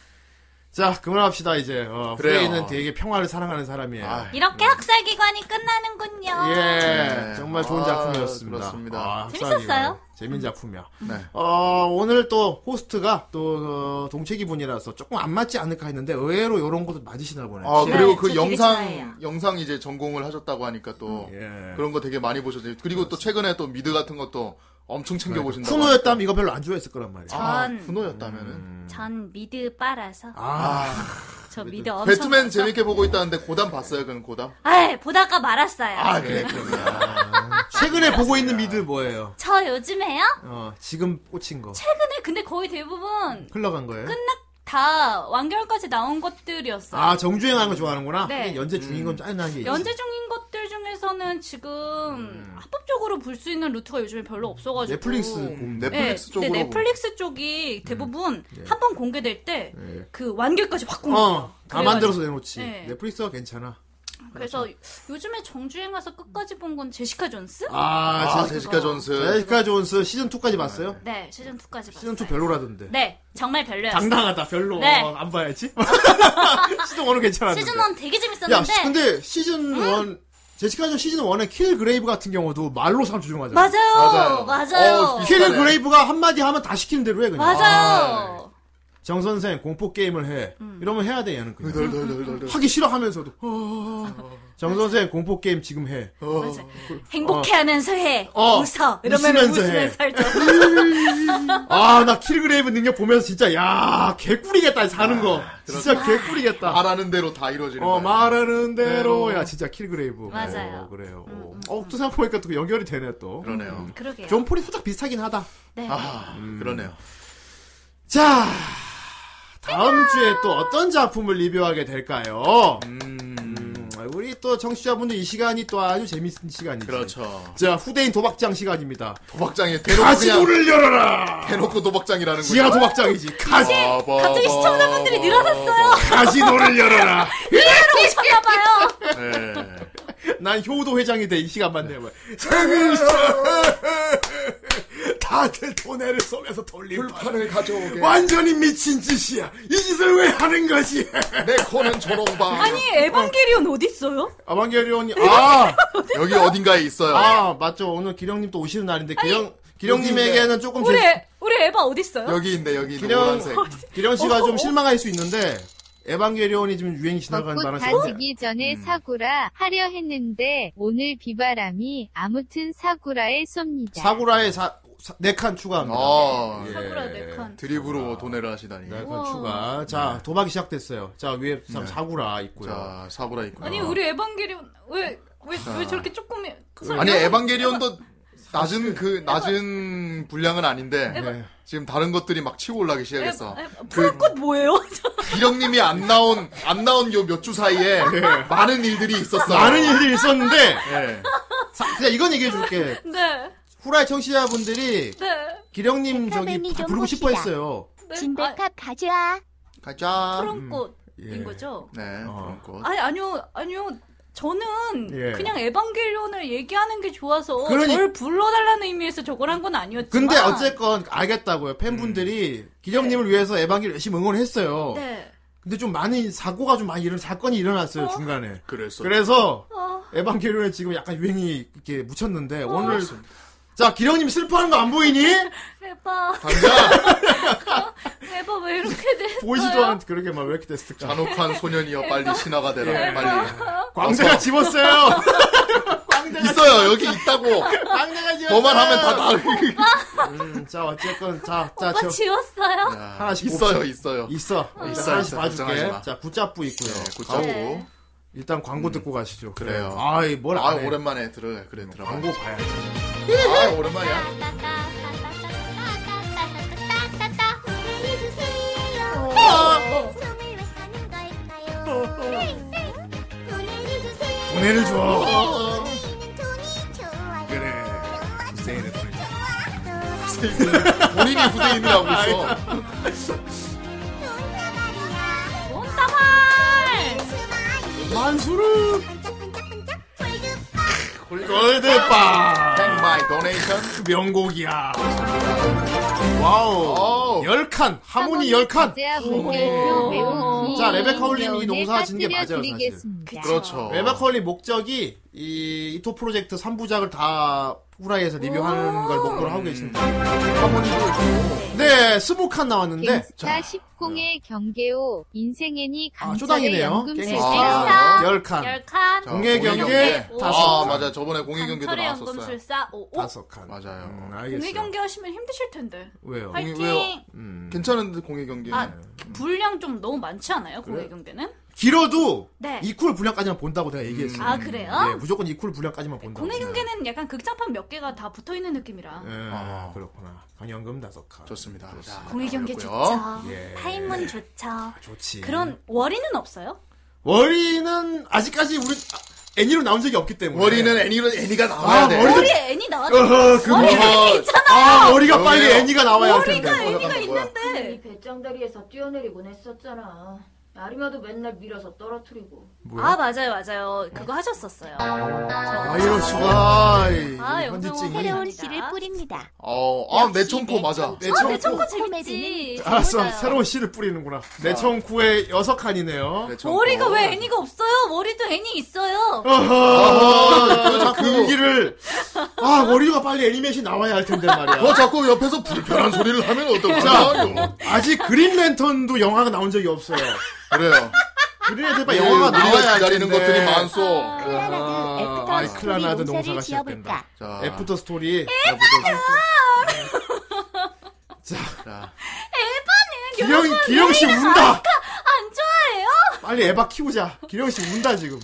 Speaker 1: 자 그만합시다 이제. 어,
Speaker 2: 그래요. 아,
Speaker 1: 후대인은 되게 평화를 사랑하는 사람이에요.
Speaker 3: 이렇게
Speaker 2: 음.
Speaker 3: 학살 기관이 끝나는군요.
Speaker 1: 예, 정말 좋은
Speaker 2: 아,
Speaker 1: 작품이었습니다.
Speaker 2: 그렇습니다.
Speaker 1: 아,
Speaker 3: 재밌었어요?
Speaker 1: 재밌는 작품이야.
Speaker 2: 네.
Speaker 1: 어, 오늘 또 호스트가 또 어, 동체 기분이라서 조금 안 맞지 않을까 했는데 의외로 이런 것도 맞으시나 보네.
Speaker 2: 아 그리고 그
Speaker 1: 영
Speaker 2: 영상 영상 이제 전공을 하셨다고 하니까
Speaker 1: 음,
Speaker 2: 또
Speaker 1: 예.
Speaker 2: 그런 거 되게 많이 보셨죠. 그리고 또 최근에 또 미드 같은 것도 엄청 챙겨
Speaker 1: 그러니까
Speaker 2: 보신다고.
Speaker 1: 쿠노였다면 이거 별로 안 좋아했을 음. 거란 말이야.
Speaker 2: 아,
Speaker 3: 전-
Speaker 2: 쿠노였다면은
Speaker 3: 전 미드 빨아서.
Speaker 1: 아.
Speaker 3: 저 미드 엄청.
Speaker 2: 배트맨
Speaker 3: 봐서-
Speaker 2: 재밌게 보고 있다는데 고담 봤어요? 그럼 고담?
Speaker 3: 아이, 보다가 말았어요.
Speaker 2: 아 그래 그래.
Speaker 1: 최근에 보고 있는 미드 뭐예요?
Speaker 3: 저 요즘에요?
Speaker 1: 어, 지금 꽂힌 거.
Speaker 3: 최근에 근데 거의 대부분
Speaker 1: 흘러간 거예요?
Speaker 3: 끝났, 다 완결까지 나온 것들이었어요.
Speaker 1: 아, 정주행하는 거 좋아하는구나?
Speaker 3: 네.
Speaker 1: 하긴 연재 중인
Speaker 2: 음.
Speaker 1: 건 짜증나는 게 있지. 어,
Speaker 3: 연재 중인 것들 중에서는 지금 합법적으로 볼 수 있는 루트가 요즘에 별로 없어가지고
Speaker 1: 음. 넷플릭스 공- 넷플릭스
Speaker 3: 네,
Speaker 1: 쪽으로
Speaker 3: 근데
Speaker 1: 보면. 음.
Speaker 3: 넷플릭스 쪽이 대부분 한 번 공개될 때 그
Speaker 1: 예.
Speaker 3: 완결까지 확 공개.
Speaker 1: 어, 다 만들어서 내놓지.
Speaker 3: 네.
Speaker 1: 넷플릭스가 괜찮아.
Speaker 3: 그래서 요즘에 정주행 와서 끝까지 본 건 제시카 존스?
Speaker 1: 아,
Speaker 2: 아, 제시카 존스.
Speaker 1: 제시카 존스 시즌2까지 봤어요?
Speaker 3: 네 시즌 2까지 봤어요.
Speaker 1: 시즌2 별로라던데.
Speaker 3: 네 정말 별로였어요.
Speaker 1: 당당하다, 별로.
Speaker 3: 네.
Speaker 1: 어, 안 봐야지. 시즌 1은 괜찮았는데.
Speaker 3: 시즌 1 되게
Speaker 1: 야,
Speaker 3: 재밌었는데 음.
Speaker 1: 시- 근데 시즌 1, 제시카 존 시즌 1의 킬 그레이브 같은 경우도 말로 사람 조종하잖아.
Speaker 3: 맞아요, 맞아요. 맞아요. 어,
Speaker 1: 킬
Speaker 3: 비슷하네.
Speaker 1: 그레이브가 한마디 하면 다 시키는 대로 해, 그냥.
Speaker 3: 맞아요. 네. 음.
Speaker 1: 정 선생 공포 게임을 해 이러면 해야 돼 얘는 그냥
Speaker 2: 덜덜덜덜.
Speaker 1: 하기 싫어하면서도 정 선생 공포 게임 지금 해 어.
Speaker 3: 행복해하면서 해
Speaker 1: 어.
Speaker 3: 웃어 이러면
Speaker 1: 웃으면서
Speaker 3: 웃으면서,
Speaker 1: 해.
Speaker 3: 웃으면서 할 줄.
Speaker 1: 어. 아나 킬그레이브 능력 보면서 진짜 야 개꿀이겠다 사는 거 진짜 개꿀이겠다
Speaker 2: 말하는 대로 다 이루어지는 네.
Speaker 1: 어
Speaker 2: 거야.
Speaker 1: 말하는 대로 야 진짜 킬그레이브
Speaker 3: 맞아요. 음,
Speaker 1: 어, 그래요 어. 어, 또 생각해보니까 또 연결이 되네 또
Speaker 2: 그러네요
Speaker 3: 그러게요.
Speaker 1: 존 폴이 살짝 비슷하긴 하다 음.
Speaker 3: 네.
Speaker 2: 아 그러네요.
Speaker 1: 자 다음
Speaker 3: 아!
Speaker 1: 주에 또 어떤 작품을 리뷰하게 될까요? 음, 우리 또 청취자분들 이 시간이 또 아주 재밌는 시간이죠.
Speaker 2: 그렇죠.
Speaker 1: 자, 후대인 도박장 시간입니다.
Speaker 2: 도박장에 대놓고
Speaker 1: 가지도를
Speaker 2: 그냥
Speaker 1: 열어라!
Speaker 2: 대놓고 도박장이라는 거죠. 아,
Speaker 1: 지하 도박장이지. 가지!
Speaker 3: 갑자기 시청자분들이 늘어났어요.
Speaker 1: 가지노를 열어라!
Speaker 3: 이해로 오셨나봐요.
Speaker 1: 네. 난 효도 회장이 돼, 이 시간만
Speaker 2: 네.
Speaker 1: 되면. 재밌어! 다들 돈에를 속에서 돌리고.
Speaker 2: 불판을 가져오게.
Speaker 1: 네. 완전히 미친 짓이야! 이 짓을 왜 하는 거지?
Speaker 2: 내 코는 조롱방.
Speaker 3: 아니 에반게리온 어디 있어요?
Speaker 1: 아방게리온이, 아!
Speaker 2: 여기 어딘가에 있어요.
Speaker 1: 아, 맞죠. 오늘 기령님 또 오시는 날인데, 기령, 기령님에게는 조금
Speaker 3: 우리
Speaker 1: 죄-
Speaker 3: 에- 우리 에바 어디 있어요?
Speaker 2: 여기 있네 여기 있네
Speaker 1: 기령,
Speaker 2: 노란색.
Speaker 1: 기령
Speaker 3: 어,
Speaker 1: 씨가
Speaker 3: 어.
Speaker 1: 좀 실망할 수 있는데, 에반게리온이 지금 유행이
Speaker 3: 어,
Speaker 1: 지나가는 음.
Speaker 12: 꽃
Speaker 1: 바람에.
Speaker 12: 다지기 전에 사구라 하려 했는데 오늘 비바람이 아무튼 사구라에 쏩니다.
Speaker 1: 사구라에 사, 사, 네칸 추가합니다.
Speaker 2: 아,
Speaker 12: 사구라
Speaker 2: 예.
Speaker 12: 네 칸.
Speaker 2: 드립으로 돈해를 하시다니.
Speaker 1: 네칸 추가. 자, 도박이 시작됐어요. 자, 위에 사- 사구라 있고요.
Speaker 2: 자, 네. 사구라 있고요.
Speaker 3: 아니 우리 에반게리온 왜 왜, 왜 저렇게 그 조금
Speaker 2: 아니 에반게리온도 낮은 그 낮은 분량은 아닌데 네,
Speaker 3: 에바-
Speaker 2: 지금 다른 것들이 막 치고 올라기 시작했어. 그
Speaker 3: 푸른꽃 뭐예요?
Speaker 2: 기령님이 안 나온 안 나온 요 몇 주 사이에
Speaker 3: 네.
Speaker 1: 예.
Speaker 2: 많은 일들이 있었어.
Speaker 1: 많은 일들이 있었는데
Speaker 2: 예.
Speaker 1: 자, 그냥 이건 얘기해 줄게.
Speaker 3: 네.
Speaker 1: 후라이 청취자분들이
Speaker 3: 네.
Speaker 1: 기령님 저기 다 부르고 싶어 했어요.
Speaker 3: 아,
Speaker 14: 진백합 가져와.
Speaker 1: 가자.
Speaker 3: 푸른꽃인
Speaker 1: 예.
Speaker 3: 거죠?
Speaker 2: 음. 네,
Speaker 1: 어.
Speaker 2: 그런 거.
Speaker 3: 아니 아니요 아니요 저는
Speaker 1: 예.
Speaker 3: 그냥 에반게리온을 얘기하는 게 좋아서
Speaker 1: 그러니-
Speaker 3: 저를 불러달라는 의미에서 저걸 한 건 아니었지만
Speaker 1: 근데 어쨌건 알겠다고요. 팬분들이
Speaker 2: 음.
Speaker 1: 기령님을 위해서 에반길 열심히 응원했어요.
Speaker 3: 네.
Speaker 1: 근데 좀 많이 사고가 좀 많이 일어 사건이 일어났어요 중간에.
Speaker 2: 그래서
Speaker 1: 그래서
Speaker 3: 어.
Speaker 1: 에반게리온에 지금 약간 유행이 이렇게 묻혔는데
Speaker 2: 어,
Speaker 1: 오늘
Speaker 2: 그렇습니다.
Speaker 1: 자 기령님 슬퍼하는 거 안 보이니?
Speaker 3: 에바 에바 왜 이렇게 됐어요?
Speaker 1: 보이지도 않 그러게 막 왜 이렇게 됐을까?
Speaker 2: 잔혹한 소년이여 빨리 신화가 되라
Speaker 1: 예.
Speaker 2: 빨리.
Speaker 1: 광대가
Speaker 2: 어서.
Speaker 1: 집었어요.
Speaker 2: 있어요 아. 여기 있다고.
Speaker 1: 광대가 집었어요.
Speaker 2: 너만 하면 다 나를.
Speaker 1: 음, 자 어쨌건 자자
Speaker 3: 오빠 지웠어요?
Speaker 1: 하나씩
Speaker 2: 있어요,
Speaker 1: 뽑자.
Speaker 2: 있어요.
Speaker 1: 있어
Speaker 2: 어,
Speaker 1: 있어
Speaker 2: 있어요,
Speaker 1: 하나씩
Speaker 2: 있어요. 걱정하지
Speaker 1: 봐줄게
Speaker 2: 마.
Speaker 1: 자 굿잡부 있고요
Speaker 2: 네, 굿잡부. 네.
Speaker 1: 일단 광고 듣고 가시죠
Speaker 2: 그래요.
Speaker 1: 아이 뭘
Speaker 2: 아,
Speaker 1: 안 해.
Speaker 2: 오랜만에 들어가 그래 들어가.
Speaker 1: 광고 봐야지.
Speaker 2: 아 오랜만이야.
Speaker 3: 어.
Speaker 1: 어. 돈을
Speaker 3: 어.
Speaker 1: 줘
Speaker 2: 그래. 후세인을 보내줘. 본인이 후세인이라고 있어.
Speaker 1: 만수르
Speaker 2: 골드바. Thank my donation.
Speaker 1: 명곡이야 와우 열칸 하모니 열칸
Speaker 12: 자, 물결표 배우기.
Speaker 1: 자 레베카 홀님이 농사 짓는 게 맞아요 사실
Speaker 12: 드리겠습니다.
Speaker 2: 그렇죠.
Speaker 1: 레바컬리 목적이 이 이토 프로젝트 3부작을 다 후라이에서 리뷰하는 걸 목표로
Speaker 2: 음.
Speaker 1: 하고 계십니다. 네, 스모칸 나왔는데
Speaker 12: 갱스타 10공의 경계호 인생애니
Speaker 1: 아,
Speaker 12: 강철의
Speaker 1: 쪼당이네요.
Speaker 12: 연금술사
Speaker 1: 갱스타. 아, 열 칸.
Speaker 3: 열칸
Speaker 1: 자, 공예 공예 경계 경계. 다섯
Speaker 2: 아,
Speaker 1: 칸.
Speaker 2: 맞아. 저번에 공예 경기도
Speaker 3: 강철의
Speaker 2: 나왔었어요.
Speaker 3: 연금술사 오, 오.
Speaker 1: 다섯 칸. 음,
Speaker 2: 맞아요. 어.
Speaker 3: 공예 경기 하시면 힘드실 텐데
Speaker 1: 왜요? 음. 네.
Speaker 3: 파이팅!
Speaker 2: 괜찮은데 공예 경기.
Speaker 3: 아 분량 좀 너무 많지 않아요? 공예
Speaker 1: 그래요?
Speaker 3: 경기는?
Speaker 1: 길어도
Speaker 3: 네.
Speaker 1: 이쿨 분량까지만 본다고 내가 얘기했어요.
Speaker 3: 아, 그래요?
Speaker 1: 네, 무조건 이쿨 분량까지만 본다고.
Speaker 3: 공예 경기는 약간 극장판 몇 개가 다 붙어 있는 느낌이라
Speaker 1: 예,
Speaker 2: 아.
Speaker 1: 그렇구나. 강연금 다섯 칸. 좋습니다.
Speaker 3: 공예 경기 좋죠.
Speaker 1: 예. 아,
Speaker 3: 타임은 좋죠.
Speaker 1: 좋지.
Speaker 3: 그런 월인은 없어요?
Speaker 1: 월이는 아직까지 우리 아, 애니로 나온 적이 없기 때문에.
Speaker 2: 월이는 애니로- 애니가 나와야
Speaker 1: 아,
Speaker 2: 돼.
Speaker 1: 월이-
Speaker 3: 머리에 애니 나왔
Speaker 1: 어허, 그거.
Speaker 3: 머리에 있잖아요.
Speaker 1: 아, 머리가 빨리 애니가 나와야 할 텐데.
Speaker 15: 이 배짱다리에서 뛰어내리곤 했었잖아. 아리마도 맨날 밀어서 떨어뜨리고.
Speaker 3: 아 맞아요 맞아요 그거 하셨었어요.
Speaker 1: 아, 이럴 수가.
Speaker 3: 아 영상은
Speaker 14: 새로운 씨를 뿌립니다.
Speaker 2: 어, 아, 내청코 맞아.
Speaker 3: 아, 내 청코 재밌지.
Speaker 1: 알았어.
Speaker 3: 재밌어요.
Speaker 1: 새로운 씨를 뿌리는구나. 내청구에 여섯 칸이네요.
Speaker 3: 머리가 왜 애니가 없어요? 머리도 애니 있어요.
Speaker 1: 어허, 그 얘기를. 아, 머리가 빨리 애니메이션 나와야 할 텐데 말이야.
Speaker 2: 너뭐 자꾸 옆에서 불편한 소리를 하면 어떡하냐.
Speaker 1: 자, 아직 그린 랜턴도 영화가 나온 적이 없어요.
Speaker 2: 그래요.
Speaker 1: 그린 랜턴
Speaker 2: 예,
Speaker 1: 영화가
Speaker 2: 우리가
Speaker 1: 나와야 할
Speaker 2: 기다리는
Speaker 1: 텐데.
Speaker 2: 것들이 많소.
Speaker 3: 아,
Speaker 1: 클라나드, 어. 아이, 클라나드 농사가 시작된다. 애프터 스토리.
Speaker 2: 자,
Speaker 3: 에바는
Speaker 1: 기영-
Speaker 3: 여러분
Speaker 1: 기영 씨
Speaker 3: 레이라
Speaker 1: 운다.
Speaker 3: 아까 안 좋아해요?
Speaker 1: 빨리 에바 키우자. 기령 씨 운다 지금.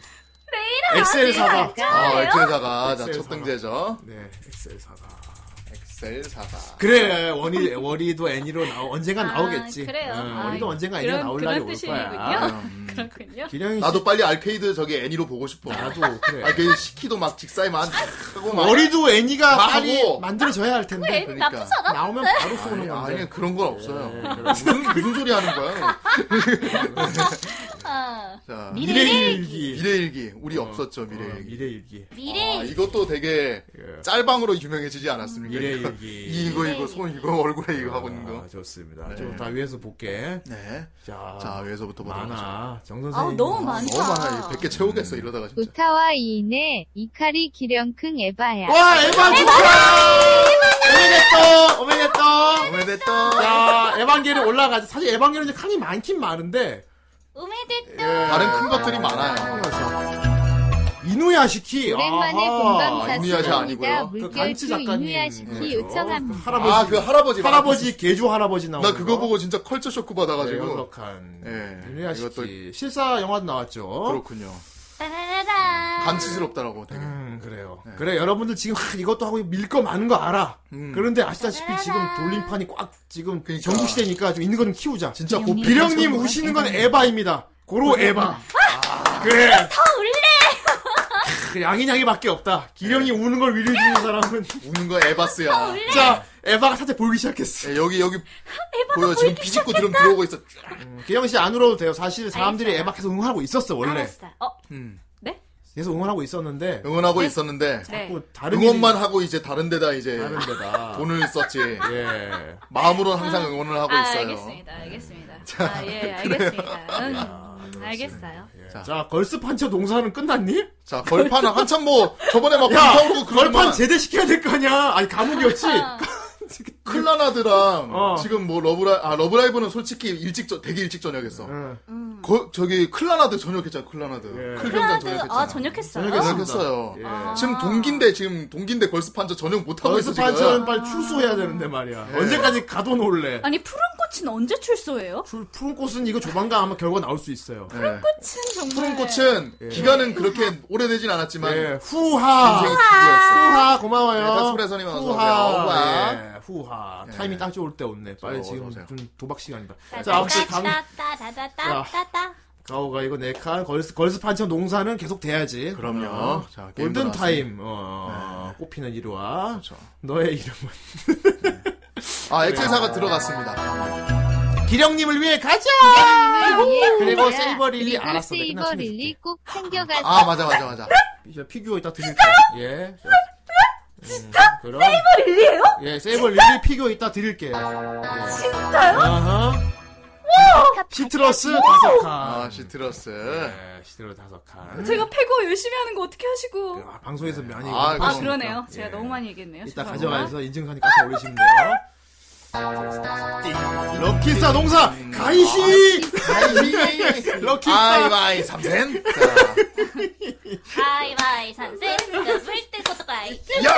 Speaker 3: 레이라
Speaker 1: 엑셀
Speaker 3: 아직
Speaker 1: 사가.
Speaker 3: 안 좋아해요?
Speaker 2: 엑셀사가. 자,
Speaker 1: 엑셀
Speaker 2: 첫
Speaker 1: 사가.
Speaker 2: 등재죠.
Speaker 1: 네, 엑셀 사가.
Speaker 2: 엑셀 사가.
Speaker 1: 그래 원이 워리도 애니로 나오 언젠가
Speaker 3: 아,
Speaker 1: 나오겠지.
Speaker 3: 그래요? 아,
Speaker 1: 리도 언젠가 애니가
Speaker 3: 그런-
Speaker 1: 나올
Speaker 3: 그런
Speaker 1: 날이 올 거야.
Speaker 3: 뜻이군요. 그렇군요.
Speaker 1: 기령이
Speaker 2: 나도 빨리 알케이드 저기 애니로 보고 싶어.
Speaker 1: 나도 그래.
Speaker 2: 알케이드 시키도 막 직사에만 하고 막.
Speaker 1: 그 머리도 애니가
Speaker 2: 다
Speaker 1: 빨리
Speaker 2: 하고.
Speaker 1: 만들어져야 할 텐데.
Speaker 2: 애니 그러니까. 나쁘지 않았는데.
Speaker 1: 나오면 바로 쏘는
Speaker 2: 아니,
Speaker 1: 건데. 네,
Speaker 2: 아니 그런 건 없어요. 무슨, 무슨 소리 하는 거야?
Speaker 3: 어,
Speaker 2: 자,
Speaker 1: 미래일기. 어,
Speaker 2: 미래일기. 우리 없었죠, 미래일기.
Speaker 1: 미래일기. 예.
Speaker 2: 아, 이것도 되게 짤방으로 유명해지지 않았습니까?
Speaker 1: 미래일기. 음,
Speaker 2: 이 이거 이거 손 이거 얼굴에 이거 하고 있는 거.
Speaker 1: 아, 좋습니다.
Speaker 2: 네.
Speaker 1: 좀다 위에서 볼게.
Speaker 2: 네.
Speaker 1: 자,
Speaker 2: 자, 위에서부터 보도록
Speaker 1: 많아. 정
Speaker 3: 아우,
Speaker 1: 선생님.
Speaker 3: 너무 많다.
Speaker 2: 너무 많아. 100개 채우겠어 이러다가 진짜.
Speaker 12: 우타와 이인의 이카리 기령큰 에바야.
Speaker 1: 와, 에바 축하! 오메데또! 오메데또! 오메데또! 자, 에반게리온 올라가죠. 사실 에반게리온 칸이 많긴 많은데.
Speaker 3: 오메데또!
Speaker 1: 다른
Speaker 2: 큰 것들이 많아요.
Speaker 1: 이누야시키.
Speaker 12: 오랜만에
Speaker 1: 아하. 그
Speaker 12: 공감 샀습니다. 물결표
Speaker 1: 네.
Speaker 12: 이누야시키 요청합니다.
Speaker 1: 할아버지.
Speaker 2: 아, 그 할아버지
Speaker 1: 할아버지, 개조 할아버지 나오는
Speaker 2: 나 그거 보고 진짜 컬처 쇼크 받아가지고.
Speaker 1: 네, 한
Speaker 2: 예.
Speaker 1: 이누야시키. 실사 영화도 나왔죠.
Speaker 2: 그렇군요.
Speaker 3: 따라라라.
Speaker 2: 감치스럽더라고 되게.
Speaker 1: 음,
Speaker 2: 네.
Speaker 1: 그래요. 그래 여러분들 지금 하, 이것도 하고 밀 거 많은 거 알아.
Speaker 2: 음.
Speaker 1: 그런데 아시다시피 지금 돌림판이 꽉 지금 전국 시대니까 좀 있는 거는 키우자.
Speaker 2: 그러니까. 진짜
Speaker 1: 고
Speaker 2: 고삐.
Speaker 1: 비령님 우시는 건 에바입니다. 고로 에바. 아, 그래.
Speaker 4: 더 울래.
Speaker 1: 그 양이냥이밖에 없다. 기령이 우는 걸 위로해 주는 사람은
Speaker 2: 네. 우는 거 에바스야. 네,
Speaker 1: 자, 에바가 살짝 보이기 시작했어.
Speaker 2: 여기 여기 보여 지금 비집고 들으면 들어오고 있어.
Speaker 1: 기령 씨 안 울어도 돼요. 사실 사람들이 에바 계속 응원하고 있었어 원래.
Speaker 4: 어,
Speaker 2: 음.
Speaker 4: 네?
Speaker 1: 계속 응원하고 있었는데
Speaker 2: 응원하고
Speaker 1: 네.
Speaker 2: 있었는데
Speaker 1: 자꾸 다른
Speaker 2: 응원만 하고 이제 다른 데다 이제
Speaker 1: 다른 데다. 예.
Speaker 2: 돈을 썼지. 마음으로는 항상 응원을 하고
Speaker 3: 아,
Speaker 2: 있어요.
Speaker 4: 네.
Speaker 3: 알겠습니다. 알겠습니다. 아, 예, 알겠습니다. 음, 알겠어요.
Speaker 4: 예.
Speaker 1: 자, 걸스 판처 농사는 끝났니?
Speaker 2: 자, 걸판은 한참 뭐 저번에 막
Speaker 1: 야,
Speaker 2: 불타오르고 그런
Speaker 1: 걸판
Speaker 2: 동안
Speaker 1: 제대시켜야 될 거 아니야. 아니 가문이었지.
Speaker 2: 클라나드랑
Speaker 1: 어.
Speaker 2: 지금 뭐 러브라 아 러브라이브는 솔직히 일찍 저, 되게 일찍 저녁했어.
Speaker 3: 음.
Speaker 2: 거- 저기 클라나드 저녁했잖아 클라나드.
Speaker 1: 예.
Speaker 2: 클병장
Speaker 4: 클라드
Speaker 2: 저녁했잖아.
Speaker 4: 아 저녁했어요.
Speaker 2: 저녁했어요. 지금 동기인데 지금 동기인데 걸스판처 전역 못 하고
Speaker 1: 걸스
Speaker 2: 있어 지금.
Speaker 1: 판처는 빨리 출소해야 되는데 말이야.
Speaker 2: 예.
Speaker 1: 언제까지 가둬놓을래?
Speaker 4: 아니 푸른 꽃은 언제 출소해요?
Speaker 1: 푸른 꽃은 이거 조만간 아마 결과 나올 수 있어요.
Speaker 4: 꽃은 정말
Speaker 2: 푸른 꽃은 예. 기간은 그렇게 오래되진 않았지만
Speaker 1: 예, 후하.
Speaker 2: 인생의
Speaker 1: 후하.
Speaker 2: 네. 기부였어.
Speaker 1: 후하, 고마워요.
Speaker 2: 네, 다스프레소님 어서
Speaker 1: 후하.
Speaker 2: 오세요. 후하.
Speaker 1: 예, 후하.
Speaker 2: 예.
Speaker 1: 타이밍 딱 좋을 때 없네. 빨리
Speaker 2: 어서
Speaker 1: 지금
Speaker 2: 오세요.
Speaker 1: 좀 도박 시간이다. 자, 아무튼 감,
Speaker 4: 따따따따따따따.
Speaker 1: 가오가 이거 네칸 걸스 걸스 판처 농사는 계속 돼야지.
Speaker 2: 그럼요. 네.
Speaker 1: 어,
Speaker 2: 자, 게임도
Speaker 1: 골든
Speaker 2: 나왔으니.
Speaker 1: 타임. 어, 꽃피는 이리 와. 너의 이름은
Speaker 2: 아 엑셀사가 들어갔습니다.
Speaker 1: 기령님을 위해 가자. 그리고 세이버 릴리 알았어. 내가
Speaker 12: 세이버
Speaker 1: 끝나면 줄게.
Speaker 12: 릴리 꼭 챙겨가자.
Speaker 2: 아 맞아 맞아 맞아.
Speaker 1: 이제 피규어 이따 드릴게요. 예. 진짜? 음, 그럼.
Speaker 4: 세이버 릴리예요?
Speaker 1: 예, 세이버 릴리 피규어 이따 드릴게요.
Speaker 4: 아,
Speaker 3: 아,
Speaker 4: 진짜요?
Speaker 1: 아하.
Speaker 3: 어?
Speaker 1: 시트러스 다섯 칸. 아,
Speaker 2: 시트러스.
Speaker 1: 네, 시트러스 다섯 칸.
Speaker 4: 아, 제가 패고 열심히 하는 거 어떻게 하시고?
Speaker 1: 아, 방송에서 많이.
Speaker 2: 아,
Speaker 4: 아
Speaker 1: 얘기했으니까.
Speaker 4: 그러네요. 제가 아!
Speaker 1: 예.
Speaker 4: 너무 많이 얘기했네요.
Speaker 1: 이따
Speaker 4: 죄송합니다.
Speaker 1: 가져가서 인증사니 까서 올리시면 돼요. 럭키스타 농사 가이시
Speaker 2: 가이시
Speaker 1: 럭키스타
Speaker 2: 아이바이 삼센
Speaker 4: 하이바이 산세 그 물때 고토가이
Speaker 2: 야!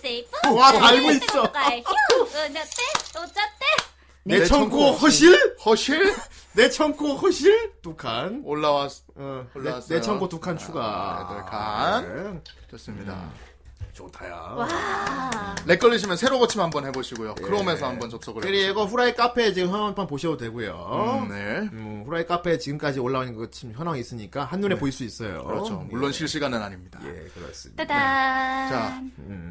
Speaker 4: 세이프
Speaker 1: 와, 다 알고 있어.
Speaker 4: 휴 어쩌대
Speaker 1: 내 청코 허실
Speaker 2: 허실
Speaker 1: 내 청코 허실 두 칸
Speaker 2: 올라왔 올라왔어요.
Speaker 1: 내 청코 두 칸 추가 예. 음.
Speaker 2: 여덟 칸. 좋습니다.
Speaker 1: 좋다야
Speaker 2: 렉 걸리시면 새로 고침 한번 해보시고요. 크롬에서 한번 접속을 해보세요.
Speaker 1: 예. 그리고 후라이 카페 지금 현황판 보셔도 되고요.
Speaker 2: 음, 네.
Speaker 1: 음, 후라이 카페 지금까지 올라온 거 지금 현황이 있으니까 한눈에
Speaker 2: 네.
Speaker 1: 보일 수 있어요.
Speaker 2: 그렇죠. 물론 실시간은 아닙니다.
Speaker 1: 예, 그렇습니다.
Speaker 4: 따단
Speaker 2: 자,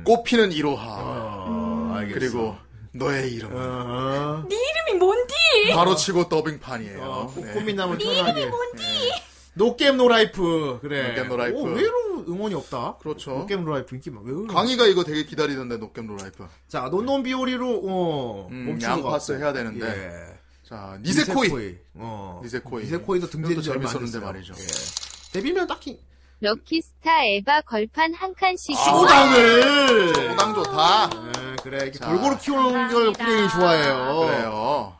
Speaker 2: 꽃피는 이로하.
Speaker 1: 어,
Speaker 2: 음.
Speaker 1: 알겠어. 어.
Speaker 2: 그리고 너의 이름.
Speaker 4: 네 이름이 뭔디
Speaker 2: 바로 치고 더빙판이에요. 네.
Speaker 1: 꽃미남을
Speaker 4: 네 이름이
Speaker 1: 편하게.
Speaker 4: 뭔디
Speaker 1: 어, 노게임 노라이프 그래.
Speaker 2: 노게임 노라이프.
Speaker 1: 네. 오, 왜로 응원이 없다? 뭐
Speaker 2: 그렇죠.
Speaker 1: 노게임 노라이프 인기 막 왜? 그러나?
Speaker 2: 강희가 이거 되게 기다리던데 녹겜 롤라이프.
Speaker 1: 자 논논 비오리로 어
Speaker 2: 음,
Speaker 1: 멈추는 것
Speaker 2: 양파스
Speaker 1: 같고.
Speaker 2: 해야 되는데.
Speaker 1: 예.
Speaker 2: 자 니세코이.
Speaker 1: 어
Speaker 2: 니세코이.
Speaker 1: 니세코이도 등재도
Speaker 2: 이것도 재밌었는데 말이죠.
Speaker 1: 예. 데뷔면 딱히
Speaker 12: 럭키스타 에바 걸판 한 칸씩.
Speaker 1: 아, 초당을
Speaker 2: 초당 좋다.
Speaker 1: 네, 그래 이렇게
Speaker 2: 자.
Speaker 1: 골고루 키우는 걸 굉장히 좋아해요. 음.
Speaker 2: 그래요.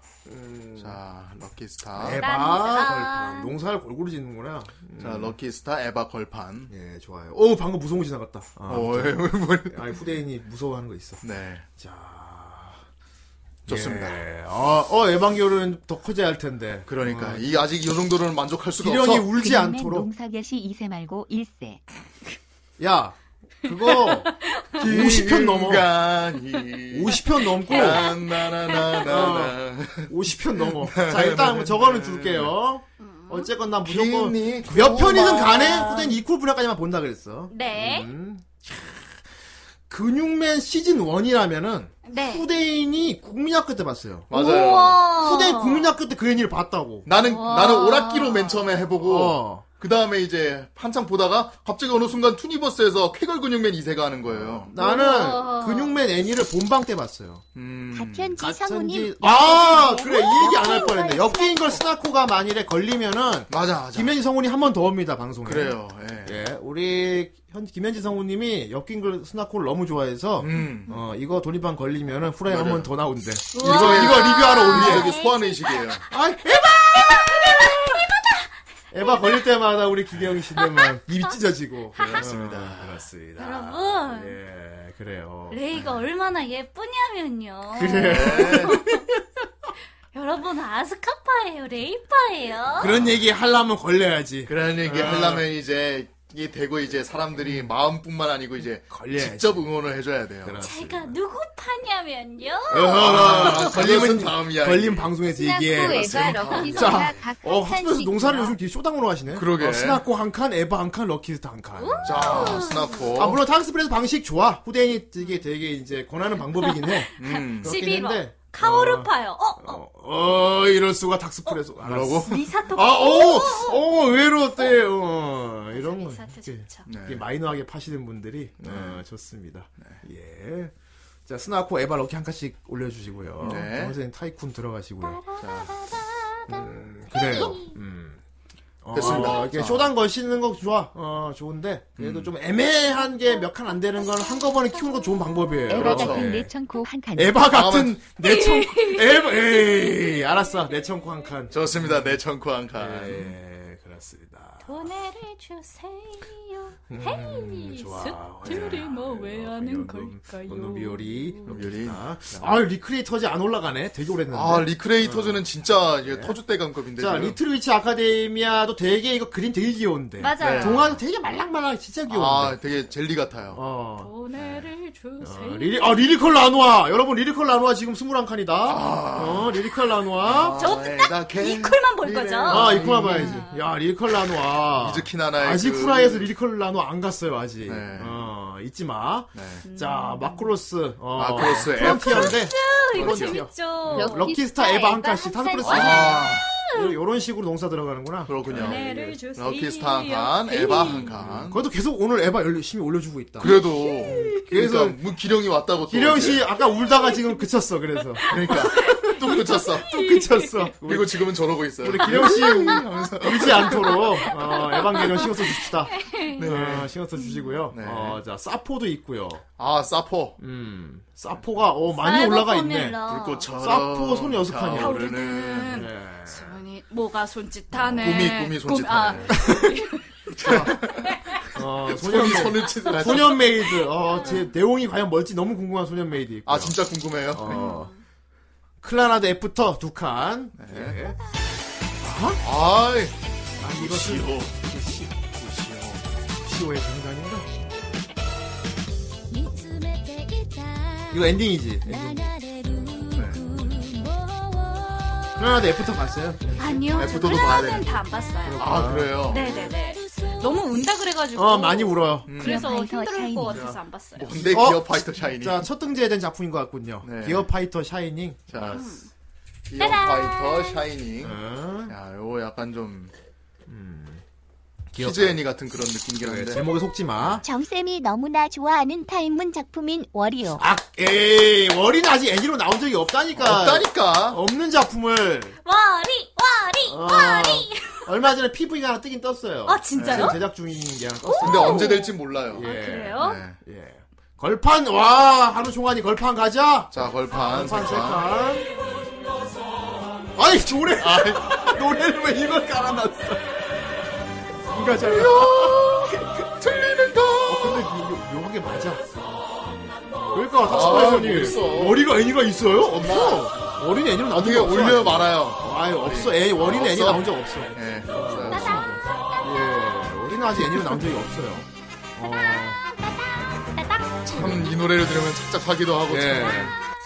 Speaker 2: 자 럭키스타.
Speaker 1: 에바 걸판 농사를 골고루 짓는구나.
Speaker 2: 자 럭키스타 에바 걸판.
Speaker 1: 예 좋아요. 오 방금 무서운 거 지나갔다. 아,
Speaker 2: 어,
Speaker 1: 아무튼.
Speaker 2: 왜, 왜,
Speaker 1: 아니 후대인이 무서워하는 거 있어.
Speaker 2: 네.
Speaker 1: 예. 아, 어 에반게리온 더 커져야 할 텐데.
Speaker 2: 그러니까 이 아직 이 정도로는 만족할 수가
Speaker 1: 기령이
Speaker 2: 없어.
Speaker 1: 울지
Speaker 11: 그놈의
Speaker 1: 않도록.
Speaker 11: 농사개시 2세 말고 1세.
Speaker 1: 야 그거 50편 넘어. 50편 넘고. 어,
Speaker 2: 나나나나나. 네.
Speaker 1: 50편 넘어. 자, 일단 저거는 줄게요. 어쨌건 난 무조건
Speaker 2: 음. 비니,
Speaker 1: 몇 편이든
Speaker 2: 고마워.
Speaker 1: 간에 후대는 이퀄 분야까지만 본다 그랬어.
Speaker 4: 네
Speaker 1: 음. 근육맨 시즌 1이라면은
Speaker 4: 네.
Speaker 1: 후대인이 국민학교 때 봤어요.
Speaker 2: 맞아요.
Speaker 4: 우와.
Speaker 1: 후대인 국민학교 때 그 애니를 봤다고.
Speaker 2: 나는
Speaker 4: 와.
Speaker 2: 나는 오락기로 맨 처음에 해보고
Speaker 1: 어.
Speaker 2: 그 다음에 이제 한참 보다가 갑자기 어느 순간 투니버스에서 쾌걸 근육맨 2세가 하는 거예요.
Speaker 1: 나는
Speaker 4: 우와.
Speaker 1: 근육맨 애니를 본방 때 봤어요.
Speaker 2: 음.
Speaker 14: 가천지 성우님.
Speaker 1: 음, 아 그래 이 얘기 안 할 뻔했네. 옆기인 걸 스나코가 만일에 걸리면은
Speaker 2: 맞아 맞아.
Speaker 1: 김현지 성우님 한 번 더 옵니다 방송에.
Speaker 2: 그래요. 예.
Speaker 1: 예, 우리 현 김현지 성우님이 엮인 걸 스나코를 너무 좋아해서
Speaker 2: 음.
Speaker 1: 어 이거 돌입판 걸리면은 후라이 한
Speaker 2: 맞아요.
Speaker 1: 번 더 나온대. 예.
Speaker 2: 이거 이거 리뷰하러 온 적이
Speaker 4: 네.
Speaker 2: 소환 의식이에요.
Speaker 1: 아 에바! 에바 걸릴 때마다 우리 기경 씨는 입이 찢어지고
Speaker 2: 그렇습니다. 네,
Speaker 1: 어, 그렇습니다.
Speaker 4: 여러분.
Speaker 1: 예, 그래요.
Speaker 4: 레이가 얼마나 예쁘냐면요 여러분 아스카파예요 레이파예요
Speaker 1: 그런 얘기 하려면 걸려야지.
Speaker 2: 그런 얘기
Speaker 1: 아.
Speaker 2: 하려면 이제 이 되고 이제 사람들이 마음뿐만 아니고 이제
Speaker 1: 걸려야지.
Speaker 2: 직접 응원을 해줘야 돼요.
Speaker 4: 제가 누구 파냐면요.
Speaker 1: 어허, 아, 걸림은
Speaker 2: 걸려선 다음 이야기.
Speaker 1: 걸림 방송에서
Speaker 4: 스나코,
Speaker 1: 얘기해.
Speaker 2: 네.
Speaker 4: 에바, 럭키스가
Speaker 1: 자,
Speaker 4: 각한
Speaker 1: 어, 합에서
Speaker 4: 칸씩
Speaker 1: 농사를 요즘 되게 쇼당으로 하시네.
Speaker 2: 그러게.
Speaker 1: 어, 스나코 한 칸, 에바 한 칸, 럭키스타 한 칸.
Speaker 2: 자, 스나코.
Speaker 1: 아 물론 타임스프레드 방식 좋아. 후대인이 되게 되게 이제 권하는 방법이긴 해. 음. 그렇긴
Speaker 4: 11호.
Speaker 1: 한데.
Speaker 4: 카오르파요. 어,
Speaker 1: 어 이럴 수가
Speaker 2: 어,
Speaker 1: 닥스프레소. 뭐라고?
Speaker 4: 미사토.
Speaker 1: 아, 오, 오, 의외로 어때? 어, 이런 거. 이렇게,
Speaker 2: 네.
Speaker 1: 이렇게 마이너하게 파시는 분들이 어, 좋습니다.
Speaker 2: 네.
Speaker 1: 예. 자, 스나코 에바 럭키 한 칸씩 올려주시고요.
Speaker 2: 네.
Speaker 1: 선생님 타이쿤 들어가시고요. 음, 그래요. 음. 어,
Speaker 2: 됐습니다.
Speaker 1: 이렇게
Speaker 2: 자. 음.
Speaker 1: 쇼단 걸 씻는 거 좋아. 어, 좋은데. 그래도 좀 애매한 게 몇 칸 안 되는 건 한꺼번에 키우는 거 좋은 방법이에요.
Speaker 14: 에바 같은
Speaker 2: 네.
Speaker 1: 예.
Speaker 14: 내 청코 한 칸.
Speaker 1: 에바
Speaker 2: 아,
Speaker 1: 같은 내 청, 에바, 에이, 알았어. 내 청코 한 칸.
Speaker 2: 좋습니다. 내 청코 한 칸.
Speaker 1: 예, 그렇습니다.
Speaker 4: 돈을 주세요.
Speaker 1: 음,
Speaker 4: 헤이.
Speaker 1: 좋아. 예. 아,
Speaker 4: 습들이 뭐왜 하는 걸까요?
Speaker 2: 음.
Speaker 1: 놈비오리. 놈비오리. 아, 리크리에이터즈 안 올라가네. 되게 오래됐는데. 어. 네.
Speaker 2: 아, 리크레이터즈는 진짜 이게 터줏대 감급인데.
Speaker 1: 자, 리틀 위치 아카데미아도 되게 이거 그림 되게 귀여운데.
Speaker 2: 맞아요.
Speaker 1: 동화도 되게 말랑말랑 진짜 귀여운데.
Speaker 2: 네. 아, 되게 젤리 같아요.
Speaker 1: 어.
Speaker 4: 돈을 주세요.
Speaker 1: 어, 리리, 아, 리리컬 라노아. 여러분, 리리컬 라노아 지금 21칸이다.
Speaker 2: 아.
Speaker 1: 어, 리리컬 라노아.
Speaker 4: 저것도 딱 이퀄만 볼 거죠.
Speaker 1: 아, 이코나 봐야지. 야, 리리컬 라노아.
Speaker 2: 예. 이즈키나나의
Speaker 1: 아직
Speaker 2: 그-
Speaker 1: 후라이에서 리리컬 라노아 안 갔어요, 아직.
Speaker 2: 네.
Speaker 1: 어, 잊지 마. 자, 마크로스. 어,
Speaker 2: 마크로스,
Speaker 1: 프론티어인데.
Speaker 4: 아, 이거
Speaker 1: 프론티어.
Speaker 4: 재밌죠.
Speaker 1: 럭키스타 에바 한 칸씩
Speaker 4: 칸
Speaker 1: 타서 플러스
Speaker 4: 칸씩.
Speaker 1: 이런 식으로 농사 들어가는구나. 네.
Speaker 2: 그렇군요.
Speaker 4: 네, 은혜를 주세요.
Speaker 2: 럭키스타 한 칸, 에바 한 칸.
Speaker 1: 그래도 계속 오늘 에바 열심히 올려주고 있다.
Speaker 2: 그래도.
Speaker 1: 그래서-
Speaker 4: 예.
Speaker 2: 그래서 문 기령이 왔다고. 또
Speaker 1: 기령 씨
Speaker 2: 이제.
Speaker 1: 아까 울다가 지금 그쳤어. 그래서
Speaker 2: 그러니까 또 그쳤어.
Speaker 1: 또 그쳤어.
Speaker 2: 그리고 지금은 저러고 있어요.
Speaker 1: 우리 기령 씨 울지 않도록 어, 에반 기령 신경 써줍시다.
Speaker 2: 네.
Speaker 1: 어, 신경 써주시고요. 어, 자 사포도 있고요.
Speaker 2: 아, 사포.
Speaker 1: 음. 사포가 어, 많이
Speaker 4: 사이버
Speaker 1: 올라가 있네.
Speaker 4: 포뮬러. 불꽃처럼
Speaker 1: 사포 손 여섯 칸이야.
Speaker 4: 아. 타오르는 손이 뭐가 손짓하네. 아.
Speaker 1: 꿈이- 꿈이 손짓하네. 어,
Speaker 2: 손이
Speaker 1: 소년
Speaker 2: 손을 치지 마세요.
Speaker 1: 소년 메이드.
Speaker 4: 음.
Speaker 1: 어, 제 내용이 과연 뭘지 너무 궁금한 소년 메이드 있고.
Speaker 2: 아, 진짜 궁금해요.
Speaker 1: 클라나드 애프터 두 칸.
Speaker 9: 네.
Speaker 1: 예.
Speaker 2: 아,
Speaker 1: 아, 이것은
Speaker 2: 시오.
Speaker 1: 시오의 정상인가? 이거 엔딩이지. 엔딩. 클라나드 애프터 봤어요?
Speaker 4: 아니요. 저
Speaker 1: 애프터도 네, 봐야
Speaker 4: 클라는
Speaker 1: 돼.
Speaker 4: 다 안 봤어요.
Speaker 1: 아, 그래요?
Speaker 4: 네네네. 너무 운다 그래가지고.
Speaker 1: 어, 많이 울어요.
Speaker 4: 그래서 힘들 것 같아서 안 봤어요.
Speaker 2: 근데
Speaker 1: 어? 네.
Speaker 2: 기어 파이터 샤이닝.
Speaker 1: 자, 첫 등재된 작품인 것 같군요. 기어 파이터 샤이닝.
Speaker 2: 자,
Speaker 4: 음.
Speaker 2: 기어
Speaker 1: 따란!
Speaker 2: 파이터 샤이닝.
Speaker 1: 네.
Speaker 2: 야, 요거 약간 좀
Speaker 1: 음, 기어
Speaker 2: 키즈 애니 같은 그런 느낌이긴
Speaker 1: 네,
Speaker 2: 한데.
Speaker 1: 제목에 속지 마.
Speaker 14: 정쌤이 너무나 좋아하는 타임문 작품인 워리오.
Speaker 1: 아, 에이, 월이는 아직 애니로 나온 적이 없다니까.
Speaker 2: 없다니까.
Speaker 1: 없는 작품을.
Speaker 4: 와리 와리
Speaker 1: 어,
Speaker 4: 와리.
Speaker 1: 얼마 전에 PV가 하나 뜨긴 떴어요. 네,
Speaker 4: 아, 진짜요? 아,
Speaker 1: 지금 제작 중인 게 하나 떴어요.
Speaker 2: 근데 언제 될지 몰라요.
Speaker 1: 예.
Speaker 4: 그래요?
Speaker 2: 네.
Speaker 1: 예. 걸판, 와, 하루 종환이 걸판 가자! 아,
Speaker 2: 자, 걸판.
Speaker 1: 걸판
Speaker 2: 세 칸.
Speaker 1: 세칸. 아이, 노래! 노래를 왜 이걸 깔아놨어? 이가 잘. 어,
Speaker 2: 틀리는가?
Speaker 1: 근데 묘, 묘하게 맞아. 그러니까,
Speaker 2: 아,
Speaker 1: 탁스파이선이
Speaker 2: 모르겠어.
Speaker 1: 머리가 애니가 있어요? 없어! 어린 애니는 나온
Speaker 2: 되게
Speaker 1: 적이 없어.
Speaker 2: 올려 말아요. 네.
Speaker 1: 아유, 없어. 애, 어린 애니
Speaker 2: 없어?
Speaker 1: 나온 적 없어.
Speaker 2: 예. 없어요.
Speaker 1: 예, 어린 아직 애니로 나온 적이 없어요.
Speaker 3: 네,
Speaker 2: 참 이 노래를 들으면 착잡하기도 하고.
Speaker 1: 예.
Speaker 2: 참.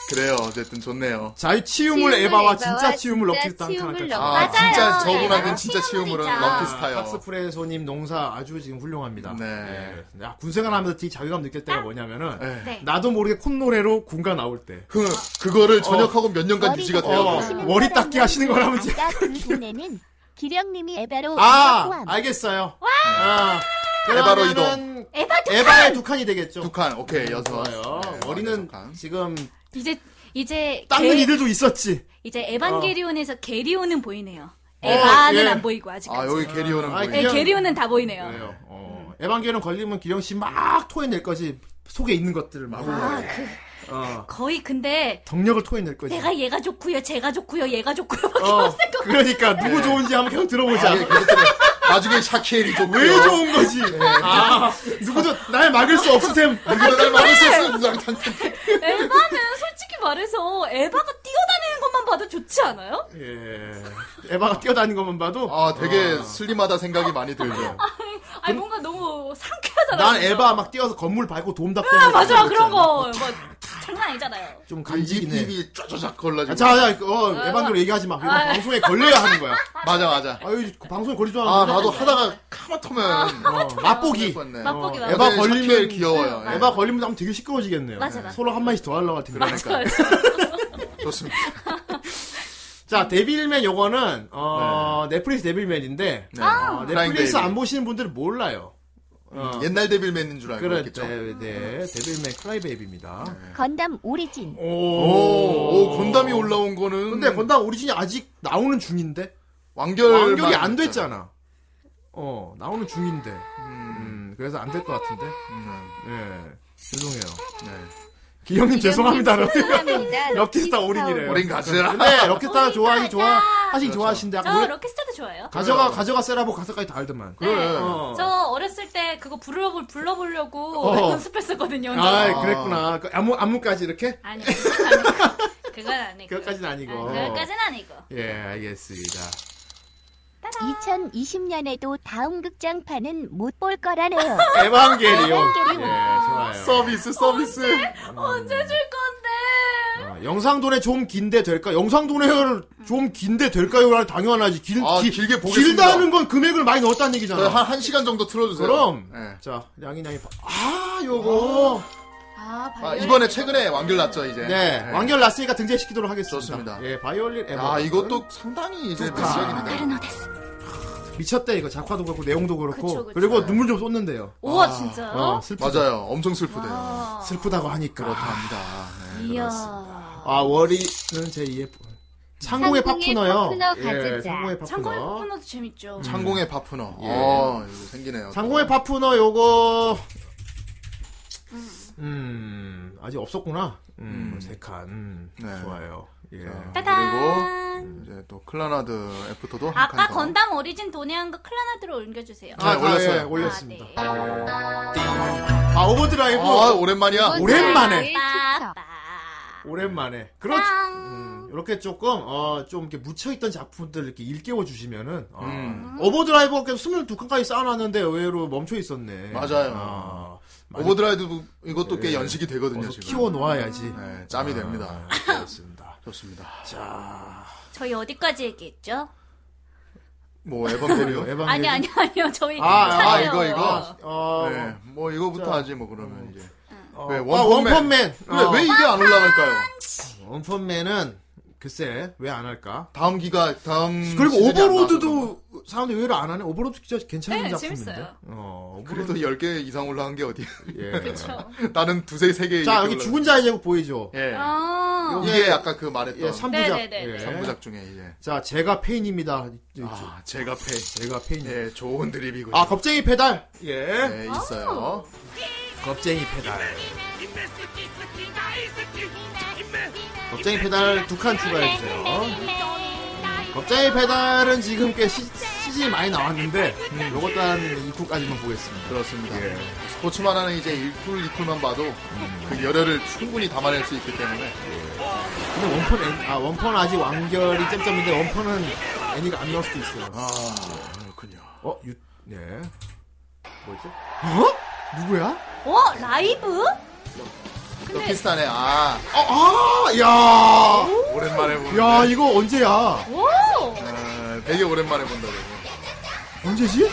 Speaker 2: 그래요. 어쨌든 좋네요.
Speaker 1: 자, 이 치움을
Speaker 2: 치움을
Speaker 1: 에바와
Speaker 2: 에바와
Speaker 1: 진짜 치움을
Speaker 2: 진짜
Speaker 1: 럭키스타 한
Speaker 2: 치움을
Speaker 1: 칸까지.
Speaker 2: 럭- 아, 맞아요. 진짜 저분한테는 진짜 치움으로는 치움이죠. 럭키스타요.
Speaker 1: 박스프레소님 농사 아주 지금 훌륭합니다. 네. 야, 군생활 하면서 되게 자괴감 느낄 때가 뭐냐면은,
Speaker 4: 네.
Speaker 1: 나도 모르게 콧노래로 군가 나올 때.
Speaker 2: 그, 그거를 전역하고 몇 년간 유지가 돼요.
Speaker 1: 어, 머리 닦기 하시는 거라면 진짜.
Speaker 14: 아까 그 돈에는 기령님이 에바로
Speaker 1: 아,
Speaker 14: 포함.
Speaker 1: 알겠어요. 아,
Speaker 2: 에바로
Speaker 1: 그러면은
Speaker 14: 아,
Speaker 4: 에바 두
Speaker 1: 에바의
Speaker 4: 칸.
Speaker 1: 두 칸이 되겠죠.
Speaker 2: 두 칸, 오케이, 여섯.
Speaker 1: 좋아요. 머리는 지금
Speaker 4: 이제 이제
Speaker 1: 닦는
Speaker 4: 게-
Speaker 1: 이들도 있었지.
Speaker 4: 이제 에반게리온에서 게리온은 보이네요.
Speaker 1: 어,
Speaker 4: 에바는
Speaker 1: 예.
Speaker 4: 안 보이고 아직.
Speaker 2: 아, 여기 게리오는
Speaker 1: 아,
Speaker 2: 보이네.
Speaker 4: 네,
Speaker 3: 예,
Speaker 4: 게리온은 다 보이네요.
Speaker 1: 어. 에반게리온 걸리면 기령 씨 막 토해낼 거지. 속에 있는 것들을 막.
Speaker 4: 아, 그
Speaker 1: 어.
Speaker 4: 거의 근데
Speaker 1: 정력을 토해낼 거지.
Speaker 4: 내가 얘가 좋고요, 제가 좋고요, 얘가 좋고요.
Speaker 1: 어, 그러니까 누구 좋은지 한번 계속 들어보자.
Speaker 2: 그 나중에 샤키엘이 좋고.
Speaker 1: 왜 좋은 거지? 아, 누구도 날 막을 수 없으셈.
Speaker 2: 누구도 날 막을 수
Speaker 1: 네.
Speaker 2: 없으셈.
Speaker 4: 에바는 솔직히 말해서 에바가 뛰어다니는 것만 봐도 좋지 않아요?
Speaker 1: 예. 에바가 뛰어다니는 것만 봐도.
Speaker 2: 아, 되게 슬림하다 생각이 많이 들죠.
Speaker 3: 아니 뭔가 너무 상쾌하잖아.
Speaker 1: 네. 그- 난
Speaker 3: 진짜.
Speaker 1: 에바 막 뛰어서 건물 밟고 도움답
Speaker 3: 아,
Speaker 1: 때문에
Speaker 3: 맞아 그런 거. 뭐 장난 아니잖아요.
Speaker 1: 좀 간지기네. 입이
Speaker 2: 쫙쫙 걸려지고.
Speaker 1: 자야 어 에반게로 얘기하지 마. 이거
Speaker 3: 아.
Speaker 1: 방송에 걸려야 하는 거야.
Speaker 2: 맞아 맞아.
Speaker 1: 아유 그 방송에 걸리지 않아.
Speaker 2: 아, 나도 하다가 카마터면
Speaker 1: 어,
Speaker 2: 어,
Speaker 1: 맛보기. 네,
Speaker 2: 맛보기,
Speaker 1: 어,
Speaker 2: 맞아.
Speaker 1: 에바
Speaker 2: 네,
Speaker 1: 걸리면
Speaker 2: 샤넬 귀여워요. 예.
Speaker 1: 에바 걸리면 하면 되게 시끄러워지겠네요.
Speaker 3: 맞아, 맞아.
Speaker 1: 서로 한 마디씩 더 하려고 할 텐데.
Speaker 3: 맞아,
Speaker 2: 좋습니다.
Speaker 1: 자, 데빌맨 요거는 어, 넷플릭스 데빌맨인데
Speaker 2: 네.
Speaker 1: 어,
Speaker 2: 아.
Speaker 1: 넷플릭스
Speaker 2: 라인
Speaker 1: 안 보시는 분들은 몰라요.
Speaker 2: 음, 옛날 데빌맨인 줄 알고
Speaker 1: 그래,
Speaker 2: 있겠죠. 네.
Speaker 1: 네, 네, 데빌맨 크라이베이비입니다.
Speaker 14: 건담 오리진.
Speaker 2: 오, 오, 건담이 올라온 거는.
Speaker 1: 근데 건담 오리진이 아직 나오는 중인데
Speaker 2: 완결
Speaker 1: 완결이 안 됐잖아. 어, 나오는 중인데. 음, 그래서 안 될 것 같은데.
Speaker 2: 음.
Speaker 1: 예, 죄송해요. 네. 기영님 죄송합니다.
Speaker 3: 죄송합니다.
Speaker 1: 럭키스타 올인이래요.
Speaker 2: 올인 가즈라.
Speaker 1: 네, 럭키스타 좋아하기 좋아, 하시기 좋아하신데. 아까
Speaker 3: 저
Speaker 1: 노래-
Speaker 3: 럭키스타도 좋아요.
Speaker 1: 가져가,
Speaker 2: 어.
Speaker 1: 가져가 세라고 가사까지 다 알더만.
Speaker 3: 네. 저 어렸을 때 그거 불러볼 불러보려고
Speaker 1: 어.
Speaker 3: 연습했었거든요.
Speaker 1: 아, 그랬구나. 그 안무, 안무까지 이렇게?
Speaker 3: 아니, 그건 아니고. 그건 아니고.
Speaker 1: 그것까지는 아니고.
Speaker 4: 어.
Speaker 3: 그것까지는 아니고.
Speaker 1: 예, 알겠습니다.
Speaker 14: 2020년에도 다음 극장판은 못 볼 거라네요. 어,
Speaker 1: 에반게리온. 예,
Speaker 14: 에반게리온.
Speaker 1: 좋아요.
Speaker 2: 서비스, 서비스.
Speaker 3: 네, 음. 언제 줄 건데?
Speaker 1: 어, 영상 돈에 좀 긴데 될까? 영상 돈에를 좀 긴데 될까요?라는 당연하지. 길,
Speaker 2: 아,
Speaker 1: 길-
Speaker 2: 길게 보겠습니다.
Speaker 1: 길다는 건 금액을 많이 넣었다는 얘기잖아.
Speaker 2: 네, 한, 한 시간 정도 틀어주세요.
Speaker 1: 그럼.
Speaker 2: 네.
Speaker 1: 자, 양이양이. 아, 요거.
Speaker 3: 아,
Speaker 2: 아, 이번에 최근에 완결 났죠, 이제. 예.
Speaker 1: 네, 완결 났으니까 등재시키도록 하겠습니다. 예, 바이올린 에버.
Speaker 2: 아, 이것도 상당히 이제
Speaker 1: 두카. 미쳤대 이거 작화도 그렇고 내용도
Speaker 3: 그쵸,
Speaker 1: 그렇고
Speaker 3: 그쵸.
Speaker 1: 그리고 눈물 좀 쏟는데요. 아, 어,
Speaker 3: 우와, 진짜요?
Speaker 1: 슬프다.
Speaker 2: 맞아요. 엄청 슬프대요.
Speaker 1: 슬프다고 하니까.
Speaker 2: 그렇답니다.
Speaker 3: 이야.
Speaker 1: 아 월이는 제 2의 창공의 파푸너요. 예, 창공의
Speaker 3: 창고의
Speaker 1: 파푸너. 음.
Speaker 3: 파푸너도 재밌죠.
Speaker 2: 창공의 파푸너.
Speaker 1: 예.
Speaker 2: 어, 이거 생기네요.
Speaker 1: 창공의 파푸너 요거 음 아직 없었구나. 음, 세 칸. 음, 좋아요. 예.
Speaker 3: 따단.
Speaker 2: 그리고 네. 이제 또 클라나드 애프터도 한
Speaker 3: 아까
Speaker 2: 칸 더.
Speaker 3: 건담 오리진 돈이한 거 클라나드로 옮겨주세요.
Speaker 2: 네, 올렸어요.
Speaker 1: 예, 올렸습니다.
Speaker 3: 네.
Speaker 1: 아 오버드라이브.
Speaker 2: 아, 오랜만이야.
Speaker 1: 오랜만에.
Speaker 3: 빠, 빠.
Speaker 1: 오랜만에. 그렇죠. 음, 이렇게 조금 어, 좀 이렇게 묻혀있던 작품들 이렇게 일깨워 주시면은 어,
Speaker 2: 음.
Speaker 1: 오버드라이브가 계속 22칸까지 쌓아놨는데 의외로 멈춰 있었네.
Speaker 2: 맞아요.
Speaker 1: 아, 많이
Speaker 2: 오버드라이브 이것도 꽤
Speaker 1: 예.
Speaker 2: 연식이 되거든요,
Speaker 1: 어서
Speaker 2: 지금.
Speaker 1: 키워 놓아야지.
Speaker 2: 네, 짬이 됩니다.
Speaker 1: 그렇습니다.
Speaker 2: 좋습니다.
Speaker 1: 자,
Speaker 3: 저희 어디까지 얘기했죠?
Speaker 2: 뭐 에반게리온?
Speaker 3: 아니 아니 아니요 저희
Speaker 2: 아, 아,
Speaker 3: 괜찮아요.
Speaker 2: 이거 이거.
Speaker 1: 어,
Speaker 2: 네, 뭐 이거부터 하지 뭐 그러면 이제. 왜
Speaker 1: 아,
Speaker 2: 원펀맨?
Speaker 1: 원펀맨.
Speaker 2: 근데
Speaker 1: 어.
Speaker 2: 왜 이게 안 올라갈까요?
Speaker 1: 원펀맨은 글쎄 왜 안 할까?
Speaker 2: 다음 기가 다음
Speaker 1: 그리고
Speaker 2: 시즌이 안
Speaker 1: 오버로드도 사람들이 의외로 안 하네. 오버로드 진짜 괜찮은
Speaker 3: 네,
Speaker 1: 작품인데.
Speaker 3: 재밌어요.
Speaker 1: 어,
Speaker 2: 그래도 10개 이상 올라간 게 어디야?
Speaker 1: 예.
Speaker 3: 그쵸.
Speaker 2: 나는 두세 세 개.
Speaker 1: 자 여기 죽은 자의 제국 보이죠.
Speaker 2: 예.
Speaker 3: 아.
Speaker 2: 이게 아까 그 말했던
Speaker 1: 예, 3부작.
Speaker 3: 네네네.
Speaker 2: 삼부작 중에 이제
Speaker 1: 자, 제가 페인입니다.
Speaker 2: 아, 제가 페
Speaker 1: 그렇죠. 제가 페인.
Speaker 2: 예, 좋은 드립이고.
Speaker 1: 아, 겁쟁이 페달. 예.
Speaker 2: 예, 있어요.
Speaker 3: 아.
Speaker 1: 겁쟁이 페달. 겁쟁이 페달 두 칸 추가해주세요. 겁쟁이 페달은 지금 꽤 시, 시즌이 많이 나왔는데,
Speaker 2: 음,
Speaker 1: 요것도 한 2쿠까지만 보겠습니다.
Speaker 2: 그렇습만 예. 스포츠만 하는 이제 1쿨, 2쿨만 봐도 그 열혈을 충분히 담아낼 수 있기 때문에
Speaker 1: 근데 원펀, 애- 아, 원펀 아직 완결이 점점인데, 원펀은 애니가 안 나올 수도 있어요.
Speaker 2: 아, 그렇군요.
Speaker 1: 어, 유, 예. 뭐지? 어? 누구야?
Speaker 3: 어 라이브?
Speaker 2: 또 비슷하네. 아,
Speaker 4: 어,
Speaker 1: 아, 아, 야!
Speaker 2: 오랜만에 보는.
Speaker 1: 야, 이거 언제야?
Speaker 3: 오.
Speaker 2: 아, 되게 오랜만에 본다고.
Speaker 1: 언제지?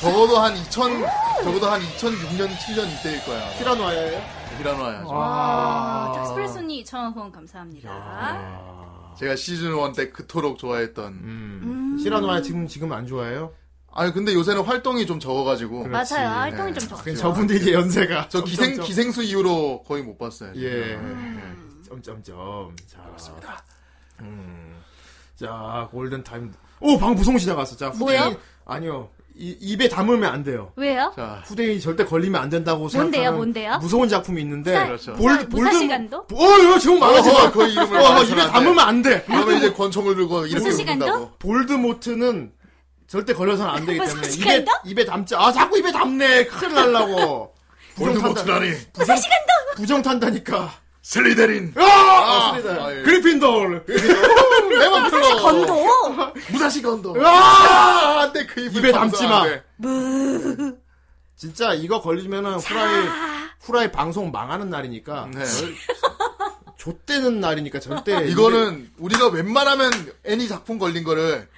Speaker 2: 적어도 한 2000, 적어도 한 2006년, 7년 이때일 거야.
Speaker 1: 티라노아야예요?
Speaker 2: 히라노아야.
Speaker 3: 와. 탁스프레소니 2,000원 후원 감사합니다.
Speaker 2: 제가 시즌 1 때 그토록 좋아했던.
Speaker 3: 음.
Speaker 1: 시라노아 지금 지금 안 좋아해요?
Speaker 2: 아니 근데 요새는 활동이 좀 적어가지고.
Speaker 1: 그렇지. 네.
Speaker 3: 맞아요. 활동이 좀 적죠.
Speaker 1: 그냥 저분들 이제 연세가
Speaker 2: 저 기생
Speaker 1: 점점점.
Speaker 2: 기생수 이후로 거의 못 봤어요. 진짜.
Speaker 1: 예.
Speaker 3: 음.
Speaker 1: 점점점. 자, 그렇습니다. 음. 자, 골든 타임. 오, 방금 무송 지나갔어. 자, 후대인
Speaker 3: 뭐요?
Speaker 1: 아니요. 이, 입에 담으면 안 돼요.
Speaker 3: 왜요?
Speaker 2: 자,
Speaker 1: 후대인이 절대 걸리면 안 된다고 생각하는
Speaker 3: 뭔데요? 뭔데요?
Speaker 1: 무서운 작품이 있는데
Speaker 3: 자,
Speaker 2: 그렇죠.
Speaker 1: 골-
Speaker 3: 무사시간도?
Speaker 1: 골든- 어, 이거 지금 말하지 마.
Speaker 2: 어, 그 이름을
Speaker 1: 어,
Speaker 2: 말해서는
Speaker 1: 입에
Speaker 2: 안 돼.
Speaker 1: 담으면 안 돼.
Speaker 2: 그러면 이제 권총을 들고 이렇게
Speaker 3: 무슨 시간도?
Speaker 2: 웃는다고.
Speaker 1: 볼드모트는 절대 걸려서는 안 되기 때문에
Speaker 3: 무슨
Speaker 1: 입에
Speaker 3: 시간이다?
Speaker 1: 입에 담자. 아 자꾸 입에 담네. 큰일 날라고.
Speaker 2: 볼드모트라니.
Speaker 1: 부정, 부정 탄다니까.
Speaker 2: 슬리데린.
Speaker 1: 아,
Speaker 2: 아, 예.
Speaker 1: 그리핀돌.
Speaker 2: 내맘 들어.
Speaker 4: 무사시 건도.
Speaker 2: 무사시 건도.
Speaker 1: 으아!
Speaker 2: 아, 안돼 그 입을
Speaker 1: 입에 담지 마.
Speaker 4: 무.
Speaker 1: 진짜 이거 걸리면은 후라이 후라이 방송 망하는 날이니까.
Speaker 2: 네.
Speaker 1: 좆되는 날이니까 절대
Speaker 2: 이거는 우리가 웬만하면 애니 작품 걸린 거를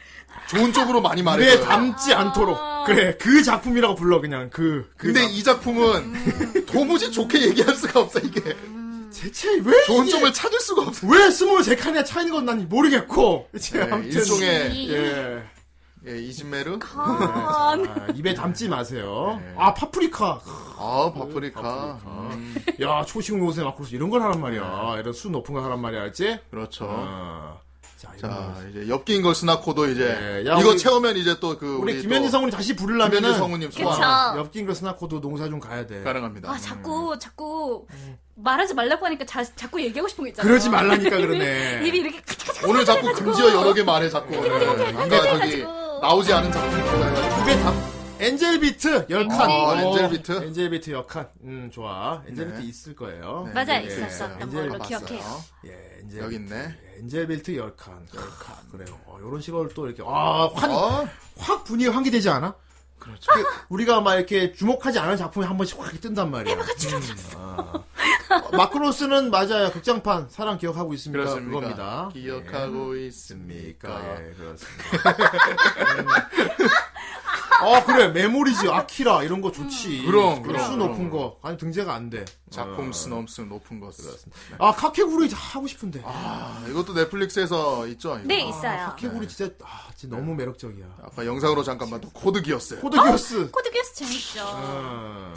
Speaker 2: 좋은 쪽으로 많이 말해.
Speaker 1: 입에 담지 않도록. 그래 그 작품이라고 불러 그냥 그. 그
Speaker 2: 근데 이 작품은 도무지 좋게 얘기할 수가 없어 이게.
Speaker 1: 대체 왜
Speaker 2: 좋은
Speaker 1: 이게-
Speaker 2: 점을 찾을 수가 없어.
Speaker 1: 왜 스물 세 칸이나 차이는 건 난 모르겠고. 이제
Speaker 2: 네,
Speaker 1: 아무튼.
Speaker 2: 일종의-
Speaker 1: 예.
Speaker 2: 예, 이즈메르.
Speaker 4: 네.
Speaker 1: 아, 입에 담지 마세요. 아 파프리카.
Speaker 2: 네. 아 파프리카. 아.
Speaker 1: 야 초식 요새 마크로스 이런 걸 하란 말이야. 이런 수 높은 걸 하란 말이야, 알지?
Speaker 2: 네. 그렇죠.
Speaker 1: 어. 자, 이런
Speaker 2: 자
Speaker 1: 거.
Speaker 2: 이제 엽기인 걸 스나코도 이제
Speaker 1: 야,
Speaker 2: 이거
Speaker 1: 우리-
Speaker 2: 채우면 이제 또 그
Speaker 1: 우리 김현희 성우님 다시 부르려면은
Speaker 2: 김현희 성우님 소환.
Speaker 1: 엽긴 거 스나코도 농사 좀 가야 돼.
Speaker 2: 가능합니다.
Speaker 4: 아
Speaker 2: 음.
Speaker 4: 자꾸 자꾸 말하지 말라고 하니까 자, 자꾸 얘기하고 싶은 거 있잖아.
Speaker 1: 그러지 말라니까 그러네.
Speaker 4: 입이 이렇게 카치카치
Speaker 2: 오늘 자꾸 금지어 여러 개 말해 자꾸. 뭔가 저기 나오지 않은 작품.
Speaker 1: 입에 담. 엔젤 비트 열 칸.
Speaker 2: 아,
Speaker 1: 어,
Speaker 2: 엔젤 비트? 네.
Speaker 1: 엔젤 비트 열 칸. 음 좋아. 엔젤 비트 있을 거예요.
Speaker 4: 맞아,
Speaker 1: 예,
Speaker 4: 있었었던
Speaker 1: 엔젤
Speaker 4: 걸로
Speaker 1: 비트.
Speaker 4: 기억해요.
Speaker 1: 예, 엔젤
Speaker 2: 어. 여기
Speaker 1: 비트.
Speaker 2: 있네.
Speaker 1: 예, 엔젤 비트 열 칸, 열 칸. 그래요. 어, 이런 식으로 또 이렇게 아확
Speaker 2: 어?
Speaker 1: 확 분위기 환기되지 않아? 그렇죠. 우리가 막 이렇게 주목하지 않은 작품이 한 번씩 확 뜬단 말이야.
Speaker 4: 내가 줄어들었어.
Speaker 1: 어, 마크로스는 맞아요. 극장판 사랑 기억하고 있습니까?
Speaker 2: 그렇습니까?
Speaker 1: 그겁니다.
Speaker 2: 기억하고
Speaker 1: 있습니까? 예, 그렇습니다. 음. 아 그래 메모리즈 아키라 이런 거 좋지.
Speaker 2: 음, 그럼,
Speaker 1: 그
Speaker 2: 그럼,
Speaker 1: 수
Speaker 2: 그럼.
Speaker 1: 높은 거 아니 등재가 안 돼.
Speaker 2: 작품
Speaker 1: 어.
Speaker 2: 수 넘수 음. 높은 것. 네.
Speaker 1: 아 카케구리 하고 싶은데. 아,
Speaker 2: 아, 이것도 넷플릭스에서 어, 아, 있죠? 이거?
Speaker 4: 네 있어요.
Speaker 1: 카케구리 진짜 아, 진짜 너무 매력적이야.
Speaker 2: 아까 영상으로 잠깐 봤던 코드 기어스.
Speaker 1: 코드
Speaker 2: 아,
Speaker 1: 기어스.
Speaker 4: 코드 기어스 재밌죠.
Speaker 1: 어.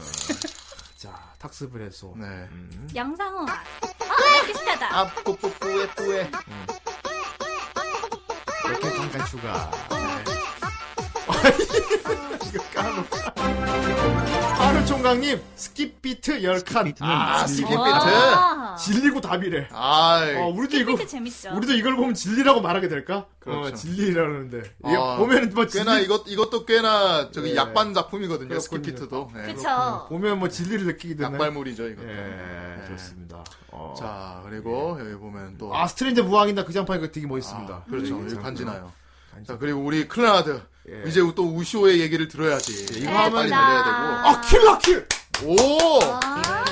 Speaker 1: 자 음. 탁스브레소.
Speaker 2: 네.
Speaker 4: 양상훈. 아, 아 비슷하다.
Speaker 2: 아, 뿌뿌뿌에 뿌에.
Speaker 1: 이렇게 잠깐 추가. 네.
Speaker 3: 아.
Speaker 1: 하루 총각님 스킵 비트 10칸. 아,
Speaker 2: 스킵
Speaker 4: 아.
Speaker 1: 질리고 답이래.
Speaker 2: 아,
Speaker 1: 어, 우리도 이거
Speaker 4: 빅비트 재밌죠.
Speaker 1: 우리도 이걸 보면 진리라고 말하게 될까?
Speaker 2: 그렇죠. 아, 어,
Speaker 1: 어, 진리라는데. 이게 보면은 뭐 진리-
Speaker 2: 꽤나 이것 이것도 꽤나 저기
Speaker 1: 예.
Speaker 2: 약반 작품이거든요.
Speaker 1: 그렇군요.
Speaker 2: 스킵피트도. 네.
Speaker 4: 그쵸.
Speaker 1: 보면 뭐 진리를 느끼게 되는
Speaker 2: 약발물이죠, 이것도. 네.
Speaker 1: 예, 좋습니다. 어. 예.
Speaker 2: 자, 그리고 여기 보면 또
Speaker 1: 아, 스트레인저 무왕인다 그 장판이 그 되게 멋있습니다.
Speaker 2: 뭐. 그렇죠.
Speaker 1: 네,
Speaker 2: 여기
Speaker 1: 괜찮고요.
Speaker 2: 간지나요. 자, 그리고 우리 클라드. 이제 또 우시오의 얘기를 들어야지.
Speaker 1: 예. 이거 하면-
Speaker 2: 빨리 달려야 되고.
Speaker 1: 아, 킬라킬!
Speaker 2: 오!
Speaker 4: 어.
Speaker 3: 아.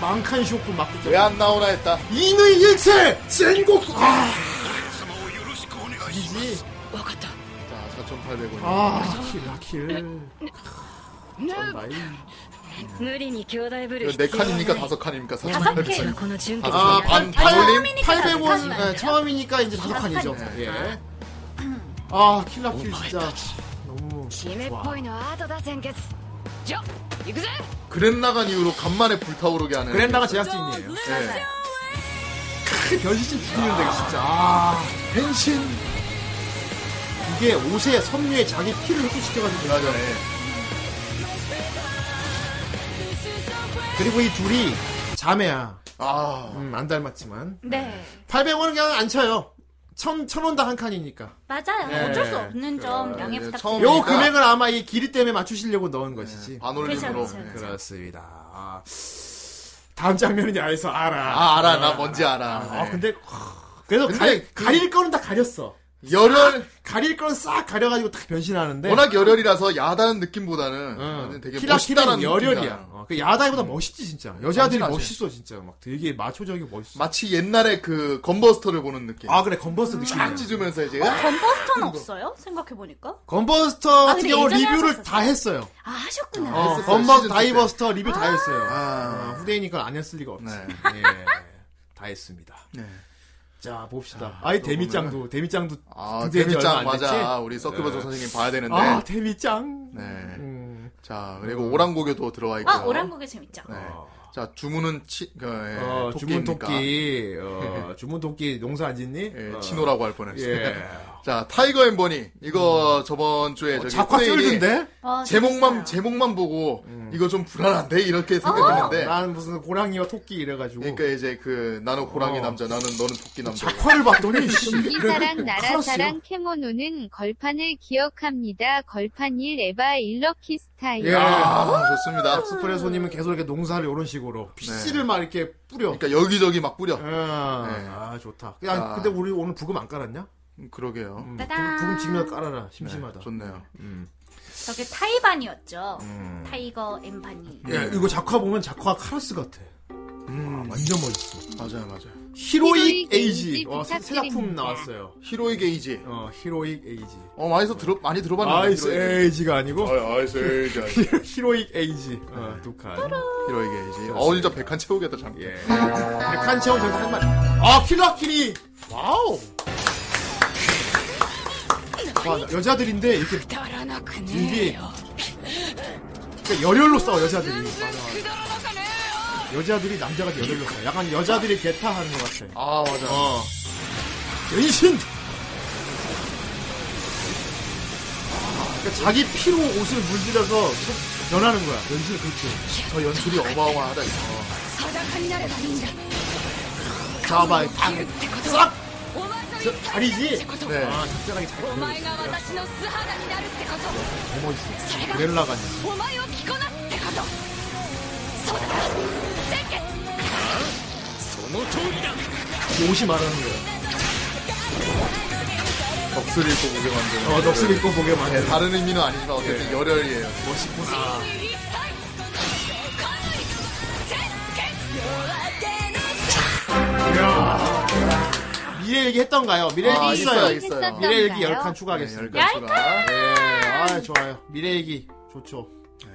Speaker 1: 망칸 쇼크 맞고.
Speaker 2: 왜 안 나오나 했다.
Speaker 1: 인의 일체! 센곡! 아! 이지.
Speaker 2: 자, 4,800원.
Speaker 1: 아, 킬라킬.
Speaker 4: 네.
Speaker 16: 無理に兄弟ぶる
Speaker 2: 네 칸입니까? 다섯 칸입니까? 4,800원.
Speaker 16: この順
Speaker 1: 아, 반, 팔림?
Speaker 4: 처음이니까
Speaker 1: 800원, 예,
Speaker 4: 다섯 칸이네.
Speaker 1: 처음이니까 이제 다섯
Speaker 4: 다섯
Speaker 1: 칸이죠.
Speaker 4: 칸이죠.
Speaker 2: 네.
Speaker 1: 예. 아, 킬라킬 진짜. 너무.
Speaker 16: 姫っぽいのは後だ先決じゃ行くぜ
Speaker 2: 그랜나간 이후로 간만에 불타오르게 하는.
Speaker 1: 그랜나가 제작진이에요.
Speaker 2: 네.
Speaker 1: 그 변신집 죽이는데, 진짜. 아,
Speaker 2: 변신.
Speaker 1: 이게 옷에 섬유에 자기 피를 흡수시켜가지고.
Speaker 2: 맞아,
Speaker 1: 그리고 이 둘이 자매야.
Speaker 2: 아.
Speaker 1: 음, 안 닮았지만.
Speaker 4: 네
Speaker 1: 800원은 그냥 안 쳐요. 천, 천 원당 한 칸이니까.
Speaker 4: 맞아요.
Speaker 1: 예.
Speaker 4: 어쩔 수 없는 그러니까. 점 양해
Speaker 2: 네, 그, 아, 이제
Speaker 4: 부탁드립니다.
Speaker 1: 요
Speaker 2: 처음이니까.
Speaker 1: 금액을 아마 이 길이 때문에 맞추시려고 넣은 것이지.
Speaker 2: 네. 반올림으로.
Speaker 4: 그쵸, 그쵸, 그쵸.
Speaker 1: 그렇습니다. 아, 다음 장면은 야에서 알아.
Speaker 2: 아, 알아. 나 뭔지 알아.
Speaker 1: 아,
Speaker 2: 네.
Speaker 1: 근데, 와, 그래서
Speaker 2: 근데
Speaker 1: 가리, 가릴 거는 다 가렸어.
Speaker 2: 열혈,
Speaker 1: 가릴 거는 싹 가려가지고 딱 변신하는데.
Speaker 2: 워낙 열혈이라서 야다는 느낌보다는 완전 되게 멋있다라는
Speaker 1: 키라키는
Speaker 2: 느낌이
Speaker 1: 열혈이야.
Speaker 2: 나요.
Speaker 1: 어, 그 야다이보다 네. 멋있지, 진짜. 여자들이
Speaker 2: 완전 아재.
Speaker 1: 멋있어, 진짜. 막 되게 마초적이고 멋있어.
Speaker 2: 마치 옛날에 그 건버스터를 보는 느낌.
Speaker 1: 아, 그래, 건버스 느낌.
Speaker 2: 쫙 찢으면서 이제
Speaker 4: 어,
Speaker 2: 음.
Speaker 4: 건버스터는 없어요? 생각해보니까.
Speaker 1: 건버스터
Speaker 4: 아,
Speaker 1: 같은
Speaker 4: 근데
Speaker 1: 경우
Speaker 4: 예전에
Speaker 1: 리뷰를
Speaker 4: 하셨었어요.
Speaker 1: 다 했어요.
Speaker 4: 아, 하셨구나.
Speaker 1: 어,
Speaker 2: 했었어요.
Speaker 1: 건버
Speaker 2: 시즌 때. 아.
Speaker 1: 다이버스터 리뷰 다 했어요. 어, 후대이니까 안 했을 리가 없지.
Speaker 2: 네.
Speaker 1: 예, 다 했습니다.
Speaker 2: 네.
Speaker 1: 자, 봅시다. 아이,
Speaker 2: 또
Speaker 1: 데미짱도, 데미짱도.
Speaker 2: 아,
Speaker 1: 등재한 지
Speaker 2: 데미짱
Speaker 1: 얼마 안 됐지?
Speaker 2: 맞아. 우리 서큐버조
Speaker 1: 네.
Speaker 2: 선생님 봐야 되는데.
Speaker 1: 아, 데미짱.
Speaker 2: 네.
Speaker 1: 음.
Speaker 2: 자, 그리고 오랑고개도 들어와 있고요.
Speaker 4: 아, 오랑고개 재밌죠.
Speaker 2: 네.
Speaker 1: 아.
Speaker 2: 자, 주문은 치, 그, 예,
Speaker 1: 어,
Speaker 2: 토끼입니까?
Speaker 1: 주문토끼, 어, 주문토끼 농사 안 짓니?
Speaker 2: 예,
Speaker 1: 어.
Speaker 2: 치노라고 할 뻔했어요.
Speaker 1: 예.
Speaker 2: 자, 타이거 앤 버니. 이거 저번 주에 저기
Speaker 1: 어, 작화
Speaker 2: 후대인이
Speaker 1: 쫄든데? 아,
Speaker 2: 제목만 제목만 보고 이거 좀 불안한데 이렇게 생각했는데.
Speaker 1: 난 아, 무슨 호랑이와 토끼 이래가지고. 어.
Speaker 2: 그러니까 이제 그 나는 호랑이 남자, 나는 너는 토끼 남자.
Speaker 1: 작화를 봤더니 씨.
Speaker 12: 동기사랑 나라사랑
Speaker 1: 카라스요.
Speaker 12: 캐모노는 걸판을 기억합니다. 걸판 1 에바 일럭키 스타일.
Speaker 1: 예,
Speaker 2: 좋습니다. 네.
Speaker 1: 스프레소님은 계속 이렇게 농사를 이런 식으로 씨를 막 이렇게 뿌려.
Speaker 2: 그러니까 여기저기 막 뿌려. 네.
Speaker 1: 아, 좋다. 야,
Speaker 2: 아. 음,
Speaker 1: 근데 우리 음, 오늘 부금 안 깔았냐?
Speaker 2: 그러게요.
Speaker 4: 따단.
Speaker 1: 부금 지금 음. 깔아라. 심심하다.
Speaker 2: 좋네요.
Speaker 4: 저게 타이반이었죠.
Speaker 1: 음.
Speaker 4: 타이거 엠파니.
Speaker 1: 예, 이거 작화 보면 작화 카라스 같아. 음. 완전 멋있어.
Speaker 2: 맞아요, 맞아요.
Speaker 1: 히로익
Speaker 2: 히로익
Speaker 1: 에이지.
Speaker 2: 에이지
Speaker 1: 와, 새 새 작품
Speaker 2: 부탁드립니다.
Speaker 1: 나왔어요.
Speaker 2: 히로익 에이지.
Speaker 1: 어, 히로익 에이지.
Speaker 2: 어, 많이 서 들어 많이 들어봤는데.
Speaker 1: 아이스
Speaker 2: 히로익
Speaker 1: 에이지가 아니고
Speaker 2: 아, 아이스 에이지 아니고.
Speaker 1: 히로익 에이지. 어, 두 칸.
Speaker 2: 히로익 에이지. 어, 진짜 백한 채우겠다, 어, 잠깐.
Speaker 1: 예. 백한 채용 전한 말. 아, 킬러키리. 와우. 와, 나- 아, 여자들인데 이렇게
Speaker 4: 음,
Speaker 1: 이게 그러니까 열혈로 싸워 여자들이. 맞아, 맞아. 여자들이 남자가 열혈로 싸워. 약간 여자들이 개타하는 것 같아.
Speaker 2: 아, 맞아.
Speaker 1: 어. 연신. 그러니까 자기 피로 옷을 물들여서 변하는 거야. 연출 그렇죠.
Speaker 2: 저 연출이 어마어마하다. 이거.
Speaker 16: 裸になればいいんだ
Speaker 1: 자바이 탕. 싹. 저, 자리지.
Speaker 2: 네.
Speaker 1: 아, 적절하게
Speaker 16: お前が
Speaker 1: 잘.
Speaker 16: 私の素肌になるってこ
Speaker 1: 너무 멋있어.
Speaker 16: それ
Speaker 1: 그렐라가
Speaker 16: とお前を着こなすってことそうだ先月その通りだ
Speaker 1: 옷이 말하는 거야.
Speaker 2: 넋을 잃고 보게 만드는.
Speaker 1: 어, 넋을 잃고 보게 만드는.
Speaker 2: 네, 다른 의미는 아니지만 어쨌든 열혈이에요. 아.
Speaker 1: 멋있구나. 미래 얘기 했던가요? 미래 얘기
Speaker 2: 아,
Speaker 1: 있어요.
Speaker 2: 있어요, 있어요.
Speaker 1: 미래 얘기
Speaker 2: 했었던가요?
Speaker 1: 10칸 추가하겠습니다.
Speaker 2: 네, 10칸 추가.
Speaker 1: 예, 아, 좋아요. 미래 얘기 좋죠.
Speaker 2: 네.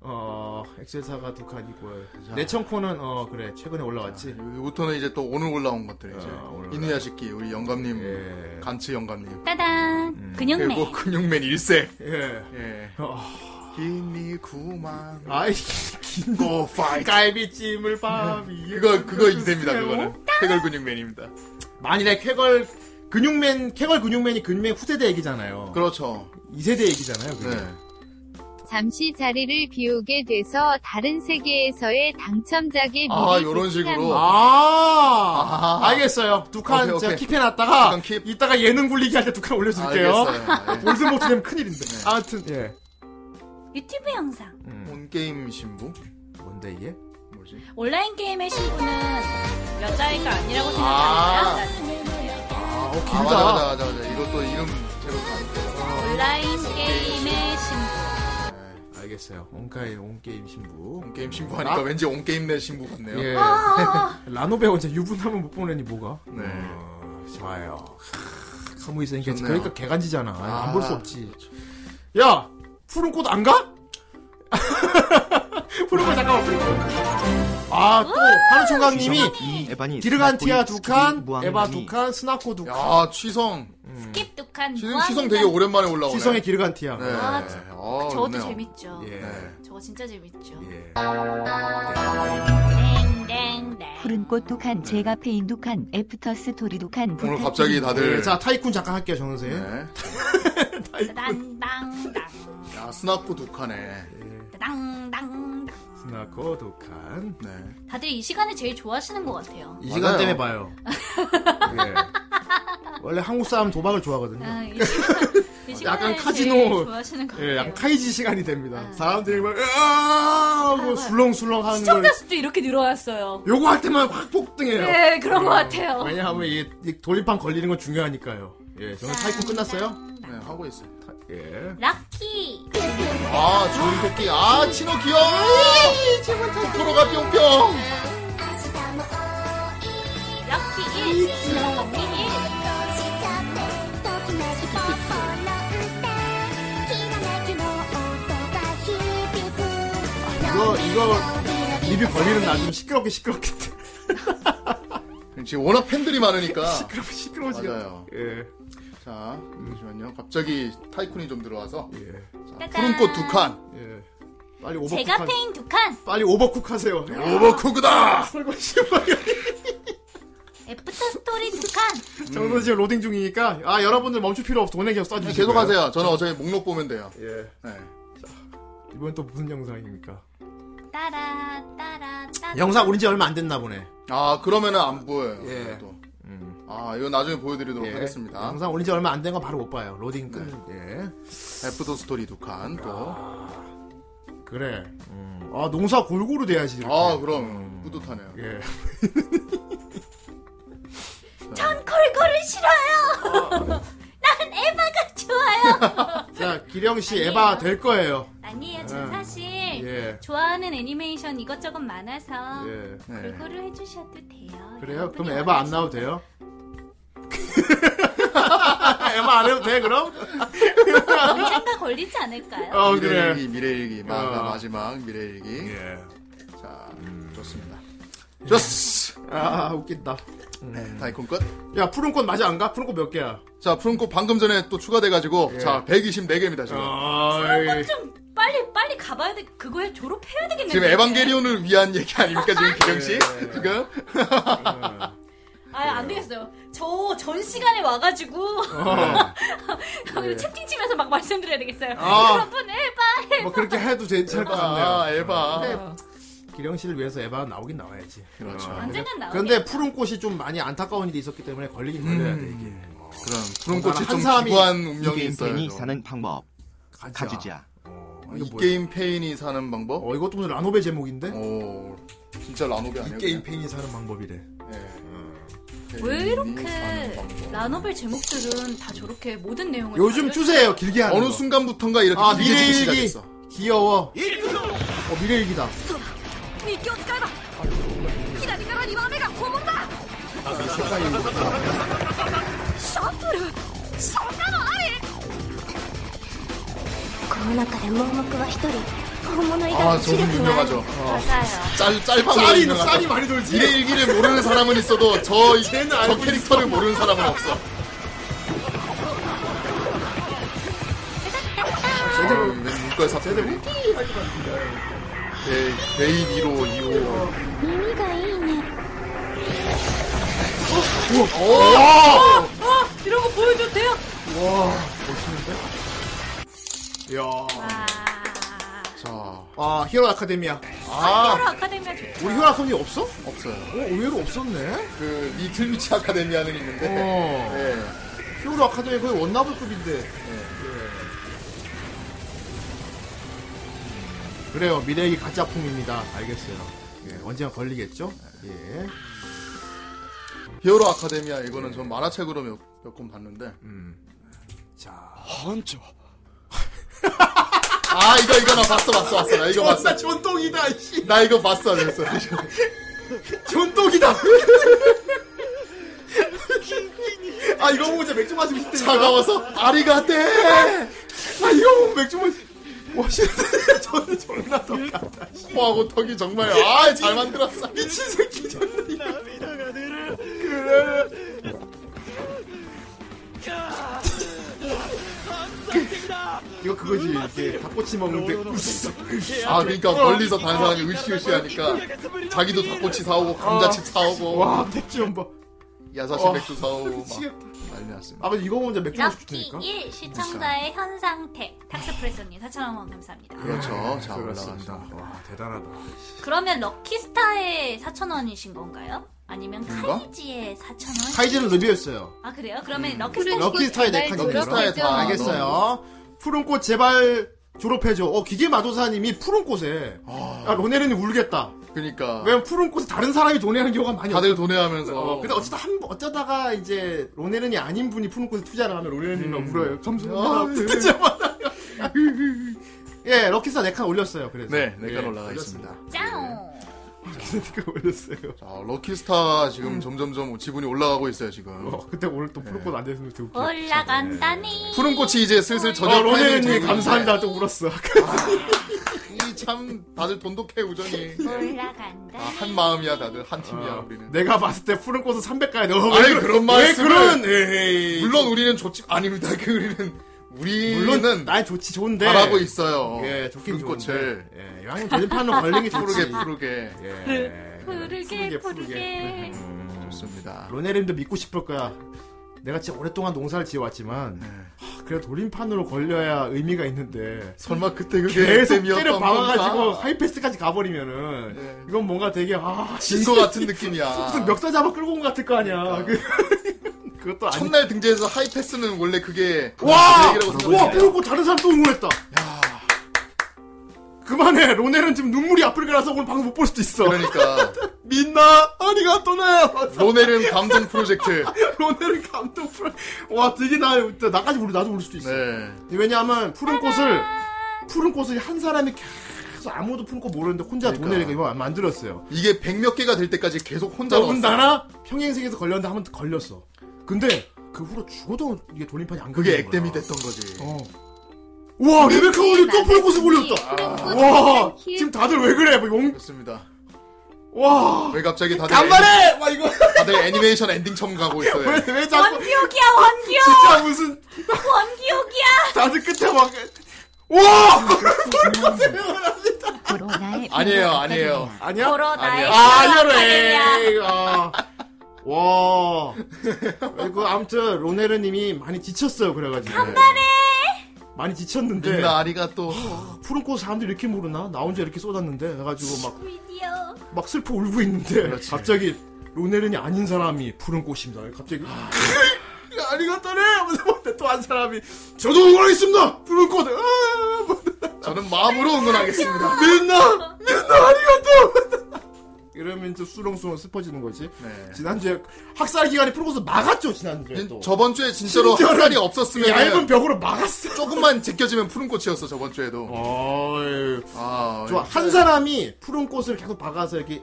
Speaker 1: 어, 엑셀사가 두 칸이고요. 내천코는 어, 그래. 최근에 올라왔지. 아,
Speaker 2: 여기부터는 아, 이제 또 오늘 올라온 것들 이제 이누야시키 우리 영감님
Speaker 1: 예.
Speaker 2: 간츠 영감님
Speaker 4: 따단. 근육맨.
Speaker 2: 음, 그리고 근육맨 일세
Speaker 1: 예.
Speaker 2: 예.
Speaker 1: 어,
Speaker 2: 긴니 구만
Speaker 1: 아이
Speaker 2: 긴고 파이트
Speaker 1: 갈비찜을 밤 위에
Speaker 2: 그거 그거 이세입니다 그거는 해결 근육맨입니다
Speaker 1: 만일에 쾌걸 근육맨 쾌걸 근육맨이 근육맨 후세대 얘기잖아요.
Speaker 2: 그렇죠. 네.
Speaker 1: 2세대 얘기잖아요. 그게.
Speaker 12: 잠시 자리를 비우게 돼서 다른 세계에서의 당첨작에
Speaker 1: 아,
Speaker 12: 미리
Speaker 1: 요런
Speaker 12: 부탁합니다.
Speaker 1: 식으로. 아, 알겠어요. 두 칸
Speaker 2: 오케이,
Speaker 1: 제가
Speaker 2: 오케이.
Speaker 1: 킵해놨다가 이따가 예능 굴리기 할 때 두 칸 올려줄게요.
Speaker 2: 알겠어요. 예.
Speaker 1: 볼드모트 되면 큰일인데. 아무튼 음. 예.
Speaker 4: 유튜브 영상.
Speaker 2: 온 게임 신부
Speaker 1: 뭔데 이게
Speaker 4: 온라인 게임의 신부는 여자애가 아니라고 생각하는 거야?
Speaker 2: 아 어,
Speaker 1: 길다.
Speaker 2: 아, 맞아 맞아 맞아, 맞아. 이것도 이름 제로 다르고
Speaker 4: 온라인 게임의 신부.
Speaker 1: 알겠어요. 온카이 온게임 신부. 음,
Speaker 2: 온게임 신부 하니까 왠지 온게임 내 신부 같네요
Speaker 1: 예.
Speaker 4: 아.
Speaker 1: 라노베 언제 유부남은 못 보내니 뭐가?
Speaker 2: 네.
Speaker 1: 어, 좋아요. 카무이센
Speaker 2: 좋네요.
Speaker 1: 그러니까 개간지잖아. 그렇죠.
Speaker 2: 아.
Speaker 1: 안 볼 수 없지. 야, 푸른 꽃 안 가? 푸른 꽃 잠깐만. 푸른 꽃. 아, 또 하루 총각님이
Speaker 13: 에반이
Speaker 1: 디르간티아 두 칸,
Speaker 13: 무항의
Speaker 1: 에바
Speaker 13: 무늬.
Speaker 1: 두 칸, 스나코 두 칸.
Speaker 2: 야 아, 취성
Speaker 4: 스킵 두 칸.
Speaker 2: 취성 취성 되게 오랜만에 올라오네
Speaker 1: 시성의 디르간티아.
Speaker 2: 네.
Speaker 4: 아, 저-
Speaker 2: 아,
Speaker 4: 저도
Speaker 2: 좋네요.
Speaker 4: 재밌죠.
Speaker 1: 예.
Speaker 4: 저거 진짜 재밌죠.
Speaker 2: 예.
Speaker 4: 땡땡땡.
Speaker 11: 푸른 꽃 두 칸, 제가 페인 두 칸, 애프터 스토리 두 칸.
Speaker 2: 오늘 갑자기 다들
Speaker 1: 예, 자, 타이쿤 잠깐 할게요, 정선생.
Speaker 2: 네.
Speaker 4: 땅땅땅.
Speaker 2: 야 스나코 두 칸에
Speaker 1: 예.
Speaker 4: 땅땅땅.
Speaker 1: 스나코 두 칸.
Speaker 2: 네.
Speaker 4: 다들 이 시간을 제일 좋아하시는 것 같아요.
Speaker 1: 이 시간 때문에 봐요.
Speaker 2: 네.
Speaker 1: 예. 원래 한국 사람 도박을 좋아하거든요.
Speaker 4: 아, 이 시간, 이 시간을
Speaker 1: 어, 약간
Speaker 4: 제일
Speaker 1: 카지노,
Speaker 4: 좋아하시는 것 같아요. 네.
Speaker 1: 예, 약간 카이지 시간이 됩니다. 사람들이 막, 으아! 하고 술렁술렁 하는 걸.
Speaker 4: 시청자 수도 이렇게 늘어났어요.
Speaker 1: 음. 요거 할 때만 확 폭등해요.
Speaker 4: 네, 그런
Speaker 1: 예.
Speaker 4: 것 같아요.
Speaker 1: 왜냐하면 이, 이 돌림판 걸리는 건 중요하니까요. 예, 저는 타이쿤 끝났어요?
Speaker 2: 네, 하고 있어요.
Speaker 1: 예.
Speaker 4: 락키.
Speaker 2: 아, 좋은 토끼. 아, 친노 귀여워.
Speaker 4: 예,
Speaker 2: 토토로가 뿅뿅.
Speaker 4: 락키 1. 락키 1.
Speaker 1: 이거, 이거, 리뷰 걸리는 날 좀 시끄럽게 시끄럽게.
Speaker 2: 지금 워낙 팬들이 많으니까.
Speaker 1: 시끄러워, 시끄러워지겠다.
Speaker 2: 맞아요.
Speaker 1: 예.
Speaker 2: 자, 잠시만요. 갑자기 타이쿤이 좀 들어와서. 자,
Speaker 4: 따단.
Speaker 2: 푸른 꽃 두 칸.
Speaker 1: 예. 빨리 오버쿡.
Speaker 4: 제가
Speaker 1: 하-
Speaker 4: 페인 두 칸.
Speaker 2: 네,
Speaker 1: 빨리 오버쿡 하세요.
Speaker 2: 오버쿡이다!
Speaker 1: 설거지
Speaker 4: 애프터 스토리 두 칸.
Speaker 1: 음. 저도 지금 로딩 중이니까 아 여러분들 멈출 필요 없어 돈에 계속 써주세요.
Speaker 2: 계속 하세요. 저는 어차피 네. 목록 보면 돼요.
Speaker 1: 예. 이번 또 무슨 영상입니까?
Speaker 4: 따라 따라 따라.
Speaker 1: 영상 오린지 얼마 안 됐나 보네.
Speaker 2: 아 그러면은 안 보여요.
Speaker 1: 예.
Speaker 2: 그래도. 아 이거 나중에 보여드리도록 하겠습니다. 네.
Speaker 1: 영상 올린지 얼마 안 된 거 바로 못 봐요. 로딩 끝. 예.
Speaker 2: 애프터 스토리 두 칸 또.
Speaker 1: 아, 그래. 아 농사 골고루 돼야지. 이렇게.
Speaker 2: 아 그럼 뿌듯하네요.
Speaker 1: 예. 네.
Speaker 4: 전 골고루 싫어요.
Speaker 1: 아.
Speaker 4: 난 에바가 좋아요.
Speaker 1: 자 기령 씨 에바 될 거예요.
Speaker 4: 아니에요. 전
Speaker 1: 예.
Speaker 4: 사실
Speaker 1: 예.
Speaker 4: 좋아하는 애니메이션 이것저것 많아서
Speaker 1: 예.
Speaker 4: 골고루 해주셔도 돼요.
Speaker 1: 그래요? 그럼 에바 안 나와도 돼요? 에바 안 해도 돼 그럼?
Speaker 4: 언젠가 걸리지 않을까요?
Speaker 2: 네.
Speaker 1: 어 그래.
Speaker 2: 미래일기 미래일기 마가
Speaker 1: 어. 예.
Speaker 2: 마지막 미래일기. 자
Speaker 1: 음.
Speaker 2: 좋습니다.
Speaker 1: 좋스. 아 웃긴다.
Speaker 2: 네 다이콘 끝.
Speaker 1: 야 푸른 꽃 맞아 안 가? 푸른 꽃 몇 개야? 예.
Speaker 2: 자 푸른꽃 방금 전에 또 추가돼가지고 자 124개입니다 지금.
Speaker 4: 그럼 좀 빨리 빨리 가봐야 돼. 그거에 졸업해야 되겠네.
Speaker 2: 지금 에반게리온을 위한 얘기 아닙니까 지금 기령 씨
Speaker 1: 예.
Speaker 2: 지금?
Speaker 4: 아안 되겠어요. 저 전 시간에 와가지고 그
Speaker 1: 예.
Speaker 4: 채팅집에서 막 말씀드려야 되겠어요.
Speaker 1: 어, 아.
Speaker 4: 여러분 에바 에바.
Speaker 1: 뭐 그렇게 해도 괜찮을 것
Speaker 2: 에바,
Speaker 1: 같네요.
Speaker 2: 아, 에바.
Speaker 1: 근데 기령 씨를 위해서 에바 나오긴 나와야지.
Speaker 2: 그렇죠.
Speaker 4: 아, 언젠간 나오겠죠.
Speaker 1: 그런데 푸른 꽃이 좀 많이 안타까운 일이 있었기 때문에 걸리긴 걸려야 돼 이게.
Speaker 2: 그럼 푸른 꽃이
Speaker 1: 한
Speaker 2: 좀
Speaker 1: 사람이
Speaker 2: 기구한 운명이
Speaker 13: 이게
Speaker 2: 있어요.
Speaker 13: 팬이
Speaker 2: 또.
Speaker 13: 사는 방법. 가주자.
Speaker 2: 이 게임 페인이 사는 방법?
Speaker 1: 어, 이것도 무슨 라노베 제목인데?
Speaker 2: 오, 진짜 라노베 아니에요?
Speaker 1: 이 게임 팬이 사는 방법이래.
Speaker 4: 왜 이렇게 라노벨 제목들은 다 저렇게 모든 내용을
Speaker 1: 요즘
Speaker 4: 다룰-
Speaker 1: 추세예요, 길게 하는
Speaker 2: 어느
Speaker 1: 거.
Speaker 2: 순간부터인가 이렇게
Speaker 1: 아,
Speaker 2: 길게 쓰기
Speaker 1: 미래일기.
Speaker 2: 시작했어.
Speaker 1: 귀여워. 어, 미래일기다.
Speaker 16: 日記を使えば左から2番目が本物だ
Speaker 1: 아, 색깔이.
Speaker 16: シャンプルそんなのあり
Speaker 14: この中で盲目は一人本物以外
Speaker 2: 아
Speaker 14: の視力が
Speaker 2: 저분
Speaker 14: ある
Speaker 2: 유명하죠. 어.
Speaker 14: 맞아요.
Speaker 2: 짤, 짤방
Speaker 1: 짤이- 짤이 많이 돌지.
Speaker 2: 미래일기를 모르는 사람은 있어도 저,
Speaker 1: 쟤는
Speaker 2: 저
Speaker 1: 알고
Speaker 2: 캐릭터를 모르는 사람은 없어. 쟤들 문과에 네, 삽질이? 베이 1호, 2호.
Speaker 14: 耳がいいね
Speaker 1: 오!
Speaker 4: 아 이런 거 보여줘도 돼요?
Speaker 1: 와, 멋있는데? 이야.
Speaker 2: 자.
Speaker 1: 아, 히어로 아카데미아.
Speaker 4: 아,
Speaker 1: 아,
Speaker 4: 히어로 아카데미아 좋죠.
Speaker 1: 우리 히어로 아카데미 없어? 어,
Speaker 2: 없어요.
Speaker 1: 의외로 없었네?
Speaker 2: 그, 리틀비치 아카데미아는 있는데.
Speaker 1: 어.
Speaker 2: 네.
Speaker 1: 히어로 아카데미 거의 원나블급인데. 그래요, 미래의 가짜품입니다. 알겠어요. 예, 언젠가 걸리겠죠? 예.
Speaker 2: 히어로 아카데미아 이거는 전 만화책으로 몇 권 봤는데.
Speaker 1: 음. 자.
Speaker 2: 한자. 아, 이거, 이거 나 봤어, 봤어, 봤어. 나 이거 봤어.
Speaker 1: 전동이다, 씨.
Speaker 2: 나 이거 봤어, 그랬어.
Speaker 1: 전동이다! 아, 이거 보고 진짜 맥주 마시고 싶다.
Speaker 2: 차가워서 아리가 떼!
Speaker 1: 아, 이거 보고 맥주 마시고. 와, 씨. 저는 존나 더.
Speaker 2: 코하고 턱이 정말, 아, 잘 만들었어.
Speaker 1: 예, 미친 새끼 존나. 이거 그거지. 이게 닭꼬치 먹는데. 우스.
Speaker 2: 아, 그러니까 멀리서 다른 사람이 으쌰으쌰 하니까 자기도 닭꼬치 사오고, 감자칩 사오고,
Speaker 1: 아. 와, 택지 한 번.
Speaker 2: 야사시
Speaker 1: 와,
Speaker 2: 맥주 사오고, 막
Speaker 1: 미치겠다.
Speaker 2: 난리 났습니다.
Speaker 1: 아, 근데 이거 보면 이제 맥주 마시고
Speaker 4: 럭키
Speaker 1: 싶다니까?
Speaker 4: 1 시청자의 현상택 탁스프레소님 4,000원 감사합니다.
Speaker 2: 그렇죠. 자,
Speaker 1: 그렇습니다.
Speaker 2: 올라갔습니다.
Speaker 1: 네, 와, 대단하다.
Speaker 4: 그러면 럭키스타의 4,000원이신 건가요? 아니면
Speaker 1: 뭔가?
Speaker 4: 카이지의 4,000원?
Speaker 1: 카이즈는 리뷰했어요.
Speaker 4: 아 그래요? 그러면 럭키스타
Speaker 1: 럭키스타의
Speaker 4: 네
Speaker 1: 네칸
Speaker 4: 칸
Speaker 2: 럭키스타의 다.
Speaker 1: 알겠어요. 푸른꽃 제발 졸업해줘. 어, 기계 마도사님이 푸른꽃에. 아, 로네르님 울겠다.
Speaker 2: 그니까.
Speaker 1: 왜냐면 푸른꽃에 다른 사람이 돈해하는 경우가 많이 없어.
Speaker 2: 다들 돈해하면서.
Speaker 1: 어, 근데 어쨌든 한 번- 어쩌다가 이제 로네른이 아닌 분이 푸른꽃에 투자를 하면 로네른이가 울어요.
Speaker 2: 음. 아,
Speaker 1: 감사합니다. 뜨자마자. 예, 럭키스타 네 칸 올렸어요. 그래서
Speaker 2: 네, 네칸
Speaker 1: 예,
Speaker 2: 올라가
Speaker 1: 올렸습니다.
Speaker 2: 있습니다.
Speaker 4: 짱!
Speaker 1: 럭키스타 올렸어요. 음.
Speaker 2: 자, 럭키스타 지금 점점점 지분이 올라가고 있어요, 지금. 네.
Speaker 1: 어, 그때 오늘 또 푸른꽃 안 됐으면 되게 웃겨.
Speaker 4: 올라간다니
Speaker 2: 푸른꽃이 이제 슬슬
Speaker 1: 어,
Speaker 2: 저녁
Speaker 1: 로네른이
Speaker 2: 타이밍이
Speaker 1: 감사합니다. 또 울었어.
Speaker 2: 됐는데 이참 다들 돈독해 우정이
Speaker 4: 올라간다
Speaker 2: 아, 한 마음이야 다들 한 팀이야 우리는
Speaker 1: 아, 내가 봤을 때 푸른 꽃은 300가야 너.
Speaker 2: 아니, 그런 말씀을.
Speaker 1: 왜 그런? 예, 에헤이.
Speaker 2: 물론 우리는 좋지 아닙니다 그 우리는 우리는
Speaker 1: 물론 날 좋지 좋은데.
Speaker 2: 바라고 있어요
Speaker 1: 네. 예, 좋긴
Speaker 2: 불꽃을.
Speaker 1: 좋은데. 예, 양이 돌림판으로 걸리는 게 좋지.
Speaker 2: 푸르게 푸르게
Speaker 1: 예.
Speaker 4: 푸르게 푸르게
Speaker 2: 좋습니다.
Speaker 1: 로네림도 믿고 싶을 거야. 내가 진짜 오랫동안 농사를 지어왔지만
Speaker 2: 네.
Speaker 1: 하, 그래도 돌림판으로 걸려야 의미가 있는데
Speaker 2: 설마 그때 그게
Speaker 1: 계속
Speaker 2: FM이었던
Speaker 1: 때려 박아가지고
Speaker 2: 건가? 네.
Speaker 1: 하이패스까지 가버리면은 이건 뭔가 되게 아
Speaker 2: 진거 같은 느낌이야. 그러니까.
Speaker 1: 무슨 멱살 잡아 끌고 온 것 같을 거 아니야. 그- 그것도 아니.
Speaker 2: 첫날 등재에서 하이패스는 원래 그게
Speaker 1: 와!
Speaker 2: 얘기라고
Speaker 1: 와,
Speaker 2: 생각해요.
Speaker 1: 그리고 다른 사람 또 응원했다. 그만해. 로넬은 지금 눈물이 앞을 가라서 오늘 방송 못 볼 수도 있어.
Speaker 2: 그러니까.
Speaker 1: 민나, 아리가 또나요.
Speaker 2: 로넬은 감동 프로젝트.
Speaker 1: 로넬은 감동 프로젝트. 와, 되게 나, 나까지 모르, 나도 모를 수도 있어.
Speaker 2: 네.
Speaker 1: 왜냐하면 푸른 꽃을, 푸른 꽃을 한 사람이 계속 아무도 푸른 꽃 모르는데 혼자 로넬이 이거 만들었어요.
Speaker 2: 그러니까. 이게 백 몇 개가 될 때까지 계속 혼자
Speaker 1: 더군다나 평행세계에서 걸렸는데 한 번 걸렸어. 근데 그 후로 죽어도 이게 돌림판이 안
Speaker 2: 그게
Speaker 1: 걸리는 거야.
Speaker 2: 액땜이 됐던 거지.
Speaker 1: 와 레베카 올리 또 푸른 꽃을 올렸다.
Speaker 2: 푸른
Speaker 1: 와
Speaker 2: 꽃이
Speaker 1: 지금 다들 왜 그래? 뭐 용.
Speaker 2: 좋습니다.
Speaker 1: 와.
Speaker 2: 왜 갑자기 다들
Speaker 1: 간만에!
Speaker 2: 애니- 다들 애니메이션 엔딩 처음 가고 있어요.
Speaker 1: 왜, 왜 자꾸.
Speaker 4: 원기옥이야, 원기옥!
Speaker 1: 진짜 무슨.
Speaker 4: 원기옥이야!
Speaker 1: 다들 끝에 막. 와!
Speaker 2: 아니에요, 아니에요.
Speaker 1: 아니야?
Speaker 4: 걸어, 음. 나의
Speaker 1: 아,
Speaker 4: 걸어,
Speaker 1: 이거래.
Speaker 4: 아니야.
Speaker 1: 아. 와. 그 아무튼 로네르 님이 많이 지쳤어요. 그래 가지고. 간만에. 많이 지쳤는데.
Speaker 2: 민나 아리가 또
Speaker 1: 푸른 꽃 사람들 이렇게 모르나? 나 혼자 이렇게 쏟았는데 해 가지고 막
Speaker 4: 미디어.
Speaker 1: 막 슬퍼 울고 있는데 갑자기 로네른이 아닌 사람이 푸른 꽃입니다. 갑자기 아니겠다네 하면서 또한 사람이 저도 응원하겠습니다. 아! 푸른 꽃.
Speaker 2: 저는 마음으로 응원하겠습니다.
Speaker 1: 민나 민나 아니겠다. 이러면 좀 수렁수렁 슬퍼지는 거지.
Speaker 2: 네.
Speaker 1: 지난주에 학살 기간이 푸른 꽃을 막았죠 지난주에 또.
Speaker 2: 저번 주에 진짜로
Speaker 1: 심지어는
Speaker 2: 학살이 없었으면
Speaker 1: 얇은 벽으로 막았어.
Speaker 2: 조금만 제껴지면 푸른 꽃이었어 저번 주에도. 아,
Speaker 1: 좋아. 한 사람이 푸른 꽃을 계속 박아서 이렇게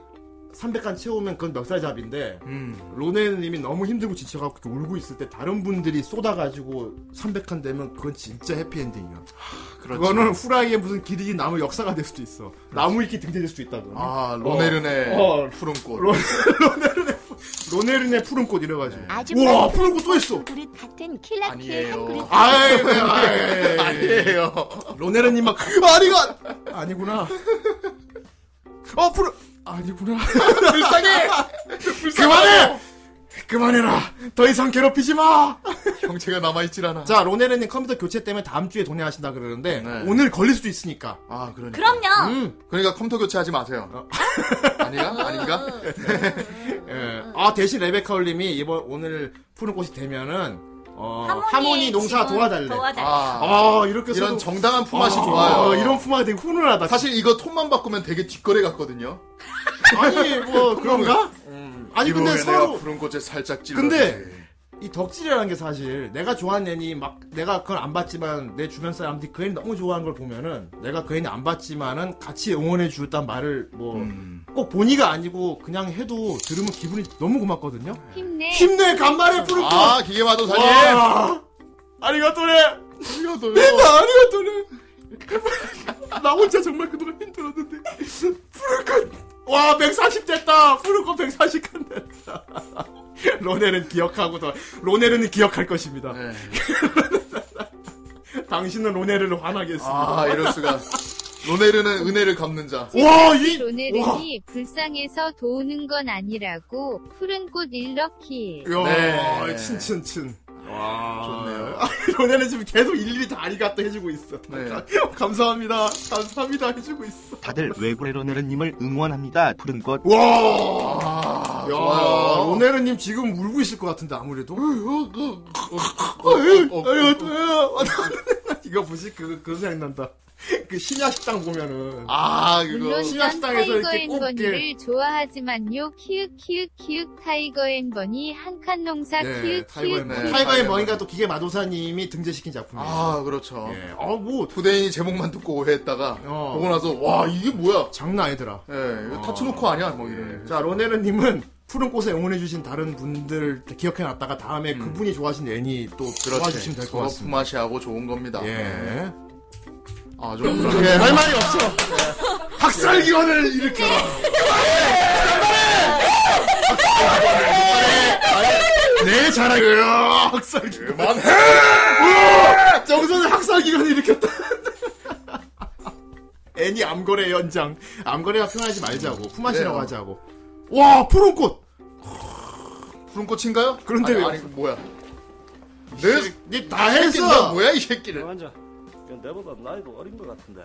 Speaker 1: 300간 채우면 그건
Speaker 2: 네.
Speaker 1: 멱살잡인데
Speaker 2: 음.
Speaker 1: 로네님이 너무 힘들고 지쳐갖고 이렇게 울고 있을 때 다른 분들이 쏟아가지고 300간 되면 그건 진짜 해피엔딩이야.
Speaker 2: 그렇지.
Speaker 1: 그거는 후라이의 무슨 길이 남을 역사가 될 수도 있어. 나무 있기 등재될 수도 있다. 그거는. 어,
Speaker 2: 아, 로네른의 푸른 꽃.
Speaker 1: 로, 로네른의 푸- 로네른의 푸른 꽃 이래가지고.
Speaker 14: 아주
Speaker 1: 우와
Speaker 14: 빨리
Speaker 1: 푸른 꽃 또 있어.
Speaker 14: 그릇 같은 킬라키의 한 그릇.
Speaker 1: 아니에요. 아이고, 아니에요. 로네르님 막 아니가 아니구나. 어 프로 아니구나.
Speaker 2: 불쌍해.
Speaker 1: 그만해. 그만해라. 더 이상 괴롭히지 마.
Speaker 2: 형체가 남아있질 않아.
Speaker 1: 자 로네르님 컴퓨터 교체 때문에 다음 주에 돈해하신다 그러는데 오늘 걸릴 수도 있으니까.
Speaker 2: 네.
Speaker 1: 음. 어.
Speaker 2: 아 그러니까.
Speaker 4: 그럼요.
Speaker 2: 그러니까 컴퓨터 교체하지 마세요. 아니야? 아닌가?
Speaker 1: 예. 아 대신 레베카 올님이 이번 오늘 푸른 꽃이 되면은 어,
Speaker 4: 하모니
Speaker 1: 하모니, 농사
Speaker 4: 지금
Speaker 1: 도와달래.
Speaker 4: 도와달래.
Speaker 1: 아, 이렇게 서로-
Speaker 2: 이런 정당한 품앗이
Speaker 1: 아,
Speaker 2: 좋아요.
Speaker 1: 아, 이런 품앗이 되게 훈훈하다.
Speaker 2: 사실 이거 톤만 바꾸면 되게 뒷거래 같거든요.
Speaker 1: 아니 뭐 그런가? 음. 아니, 근데
Speaker 2: 이번에
Speaker 1: 서로-
Speaker 2: 내가 푸른 꽃에 살짝 찔러.
Speaker 1: 근데 이 덕질이라는 게 사실 내가 좋아하는 애니 막 내가 그걸 안 봤지만 내 주변 사람들이 그 애니 너무 좋아하는 걸 보면은 내가 그 애니 안 봤지만은 같이 응원해 주었단 말을 뭐 꼭
Speaker 2: 음.
Speaker 1: 본의가 아니고 그냥 해도 들으면 기분이 너무 고맙거든요.
Speaker 12: 힘내.
Speaker 4: 네.
Speaker 1: 힘내 간만에 부르고
Speaker 2: 아, 기계마도 사님.
Speaker 1: 아리가또네.
Speaker 2: 아리가또요.
Speaker 1: 맨날 아리가또네. 나 혼자 정말 그동안 힘들었는데 푸르콘 와140 됐다. 푸르콘 140칸 됐다. 로넬은 기억하고 더 로넬은 기억할 것입니다.
Speaker 2: 네.
Speaker 1: 당신은 로넬을 화나겠습니다.
Speaker 2: 아, 이럴 수가. 로네르는 은혜를 갚는 자.
Speaker 12: 로네르니 불쌍해서 도우는 건 아니라고 푸른 꽃 일러키.
Speaker 1: 야,
Speaker 2: 네.
Speaker 1: 친친친. 와, 좋네요. 로넬은 지금 계속 일일이 다리가 또 해주고 있어.
Speaker 2: 네.
Speaker 1: 감사합니다. 감사합니다 해주고 있어.
Speaker 13: 다들 외골의 로네르님을 응원합니다. 푸른 꽃.
Speaker 2: 아,
Speaker 1: 와, 야,
Speaker 13: 좋아요.
Speaker 1: 로네르님 지금 울고 있을 것 같은데
Speaker 2: 어,
Speaker 1: 아무래도. 어,
Speaker 2: 어.
Speaker 1: 이거 보시 그, 그 생각 난다. 그 신야 식당 보면은.
Speaker 2: 아,
Speaker 12: 물론
Speaker 1: 신야
Speaker 12: 난
Speaker 1: 식당에서
Speaker 12: 타이거
Speaker 1: 이렇게
Speaker 12: 앤
Speaker 1: 꼽게.
Speaker 12: 버니를 좋아하지만요. 키읔 키읔 키읔 타이거 앤 버니 한칸 농사 키읔 키읔 키읔.
Speaker 1: 네, 타이거의 머니가 또 기계 마도사님이 등재시킨 작품이에요.
Speaker 2: 네. 아, 그렇죠.
Speaker 1: 아, 뭐.
Speaker 2: 부대인이 제목만 듣고 오해했다가, 보고 나서, 와, 이게 뭐야?
Speaker 1: 어. 장난 아니더라. 어.
Speaker 2: 예, 이거 타츠노코 아니야? 뭐 이런.
Speaker 1: 자, 로네르님은 푸른 꽃에 응원해주신 다른 분들 기억해놨다가 다음에 그분이 좋아하신 애니 또 도와주시면 될 것
Speaker 2: 서로
Speaker 1: 같습니다.
Speaker 2: 품앗이 하고 좋은 겁니다.
Speaker 1: 예.
Speaker 2: 아, 좀. 예.
Speaker 1: 예, 할 말이 없어. 학살 기관을 일으켜라.
Speaker 2: 네,
Speaker 1: 내 자랑이에요. 예, 학살 기관. 그만해. 정선은 학살 기관을 일으켰다. 애니 암거래 연장.
Speaker 2: 네.
Speaker 1: 암거래가 표현하지 말자고. 품앗이라고
Speaker 2: 그래요.
Speaker 1: 하자고. 와 푸른 꽃.
Speaker 2: 푸른 꽃인가요?
Speaker 1: 그런데
Speaker 2: 아니,
Speaker 1: 왜-
Speaker 2: 아니 뭐야? 내, 다
Speaker 1: 했어!
Speaker 2: 뭐야 이 새끼를?
Speaker 17: 앉아. 그건 내보다 나이도 어린 것 같은데.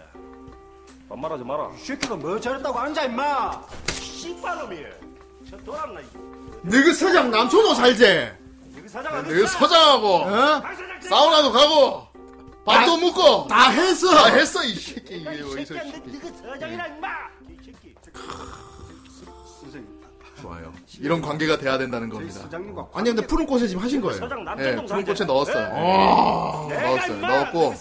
Speaker 17: 반말하지 마라. 이 새끼가 뭐 잘했다고 앉아 임마. 씨발놈이. 저 돌았나 이거.
Speaker 1: 너그 서장 남초노 살제.
Speaker 17: 여기 사장 안
Speaker 2: 내 네, 아, 서장하고 어? 사우나도 가고
Speaker 1: 다-
Speaker 2: 밥도 먹고
Speaker 1: 다 했어.
Speaker 2: 다 했어 이 새끼 이게
Speaker 17: 이
Speaker 2: 어디서
Speaker 17: 새끼한테 네가 서장이라 임마. 이 새끼. 선생님.
Speaker 2: 좋아요. 이런 관계가 돼야 된다는 겁니다.
Speaker 17: 사장님과
Speaker 1: 아니 근데 푸른 꽃에 지금 하신 거예요.
Speaker 17: 서장
Speaker 2: 네,
Speaker 17: 남편동
Speaker 2: 푸른
Speaker 17: 살때.
Speaker 2: 꽃에 넣었어요.
Speaker 1: 아.
Speaker 2: 네. 넣었어요. 넣었고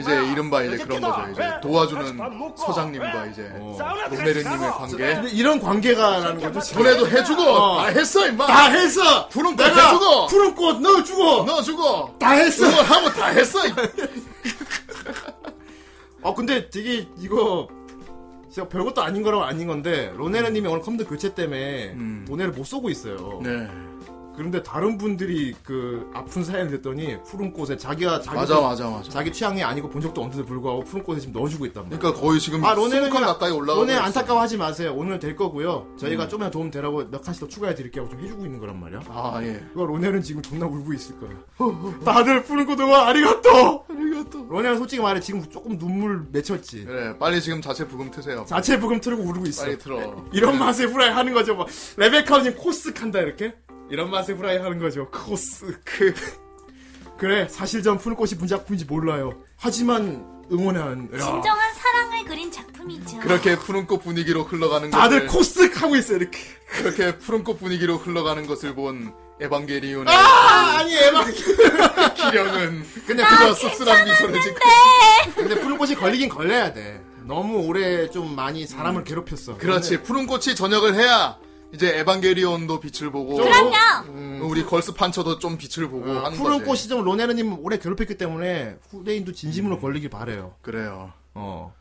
Speaker 2: 이제 이른바 이제 그런 거죠. 이제 네. 도와주는 서장님과 이제 네. 동내리님의
Speaker 1: 근데
Speaker 2: 관계.
Speaker 1: 이런 관계가라는 거죠.
Speaker 2: 돈에도 해주고 다 했어 임마.
Speaker 1: 다 했어.
Speaker 2: 푸른 꽃
Speaker 1: 내가
Speaker 2: 해주고
Speaker 1: 푸른 꽃 넣어주고
Speaker 2: 넣어주고
Speaker 1: 다 했어.
Speaker 2: 응원하고 다 했어.
Speaker 1: 아 근데 되게 이거 진짜 별것도 아닌 거라고 아닌 건데 로네라님이 오늘 컴퓨터 교체 때문에 돈을 못 쏘고 있어요.
Speaker 2: 음. 네.
Speaker 1: 그런데 다른 분들이 그 아픈 사연을 듣더니 푸른 꽃에 자기가 자기
Speaker 2: 맞아, 맞아, 맞아.
Speaker 1: 자기 취향이 아니고 본 적도 없는데도 불구하고 푸른 꽃에 지금 넣어주고 있단 말이야.
Speaker 2: 그러니까 거의 지금
Speaker 1: 아 로네는
Speaker 2: 수북한 가까이 올라가고
Speaker 1: 로네
Speaker 2: 있어.
Speaker 1: 안타까워하지 마세요. 오늘 될 거고요. 저희가
Speaker 2: 음.
Speaker 1: 조금만 도움 되라고 몇 칸씩 더 추가해 드릴게요. 하고 좀 해주고 있는 거란 말이야.
Speaker 2: 아 예. 어,
Speaker 1: 그거 로네는 지금 존나 울고 있을
Speaker 2: 네.
Speaker 1: 거야. 다들 푸른 꽃 동안 아리가또.
Speaker 2: 아리가또.
Speaker 1: 로네는 솔직히 말해 지금 조금 눈물 맺혔지.
Speaker 2: 그래 네, 빨리 지금 자체 부금 트세요.
Speaker 1: 자체 부금 틀고 우르고 있어.
Speaker 2: 빨리 틀어.
Speaker 1: 이런 맛에 후라이 하는 거죠. 뭐 레베카님 코스크 한다 이렇게. 이런 맛에 후라이 하는 거죠. 코스크. 그래 사실 전 푸른 꽃이 분작품인지 몰라요. 하지만 응원한. 야.
Speaker 4: 진정한 사랑을 그린 작품이죠.
Speaker 2: 그렇게 푸른꽃 분위기로 흘러가는
Speaker 1: 다들
Speaker 2: 것을-
Speaker 1: 코스크 하고 있어 이렇게.
Speaker 2: 그렇게 푸른꽃 분위기로 흘러가는 것을 본 에반게리온의
Speaker 1: 아 아니 에바.
Speaker 2: 기령은
Speaker 1: 그냥
Speaker 2: 그저 씁쓸한 미소를 짓고
Speaker 1: 근데 푸른 꽃이 걸리긴 걸려야 돼. 너무 오래 좀 많이 사람을 괴롭혔어.
Speaker 2: 그렇지 푸른꽃이 전역을 해야 이제 에반게리온도 빛을 보고
Speaker 4: 그럼요.
Speaker 2: 음, 우리 걸스 판처도 좀 빛을 보고 하는
Speaker 1: 어, 푸른
Speaker 2: 거지
Speaker 1: 꽃이 좀 로네르님 오래 괴롭혔기 때문에 후대인도 진심으로 걸리길 바래요.
Speaker 2: 음. 그래요
Speaker 1: 어.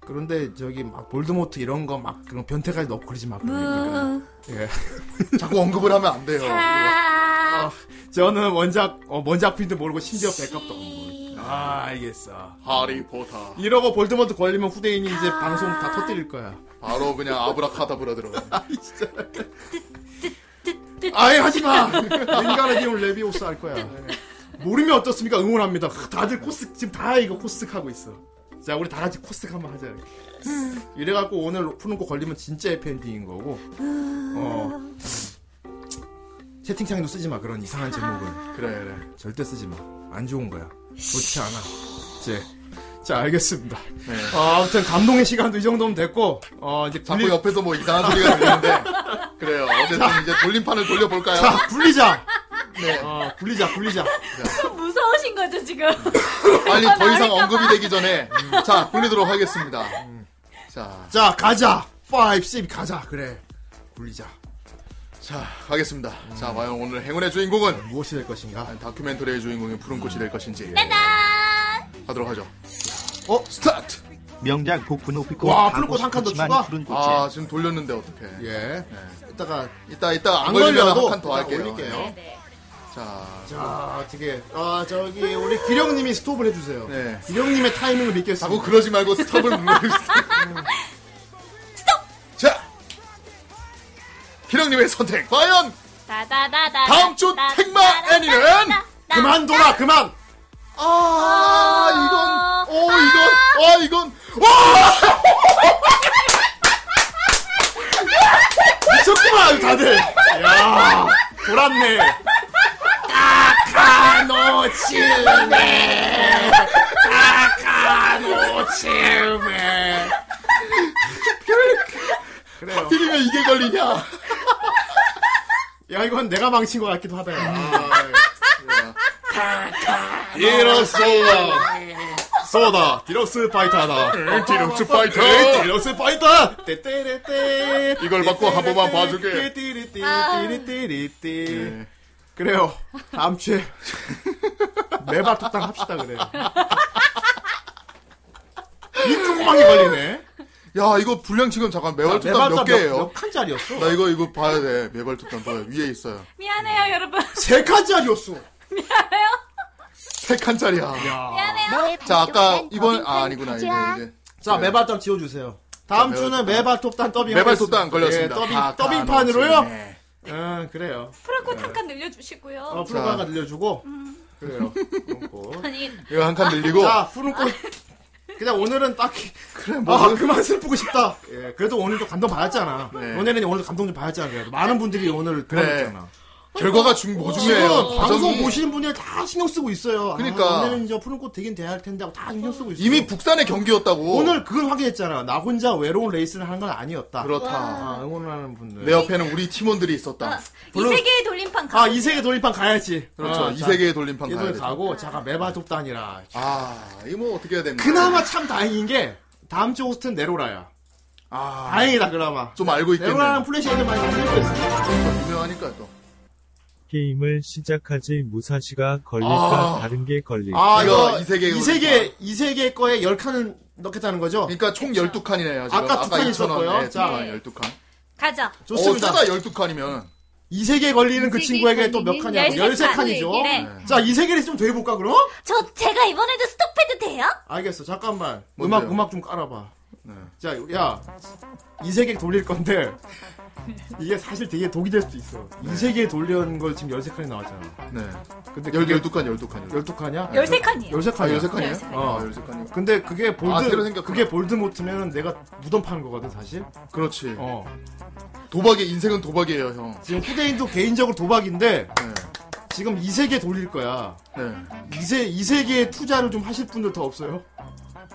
Speaker 1: 그런데 저기 막 볼드모트 이런 거 막 그런 변태까지 넣고 그러지 마.
Speaker 4: 무
Speaker 1: 예.
Speaker 2: 자꾸 언급을 하면 안 돼요
Speaker 4: 사.
Speaker 1: 아, 저는 원작 어, 원작품인데 모르고 심지어 백업도 없는 거. 아 알겠어.
Speaker 2: 하리포터
Speaker 1: 이러고 볼드모트 걸리면 후대인이 이제 방송 다 터뜨릴 거야.
Speaker 2: 바로 그냥 아브라카다브라 들어가
Speaker 1: 아예 하지 마. 인간의 기운 레비오스 할 거야. 예. 모르면 어떻습니까? 응원합니다. 다들 코스 지금 다 이거 코스틱 하고 있어. 자 우리 다 같이 코스틱 한번 하자. 이래갖고 오늘 푸는 거 걸리면 진짜 해피엔딩인 거고. 어. 채팅창에도 쓰지 마 그런 이상한 제목은.
Speaker 2: 그래 그래.
Speaker 1: 절대 쓰지 마. 안 좋은 거야. 좋지 않아. 이제 자 알겠습니다.
Speaker 2: 네.
Speaker 1: 어, 아무튼 감동의 시간도 이 정도면 됐고 어 이제
Speaker 2: 자꾸 옆에서 뭐 이상한 소리가 들리는데 그래요 어쨌든 이제 돌림판을 돌려볼까요
Speaker 1: 자 굴리자.
Speaker 2: 네.
Speaker 1: 어 굴리자 굴리자.
Speaker 4: 무서우신
Speaker 1: 네.
Speaker 4: 거죠 지금?
Speaker 2: 빨리
Speaker 4: 아,
Speaker 2: 더 이상
Speaker 4: 나올까봐.
Speaker 2: 언급이 되기 전에 자 굴리도록 하겠습니다 자
Speaker 1: 음. 자 가자 5, 6 가자 그래 굴리자
Speaker 2: 자, 가겠습니다. 자, 과연 오늘 행운의 주인공은
Speaker 1: 무엇이 될 것인가?
Speaker 2: 다큐멘터리의 주인공이 푸른 꽃이 될 것인지
Speaker 4: 짜잔.
Speaker 2: 가도록 하죠. 어, 스타트.
Speaker 13: 명작 복분 오피코
Speaker 2: 와,
Speaker 13: 가고
Speaker 2: 푸른 꽃한칸더
Speaker 13: 싶지만
Speaker 2: 추가?
Speaker 13: 푸른 꽃이
Speaker 2: 아, 지금 돌렸는데 어떡해.
Speaker 1: 예.
Speaker 2: 이따가 이따
Speaker 1: 안
Speaker 2: 이따 안 걸리면
Speaker 1: 걸려도
Speaker 2: 한 칸 더
Speaker 1: 일단
Speaker 2: 할게요.
Speaker 1: 올릴게요.
Speaker 2: 네. 자,
Speaker 1: 자 어떻게 아 저기 우리 기령님이 스톱을 해주세요
Speaker 2: 네.
Speaker 1: 기령님의 타이밍을 믿겠습니다
Speaker 2: 자꾸 그러지 말고 스톱을 누르고 있어. 자. 기령님의 선택. 과연
Speaker 4: 다다다다.
Speaker 2: 다음 주 택마 애니는
Speaker 1: 그만 돌아 그만.
Speaker 2: 아, 이건 오, 이건 아, 이건 와!
Speaker 1: 미쳤구만 다들 야 돌았네 다카노치메 다카노치메 그래요
Speaker 2: 하필이면 이게 걸리냐?
Speaker 1: 야 이건 내가 망친 것 같기도 하다 아.
Speaker 2: 디럭스
Speaker 1: 아, 네. 소다 디럭스 파이터다
Speaker 2: 네,
Speaker 1: 네,
Speaker 2: 디럭스 파이터.
Speaker 1: 디럭스 파이터 떼떼떼떼
Speaker 2: 이걸 받고 한 번만 봐주게.
Speaker 3: 아.
Speaker 2: 네.
Speaker 1: 띠리띠리띠. 그래요. 다음 주에 매발 톡당 합시다 그래요. 이 조그만게 걸리네.
Speaker 2: 야 이거 분량 지금 잠깐 매발투단 네, 몇
Speaker 1: 아, 매발투단
Speaker 2: 개예요?
Speaker 1: 몇- 몇 칸짜리였어?
Speaker 2: 나 이거 이거 봐야 돼. 매발투단 봐요. 위에 있어요.
Speaker 4: 미안해요 여러분.
Speaker 1: 세 칸짜리였어.
Speaker 2: 세 칸짜리야.
Speaker 1: 뭐
Speaker 4: 미안해요.
Speaker 2: 자 아까 이번 아 아니구나 이제 이제. 네.
Speaker 1: 자 매발떡 지워주세요. 다음
Speaker 2: 자,
Speaker 1: 주는
Speaker 2: 매발
Speaker 1: 매발톱단 더빙
Speaker 2: 매발톱단 걸렸습니다.
Speaker 1: 예, 더빙
Speaker 2: 다
Speaker 1: 더빙판으로요.
Speaker 2: 까놓지.
Speaker 1: 아, 그래요.
Speaker 3: 프라코
Speaker 1: 네.
Speaker 3: 잠깐 늘려주시고요.
Speaker 1: 어, 프로가가 늘려주고. 그래요.
Speaker 3: 아니
Speaker 2: 이거 한 칸 늘리고.
Speaker 1: 자, 푸른꽃. 그냥 오늘은 딱히. 그래,
Speaker 2: 뭐.
Speaker 1: 아, 그만 슬프고 싶다. 예, 그래도 오늘 좀 감동 받았잖아. 너네는 오늘 감동 좀 받았잖아. 그래도 많은 분들이 오늘
Speaker 2: 그래.
Speaker 1: 들어줬잖아.
Speaker 2: 결과가 중- 뭐 중요해요.
Speaker 1: 지금 방송
Speaker 2: 과정이.
Speaker 1: 보시는 분들 다 신경 쓰고 있어요.
Speaker 2: 그러니까.
Speaker 1: 아, 오늘은 이제 푸른꽃 되긴 돼야 할 텐데 하고 다 신경 쓰고 있어요.
Speaker 2: 이미 북산의 경기였다고.
Speaker 1: 오늘 그걸 확인했잖아. 나 혼자 외로운 레이스를 하는 건 아니었다.
Speaker 2: 그렇다.
Speaker 1: 아, 응원하는 분들. 아,
Speaker 2: 내 옆에는 우리 팀원들이 있었다.
Speaker 1: 물론-
Speaker 3: 이 세계의 돌림판 가.
Speaker 1: 아, 이 세계 돌림판 가야지.
Speaker 2: 그렇죠.
Speaker 1: 아,
Speaker 2: 이
Speaker 1: 자,
Speaker 2: 세계의 돌림판
Speaker 1: 이
Speaker 2: 가야 돼.
Speaker 1: 가고, 자가 메바 돕다니라.
Speaker 2: 아, 이 뭐 어떻게 해야 됩니까?
Speaker 1: 그나마 참 다행인 게, 다음 주 호스트는 네로라야.
Speaker 2: 아,
Speaker 1: 다행이다, 그나마.
Speaker 2: 좀 알고 있겠네.
Speaker 1: 네로라는 플래시 애들 많이 들고 있어.
Speaker 2: 유명하니까 또.
Speaker 18: 게임을 시작하지 무사시가 걸릴까
Speaker 2: 아.
Speaker 18: 다른 게 걸릴까
Speaker 1: 아, 이거,
Speaker 2: 이 세계의
Speaker 1: 이 세계, 이 세계 거에 10칸을 넣겠다는 거죠?
Speaker 2: 그러니까 총 12칸이네요, 지금.
Speaker 1: 아까 2칸 있었고요. 자,
Speaker 2: 자, 네, 12칸.
Speaker 3: 가자.
Speaker 1: 좋습니다.
Speaker 2: 어, 세다, 12칸이면.
Speaker 1: 이 세계에 걸리는 그
Speaker 3: 이 세계에
Speaker 1: 친구에게 또 몇
Speaker 3: 걸리는
Speaker 1: 칸이야?
Speaker 3: 열세 칸.
Speaker 1: 13칸이죠.
Speaker 3: 네.
Speaker 1: 자, 이 세계를 좀 더 해볼까, 그럼?
Speaker 4: 저 제가 이번에도 스톱해도 돼요?
Speaker 1: 알겠어. 잠깐만. 음악 음악 좀 깔아봐.
Speaker 2: 네.
Speaker 1: 자, 야, 이 세계 돌릴 건데 이게 사실 되게 독이 될 수도 있어. 이 세계 돌려는 걸 지금 13칸이 나왔잖아.
Speaker 2: 네.
Speaker 1: 근데
Speaker 2: 열-
Speaker 1: 그게-
Speaker 2: 12칸, 12칸.
Speaker 1: 12칸이야?
Speaker 3: 열세 칸이에요.
Speaker 1: 13칸이야.
Speaker 2: 아, 열세 칸이에요? 열세 칸.
Speaker 1: 어.
Speaker 2: 아, 열세 칸이요.
Speaker 1: 근데 그게 볼드
Speaker 2: 아, 새로 생겼구나.
Speaker 1: 그게 볼드 모트면 내가 무덤 파는 거거든, 사실.
Speaker 2: 그렇지.
Speaker 1: 어.
Speaker 2: 도박의 인생은 도박이에요, 형. 네.
Speaker 1: 지금 후대인도 개인적으로 도박인데 지금 이 세계 돌릴 거야. 이세 이 세계에 투자를 좀 하실 분들 더 없어요?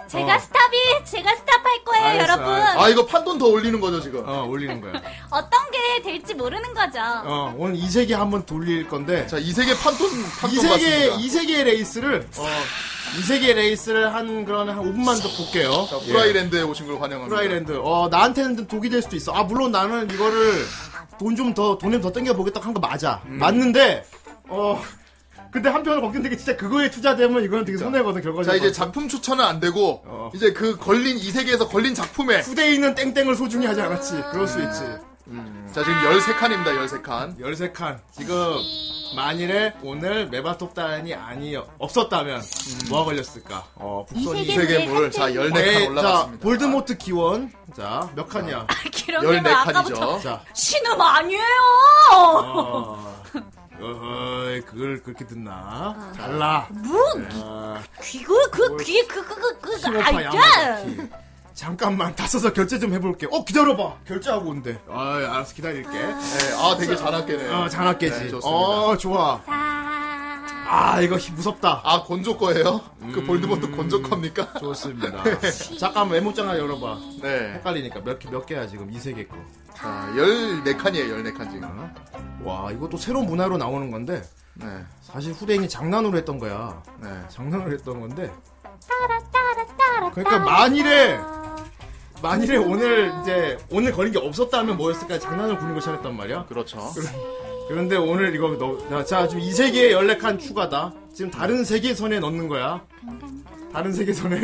Speaker 4: 제가
Speaker 1: 어.
Speaker 4: 스탑이 제가 스탑할 거예요,
Speaker 1: 알았어,
Speaker 4: 여러분.
Speaker 1: 알았어.
Speaker 2: 아, 이거 판돈 더 올리는 거죠, 지금?
Speaker 1: 어, 올리는 거야.
Speaker 4: 어떤 게 될지 모르는 거죠.
Speaker 1: 어, 오늘 이 세계 한번 돌릴 건데. 자,
Speaker 2: 이 세계 판돈, 판돈
Speaker 1: 이 세계,
Speaker 2: 맞습니다.
Speaker 1: 이 세계 레이스를, 어, 이 세계 레이스를 한 그런 한 5분만 더 볼게요.
Speaker 2: 자, 프라이랜드에 오신 걸 환영합니다.
Speaker 1: 프라이랜드. 어, 나한테는 좀 독이 될 수도 있어. 아, 물론 나는 이거를 돈 좀 더, 돈을 더 땡겨보겠다 한 거 맞아.
Speaker 2: 음.
Speaker 1: 맞는데, 어, 근데 한편으로 걱정되게 진짜 그거에 투자되면 이거는 되게 손해거든, 결과적으로. 어.
Speaker 2: 자, 이제 작품 추천은 안 되고, 이제 그 걸린, 이 세계에서 걸린 작품에.
Speaker 1: 후대인은 땡땡을 소중히 하지 않았지. 그럴 수 있지.
Speaker 2: 자, 지금 13칸입니다, 13칸.
Speaker 1: 13칸. 지금, 그 만일에 오늘 메바톱단이 아니, 없었다면, 뭐가 걸렸을까? 어, 북선이.
Speaker 2: 음. 이 세계 물. 자, 14칸 올라갔습니다. 아.
Speaker 1: 자, 볼드모트 기원. 자, 몇 칸이야?
Speaker 4: 이런 게 아까부터
Speaker 1: 자,
Speaker 4: 신음 아니에요.
Speaker 1: 어, 어허이, 그걸 그렇게
Speaker 2: 아.
Speaker 1: 듣나? 달라.
Speaker 4: 문!
Speaker 1: 아,
Speaker 4: 귀그 그 귀에 그그그그
Speaker 1: 킹오파
Speaker 4: 아이자.
Speaker 1: 양반의 잠깐만, 다 써서 결제 좀 해볼게. 어, 기다려봐. 결제하고 온대. 아, 알았어, 기다릴게.
Speaker 2: 네, 아, 되게 잔악계네.
Speaker 1: 어, 잔악계지.
Speaker 2: 네, 좋습니다.
Speaker 1: 어, 좋아. 아, 이거 히- 무섭다. 음.
Speaker 2: 아, 건조 거예요? 그 볼드모트 건조 겁니까? 네.
Speaker 1: 좋습니다. 잠깐 메모장 하나 열어봐. 네. 헷갈리니까 몇, 개- 몇 개야 지금 이 세 개 거. 아,
Speaker 2: 자, 14칸이에요, 14칸 지금.
Speaker 1: 와 이것도 새로운 문화로 나오는 건데.
Speaker 2: 네.
Speaker 1: 사실 후대인이 장난으로 했던 거야. 장난으로 했던 건데. 그러니까 만일에 만일에 오늘 이제 오늘 걸린 게 없었다면 뭐였을까 장난을 부리는 걸 시작했단 말이야.
Speaker 2: 그렇죠.
Speaker 1: 그런데 오늘 이거 너, 자 지금 이 세계에 연락한 추가다. 지금 다른 세계선에 넣는 거야. 다른 세계선에.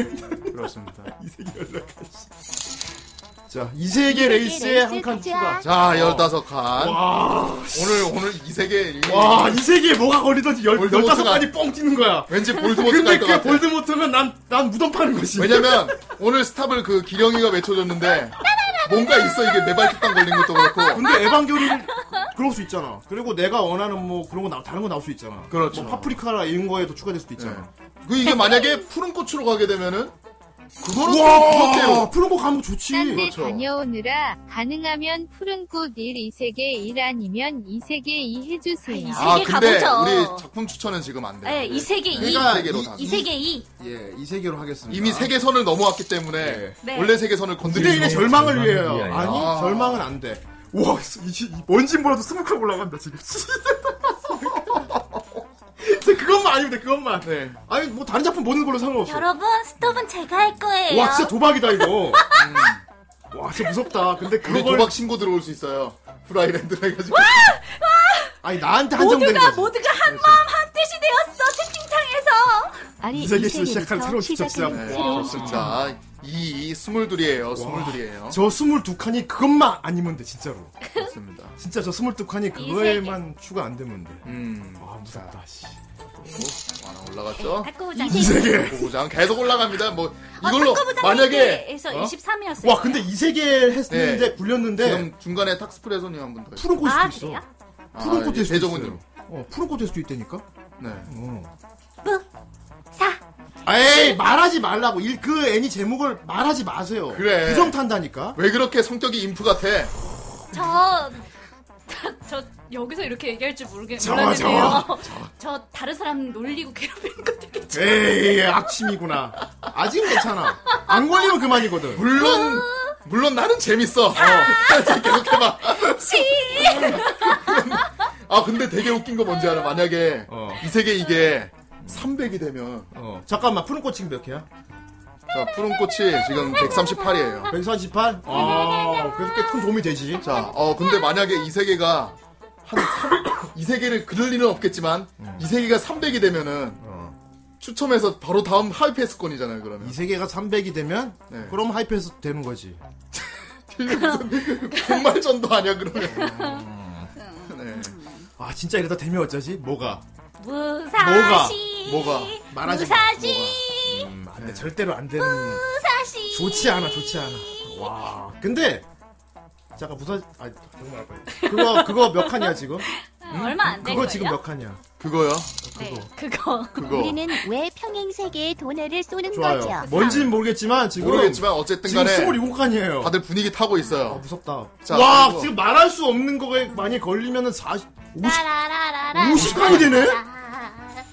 Speaker 2: 그렇습니다.
Speaker 1: 이 세계 연락한. 자, 이 세계 레이스에 한 칸 추가.
Speaker 2: 자,
Speaker 1: 어.
Speaker 2: 15칸.
Speaker 1: 와.
Speaker 2: 아, 오늘, 오늘 이 세계. 이-
Speaker 1: 와, 이 세계에 뭐가 걸리든지 열,
Speaker 2: 볼드모트가-
Speaker 1: 15칸이 뻥 튀는 거야.
Speaker 2: 왠지 볼드모트
Speaker 1: 근데
Speaker 2: 갈것
Speaker 1: 그게
Speaker 2: 같아.
Speaker 1: 볼드모트면 난, 난 무덤 파는 거지.
Speaker 2: 왜냐면, 오늘 스탑을 그 기령이가 외쳐줬는데, 뭔가 있어, 이게 내 발톱당 걸린 것도 그렇고.
Speaker 1: 근데 에반게리온 그럴 수 있잖아. 그리고 내가 원하는 뭐 그런 거 나, 다른 거 나올 수 있잖아.
Speaker 2: 그렇죠.
Speaker 1: 뭐 파프리카나 이런 거에 더 추가될 수도 있잖아.
Speaker 2: 그 이게 만약에 푸른 꽃으로 가게 되면은, 그거는 또
Speaker 1: 우와,
Speaker 2: 그렇대요. 그렇죠.
Speaker 1: 푸른 거 아, 가면 좋지.
Speaker 12: 딴 데 다녀오느라 가능하면 푸른 꽃 1, 이 세계 1 아니면 이 세계 2 해주세요.
Speaker 2: 아, 근데
Speaker 1: 가보죠.
Speaker 2: 우리 작품 추천은 지금 안 돼요.
Speaker 4: 네, 이 세계
Speaker 2: 네,
Speaker 4: 2.
Speaker 2: 이 세계로 다.
Speaker 4: 이 세계 2.
Speaker 1: 예, 이 세계로 하겠습니다.
Speaker 2: 이미 세계선을 넘어왔기 때문에,
Speaker 4: 네.
Speaker 2: 원래 세계선을 건드리는
Speaker 1: 후대인의
Speaker 2: 거죠.
Speaker 1: 절망을 위해요. 아니,
Speaker 2: 아.
Speaker 1: 절망은 안 돼. 와, 어, 이, 이, 이 뭔진 몰라도 스모크가 올라간다, 지금. 진짜 그것만 아니면 돼, 그것만.
Speaker 2: 네.
Speaker 1: 아니, 뭐 다른 작품 보는 걸로 상관없어.
Speaker 4: 여러분, 스톱은 제가 할 거예요.
Speaker 1: 와, 진짜 도박이다, 이거. 음. 와, 진짜 무섭다. 근데
Speaker 2: 우리
Speaker 1: 그걸.
Speaker 2: 도박 신고 들어올 수 있어요. 프라이랜드 해가지고.
Speaker 1: 아니, 나한테 한정된
Speaker 4: 모두가
Speaker 1: 거지.
Speaker 4: 모두가 한 마음 한 뜻이 되었어 채팅창에서.
Speaker 2: 이
Speaker 4: 아니
Speaker 2: 세계에서 시작하는 새로운 직접
Speaker 4: 시작하는
Speaker 2: 시작.
Speaker 4: 새로운
Speaker 2: 와, 진짜. 이, 이 스물둘이에요, 스물둘이에요.
Speaker 1: 저 22칸이 그것만 아니면 돼, 진짜로.
Speaker 2: 그렇습니다.
Speaker 1: 진짜 저 22칸이 그거에만 추가 안 되면 돼. 음. 와, 무섭다, 씨.
Speaker 2: 하나 뭐? 올라갔죠?
Speaker 4: 탁구부장.
Speaker 1: 이 세계.
Speaker 2: 탁구부장 계속 올라갑니다. 뭐,
Speaker 4: 네, 어,
Speaker 2: 이걸로,
Speaker 4: 탁구부장
Speaker 2: 만약에.
Speaker 4: 세계에서
Speaker 2: 어?
Speaker 4: 23이었어요.
Speaker 1: 와, 근데 이 세계 했는데
Speaker 2: 네.
Speaker 1: 굴렸는데.
Speaker 2: 지금 중간에 탁스프레소님 한 분 더.
Speaker 1: 푸른 꽃이
Speaker 4: 아,
Speaker 1: 있어.
Speaker 4: 그래요?
Speaker 1: 프로코
Speaker 2: 아, 이게
Speaker 1: 테스트
Speaker 2: 대정은
Speaker 1: 있어요. 어, 프로코 테스트 있다니까?
Speaker 2: 네.
Speaker 1: 에이 말하지 말라고 일, 그 애니 제목을 말하지 마세요.
Speaker 2: 그래.
Speaker 1: 부정 탄다니까.
Speaker 2: 왜 그렇게 성격이 인프 같아?
Speaker 4: 저, 저 여기서 이렇게 얘기할 줄 모르겠,
Speaker 1: 저,
Speaker 4: 몰랐는데요.
Speaker 1: 저,
Speaker 4: 저 다른 사람 놀리고 괴롭히는 거 되게 좋아.
Speaker 1: 에이 악취미구나. 아직 괜찮아. 안 걸리면 그만이거든.
Speaker 2: 물론 물론 나는 재밌어. 어. 계속해봐.
Speaker 4: 씨!
Speaker 2: 아 근데 되게 웃긴 거 뭔지 알아? 만약에 이 세계 이게 300이 되면
Speaker 1: 잠깐만 푸른 꽃이 몇 개야?
Speaker 2: 자 푸른 꽃이 지금 138이에요.
Speaker 1: 138? 아 그래도 꽤 큰 도움이 되지.
Speaker 2: 자, 어 근데 만약에 이 세계가 한이 세계를 그럴 일은 없겠지만 이 세계가 300이 되면은 추첨해서 바로 다음 하이패스권이잖아요. 그러면
Speaker 1: 이 세계가 300이 되면
Speaker 2: 네.
Speaker 1: 그럼 하이패스 되는 거지.
Speaker 2: 공말전도 아니야 그러면. 네.
Speaker 1: 아 진짜 이러다 되면 어쩌지? 뭐가?
Speaker 4: 무사시.
Speaker 1: 뭐가? 말하지 마.
Speaker 4: 무사시.
Speaker 1: 음, 안 돼. 절대로 안 되는.
Speaker 4: 무사시.
Speaker 1: 좋지 않아, 좋지 않아. 와. 근데 잠깐 무사 아 정말 아파. 그거 그거 몇 칸이야 지금?
Speaker 4: 얼마 안 된
Speaker 1: 음, 그거
Speaker 4: 거예요?
Speaker 1: 지금 몇 칸이야?
Speaker 2: 그거요?
Speaker 4: 네, 그거.
Speaker 2: 그거.
Speaker 14: 우리는 왜 평행 세계에 돈을 쏘는
Speaker 1: 좋아요.
Speaker 14: 거죠?
Speaker 1: 뭔지는 모르겠지만 지금
Speaker 2: 모르겠지만 어쨌든 간에
Speaker 1: 지금 27칸이에요. 아,
Speaker 2: 다들 분위기 타고 있어요.
Speaker 1: 무섭다.
Speaker 2: 자,
Speaker 1: 와,
Speaker 2: 그리고-
Speaker 1: 지금 말할 수 없는 거에 많이 걸리면은 40
Speaker 4: 라라라라라.
Speaker 1: 50칸이 되네?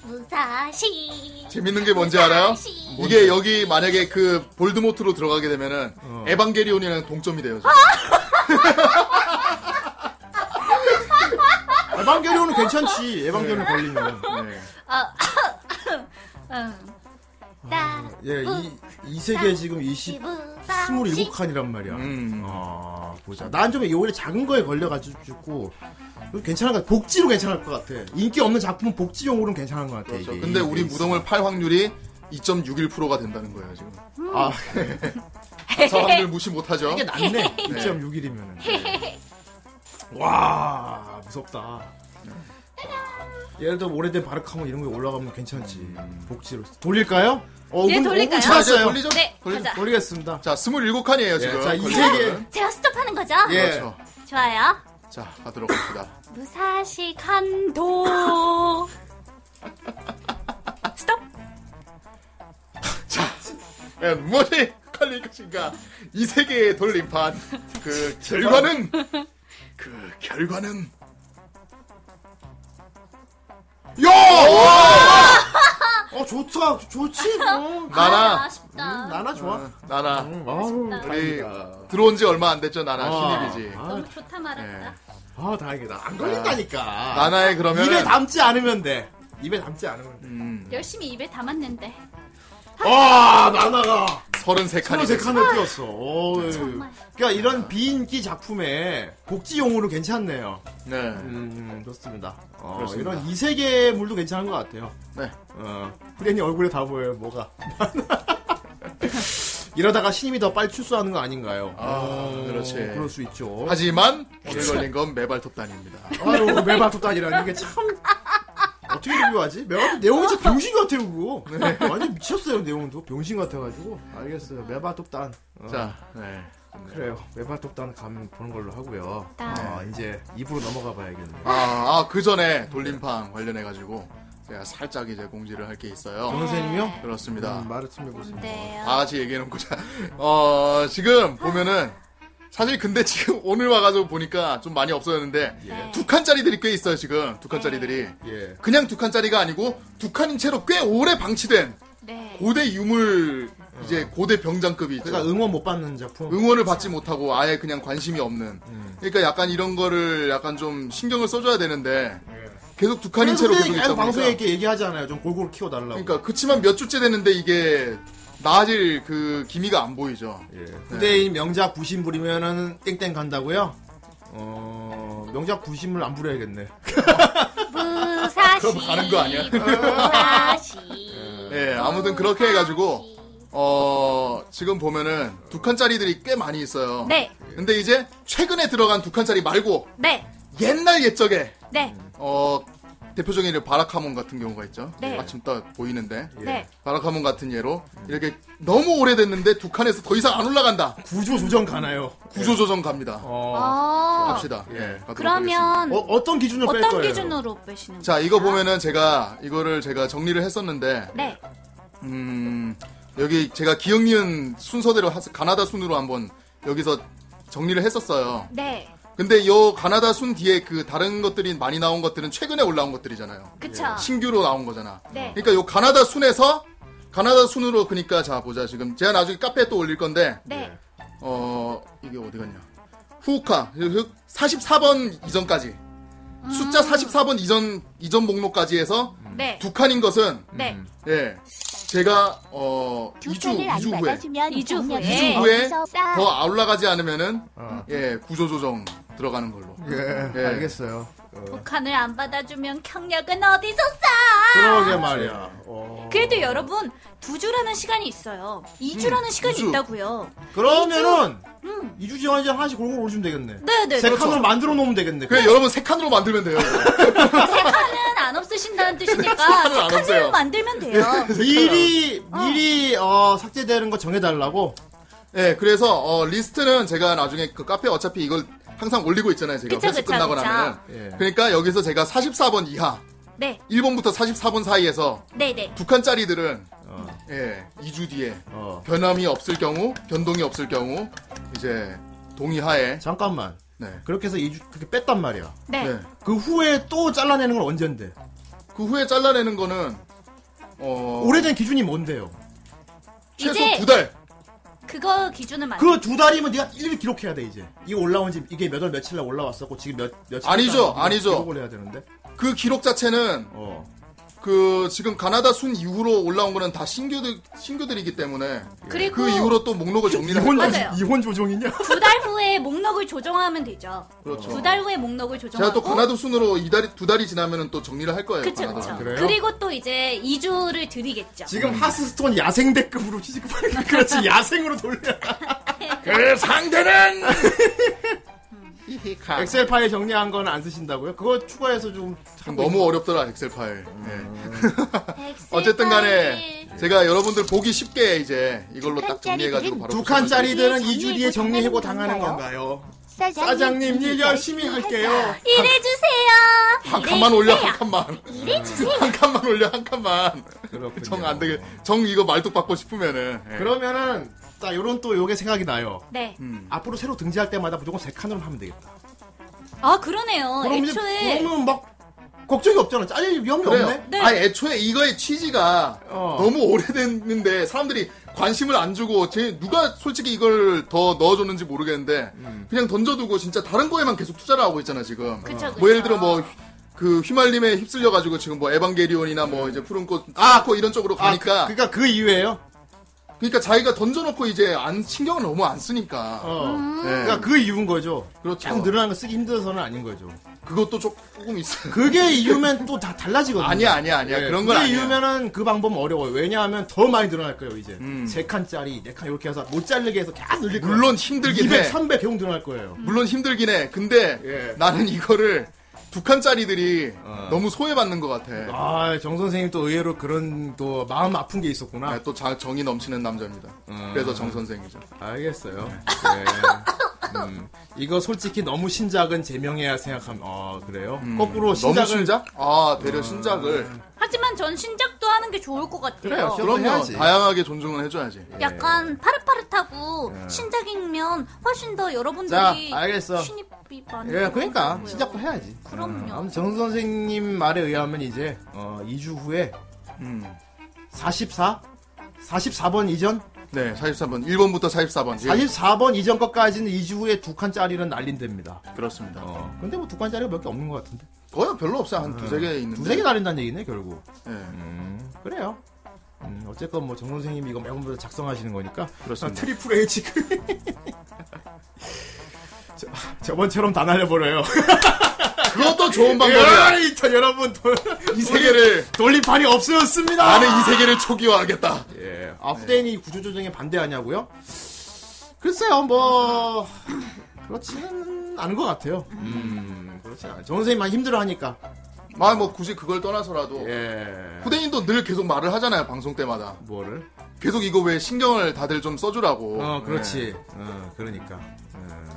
Speaker 4: 무사시.
Speaker 2: 재밌는 게 뭔지 알아요? 이게 여기 만약에 그 볼드모트로 들어가게 되면은 에반게리온이랑 동점이 돼요. 지금.
Speaker 1: 에반게리온은 괜찮지. 에반게리온 걸리면. 네.
Speaker 4: 아, 음. 따,
Speaker 1: 아, 예, 이, 이 세계에 지금 20 27칸이란 말이야.
Speaker 2: 음.
Speaker 1: 아, 보자. 난 좀 오히려 작은 거에 걸려가지고, 괜찮은 것 같아. 복지로 괜찮을 것 같아. 인기 없는 작품은 복지용으로는 괜찮은 것 같아. 이게.
Speaker 2: 그렇죠. 근데 우리
Speaker 1: 이게 있어.
Speaker 2: 무덤을 팔 확률이 2.61%가 된다는 거예요 지금.
Speaker 4: 음.
Speaker 2: 예,
Speaker 1: 아,
Speaker 2: 저 확률 무시 못하죠.
Speaker 1: 이게 낫네.
Speaker 2: 네.
Speaker 1: 2.61이면은. 예. 와, 무섭다. 예를 들어 오래된 바르카모 이런 거 올라가면 괜찮지. 복지로. 돌릴까요? 어,
Speaker 4: 예,
Speaker 1: 오분-
Speaker 4: 돌릴까요?
Speaker 1: 오분
Speaker 2: 아,
Speaker 1: 지났어요.
Speaker 4: 자, 돌리죠? 네,
Speaker 1: 돌리-
Speaker 4: 가자.
Speaker 1: 돌리겠습니다.
Speaker 2: 자, 27칸이에요 지금.
Speaker 1: 예, 자, 이
Speaker 2: 걸리는
Speaker 1: 세계.
Speaker 2: 거는.
Speaker 4: 제가 스톱하는 거죠?
Speaker 1: 예.
Speaker 2: 그렇죠.
Speaker 4: 좋아요.
Speaker 2: 자, 가도록 합시다.
Speaker 4: 무사시 칸도.
Speaker 2: 과연 예, 무엇이 걸릴 것인가? 이 세계의 돌림판. 그 결과는 그 결과는 야!
Speaker 1: 어, 좋다. 좋지. 뭐.
Speaker 2: 나나. 네.
Speaker 4: 아쉽다.
Speaker 1: 음, 나나 음, 좋아.
Speaker 2: 나나. 우리
Speaker 1: 다행이다.
Speaker 2: 들어온 지 얼마 안 됐죠, 나나
Speaker 1: 아,
Speaker 2: 신입이지.
Speaker 4: 너무 좋다 아. 말았다.
Speaker 1: 아, 다행이다. 안 걸린다니까.
Speaker 2: 네. 나나의 그러면
Speaker 1: 입에 담지 않으면 돼. 입에 담지 않으면 돼.
Speaker 2: 음.
Speaker 4: 열심히 입에 담았는데.
Speaker 1: 와, 나나가
Speaker 2: 33칸이
Speaker 1: 33칸을 뛰었어. 어이.
Speaker 4: 정말.
Speaker 1: 그러니까 이런 비인기 작품에 복지용으로 괜찮네요.
Speaker 2: 네.
Speaker 1: 음, 좋습니다. 어,
Speaker 2: 그렇습니다.
Speaker 1: 이런 이 세계 물도 괜찮은 것 같아요.
Speaker 2: 네.
Speaker 1: 어, 후레니 얼굴에 다 보여요, 뭐가. 이러다가 신임이 더 빨리 출소하는 거 아닌가요?
Speaker 2: 아,
Speaker 1: 어,
Speaker 2: 그렇지.
Speaker 1: 그럴 수 있죠. 네.
Speaker 2: 하지만 오늘 걸린 건 매발톱단입니다.
Speaker 1: 아유, 메바톱도 아니라 이게 참. 어떻게 비교하지? 메바톱 내용이 진짜 병신 같아요, 그거.
Speaker 2: 네.
Speaker 1: 완전 미쳤어요, 내용도. 병신 같아가지고. 알겠어요. 메바톱단. 어.
Speaker 2: 자, 네.
Speaker 1: 그래요. 메바톱단 가면 보는 걸로 하고요.
Speaker 4: 딴.
Speaker 1: 아, 이제 입으로 넘어가 봐야겠네.
Speaker 2: 아, 아, 그 전에 돌림판 관련해 가지고 제가 살짝 이제 공지를 할 게 있어요.
Speaker 1: 정 선생님이요?
Speaker 2: 그렇습니다.
Speaker 1: 음, 말을 좀 해보세요.
Speaker 4: 네.
Speaker 2: 다 같이 얘기해놓고 자, 어 지금 보면은 사실 근데 지금 오늘 와가지고 보니까 좀 많이 없어졌는데 두 칸짜리들이 꽤 있어요 지금 두 칸짜리들이
Speaker 1: 예.
Speaker 2: 그냥 두 칸짜리가 아니고 두 칸인 채로 꽤 오래 방치된
Speaker 4: 네.
Speaker 2: 고대 유물 이제 고대 병장급이 있죠.
Speaker 1: 제가 그러니까 응원 못 받는 작품. 음.
Speaker 2: 응원을 받지 못하고 아예 그냥 관심이 없는. 그러니까 약간 이런 거를 약간 좀 신경을 써줘야 되는데 계속 두 칸인
Speaker 1: 예. 그래서
Speaker 2: 채로 계속
Speaker 1: 선생님이
Speaker 2: 있다
Speaker 1: 계속
Speaker 2: 보니까.
Speaker 1: 방송에 이렇게 얘기하잖아요. 좀 골고루 키워달라고.
Speaker 2: 그러니까 그치만 몇 주째 됐는데 이게 나아질 그 기미가 안 보이죠.
Speaker 1: 예. 후대인 명작 부심 부리면은 땡땡 간다고요? 어 명작 부심을 안 부려야겠네.
Speaker 4: 무사시.
Speaker 2: 그럼 가는 거 아니야?
Speaker 4: 무사시.
Speaker 2: 예, 아무튼 그렇게 해가지고 어 지금 보면은 두 칸짜리들이 꽤 많이 있어요.
Speaker 4: 네.
Speaker 2: 근데 이제 최근에 들어간 두 칸짜리 말고
Speaker 4: 네.
Speaker 2: 옛날 옛적에
Speaker 4: 네.
Speaker 2: 어 대표적인 예로 바라카몬 같은 경우가 있죠. 예,
Speaker 3: 네.
Speaker 2: 마침 딱 보이는데 예.
Speaker 3: 네.
Speaker 2: 바라카몬 같은 예로 이렇게 너무 오래됐는데 두 칸에서 더 이상 안 올라간다.
Speaker 1: 구조 조정 가나요? 예. 어.
Speaker 2: 구조 조정 갑니다.
Speaker 4: 아.
Speaker 2: 갑시다. 예. 가도록
Speaker 4: 그러면
Speaker 2: 하겠습니다.
Speaker 1: 어떤 기준으로
Speaker 4: 어떤 기준으로 빼시는
Speaker 2: 자 이거
Speaker 4: 거예요?
Speaker 2: 보면은 제가 이거를 제가 정리를 했었는데
Speaker 4: 네.
Speaker 2: 음, 여기 제가 기억 니은 순서대로 하- 가나다 순으로 한번 여기서 정리를 했었어요.
Speaker 4: 네.
Speaker 2: 근데 요 가나다 순 뒤에 그 다른 것들이 많이 나온 것들은 최근에 올라온 것들이잖아요. 예,
Speaker 4: 그쵸.
Speaker 2: 신규로 나온 거잖아.
Speaker 4: 네.
Speaker 2: 그러니까 요 가나다 순에서 가나다 순으로 그러니까 자 보자 지금 제가 나중에 카페에 또 올릴 건데
Speaker 4: 네.
Speaker 2: 어 이게 어디 갔냐? 후카 44번 이전까지 숫자 44번 이전 이전 목록까지 해서
Speaker 4: 음. 네.
Speaker 2: 두 칸인 것은
Speaker 4: 네.
Speaker 2: 예. 제가 어 2주
Speaker 14: 칸을 안
Speaker 2: 2주 후에
Speaker 14: 받아주면
Speaker 4: 이주
Speaker 1: 예.
Speaker 4: 후에.
Speaker 14: 정년에
Speaker 2: 2주 후에
Speaker 14: 어디서 싸-
Speaker 2: 더 아올라가지 않으면은 예 구조 조정 들어가는 걸로.
Speaker 1: 어. 예, 알겠어요.
Speaker 4: 북한을 안 받아주면 경력은 어디서 쌓아?
Speaker 1: 그러게 말이야. 어.
Speaker 4: 그래도 여러분 두 주라는 시간이 있어요. 이 주라는 시간이
Speaker 1: 이 주.
Speaker 4: 있다고요.
Speaker 1: 그러면은
Speaker 4: 음.
Speaker 1: 이주 지원 이제 하나씩 골고루 올리면 되겠네.
Speaker 4: 네네.
Speaker 1: 세 칸으로
Speaker 4: 그렇죠.
Speaker 1: 만들어 놓으면 되겠네.
Speaker 2: 그래 여러분 세 칸으로 만들면 돼요.
Speaker 4: 세 칸은 안 없으신다는 뜻이니까
Speaker 1: 칸은
Speaker 4: 세
Speaker 1: 안
Speaker 4: 칸으로
Speaker 1: 없어요. 예,
Speaker 4: 만들면 돼요.
Speaker 1: 미리 미리 어, 삭제되는 거 정해달라고.
Speaker 2: 예, 그래서 어, 리스트는 제가 나중에 그 카페 어차피 이걸 항상 올리고 있잖아요. 제가
Speaker 4: 그쵸,
Speaker 2: 회수
Speaker 4: 그쵸,
Speaker 2: 끝나고
Speaker 4: 그쵸.
Speaker 2: 나면은.
Speaker 1: 예.
Speaker 2: 그러니까 여기서 제가 44번 이하,
Speaker 4: 네.
Speaker 2: 1번부터 44번 사이에서
Speaker 4: 네네.
Speaker 2: 두 칸짜리들은
Speaker 1: 어.
Speaker 2: 예, 2주 뒤에 변함이 없을 경우, 변동이 없을 경우 이제 동의하에
Speaker 1: 잠깐만.
Speaker 2: 네.
Speaker 1: 그렇게 해서 이주 그렇게 뺐단 말이야.
Speaker 4: 네.
Speaker 1: 그 후에 또 잘라내는 건 언젠데?
Speaker 2: 그 후에 잘라내는 거는 어
Speaker 1: 오래된 기준이 뭔데요?
Speaker 4: 최소 이제- 두 달. 그거 기준을 만.
Speaker 1: 그 두 달이면 네가 일일이 기록해야 돼 이제. 이거 올라온 지 이게 몇 월 며칠 날 올라왔었고 지금 몇 며칠
Speaker 2: 아니죠,
Speaker 1: 됐다고 네가
Speaker 2: 아니죠.
Speaker 1: 기록을 해야 되는데. 어.
Speaker 2: 그 기록 자체는 그 지금 가나다 순 이후로 올라온 거는 다 신규들 신규들이기 때문에
Speaker 4: 그리고-
Speaker 2: 그 이후로 또 목록을 정리를
Speaker 4: 이혼-
Speaker 2: 해요.
Speaker 4: 맞아요.
Speaker 1: 이혼 조종이냐?
Speaker 4: 두 달 후에 목록을 조정하면 되죠.
Speaker 2: 그렇죠.
Speaker 4: 두 달 후에 목록을
Speaker 2: 제가
Speaker 4: 조정하고.
Speaker 2: 또 가나다 순으로 이 달이 두 달이 지나면은 또 정리를 할 거예요.
Speaker 4: 그쵸
Speaker 2: 가나다
Speaker 4: 그쵸.
Speaker 2: 순.
Speaker 4: 그리고 또 이제 이주를 드리겠죠.
Speaker 1: 지금 하스스톤 야생 대급으로 취급하는 그렇지 야생으로 돌려.
Speaker 4: 그
Speaker 1: 아, 상대는 엑셀 파일 정리한 건 안 쓰신다고요? 그거 추가해서 좀
Speaker 2: 너무 어렵더라 엑셀 파일. 예. 어쨌든 간에 제가 여러분들 보기 쉽게 이제 이걸로 딱 정리해가지고 바로
Speaker 1: 두
Speaker 2: 붙여가지고.
Speaker 1: 칸짜리들은 2주 뒤에 정리해고
Speaker 4: 뭐
Speaker 1: 당하는 건가요? 사장님 일 열심히 할게요.
Speaker 4: 일해주세요.
Speaker 2: 한 칸만 아, 올려 한 칸만.
Speaker 4: 일해주세요.
Speaker 2: 한 칸만 올려 한 칸만. 정 안 되게 정 이거 말뚝 받고 싶으면은. 예.
Speaker 1: 그러면은 자 요런 또 요게 생각이 나요.
Speaker 4: 네.
Speaker 2: 음.
Speaker 1: 앞으로 새로 등재할 때마다 무조건 세 칸으로 하면 되겠다.
Speaker 4: 아 그러네요.
Speaker 1: 그럼 이제
Speaker 4: 애초에
Speaker 1: 그러면 막 걱정이 없잖아. 잘릴 위험이
Speaker 2: 그래요.
Speaker 1: 없네. 어.
Speaker 2: 아니 애초에 이거의 취지가 너무 오래됐는데 사람들이 관심을 안 주고 제 누가 솔직히 이걸 더 넣어줬는지 모르겠는데
Speaker 1: 음.
Speaker 2: 그냥 던져두고 진짜 다른 거에만 계속 투자를 하고 있잖아 지금.
Speaker 1: 그쵸, 그쵸.
Speaker 2: 뭐 예를 들어 뭐 그 휘말림에 휩쓸려가지고 지금 뭐 에반게리온이나 뭐 이제 푸른꽃 아코 이런 쪽으로 가니까.
Speaker 1: 그러니까 그 이유예요.
Speaker 2: 그러니까 자기가 던져놓고 이제 안 신경을 너무 안 쓰니까.
Speaker 1: 어.
Speaker 2: 예.
Speaker 1: 그러니까 그 이유인 거죠.
Speaker 2: 그렇죠.
Speaker 1: 딱 늘어난 거 쓰기 힘들어서는 아닌 거죠.
Speaker 2: 그것도 조금 있어요.
Speaker 1: 그게 이유면 또 다 달라지거든요. 예,
Speaker 2: 아니야, 아니야, 아니야. 그런 건
Speaker 1: 그게
Speaker 2: 아니야.
Speaker 1: 이유면은 그 방법은 어려워요. 왜냐하면 더 많이 늘어날 거예요, 이제. 세 칸짜리, 네 칸 이렇게 해서 못 자르게 해서 계속 늘릴 거예요.
Speaker 2: 음. 물론 힘들긴
Speaker 1: 200,
Speaker 2: 해. 음.
Speaker 1: 300 계속 늘어날 거예요.
Speaker 2: 물론 힘들긴 해. 근데
Speaker 1: 예.
Speaker 2: 나는 이거를 두 칸짜리들이 너무 소외받는 것 같아.
Speaker 1: 어. 아, 정 선생님 또 의외로 그런 또 마음 아픈 게 있었구나.
Speaker 2: 네,
Speaker 1: 아.
Speaker 2: 또 자- 정이 넘치는 남자입니다. 그래서 정 선생이죠.
Speaker 1: 알겠어요. 네. 음, 이거 솔직히 너무 신작은 제명해야 생각하면, 아, 그래요? 거꾸로
Speaker 2: 음. 너무
Speaker 1: 신작을.
Speaker 2: 신작? 아, 되려 신작을.
Speaker 4: 하지만 전 신작도 하는 게 좋을 것 같아요.
Speaker 2: 그럼요. 다양하게 존중을 해줘야지.
Speaker 3: 예.
Speaker 4: 약간 파릇파릇하고 신작이면 훨씬 더 여러분들이
Speaker 1: 예. 자, 알겠어.
Speaker 4: 신입이 많이
Speaker 1: 예, 그러니까
Speaker 4: 들어가고요.
Speaker 1: 시작도 해야지.
Speaker 4: 그럼요.
Speaker 1: 아무튼 정 선생님 말에 의하면 이제 어, 2주 후에
Speaker 2: 음.
Speaker 1: 44, 44번 이전,
Speaker 2: 네, 43번. 1번부터 44번. 예.
Speaker 1: 44번 이전 것까지는 2주 후에 두 칸짜리는 날린답니다.
Speaker 2: 그렇습니다.
Speaker 1: 근데 뭐 두 칸짜리가 몇 개 없는 것 같은데? 음.
Speaker 2: 거의 별로 없어요. 한 두세 개 있는데.
Speaker 1: 두세 개 날린다는 얘기네 결국.
Speaker 2: 예.
Speaker 1: 그래요. 음, 어쨌건 뭐 정 선생님이 이거 매번 작성하시는 거니까 아,
Speaker 2: 그렇습니다.
Speaker 1: 트리플 H 저, 저번처럼 다 날려버려요.
Speaker 2: 그것도 좋은 방법이야.
Speaker 1: 예, 저 여러분 돌-
Speaker 2: 이 세계를
Speaker 1: 돌림판이 없어졌습니다.
Speaker 2: 나는 이 세계를 초기화하겠다.
Speaker 1: 예. 아프덴이 구조조정에 반대하냐고요?
Speaker 2: 예.
Speaker 1: 글쎄요, 뭐
Speaker 2: 음.
Speaker 1: 음, 그렇지는 않은 것 같아요. 음, 그렇지 않아요. 정 선생님 많이 힘들어하니까.
Speaker 2: 아, 뭐 굳이 그걸 떠나서라도
Speaker 1: 예.
Speaker 2: 후대인도 늘 계속 말을 하잖아요 방송 때마다.
Speaker 1: 뭐를?
Speaker 2: 계속 이거 왜 신경을 다들 좀 써주라고.
Speaker 1: 어, 그렇지.
Speaker 2: 예.
Speaker 1: 어, 그러니까.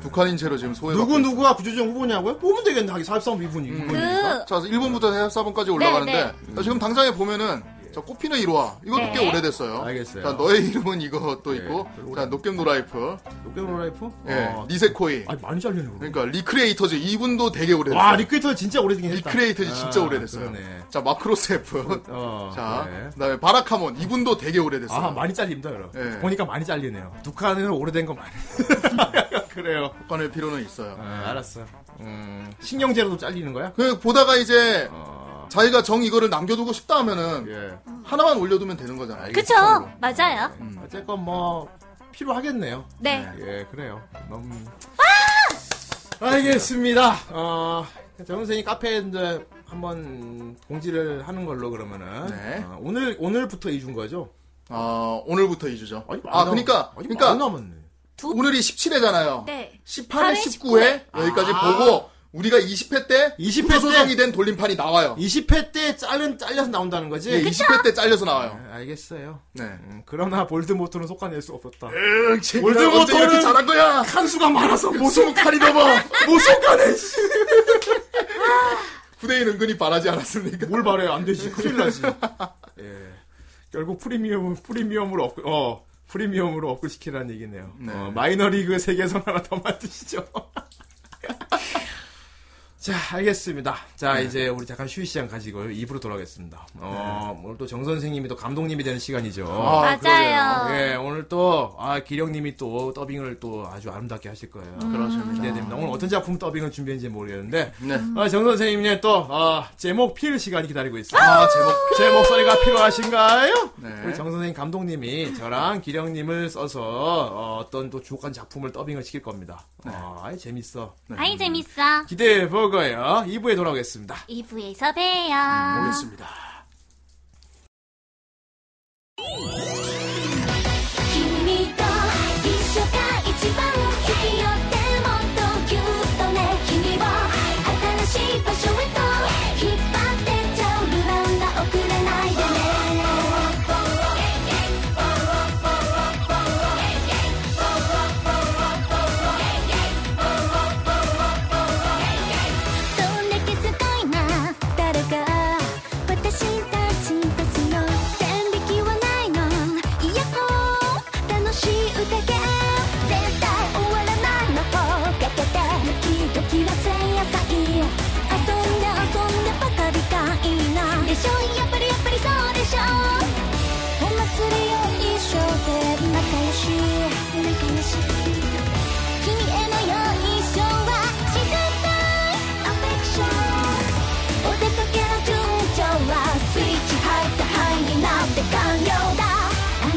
Speaker 2: 두 칸인 채로 지금 소외.
Speaker 1: 누구 누구가 구조정 후보냐고요? 뽑으면 되겠네. 하기 43 2분이.
Speaker 2: 음. 자, 1번부터 44번까지 올라가는데 자, 지금 당장에 보면은 자, 꽃피는 1화. 이것도
Speaker 1: 네.
Speaker 2: 꽤 오래됐어요.
Speaker 1: 알겠어요. 예,
Speaker 2: 자, 너의 이름은 이것도 있고. 자, 노겜 노라이프.
Speaker 1: 노겜 노라이프?
Speaker 2: 예.
Speaker 1: 어.
Speaker 2: 니세코이.
Speaker 1: 아. 아니, 많이 잘리네.
Speaker 2: 그러니까 리크리에이터즈 이분도 되게 오래됐어요.
Speaker 1: 와, 리크리에이터즈 진짜 오래되긴 했다.
Speaker 2: 리크리에이터즈 진짜
Speaker 1: 아,
Speaker 2: 오래됐어요.
Speaker 1: 그러네.
Speaker 2: 자, 마크로스 F. 자,
Speaker 1: 네.
Speaker 2: 그다음에 바라카몬 이분도 되게 오래됐어요.
Speaker 1: 아, 많이 잘립니다, 여러분.
Speaker 2: 예.
Speaker 1: 보니까 많이 잘리네요. 두 칸은 오래된 거 많이. 그래요.
Speaker 2: 꺼낼 필요는 있어요.
Speaker 1: 아, 알았어. 음, 신경제로도 잘리는 거야?
Speaker 2: 그 보다가 이제
Speaker 1: 어.
Speaker 2: 자기가 정 이거를 남겨두고 싶다 하면은
Speaker 1: 예.
Speaker 2: 하나만 올려두면 되는 거잖아요.
Speaker 3: 그쵸? 맞아요.
Speaker 2: 음.
Speaker 1: 어쨌건 뭐 필요하겠네요.
Speaker 3: 네.
Speaker 1: 예, 그래요. 너무. 알겠습니다. 어, 정 선생님 카페에 이제 한번 공지를 하는 걸로 그러면은 어, 오늘 오늘부터 이주인 거죠?
Speaker 2: 네. 아 오늘부터 이주죠.
Speaker 1: 많이
Speaker 2: 아, 그러니까
Speaker 1: 남- 아니,
Speaker 2: 그러니까
Speaker 1: 많이 남았네.
Speaker 2: 오늘이 17회잖아요.
Speaker 3: 네.
Speaker 2: 18회, 19회 어. 여기까지
Speaker 4: 아.
Speaker 2: 보고 우리가 20회 때
Speaker 1: 20회
Speaker 2: 프로 조정이
Speaker 1: 때-
Speaker 2: 된 돌림판이 나와요.
Speaker 1: 20회 때 잘른 잘려서 나온다는 거지?
Speaker 2: 네, 20회 때 잘려서 나와요.
Speaker 1: 네, 알겠어요. 음,
Speaker 2: 네.
Speaker 1: 그러나 볼드모트는 속아낼 수 없었다.
Speaker 2: 쟤가 언제 이렇게 잘한 거야?
Speaker 1: 칸수가 많아서 못
Speaker 2: 스무 칸이 넘어.
Speaker 1: 못 속아내.
Speaker 2: 후대인 은근히 바라지 않았습니까? 네,
Speaker 1: 뭘 바래 안 되지 큰일 나지. 예. 결국 프리미엄 프리미엄으로 업그 어 프리미엄으로 업그 시키라는 얘기네요. 어, 마이너리그 세계선 하나 더 만드시죠. 자, 알겠습니다. 자,
Speaker 2: 네.
Speaker 1: 이제 우리 잠깐 휴식 시간 가지고요. 입으로 돌아가겠습니다. 어,
Speaker 2: 네.
Speaker 1: 오늘 또 정 선생님이 또 감독님이 되는 시간이죠.
Speaker 3: 아, 맞아요. 그러게요.
Speaker 1: 예, 오늘 또, 아, 기령님이 또 더빙을 또 아주 아름답게 하실 거예요.
Speaker 19: 음.
Speaker 2: 음. 그렇습니다.
Speaker 1: 기대됩니다. 오늘 어떤 작품 더빙을 준비했는지 모르겠는데, 아, 정 선생님의 또, 아, 제목 필 시간이 기다리고 있습니다.
Speaker 2: 아, 제목
Speaker 1: 제 목소리가 필요하신가요?
Speaker 2: 네.
Speaker 1: 우리 정 선생님 감독님이 저랑 기령님을 써서 어, 떤또 주옥한 작품을 더빙을 시킬 겁니다. 아, 아이, 재밌어.
Speaker 4: 네.
Speaker 3: 아이, 재밌어.
Speaker 1: 기대해 보고요. 2부에 돌아오겠습니다.
Speaker 3: 2부에서 봬요.
Speaker 1: 알겠습니다.
Speaker 4: 「君と一緒が一番好きよ」「でもっとぎゅっとね君を新しい場所へと引っ張ってっちゃうルランダ遅れないでね」「どんだけすごいな誰か私たちですよ」「線引きはないのイヤホン楽しい宴絶対終わらないのをかけて」「ドキドキは前夜祭」「遊んで遊んでばかりがいいな」「でしょやっぱりやっぱりそうでしょ」「お祭りよ一生で仲良し仲良し」「君へのように一生は沈んだアフェクション」「お出かけの順調はスイッチ入った範囲になって完了だ」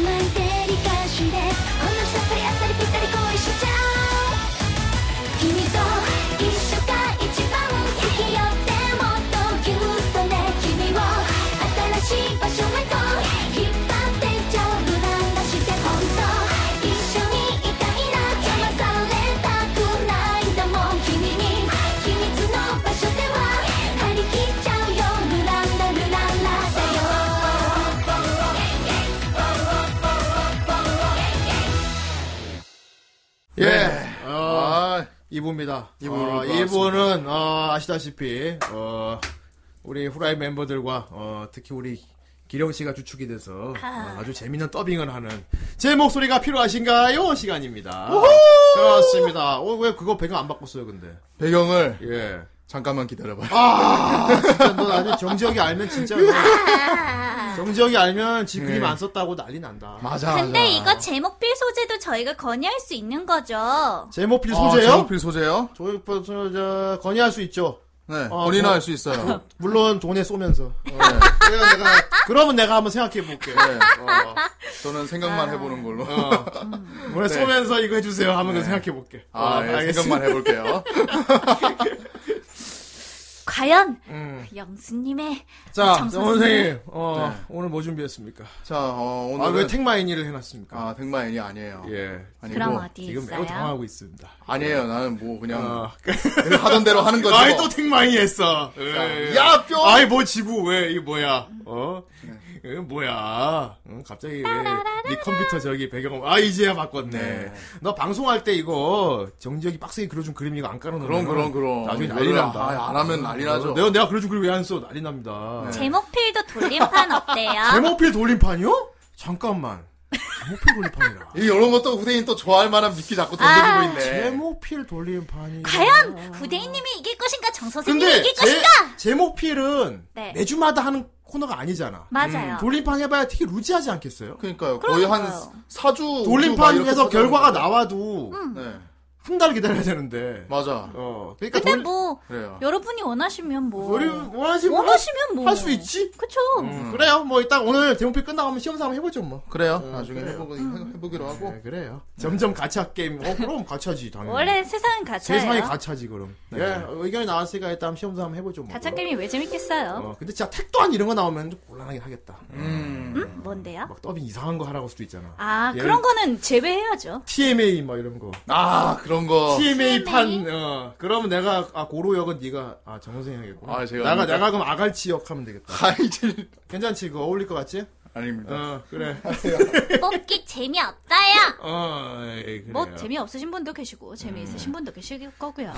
Speaker 4: 「甘いデリカシーでほんのさっぱりあっさりぴったり恋しちゃう」「君と一緒が一番好きよ」「でもっとぎゅっとね君を新しい場所へと引っ張ってっちゃう」「ブランダして本当一緒にいたいな」「邪魔されたくないんだもん君に」「秘密の場所では張り切っちゃうよ」「ルランダルランラだよ」
Speaker 1: 예. 어, 2부입니다.
Speaker 2: 이부로
Speaker 1: 어,
Speaker 2: 돌아왔습니다.
Speaker 1: 2부는, 아시다시피, 어, 우리 후라이 멤버들과, 어, 특히 우리 기령 씨가 주축이 돼서 어, 아주 재밌는 더빙을 하는 제 목소리가 필요하신가요? 시간입니다. 그렇습니다. 어, 왜 그거 배경 안 바꿨어요, 근데?
Speaker 2: 배경을
Speaker 1: 예.
Speaker 2: 잠깐만 기다려봐요.
Speaker 1: 아, 진짜 너 아주 정지혁이 알면 진짜. 정지혁이 알면 지 그림
Speaker 2: 네.
Speaker 1: 안 썼다고 난리 난다.
Speaker 2: 맞아.
Speaker 3: 근데 이거 제목필 소재도 저희가 건의할 수 있는 거죠.
Speaker 1: 제목필
Speaker 2: 아,
Speaker 1: 소재요?
Speaker 2: 제목필 소재요?
Speaker 1: 조이포 저 건의할 수 있죠.
Speaker 2: 네,
Speaker 1: 어,
Speaker 2: 본인은
Speaker 1: 뭐-
Speaker 2: 할 수 있어요. 네.
Speaker 1: 물론 돈에 쏘면서. 어, 내가, 내가 그러면 내가 한번 생각해 볼게.
Speaker 2: 네.
Speaker 1: 요
Speaker 2: 아. 저는
Speaker 4: 아.
Speaker 2: 생각만 해보는 걸로.
Speaker 1: 돈에
Speaker 2: 네.
Speaker 1: 쏘면서 어. 이거 해주세요. 어, 하면 생각해 볼게.
Speaker 2: 아, 예, 생각만 해볼게요.
Speaker 4: 과연
Speaker 1: 음.
Speaker 4: 그 영수님의
Speaker 1: 자,
Speaker 4: 정선생님.
Speaker 1: 선생님, 어,
Speaker 2: 네.
Speaker 1: 오늘 뭐 준비했습니까?
Speaker 2: 자, 어, 오늘
Speaker 1: 아, 왜 택마인이를 해놨습니까?
Speaker 2: 아, 택마인이 아니에요.
Speaker 1: 예.
Speaker 2: 아니고
Speaker 4: 그럼 어디
Speaker 1: 지금
Speaker 4: 있어요?
Speaker 1: 매우 당황하고 있습니다.
Speaker 2: 아니에요. 나는 뭐 그냥
Speaker 1: 어.
Speaker 2: 내가 하던 대로 하는 거지.
Speaker 1: 아이,
Speaker 2: 뭐.
Speaker 1: 또 택마인 했어.
Speaker 2: 야,
Speaker 1: 예.
Speaker 2: 야, 뿅! 네.
Speaker 1: 아이, 뭐 지구, 왜, 이게 뭐야? 어? 이게 뭐야? 응, 갑자기 왜, 이 컴퓨터 저기 배경, 아, 이제야 바꿨네. 너 방송할 때 이거, 정지혁이 빡세게 그려준 그림 이거 안 깔아놓으면.
Speaker 2: 그럼, 그럼, 그럼.
Speaker 1: 나중에
Speaker 2: 이거를
Speaker 1: 난리 난다. 어,
Speaker 2: 아, 안 하면 난리 나죠.
Speaker 1: 내가, 내가 그려준 그림 왜 안 써? 난리 납니다.
Speaker 4: 네. 제목필도 돌림판 어때요?
Speaker 1: 제목필 돌림판이요? 잠깐만. 제목필 돌림판이라.
Speaker 2: 이 이런 것도 후대인 또 좋아할 만한 미끼 자꾸 던져주고
Speaker 4: 아.
Speaker 2: 있네.
Speaker 1: 제목필 돌림판이.
Speaker 4: 과연 후대인님이 이길 것인가 정선생님이
Speaker 1: 근데
Speaker 4: 이길
Speaker 1: 제,
Speaker 4: 것인가?
Speaker 1: 제목필은
Speaker 4: 네. 음.
Speaker 1: 매주마다 하는 코너가 아니잖아. 음.
Speaker 4: 맞아요.
Speaker 1: 돌림판 해봐야 되게 루지하지 않겠어요?
Speaker 2: 그러니까요. 거의
Speaker 4: 그러니까요.
Speaker 2: 한 4주.
Speaker 1: 돌림판에서 결과가 나와도
Speaker 4: 음,
Speaker 2: 네.
Speaker 1: 한 달 기다려야 되는데.
Speaker 2: 맞아.
Speaker 1: 어, 그러니까
Speaker 4: 근데
Speaker 1: 돌-
Speaker 4: 뭐
Speaker 2: 그래요.
Speaker 4: 여러분이 원하시면 뭐
Speaker 1: 우리 원하시면
Speaker 4: 원하시면 뭐
Speaker 1: 할수 있지?
Speaker 4: 그쵸
Speaker 1: 음, 그래요. 뭐 일단 오늘 제목필 끝나가면 시험 삼아 해보죠 뭐.
Speaker 2: 그래요.
Speaker 1: 어,
Speaker 2: 나중에
Speaker 1: 그래요.
Speaker 2: 해보고, 해보기로 하고.
Speaker 1: 네, 그래요. 점점 가챠 게임. 어 그럼 가챠지 당연히.
Speaker 4: 원래 세상은 가차예요
Speaker 1: 세상이 가차지 그럼.
Speaker 2: 네.
Speaker 1: 예, 의견이 나왔으니까 일단 시험 삼아 해보죠 뭐.
Speaker 4: 가차 게임이 왜 재밌겠어요?
Speaker 1: 어, 근데 진짜 택도안 이런 거 나오면 좀 곤란하긴 하겠다.
Speaker 4: 음? 뭔데요?
Speaker 1: 막 더빙 이상한 거 하라고 수도 있잖아.
Speaker 4: 아
Speaker 1: 어. 뭐. 예를-
Speaker 4: 그런 거는 제외해야죠
Speaker 1: TMA 막 이런 거.
Speaker 2: 아, 그런 거.
Speaker 1: TMA 판. 어, 그러면 내가 아 고로 역은 네가 아 정선생 해야겠고.
Speaker 2: 아, 제가
Speaker 1: 내가
Speaker 2: 합니까?
Speaker 1: 내가 그럼 아갈치 역 하면 되겠다.
Speaker 2: 아, 이제.
Speaker 1: 괜찮지? 그거 어울릴 것 같지?
Speaker 2: 아닙니다.
Speaker 1: 어 그래.
Speaker 4: 뽑기 재미없어요
Speaker 1: 어 에이, 그래요.
Speaker 4: 뭐 재미없으신 분도 계시고 재미있으신 분도 계실 거고요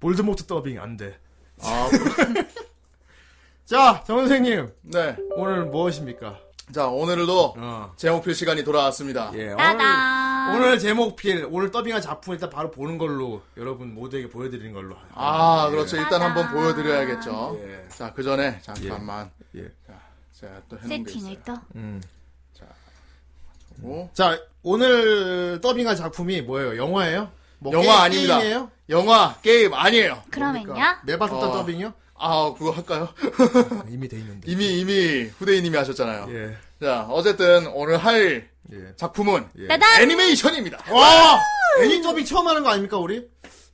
Speaker 1: 볼드모트 더빙 안 돼.
Speaker 2: 아,
Speaker 1: 자 정선생님
Speaker 2: 네.
Speaker 1: 오늘 무엇입니까?
Speaker 2: 자, 오늘도
Speaker 1: 어.
Speaker 2: 제목필 시간이 돌아왔습니다.
Speaker 1: 예,
Speaker 4: 따단.
Speaker 14: 아.
Speaker 1: 오늘, 오늘 제목필, 오늘 더빙한 작품 일단 바로 보는 걸로 여러분 모두에게 보여드리는 걸로.
Speaker 2: 아,
Speaker 1: 예.
Speaker 2: 그렇죠. 일단 한번 보여드려야겠죠.
Speaker 1: 예.
Speaker 2: 자, 그 전에 잠깐만.
Speaker 1: 예.
Speaker 2: 자, 제가 또 해놓은 게 있어요.
Speaker 4: 세팅을 또
Speaker 1: 음.
Speaker 2: 오.
Speaker 1: 자, 오늘 더빙한 작품이 뭐예요? 영화예요? 뭐
Speaker 2: 영화
Speaker 1: 게-
Speaker 2: 아닙니다.
Speaker 1: 게임이에요?
Speaker 2: 영화, 게임 아니에요.
Speaker 4: 그러면요
Speaker 1: 매바둑단
Speaker 2: 어.
Speaker 1: 더빙이요?
Speaker 2: 아, 그거 할까요?
Speaker 1: 네. 이미 돼 있는데.
Speaker 2: 이미, 이미 후대인님이 하셨잖아요.
Speaker 1: 예.
Speaker 2: 자, 어쨌든 오늘 할
Speaker 1: 예.
Speaker 2: 작품은
Speaker 4: 따단!
Speaker 2: 애니메이션입니다.
Speaker 1: 와! 애니 더빙 처음 하는 거 아닙니까, 우리?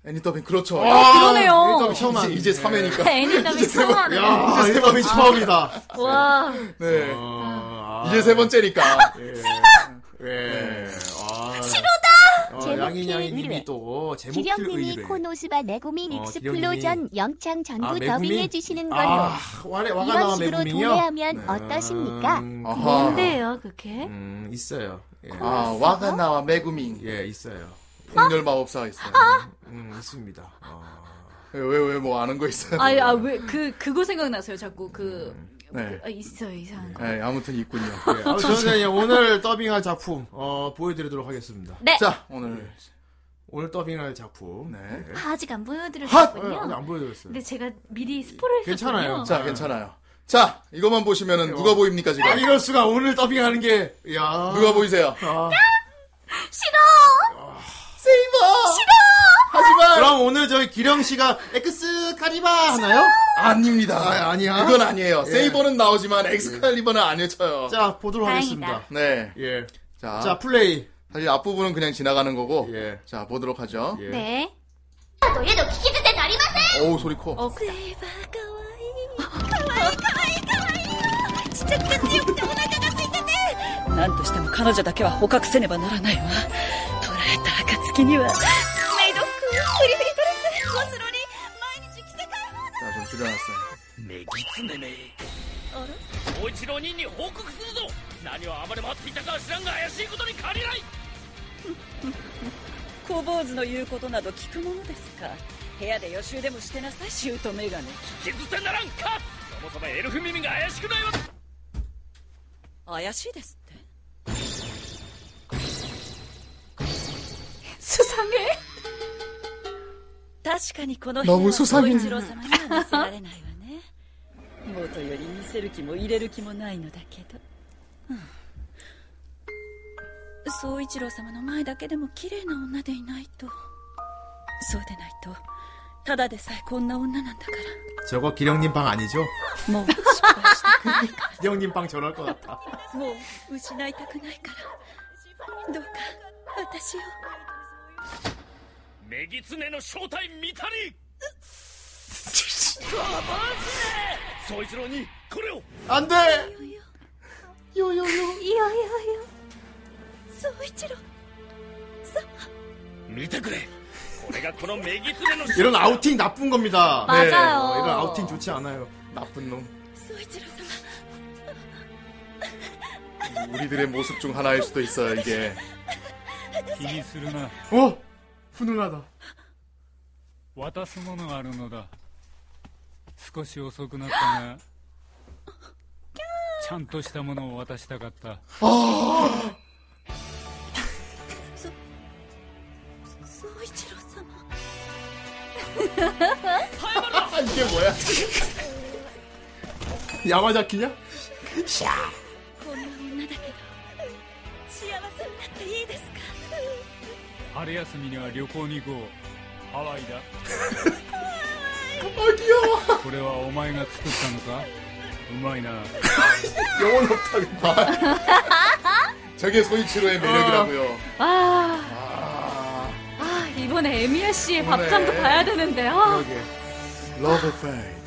Speaker 2: 애니 더빙, 그렇죠.
Speaker 1: 와!
Speaker 4: 아, 그러네요.
Speaker 1: 아,
Speaker 4: 네,
Speaker 1: 애니 더빙 처음 하는
Speaker 2: 이제, 이제 3회니까.
Speaker 4: 애니덤이 처음 하네
Speaker 1: 야, 애니 더빙 처음이다.
Speaker 4: 와
Speaker 2: 네.
Speaker 4: 아.
Speaker 1: 어,
Speaker 2: 이제 세 번째니까.
Speaker 1: 예. 예. 아. 어,
Speaker 14: 제목필
Speaker 1: 양인양이님이
Speaker 14: 의뢰.
Speaker 1: 또 제목필
Speaker 14: 기령님이
Speaker 1: 의뢰.
Speaker 14: 코노스바 내고민
Speaker 1: 어,
Speaker 14: 익스플로전 영창 전부
Speaker 1: 아, 매국민?
Speaker 14: 더빙해 주시는 걸로
Speaker 1: 아, 와래 와가
Speaker 14: 이런
Speaker 1: 나와
Speaker 14: 식으로
Speaker 1: 매국민이요.
Speaker 14: 도래하면 어떠십니까?
Speaker 1: 음,
Speaker 2: 아하.
Speaker 4: 뭔데요 그게?
Speaker 1: 음, 있어요. 예.
Speaker 2: 아, 와가나와 메구밍.
Speaker 1: 예, 있어요.
Speaker 2: 행렬 마법사가 있어요.
Speaker 4: 아!
Speaker 1: 음, 있습니다. 어.
Speaker 2: 왜, 왜, 뭐 아는 거 있어요?
Speaker 4: 아니 아왜그 그거 생각나서요 자꾸 그
Speaker 2: 네.
Speaker 4: 아, 있어요 이상한 거
Speaker 2: 네, 아무튼 있군요.
Speaker 1: 예, 아, 저는 이제 오늘 더빙할 작품 어, 보여드리도록 하겠습니다.
Speaker 4: 네
Speaker 2: 자, 오늘.
Speaker 1: 오늘 더빙할 작품.
Speaker 2: 네.
Speaker 4: 아직 안
Speaker 1: 어, 아직
Speaker 4: 보여드렸군요
Speaker 1: 안 보여드렸어요.
Speaker 4: 근데 제가 미리 스포를 했었거든요.
Speaker 1: 괜찮아요.
Speaker 2: 자, 괜찮아요. 자, 이것만 보시면은 누가 보입니까, 지금?
Speaker 1: 아, 이럴 수가 오늘 더빙하는 게, 야
Speaker 2: 누가 보이세요?
Speaker 1: 아.
Speaker 4: 싫어.
Speaker 2: 세이버! 싫어! 하지만!
Speaker 1: 그럼 오늘 저희 기령 씨가 엑스 카리바 하나요?
Speaker 2: 아닙니다.
Speaker 1: 아, 아니야?
Speaker 2: 그건 아니에요.
Speaker 1: 예.
Speaker 2: 세이버는 나오지만 엑스칼리버는 안 외쳐요.
Speaker 1: 자, 보도록
Speaker 4: 다행이다.
Speaker 1: 하겠습니다.
Speaker 2: 네.
Speaker 1: 예.
Speaker 2: 자,
Speaker 1: 자, 플레이.
Speaker 2: 사실 앞부분은 그냥 지나가는 거고.
Speaker 1: 예.
Speaker 2: 자, 보도록 하죠.
Speaker 1: 예.
Speaker 4: 네.
Speaker 2: 어우, 소리 커.
Speaker 4: 어, 그,
Speaker 5: うなんとしても彼女だけは捕獲せねばならないわ捕らえた暁には
Speaker 7: メイド服フリフリドレスモスロリ
Speaker 2: 자, 좀 줄여놨어요.
Speaker 9: メギツネめ
Speaker 7: あら
Speaker 6: もう一郎兄に報告するぞ何を暴れ回っていたかは知らんが怪しいことに借りない
Speaker 5: 小坊主の言うことなど聞くものですか部屋で予習でもしてなさいシュートメガネ
Speaker 6: 傷つてならんかそもそもエルフ耳が怪しくないわ
Speaker 5: 怪しいですって
Speaker 4: 수상해.
Speaker 5: 確かにこの部屋
Speaker 2: 너무
Speaker 5: は
Speaker 2: 수상해
Speaker 5: 小一郎様には見せられないわね元より見せる気も入れる気もないのだけどうん宗一郎様の前だけでも綺麗な女でいないとそうでないとただでさえこんな女なんだか
Speaker 1: 저거 기령님 방 아니죠?
Speaker 5: らもう失敗したくないか
Speaker 1: 기령님 방 전화할 것 같아.
Speaker 5: らもう失いたくないからどうか私を
Speaker 6: メギツネの正体見たり総一郎にこれを
Speaker 1: 안 돼!
Speaker 4: 요요요. 요요요. 소이치로.
Speaker 6: 見てくれこれがこのメギツネの
Speaker 1: 이런 아우팅 나쁜 겁니다.
Speaker 6: 맞아요.
Speaker 1: 어, 이런 아우팅 좋지 않아요. 나쁜 놈.
Speaker 2: 우리들의 모습 중 하나일 수도 있어요, 이게.
Speaker 19: 気にするな
Speaker 1: 어! 훈훈하다.
Speaker 19: 渡すものがあるのだ少し遅くなったがちゃんとしたものを渡したかった
Speaker 20: あ
Speaker 4: 소이치로 삼아.
Speaker 1: 이게 뭐야? 야마자키냐? 샤!
Speaker 4: こんな女だけど幸せになっていいですか
Speaker 19: 春休みには旅行に行こうハワイだ
Speaker 1: 아, 귀여워.
Speaker 19: これはお前が作ったのかうまいな
Speaker 2: 영혼 없다니까. 저게 소이치로의 매력이라고요.
Speaker 3: 아. 아, 이번에 에미야 씨의 밥상도 봐야 되는데,
Speaker 1: 어.
Speaker 3: 아.
Speaker 2: 러브 페이드.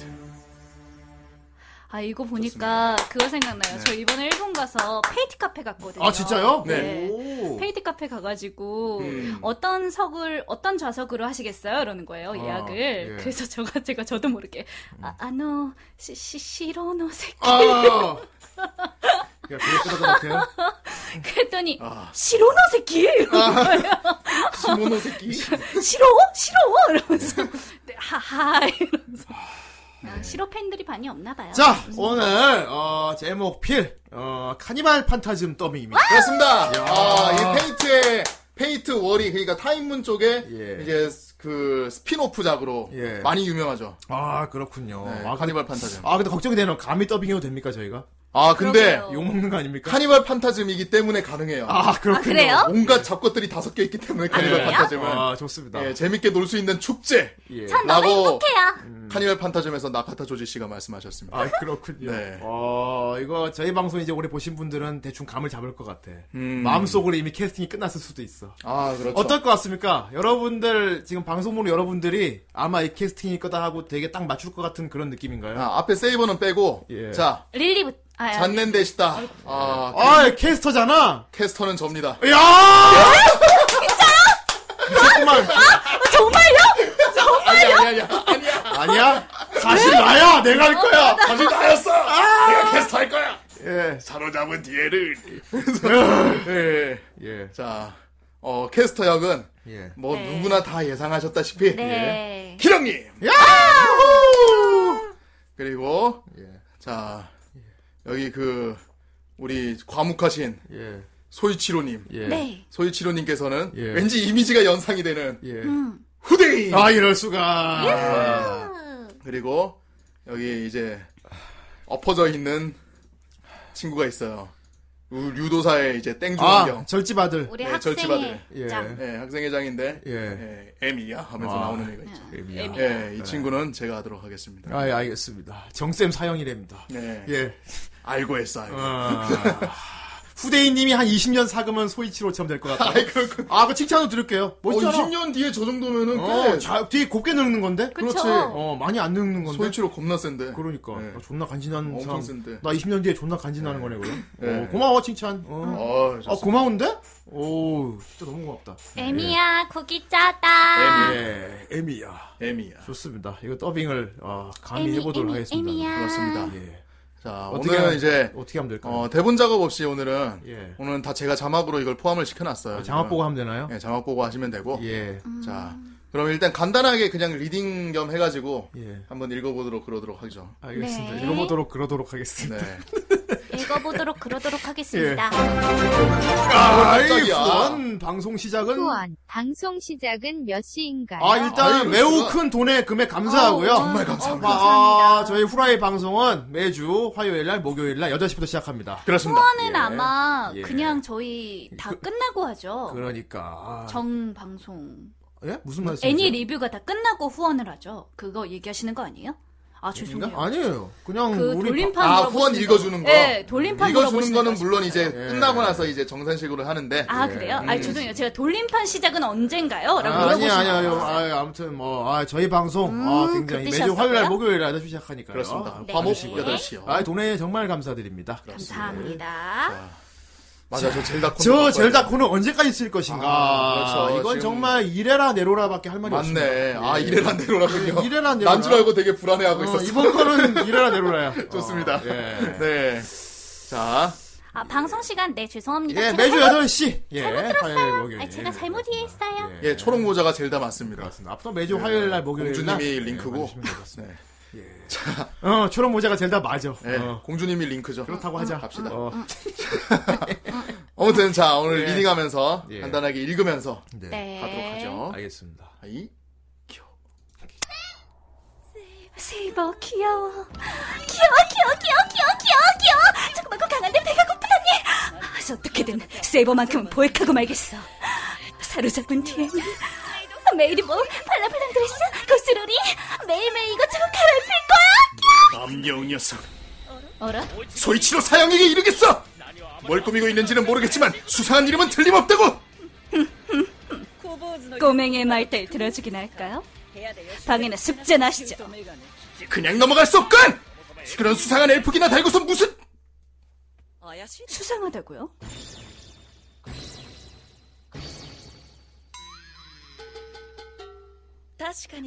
Speaker 3: 아, 이거 보니까 그거 생각나요.
Speaker 2: 네.
Speaker 3: 저 이번에 일본 가서 페이티 카페 갔거든요.
Speaker 1: 아, 진짜요?
Speaker 3: 네.
Speaker 1: 오.
Speaker 3: 페이티 카페 가가지고
Speaker 1: 음.
Speaker 3: 어떤 석을, 어떤 좌석으로 하시겠어요? 이러는 거예요,
Speaker 1: 아,
Speaker 3: 예약을.
Speaker 1: 예. 음.
Speaker 3: 그래서 제가, 제가 저도 모르게, 아, 아노, 시, 시, 시로노 새끼.
Speaker 1: 아. 야, 그게 끄덕것 같아요?
Speaker 3: 그랬더니 시로노 새끼 이러는 거예요.
Speaker 1: 시로노 새끼
Speaker 3: 싫어 싫어 이러면서 네, 하하 이러면서 아, 싫어 팬들이 많이 없나 봐요.
Speaker 1: 자, 오늘, 어, 제목 필, 어, 카니발 판타즘 더빙입니다.
Speaker 2: 그렇습니다.
Speaker 1: 야.
Speaker 2: 아, 이 페이트의 페이트 월이 그러니까 타임문 쪽에 이제 그 스피노프작으로
Speaker 1: 예.
Speaker 2: 많이 유명하죠.
Speaker 1: 아, 그렇군요.
Speaker 2: 네,
Speaker 1: 아,
Speaker 2: 카니발
Speaker 1: 근데-
Speaker 2: 판타즘.
Speaker 1: 아, 근데 걱정이 되네요. 감히 더빙해도 됩니까, 저희가?
Speaker 2: 아, 근데
Speaker 1: 그러게요. 욕먹는 거 아닙니까?
Speaker 2: 카니발 판타즘이기 때문에 가능해요.
Speaker 1: 아, 그렇군요. 아, 그래요?
Speaker 2: 온갖 잡것들이 다 섞여 있기 때문에 카니발
Speaker 1: 예.
Speaker 2: 판타즘은
Speaker 1: 아, 좋습니다.
Speaker 2: 예, 재밌게 놀 수 있는 축제.
Speaker 1: 예.
Speaker 3: 전 너무 행복해요.
Speaker 1: 음.
Speaker 2: 카니발 판타즘에서 나카타 조지 씨가 말씀하셨습니다.
Speaker 1: 아, 그렇군요.
Speaker 2: 네.
Speaker 1: 어, 이거 저희 방송 이제 오래 보신 분들은 대충 감을 잡을 것 같아.
Speaker 2: 음.
Speaker 1: 마음속으로 이미 캐스팅이 끝났을 수도 있어.
Speaker 2: 아, 그렇죠.
Speaker 1: 어떨 것 같습니까? 여러분들, 지금 방송으로 여러분들이 아마 이 캐스팅일 거다 하고 되게 딱 맞출 것 같은 그런 느낌인가요? 예.
Speaker 2: 아, 앞에 세이버는 빼고. 자,
Speaker 3: 릴리부 아, 아,
Speaker 2: 잔넨데시다. 아,
Speaker 1: 아, 캐스터잖아.
Speaker 2: 캐스터는 접니다.
Speaker 1: 야!
Speaker 4: 아,
Speaker 1: 정말.
Speaker 3: 정말요?
Speaker 2: 정말요? 아니, 아니, 아니.
Speaker 1: 아니야? 사실 나야! 내가 할 거야! 아!
Speaker 2: 사실 나였어! 내가 캐스터 할 거야!
Speaker 1: 예.
Speaker 2: 사로잡은 뒤에를. 예. 예. 자, 어, 캐스터 역은 뭐
Speaker 1: 네.
Speaker 2: 누구나 다 예상하셨다시피
Speaker 1: 네.
Speaker 2: 예. 희령님.
Speaker 1: 야!
Speaker 2: 그리고
Speaker 1: 예.
Speaker 2: 자 여기 그 우리 과묵하신
Speaker 1: 예.
Speaker 2: 소이치로님.
Speaker 1: 네.
Speaker 2: 소이치로님께서는
Speaker 1: 예.
Speaker 2: 왠지 이미지가 연상이 되는
Speaker 1: 음.
Speaker 2: 후대인. 예.
Speaker 1: 아, 이럴 수가.
Speaker 2: 아. 그리고 여기 이제 엎어져 있는 친구가 있어요. 우- 유도사의 이제 땡주원경.
Speaker 1: 아, 절집 아들.
Speaker 2: 네, 절집아들.
Speaker 1: 예.
Speaker 2: 예, 학생회장인데
Speaker 1: 예.
Speaker 2: 예, 에미야 하면서
Speaker 1: 아.
Speaker 2: 나오는 애가 있죠.
Speaker 1: 에미야.
Speaker 2: 예, 이
Speaker 1: 네.
Speaker 2: 친구는 제가 하도록 하겠습니다.
Speaker 1: 아, 예, 알겠습니다. 정쌤 사형이랍니다.
Speaker 2: 네.
Speaker 1: 예.
Speaker 2: 알고 했어, 알고.
Speaker 1: 아, 후대인님이 한 20년 사금은 소이치로처럼 될 것 같아요. 아, 그 칭찬도 드릴게요.
Speaker 2: 어,
Speaker 1: 멋있잖아.
Speaker 2: 20년 뒤에 저 정도면은
Speaker 1: 어,
Speaker 2: 꽤-
Speaker 1: 자, 뒤에 곱게 늙는 건데?
Speaker 2: 그쵸. 그렇지.
Speaker 1: 어, 많이 안 늙는 건데?
Speaker 2: 소이치로 겁나 센데. 네.
Speaker 1: 그러니까. 아, 존나 간지난
Speaker 2: 엄청
Speaker 1: 사람.
Speaker 2: 센데.
Speaker 1: 나 20년 뒤에 존나 간지나는 거네, 그럼.
Speaker 2: 네.
Speaker 1: 어, 고마워, 칭찬. 어.
Speaker 2: 좋습니다.
Speaker 1: 아, 고마운데? 오, 진짜 너무 고맙다.
Speaker 3: 에미야 고기 짜다.
Speaker 1: 예, 에미야.
Speaker 2: 에미야.
Speaker 1: 좋습니다. 이거 더빙을 어,
Speaker 3: 에미,
Speaker 1: 감히 해보도록
Speaker 3: 에미,
Speaker 1: 하겠습니다.
Speaker 3: 에미야.
Speaker 2: 그렇습니다.
Speaker 1: 예.
Speaker 2: 자,
Speaker 1: 어떻게
Speaker 2: 오늘은
Speaker 1: 하면-
Speaker 2: 이제
Speaker 1: 어떻게 하면 될까요?
Speaker 2: 어, 대본 작업 없이 오늘은
Speaker 1: 예.
Speaker 2: 오늘은 다 제가 자막으로 이걸 포함을 시켜놨어요.
Speaker 1: 아, 자막
Speaker 2: 지금.
Speaker 1: 보고 하면 되나요?
Speaker 2: 예, 자막 보고 하시면 되고.
Speaker 1: 예.
Speaker 2: 자, 그럼 일단 간단하게 그냥 리딩 겸 해가지고
Speaker 1: 예.
Speaker 2: 한번 읽어보도록 그러도록 하죠.
Speaker 1: 알겠습니다. 네. 읽어보도록 그러도록 하겠습니다.
Speaker 2: 네.
Speaker 3: 읽어보도록 그러도록 하겠습니다.
Speaker 1: 아, 이
Speaker 2: 깜짝이야.
Speaker 1: 후원 방송 시작은
Speaker 12: 후원 방송 시작은 몇 시인가요?
Speaker 1: 아 일단
Speaker 12: 아유,
Speaker 1: 매우
Speaker 12: 그거-
Speaker 1: 큰 돈에 금액 감사하고요.
Speaker 2: 어,
Speaker 12: 아우, 정말 감사합니다.
Speaker 1: 아, 아, 저희 후라이 방송은 매주 화요일 날, 목요일 날 8시부터 시작합니다.
Speaker 2: 그렇습니다.
Speaker 3: 후원은 아마
Speaker 1: 예.
Speaker 3: 그냥 아. 저희 다 끝나고 하죠.
Speaker 1: 그러니까.
Speaker 3: 정 방송
Speaker 1: 예? 무슨 말씀이세요?
Speaker 3: 애니 리뷰가 다 끝나고 후원을 하죠. 그거 얘기하시는 거 아니에요? 아 죄송해요.
Speaker 1: 아니에요. 그냥
Speaker 3: 그
Speaker 1: 우리
Speaker 3: 돌림판
Speaker 2: 아, 후원 읽어주는 거.
Speaker 3: 네, 돌림판
Speaker 2: 읽어주는
Speaker 3: 물어보시는
Speaker 2: 거는
Speaker 3: 거죠.
Speaker 2: 물론 이제 끝나고 나서 이제 정산식으로 하는데.
Speaker 3: 아 그래요?
Speaker 2: 음.
Speaker 3: 아 죄송해요. 제가 돌림판 시작은 언젠가요? 라고
Speaker 1: 아, 아니
Speaker 3: 물어보시는
Speaker 1: 아니 아니
Speaker 3: 거예요.
Speaker 1: 아, 아무튼 뭐 아, 저희 방송 아,
Speaker 3: 음,
Speaker 1: 굉장히
Speaker 3: 그때
Speaker 1: 매주 화요일 날
Speaker 3: 쉬었어요?
Speaker 1: 목요일 날 8시 시작하니까요.
Speaker 2: 그렇습니다.
Speaker 1: 아,
Speaker 2: 화목
Speaker 1: 봐주시고요.
Speaker 2: 8시요.
Speaker 1: 아, 돈에 정말 감사드립니다. 예.
Speaker 4: 아.
Speaker 3: 감사합니다.
Speaker 2: 맞아, 저 젤다 코너
Speaker 1: 저
Speaker 2: 바꿔야
Speaker 1: 젤다 코너 언제까지 쓸 것인가?
Speaker 2: 아, 그렇죠.
Speaker 1: 이건
Speaker 2: 지금-
Speaker 1: 정말 이래라 내로라밖에 할 말이
Speaker 2: 맞네.
Speaker 1: 없습니다.
Speaker 2: 아, 이래라 내로라군요.
Speaker 1: 네, 이래라 내로라.
Speaker 2: 난 줄 알고 되게 불안해하고
Speaker 1: 어,
Speaker 2: 있었어.
Speaker 1: 이번 거는 이래라 내로라야.
Speaker 2: 좋습니다.
Speaker 1: 어, 예.
Speaker 2: 네. 자.
Speaker 4: 아, 방송 시간 네 죄송합니다.
Speaker 2: 예,
Speaker 4: 제가
Speaker 2: 매주
Speaker 4: 잘못-
Speaker 2: 8시. 예,
Speaker 4: 잘못 들었어요.
Speaker 2: 화요일, 목요일.
Speaker 4: 아, 제가 잘못 이해했어요.
Speaker 2: 예, 초록 모자가 젤다 맞습니다.
Speaker 1: 예.
Speaker 2: 그
Speaker 1: 앞으로 매주 화요일 날, 목요일 날.
Speaker 2: 공주님이
Speaker 1: 예,
Speaker 2: 링크고. 네.
Speaker 1: 어, 초록 모자가 젤다 맞아. 어.
Speaker 2: 네, 공주님이 링크죠.
Speaker 1: 그렇다고 하자.
Speaker 2: 갑시다.
Speaker 1: 어.
Speaker 2: 아무튼 자 오늘
Speaker 1: 네.
Speaker 2: 리딩하면서
Speaker 1: 예.
Speaker 2: 간단하게 읽으면서
Speaker 1: 네.
Speaker 2: 가도록 하죠.
Speaker 1: 알겠습니다.
Speaker 2: 이
Speaker 4: 세이버 귀여워. 귀여워 귀여워 귀여워 귀여워 귀여워 귀여워. 조그맣고 강한데 배가 고프다니.
Speaker 7: 그래서 어떻게든 세이버만큼은 보획하고 말겠어. 사로잡은 뒤에
Speaker 4: 매일이 뭐 발랄발랄 드레스 거스로리 매일매일 이것저것 갈아입힐 거야.
Speaker 9: 남녀 녀석
Speaker 4: 어라?
Speaker 2: 소이치로 사형에게 이르겠어. 뭘 꾸미고 있는지는 모르겠지만 수상한 이름은 틀림없다고.
Speaker 4: 꼬맹이의 말들 들어주긴 할까요? 방에는 숙제나 시죠.
Speaker 2: 그냥 넘어갈 수 없군. 그런 수상한 엘프기나 달고서 무슨
Speaker 4: 수상하다고요?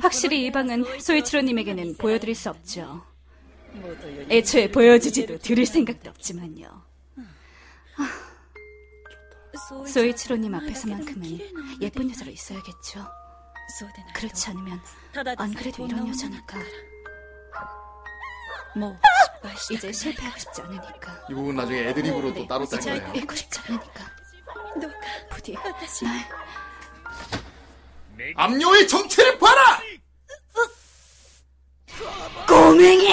Speaker 4: 확실히 이 방은 소이치로님에게는 보여드릴 수 없죠. 애초에 보여주지도 들을 생각도 없지만요. 소이치로님 앞에서만큼은 예쁜 여자로 있어야겠죠. 그렇지 않으면 안 그래도 이런 여자니까. 뭐 이제 실패하고 싶지 않으니까.
Speaker 2: 이 부분 나중에
Speaker 4: 어,
Speaker 2: 애드립으로
Speaker 4: 네.
Speaker 2: 또 따로 짤
Speaker 4: 이제
Speaker 2: 거예요.
Speaker 4: 잃고 싶지 않으니까. 부디 날
Speaker 2: 암녀의 정체를 봐라.
Speaker 4: 꼬맹이!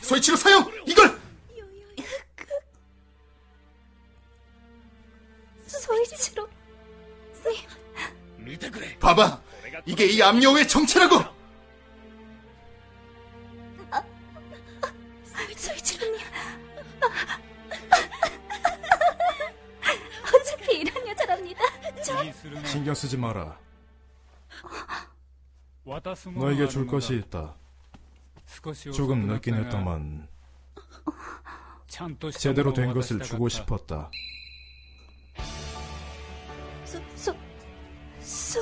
Speaker 2: 소이치로 사형 이걸
Speaker 4: 그 소이치로
Speaker 2: 봐봐. 이게 이 암녀의 정체라고.
Speaker 4: 소이치로님. 어차피 이런 여자랍니다. 전
Speaker 1: 신경 쓰지 마라.
Speaker 21: 渡すものがある
Speaker 19: 너에게
Speaker 21: の
Speaker 19: 줄
Speaker 21: だ
Speaker 19: 것이 있다.
Speaker 21: 少し遅く
Speaker 19: 조금
Speaker 21: なった
Speaker 19: 늦긴
Speaker 21: が
Speaker 19: 했다만
Speaker 21: ちゃんとした
Speaker 19: 제대로
Speaker 21: もの
Speaker 19: 된
Speaker 21: を渡し
Speaker 19: 것을
Speaker 21: たか
Speaker 19: 주고
Speaker 21: った
Speaker 19: 싶었다.
Speaker 4: 소, 소,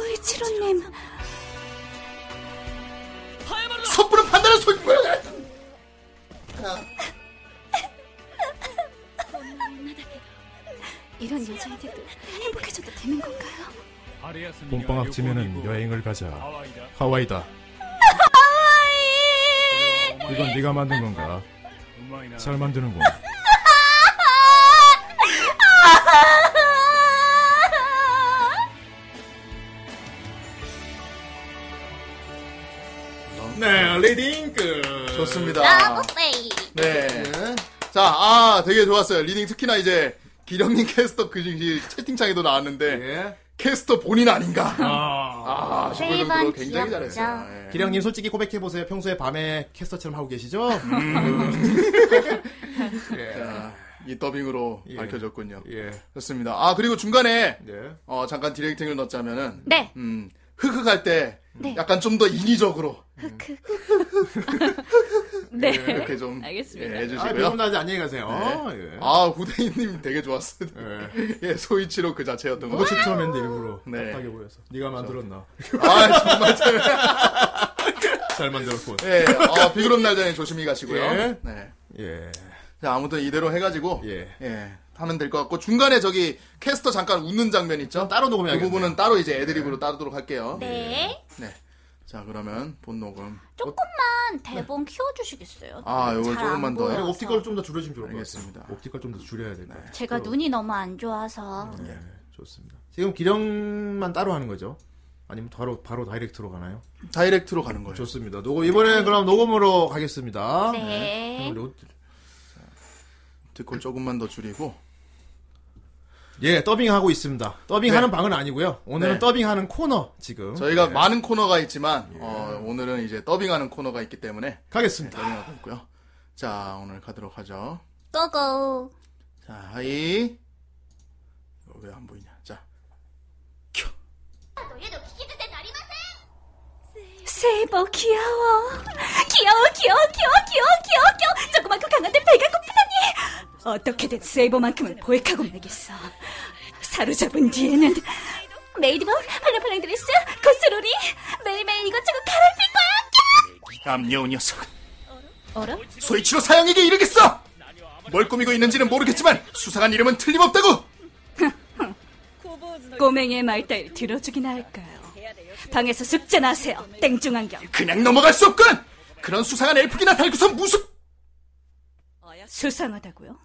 Speaker 4: 소이치로님.
Speaker 2: 섣부른 판단은 소이 뭐야?
Speaker 4: 이런 여자인데도 행복해져도 되는 건가요?
Speaker 21: 春休みには
Speaker 19: 봄방학 지면은 여행을 가자.
Speaker 21: 하와이다.
Speaker 19: 하와이다. 이건 네가 만든 건가? 잘 만드는군.
Speaker 4: 아!
Speaker 1: 네, 리딩 끝.
Speaker 2: 좋습니다.
Speaker 4: 나보세이.
Speaker 2: 네. 자, 아, 되게 좋았어요. 리딩 특히나 이제 기령님 캐스터 그 시- 채팅창에도 나왔는데 캐스터 본인 아닌가? 아,
Speaker 1: 세이번
Speaker 2: 슈퍼정도로 굉장히
Speaker 1: 귀엽죠.
Speaker 2: 잘했어요. 예.
Speaker 1: 네. 기령님 솔직히 고백해보세요. 평소에 밤에 캐스터처럼 하고 계시죠?
Speaker 2: 음. 자, 예. 이 더빙으로 밝혀졌군요.
Speaker 1: 예.
Speaker 2: 좋습니다. 아 그리고 중간에
Speaker 1: 네.
Speaker 2: 어, 잠깐 디렉팅을 넣자면은
Speaker 4: 네.
Speaker 2: 음, 흑흑 할때
Speaker 3: 네.
Speaker 2: 약간 좀 더 인위적으로
Speaker 4: 네.
Speaker 2: 예, 이렇게 좀
Speaker 4: 알겠습니다.
Speaker 2: 예,
Speaker 1: 아,
Speaker 2: 해주시고요.
Speaker 1: 배운 날이 안녕히 가세요.
Speaker 2: 네.
Speaker 1: 예.
Speaker 2: 아 후대인님 되게 좋았어요. 예, 소이치로 그 자체였던 거.
Speaker 1: 그거 추첨했는데 일부러
Speaker 2: 네.
Speaker 1: 답답하게 보여서. 네가 만들었나?
Speaker 2: 아 정말 잘.
Speaker 1: 잘 만들었군.
Speaker 2: 예, 어, 비그럼 날짜에 조심히 가시고요.
Speaker 1: 예.
Speaker 2: 네.
Speaker 1: 예.
Speaker 2: 자, 아무튼 이대로 해가지고
Speaker 1: 예.
Speaker 2: 예, 하면 될 것 같고 중간에 저기 캐스터 잠깐 웃는 장면 있죠? 따로 녹음해야겠네. 그 부분은 따로
Speaker 1: 예.
Speaker 2: 이제 애드립으로 따르도록 할게요.
Speaker 4: 네.
Speaker 2: 네. 자, 그러면 본 녹음.
Speaker 4: 조금만 대본 키워주시겠어요?
Speaker 2: 네. 아, 요걸
Speaker 4: 잘안
Speaker 2: 조금만 더.
Speaker 4: 보여서.
Speaker 1: 옵티컬 좀 더 줄여주면 좋을 것 같습니다. 옵티컬 좀 더 줄여야 될 것 같아요.
Speaker 4: 제가
Speaker 2: 그
Speaker 4: 눈이 너무 안 좋아서.
Speaker 2: 예, 음,
Speaker 1: 좋습니다. 네. 지금 기령만 따로 하는 거죠? 아니면 바로 바로 다이렉트로 가나요?
Speaker 2: 다이렉트로 가는 거예요.
Speaker 1: 좋습니다. 녹음 이번에 그럼 녹음으로
Speaker 2: 아,
Speaker 1: 가겠습니다.
Speaker 4: 네.
Speaker 1: 녹음-
Speaker 2: 듣고 조금만 더 줄이고.
Speaker 1: 예, 더빙하고 있습니다. 더빙하는 방은 아니고요. 오늘은
Speaker 2: 네.
Speaker 1: 더빙하는 코너 지금.
Speaker 2: 저희가
Speaker 1: 네. 예.
Speaker 2: 많은 코너가 있지만 어, 오늘은 이제 더빙하는 코너가 있기 때문에 네,
Speaker 1: 가겠습니다.
Speaker 2: 더빙하고 있고요. 자 오늘 가도록 하죠.
Speaker 3: 고고.
Speaker 2: 자 하이 왜 안 보이냐? 자
Speaker 3: セイボキヤオキヤオキヤオキヤオキヤオキヤオキヤオ조그맣고 강한데 배가 고프다니 어떻게든 세이버만큼은 보획하고 말겠어 사로잡은 뒤에는 메이드복 팔랑팔랑 드레스 코스로리 매일매일 이것저것 갈아입힐
Speaker 2: 남녀 녀석
Speaker 3: 거야 어라?
Speaker 2: 소이치로 사형에게 이르겠어. 뭘 꾸미고 있는지는 모르겠지만 수상한 이름은 틀림없다고.
Speaker 3: 꼬맹이의 말 따위를 들어주기나 할까요 방에서 숙제나 하세요 땡중 안경
Speaker 2: 그냥 넘어갈 수 없군. 그런 수상한 엘프기나 달고서 무슨
Speaker 3: 수상하다고요?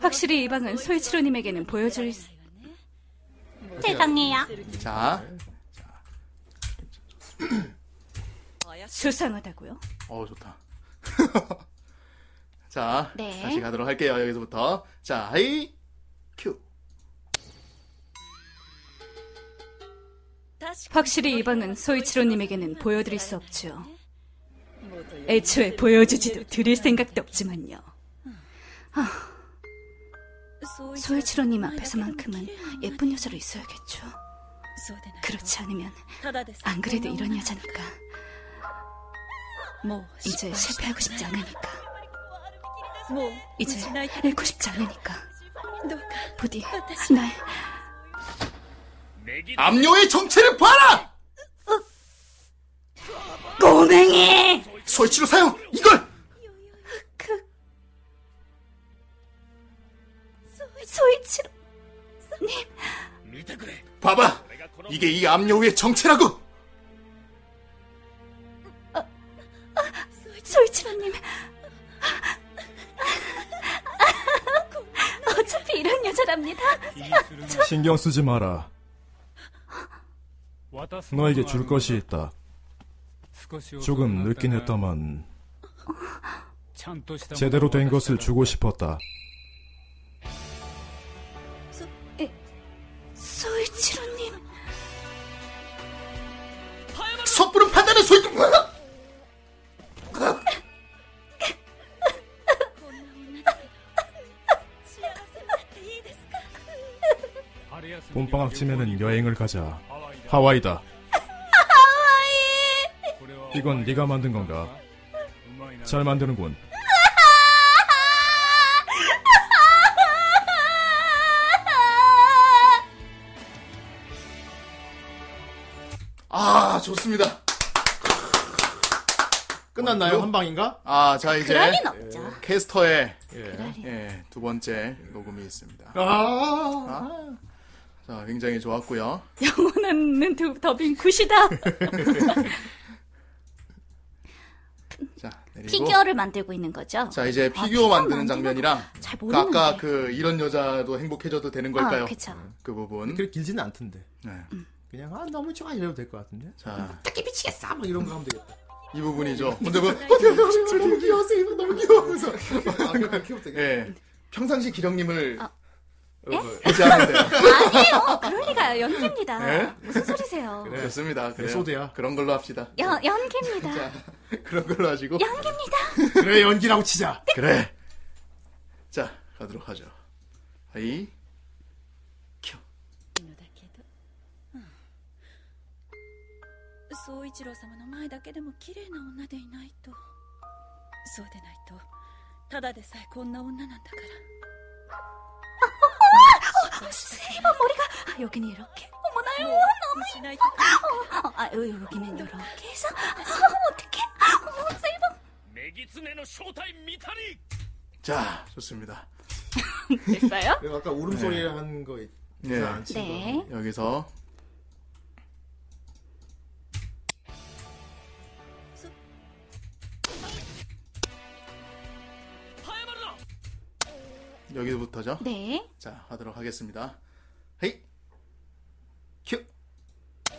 Speaker 3: 확실히 이 방은 소이치로님에게는 보여줄 수... 대방이야
Speaker 2: 자
Speaker 3: 수상하다고요?
Speaker 2: 어 좋다. 자
Speaker 3: 네.
Speaker 2: 다시 가도록 할게요 여기서부터 자 하이 큐.
Speaker 3: 확실히 이 방은 소이치로님에게는 보여드릴 수 없죠. 애초에 보여주지도 드릴 생각도 없지만요. 아, 소이치로님 앞에서만큼은 예쁜 여자로 있어야겠죠. 그렇지 않으면 안 그래도 이런 여자니까. 이제 실패하고 싶지 않으니까. 이제 잃고 뭐, 싶지 않으니까. 부디 날
Speaker 2: 암녀의 정체를 봐라!
Speaker 3: 꼬맹이!
Speaker 2: 설치로 사용! 이걸!
Speaker 3: 소이치로 님
Speaker 2: 봐봐! 이게 이 암녀의 정체라고!
Speaker 3: 소이치로님. 어차피 이런 여자랍니다.
Speaker 19: 신경 쓰지 마라. 너에게 줄 것이 있다. 조금 늦긴 했다만
Speaker 4: ちゃんとしたものを
Speaker 19: 제대로 된 것을 주고 싶었다.
Speaker 3: 소이치로님.
Speaker 2: 섣부른 판단은 소이
Speaker 19: 봄방학 지면은 여행을 가자. 하와이다. 이건 네가 만든 건가? 잘 만드는군.
Speaker 2: 아, 좋습니다.
Speaker 1: 끝났나요? 한 방인가?
Speaker 2: 아, 자, 이제.
Speaker 1: 그럴 리는 없죠.
Speaker 2: 예, 캐스터의.
Speaker 1: 그럴
Speaker 2: 예. 두 번째 녹음이 있습니다.
Speaker 1: 아.
Speaker 2: 자, 굉장히 좋았고요
Speaker 3: 영원한 눈두 더빙 굿이다.
Speaker 2: 자, 내리고.
Speaker 3: 피규어를 만들고 있는 거죠?
Speaker 2: 자, 이제 피규어,
Speaker 3: 아,
Speaker 2: 만드는 장면이랑.
Speaker 3: 잘
Speaker 2: 그 아까
Speaker 3: 모르는데.
Speaker 2: 그, 이런 여자도 행복해져도 되는 걸까요?
Speaker 3: 아, 그쵸.
Speaker 2: 그 부분.
Speaker 1: 그렇게 길지는 않던데.
Speaker 2: 네.
Speaker 1: 그냥 아 너무 좋아 이래도 될 것 같은데.
Speaker 2: 자,
Speaker 1: 특히 미치겠어 막 이런 거 하면 되겠다.
Speaker 2: 이 부분이죠. 혼자
Speaker 1: 뭐,
Speaker 4: 아, 네.
Speaker 2: 보
Speaker 1: 너무 귀여워, 세이브 너무 귀여워서.
Speaker 2: 예. 평상시 기령님을
Speaker 3: 예?
Speaker 2: 보지 않은데요.
Speaker 3: 아니에요. 그럴 리가요. 연기입니다.
Speaker 2: 예?
Speaker 3: 무슨 소리세요?
Speaker 2: 그래. 좋습니다. 그래.
Speaker 1: 네, 소드야.
Speaker 2: 그런 걸로 합시다.
Speaker 3: 연 연기입니다.
Speaker 2: 그런 걸로 하시고.
Speaker 3: 연기입니다. 네.
Speaker 1: 그래 연기라고 치자.
Speaker 2: 그래. 자, 가도록 하죠. 하이. 켜.
Speaker 22: 総一郎様の前だけでも綺麗な女でいないとそうでないとただでさえこんな女なんだから
Speaker 3: 세이버 머리가 아, 여기는 이렇게. 어머나요. 너무 예뻐. 어, 아 여- 여기는 이렇게 해서 아, 어떡해. 어머 세이버.
Speaker 6: メギツネの正体見たり
Speaker 2: 자, 좋습니다.
Speaker 3: 됐어요?
Speaker 1: 내가 아까 울음소리 한거 있.
Speaker 2: 네.
Speaker 1: 자, 지금.
Speaker 3: 네.
Speaker 2: 여기서 여기서부터죠.
Speaker 3: 네.
Speaker 2: 자, 하도록 하겠습니다. 헤이. 큐.
Speaker 22: こ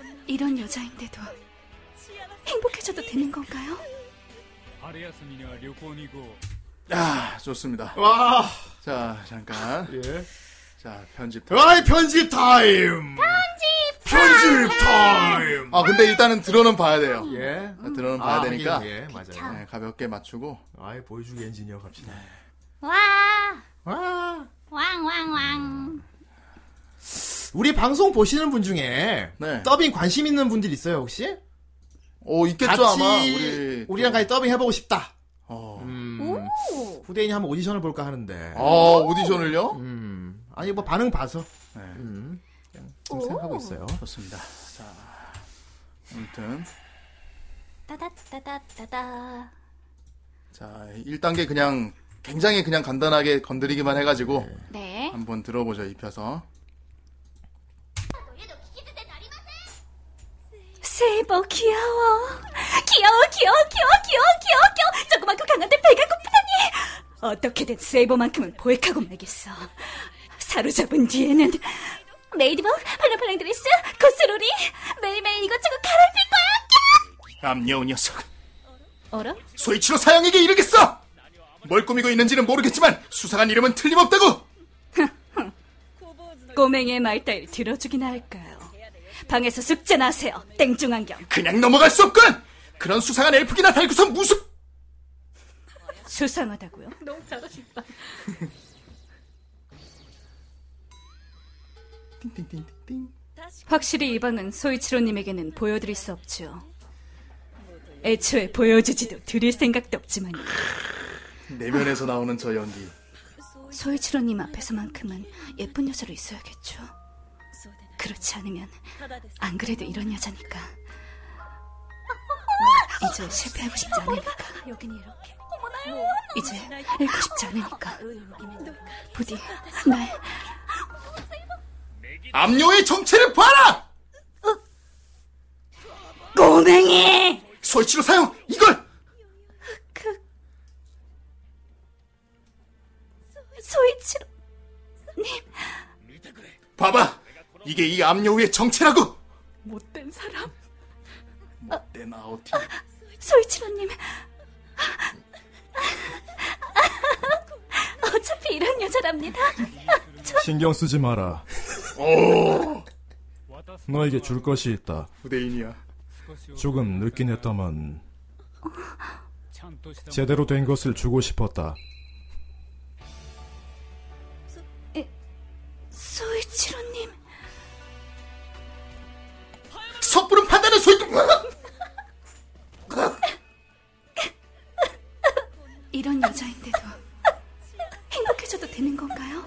Speaker 22: んな
Speaker 3: 이런 여자인데도 행복해져도 되는 건가요?
Speaker 23: 春休みには旅行に行こう
Speaker 2: 아, 좋습니다.
Speaker 1: 와.
Speaker 2: 자, 잠깐. 예. 자, 편집 타임.
Speaker 1: 와이 편집 타임.
Speaker 24: 편집
Speaker 1: 편집 타임.
Speaker 2: 아, 근데 일단은 들어는 봐야 돼요.
Speaker 1: 예.
Speaker 2: 아, 들어는 봐야
Speaker 1: 아,
Speaker 2: 되니까.
Speaker 1: 하긴, 예, 네. 맞아요.
Speaker 2: 네, 가볍게 맞추고.
Speaker 1: 아예 보여주기 엔지니어 갑시다.
Speaker 4: 와.
Speaker 1: 와.
Speaker 4: 왕왕왕.
Speaker 1: 우리 방송 보시는 분 중에 더빙 관심 있는 분들 있어요 혹시?
Speaker 2: 네. 오 있겠죠,
Speaker 1: 같이
Speaker 2: 아마. 우리 또-
Speaker 1: 우리랑 같이 더빙 해보고 싶다.
Speaker 2: 어.
Speaker 1: 음, 후대인이 한번 오디션을 볼까 하는데.
Speaker 2: 아, 오디션을요?
Speaker 1: 음. 아니 뭐 반응 봐서.
Speaker 2: 네.
Speaker 1: 음. 그냥 지금 생각하고 있어요.
Speaker 2: 좋습니다. 자, 아무튼.
Speaker 4: 따다따다따다.
Speaker 2: 자, 1단계 그냥 굉장히 그냥 간단하게 건드리기만 해가지고.
Speaker 4: 네.
Speaker 2: 한번 들어보죠, 입혀서.
Speaker 4: 세보 귀여워. 귀여워 귀여워 귀여워 귀여워 귀여워 귀여워.
Speaker 3: 조그맣고 강한데 배가 고프다니! 어떻게든 세이버만큼은 보획하고 말겠어. 사로잡은 뒤에는
Speaker 4: 메이드복, 팔랑팔랑 드레스, 코스로리 매일매일 이것저것 갈아입힐 거야.
Speaker 2: 암여우 녀석.
Speaker 4: 얼어?
Speaker 2: 소이치로 사형에게 이르겠어! 뭘 꾸미고 있는지는 모르겠지만 수상한 이름은 틀림없다고!
Speaker 3: 꼬맹이의 말 따위를 들어주기나 할까요? 방에서 숙제나 하세요. 땡중 안경.
Speaker 2: 그냥 넘어갈 수 없군! 그런 수상한 엘프기나 달고서 무슨
Speaker 3: 수상하다고요? 너무 잘하신다. 확실히 이 방은 소이치로님에게는 보여드릴 수 없죠. 애초에 보여주지도 드릴 생각도 없지만
Speaker 2: 내면에서 나오는 저 연기
Speaker 3: 소이치로님 앞에서만큼은 예쁜 여자로 있어야겠죠. 그렇지 않으면 안 그래도 이런 여자니까
Speaker 4: 어?
Speaker 3: 이제 실패하고 싶지 않으니까
Speaker 24: 여긴 이렇게.
Speaker 3: 이제 잃고 싶지 않으니까 부디 날
Speaker 2: 암녀의 정체를 봐라!
Speaker 3: 꼬맹이!
Speaker 2: 소이치로 사형! 이걸!
Speaker 4: 소이치로. 님.
Speaker 2: 봐봐! 이게 이 암녀의 정체라고!
Speaker 3: 못된 사람
Speaker 2: 내 나오티
Speaker 4: 어, 소이치로님. 어차피 이런 여자랍니다.
Speaker 19: 신경 쓰지 마라.
Speaker 2: 오.
Speaker 19: 너에게 줄 것이 있다.
Speaker 2: 후대인이야.
Speaker 19: 조금 늦긴 했다만 제대로 된 것을 주고 싶었다.
Speaker 4: 소이치로님.
Speaker 2: 섣부른 판단은 소이치
Speaker 3: 이런 여자인데도 행복해져도 되는 건가요?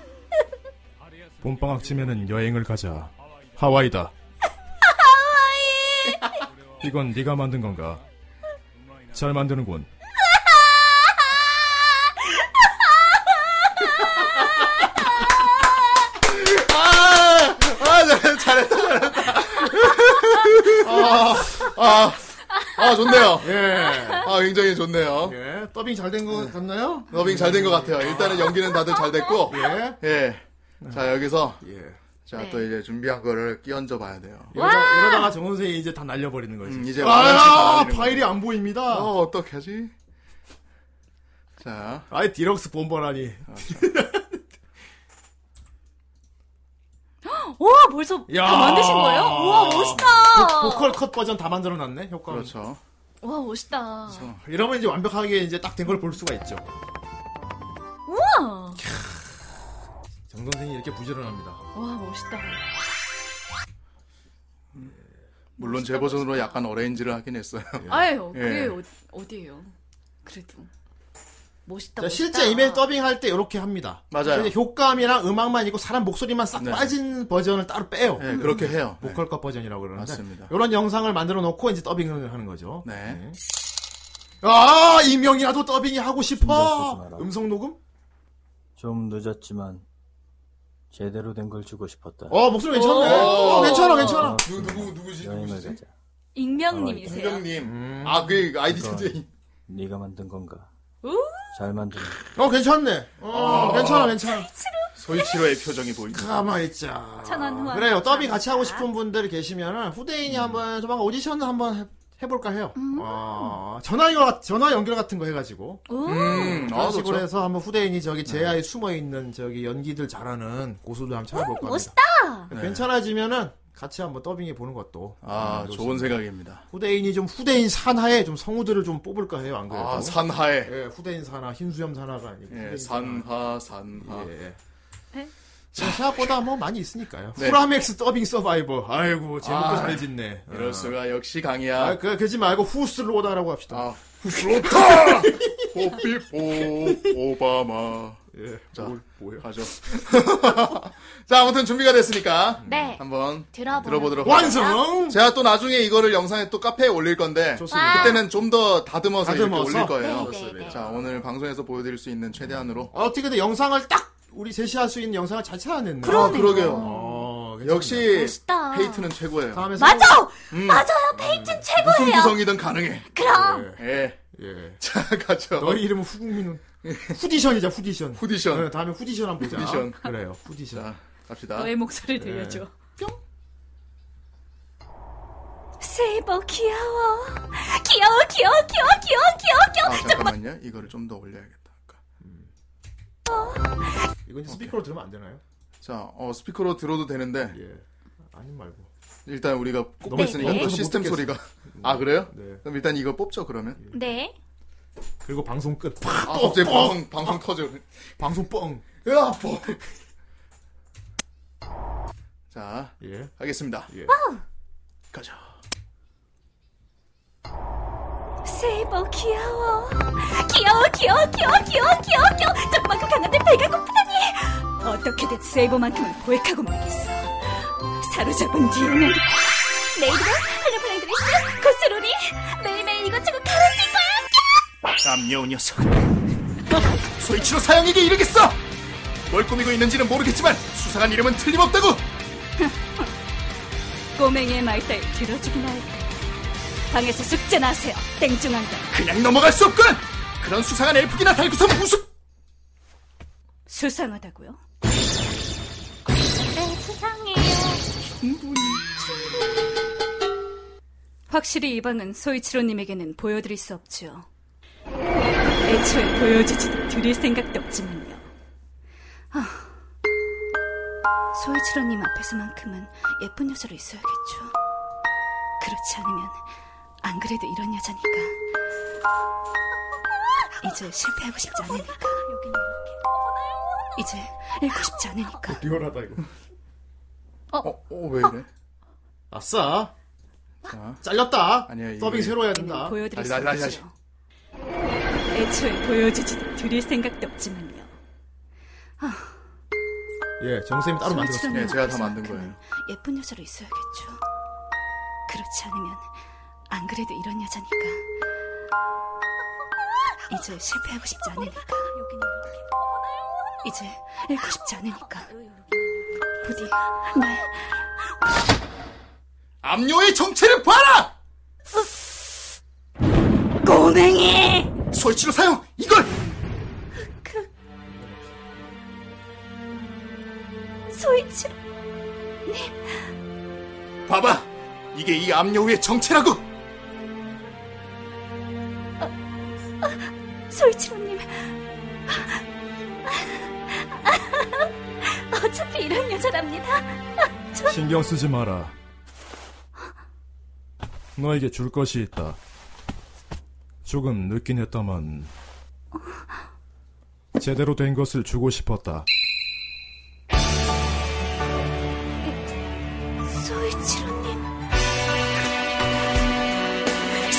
Speaker 19: 봄방학 쯤에는 여행을 가자. 하와이다.
Speaker 4: 하와이.
Speaker 19: 이건 네가 만든 건가? 잘 만드는군.
Speaker 2: 아, 아, 잘- 잘했다, 잘했다. 아, 아, 아, 좋네요.
Speaker 1: 예.
Speaker 2: 아, 굉장히 좋네요.
Speaker 1: 예. 더빙 잘 된 거 같나요?
Speaker 2: 네. 더빙 잘 된 것 같아요. 일단은 연기는 다들 잘 됐고.
Speaker 1: 예.
Speaker 2: 자, 여기서. 자,
Speaker 1: 네.
Speaker 2: 또 이제 준비한 거를 끼얹어 봐야 돼요.
Speaker 4: 음,
Speaker 1: 이러다, 이러다가 정원생이 이제 다 날려버리는 거지.
Speaker 2: 음, 이제
Speaker 1: 아,
Speaker 2: 완전히 다
Speaker 1: 파일이 안 보입니다.
Speaker 2: 어, 어떡하지? 자.
Speaker 1: 아이, 디럭스 본버라니.
Speaker 4: 와 벌써 어, 다 만드신 거예요? 우와 멋있다.
Speaker 1: 보, 보컬 컷 버전 다 만들어놨네, 효과.
Speaker 2: 그렇죠.
Speaker 4: 와 멋있다.
Speaker 1: 이러면 이제 완벽하게 이제 딱 된 걸 볼 수가 있죠.
Speaker 4: 우와.
Speaker 1: 정선생이 이렇게 부지런합니다.
Speaker 4: 와 멋있다.
Speaker 2: 물론 제 버전으로 약간 어레인지를 하긴 했어요.
Speaker 4: 아유
Speaker 2: 예.
Speaker 4: 그게 어, 어디예요? 그래도 멋있다.
Speaker 1: 자,
Speaker 4: 멋있다.
Speaker 1: 실제 이메일 더빙할 때 이렇게 합니다.
Speaker 2: 맞아요.
Speaker 1: 그래서 효과음이랑 음악만 있고 사람 목소리만 싹
Speaker 2: 네.
Speaker 1: 빠진 버전을 따로 빼요.
Speaker 2: 네, 그렇게 해요. 네.
Speaker 1: 보컬 컷 버전이라고 그러는데.
Speaker 2: 맞습니다.
Speaker 1: 이런 영상을 만들어 놓고 이제 더빙을 하는 거죠.
Speaker 2: 네.
Speaker 1: 아, 이명이라도 더빙이 하고 싶어! 음성 녹음?
Speaker 10: 좀 늦었지만 제대로 된 걸 주고 싶었다.
Speaker 1: 어, 목소리 괜찮네. 어, 괜찮아, 괜찮아.
Speaker 2: 누구, 누구, 누구지?
Speaker 10: 여행을
Speaker 2: 누구시지?
Speaker 10: 가자.
Speaker 4: 익명님이세요.
Speaker 2: 익명님.
Speaker 10: 음.
Speaker 2: 아, 그 아이디
Speaker 10: 이건
Speaker 2: 천재인.
Speaker 10: 네가 만든 건가?
Speaker 4: 우!
Speaker 10: 잘 만든.
Speaker 1: 어, 괜찮네. 어, 괜찮아, 괜찮아.
Speaker 2: 아. 소이치로의 표정이 보입니다.
Speaker 1: 가만히 있자.
Speaker 3: 천원 후원.
Speaker 1: 그래요. 더비 같이 하고 싶은 분들 계시면은 후대인이
Speaker 2: 음.
Speaker 1: 한번 조만간 오디션 한번 해, 해볼까 해요.
Speaker 4: 음.
Speaker 2: 어,
Speaker 1: 아, 전화 연 전화 연결 같은 거 해가지고
Speaker 3: 오.
Speaker 1: 음,
Speaker 2: 아,
Speaker 1: 그런 식으로
Speaker 2: 그렇죠.
Speaker 1: 해서 한번 후대인이 저기 제야에 숨어 있는 저기 연기들 잘하는 고수들 한번 찾아볼 겁니다.
Speaker 4: 멋있다.
Speaker 1: 네. 괜찮아지면은 같이 한번 더빙해 보는 것도
Speaker 2: 아,
Speaker 1: 음,
Speaker 2: 좋은
Speaker 1: 좋습니다.
Speaker 2: 생각입니다.
Speaker 1: 후대인이 좀 후대인 산하에 좀 성우들을 좀 뽑을까 해요. 안 그래도
Speaker 2: 아, 산하에.
Speaker 1: 예, 후대인 산하 흰수염 산하가 아니고
Speaker 2: 예,
Speaker 1: 후대인 예.
Speaker 2: 산하, 산하.
Speaker 3: 네?
Speaker 1: 자, 생각보다 뭐 많이 있으니까요.
Speaker 2: 네.
Speaker 1: 후라맥스 더빙 서바이버. 아이고, 제목도
Speaker 2: 아,
Speaker 1: 잘 짓네.
Speaker 2: 이럴
Speaker 1: 어.
Speaker 2: 수가 역시 강이야.
Speaker 1: 아, 그, 그지 말고 후스로다라고 합시다. 아,
Speaker 2: 후스로다! 호피포 오바마.
Speaker 1: 예.
Speaker 2: 자,
Speaker 1: 뭐야?
Speaker 2: 가죠. 자, 아무튼 준비가 됐으니까
Speaker 4: 네.
Speaker 2: 한번
Speaker 4: 들어보는
Speaker 2: 들어보도록
Speaker 4: 거예요.
Speaker 1: 완성!
Speaker 2: 제가 또 나중에 이거를 영상에 또 카페에 올릴 건데
Speaker 1: 좋습니다.
Speaker 2: 그때는 좀 더 다듬어서,
Speaker 1: 다듬어서?
Speaker 2: 이렇게 올릴 거예요.
Speaker 1: 네, 네, 네.
Speaker 2: 자, 오늘 방송에서 보여드릴 수 있는 최대한으로
Speaker 1: 아, 어떻게든 영상을 딱 우리 제시할 수 있는 영상을 잘 찾아냈네.
Speaker 2: 그러네요. 아, 그러게요.
Speaker 1: 어,
Speaker 2: 역시
Speaker 4: 멋있다.
Speaker 2: 페이트는 최고예요.
Speaker 1: 다음에
Speaker 4: 맞아!
Speaker 2: 음.
Speaker 4: 맞아요! 페이튼
Speaker 2: 무슨
Speaker 4: 최고예요!
Speaker 2: 구성이든 가능해.
Speaker 4: 그럼!
Speaker 2: 예.
Speaker 1: 예.
Speaker 2: 자, 가죠.
Speaker 1: 너희 이름은 후국민은. 후디션이자 후디션.
Speaker 2: 후디션.
Speaker 1: 네, 다음에 후디션 한번 보자.
Speaker 2: 후디션.
Speaker 1: 그래요. 후디션.
Speaker 2: 갑시다.
Speaker 3: 너의 목소리
Speaker 1: 네.
Speaker 3: 들려줘.
Speaker 4: 세이버 귀여워. 귀여워, 귀여워, 귀여워, 귀여워, 귀여워, 귀여워.
Speaker 2: 아, 잠깐만요. 이거를 좀 더 올려야겠다.
Speaker 1: 이건 스피커로 들으면 안 되나요?
Speaker 2: 자, 어, 스피커로 들어도 되는데.
Speaker 1: 예. 아니 말고.
Speaker 2: 일단 우리가 뽑고
Speaker 1: 네,
Speaker 2: 있으니까
Speaker 1: 네.
Speaker 2: 또 시스템
Speaker 1: 못
Speaker 2: 소리가.
Speaker 1: 듣겠어.
Speaker 2: 아, 그래요?
Speaker 1: 네.
Speaker 2: 그럼 일단 이거 뽑죠, 그러면.
Speaker 4: 네.
Speaker 1: 예. 그리고 방송 끝. 팍!
Speaker 2: 아,
Speaker 1: 또,
Speaker 2: 갑자기
Speaker 1: 또.
Speaker 2: 방송, 방송 터져.
Speaker 1: 방송 뻥.
Speaker 2: 으아, 뭐. 자,
Speaker 1: 예.
Speaker 2: 하겠습니다. 가자.
Speaker 4: 세이버 귀여워. 귀여워, 귀여워, 귀여워, 귀여워, 귀여워, 귀여워. 저만큼 강한데 배가 고프다니. 어떻게든 세이버만큼은 고액하고 말겠어. 사로잡은 뒤에는 메이드가 할로플라이 드레스, 코스로리 매일매일 이것저것 갈아입는 거야.
Speaker 2: 남녀 녀석. 소이치로 사형에게 이르겠어! 뭘 꾸미고 있는지는 모르겠지만 수상한 이름은 틀림없다고!
Speaker 4: 꼬맹이의 말 따위 들어주기나 할까. 방에서 숙제나 하세요. 땡중한다.
Speaker 2: 그냥 넘어갈 수 없군! 그런 수상한 엘프기나 달고서 무슨
Speaker 4: 수상하다고요? 네, 수상해요. 충분히. 확실히 이 방은 소이치로님에게는 보여드릴 수 없지요. 애초에 보여주지도 드릴 생각도 없지만요. 아, 소이치로님 앞에서만큼은 예쁜 여자로 있어야겠죠. 그렇지 않으면 안 그래도 이런 여자니까 이제 실패하고 싶지 않으니까 이제 잃고 싶지
Speaker 2: 그
Speaker 4: 않으니까
Speaker 1: 리얼하다 이거.
Speaker 4: 어?
Speaker 2: 왜 이래?
Speaker 1: 아싸.
Speaker 2: 자.
Speaker 1: 잘렸다.
Speaker 2: 아니야, 이게-
Speaker 1: 서빙 새로 해야 된다.
Speaker 4: 보여드릴 수
Speaker 2: 다시, 다시, 다시.
Speaker 4: 없지요. 애초에 보여주지도 드릴 생각도 없지만요. 아,
Speaker 1: 예, 정쌤이 따로 만들었어요.
Speaker 2: 네, 제가 다 만든 거예요.
Speaker 4: 예쁜 여자로 있어야겠죠. 그렇지 않으면 안 그래도 이런 여자니까 이제 실패하고 싶지 않으니까 이제 잃고 싶지 않으니까 부디 날
Speaker 2: 암요의 정체를 봐라!
Speaker 4: 꼬맹이!
Speaker 2: 소이치로 사용! 이걸!
Speaker 4: 소이치로
Speaker 2: 봐봐! 이게 이 암요의 정체라고!
Speaker 4: 소이치로님. 어차피 이런 여자랍니다. 아, 저...
Speaker 19: 신경 쓰지 마라. 너에게 줄 것이 있다. 조금 늦긴 했다만 제대로 된 것을 주고 싶었다.
Speaker 4: 소이치로님.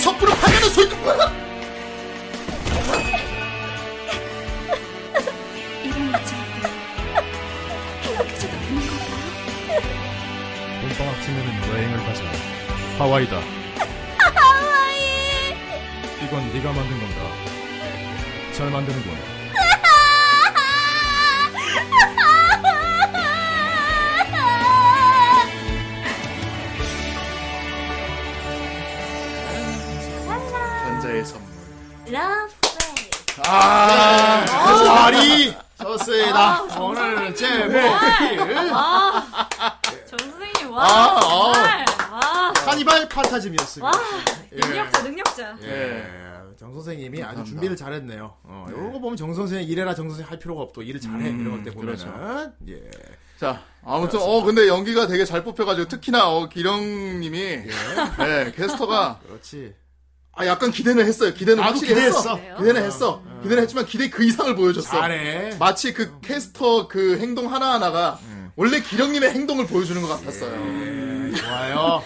Speaker 2: 섣부로 파견은 소이치!
Speaker 4: 이런 여자에게 행복해져도 되는 건가요?
Speaker 19: 봄방학 치면은 여행을 가자. 하와이다.
Speaker 4: 하와이!
Speaker 19: 이건 네가 만든 건가? 잘 만드는군.
Speaker 2: 전자의 선물.
Speaker 4: 러브.
Speaker 2: 아!
Speaker 1: 아, 다리! 좋습니다.
Speaker 3: 아, 정
Speaker 1: 오늘
Speaker 3: 선생님,
Speaker 4: 네.
Speaker 1: 제목. 뭐?
Speaker 3: 정말. 아, 정 선생님 와 정말
Speaker 1: 아,
Speaker 3: 와.
Speaker 1: 카니발 판타즘이었습니다.
Speaker 3: 와 능력자 능력자.
Speaker 1: 예.
Speaker 2: 네.
Speaker 1: 정 선생님이 아주 준비를 잘했네요. 어, 이런 거 보면 정 선생님 이래라 정 선생 할 필요가 없고 일을 잘해 이런 것때 보면은 예.
Speaker 2: 음, 그렇죠. 자, 아무튼 어 근데 연기가 되게 잘 뽑혀가지고 특히나 어 기령님이
Speaker 1: 예.
Speaker 2: 네 캐스터가
Speaker 1: 그렇지.
Speaker 2: 아 약간 기대는 했어요. 기대는
Speaker 1: 나도
Speaker 2: 확실히
Speaker 1: 기대했어.
Speaker 2: 했어. 기대는 했어. 기대는 했지만 기대 그 이상을 보여줬어.
Speaker 1: 잘해.
Speaker 2: 마치 그 캐스터 그 행동 하나 하나가 원래 기령님의 행동을 보여주는 것 같았어요.
Speaker 1: 음. 예, 좋아요.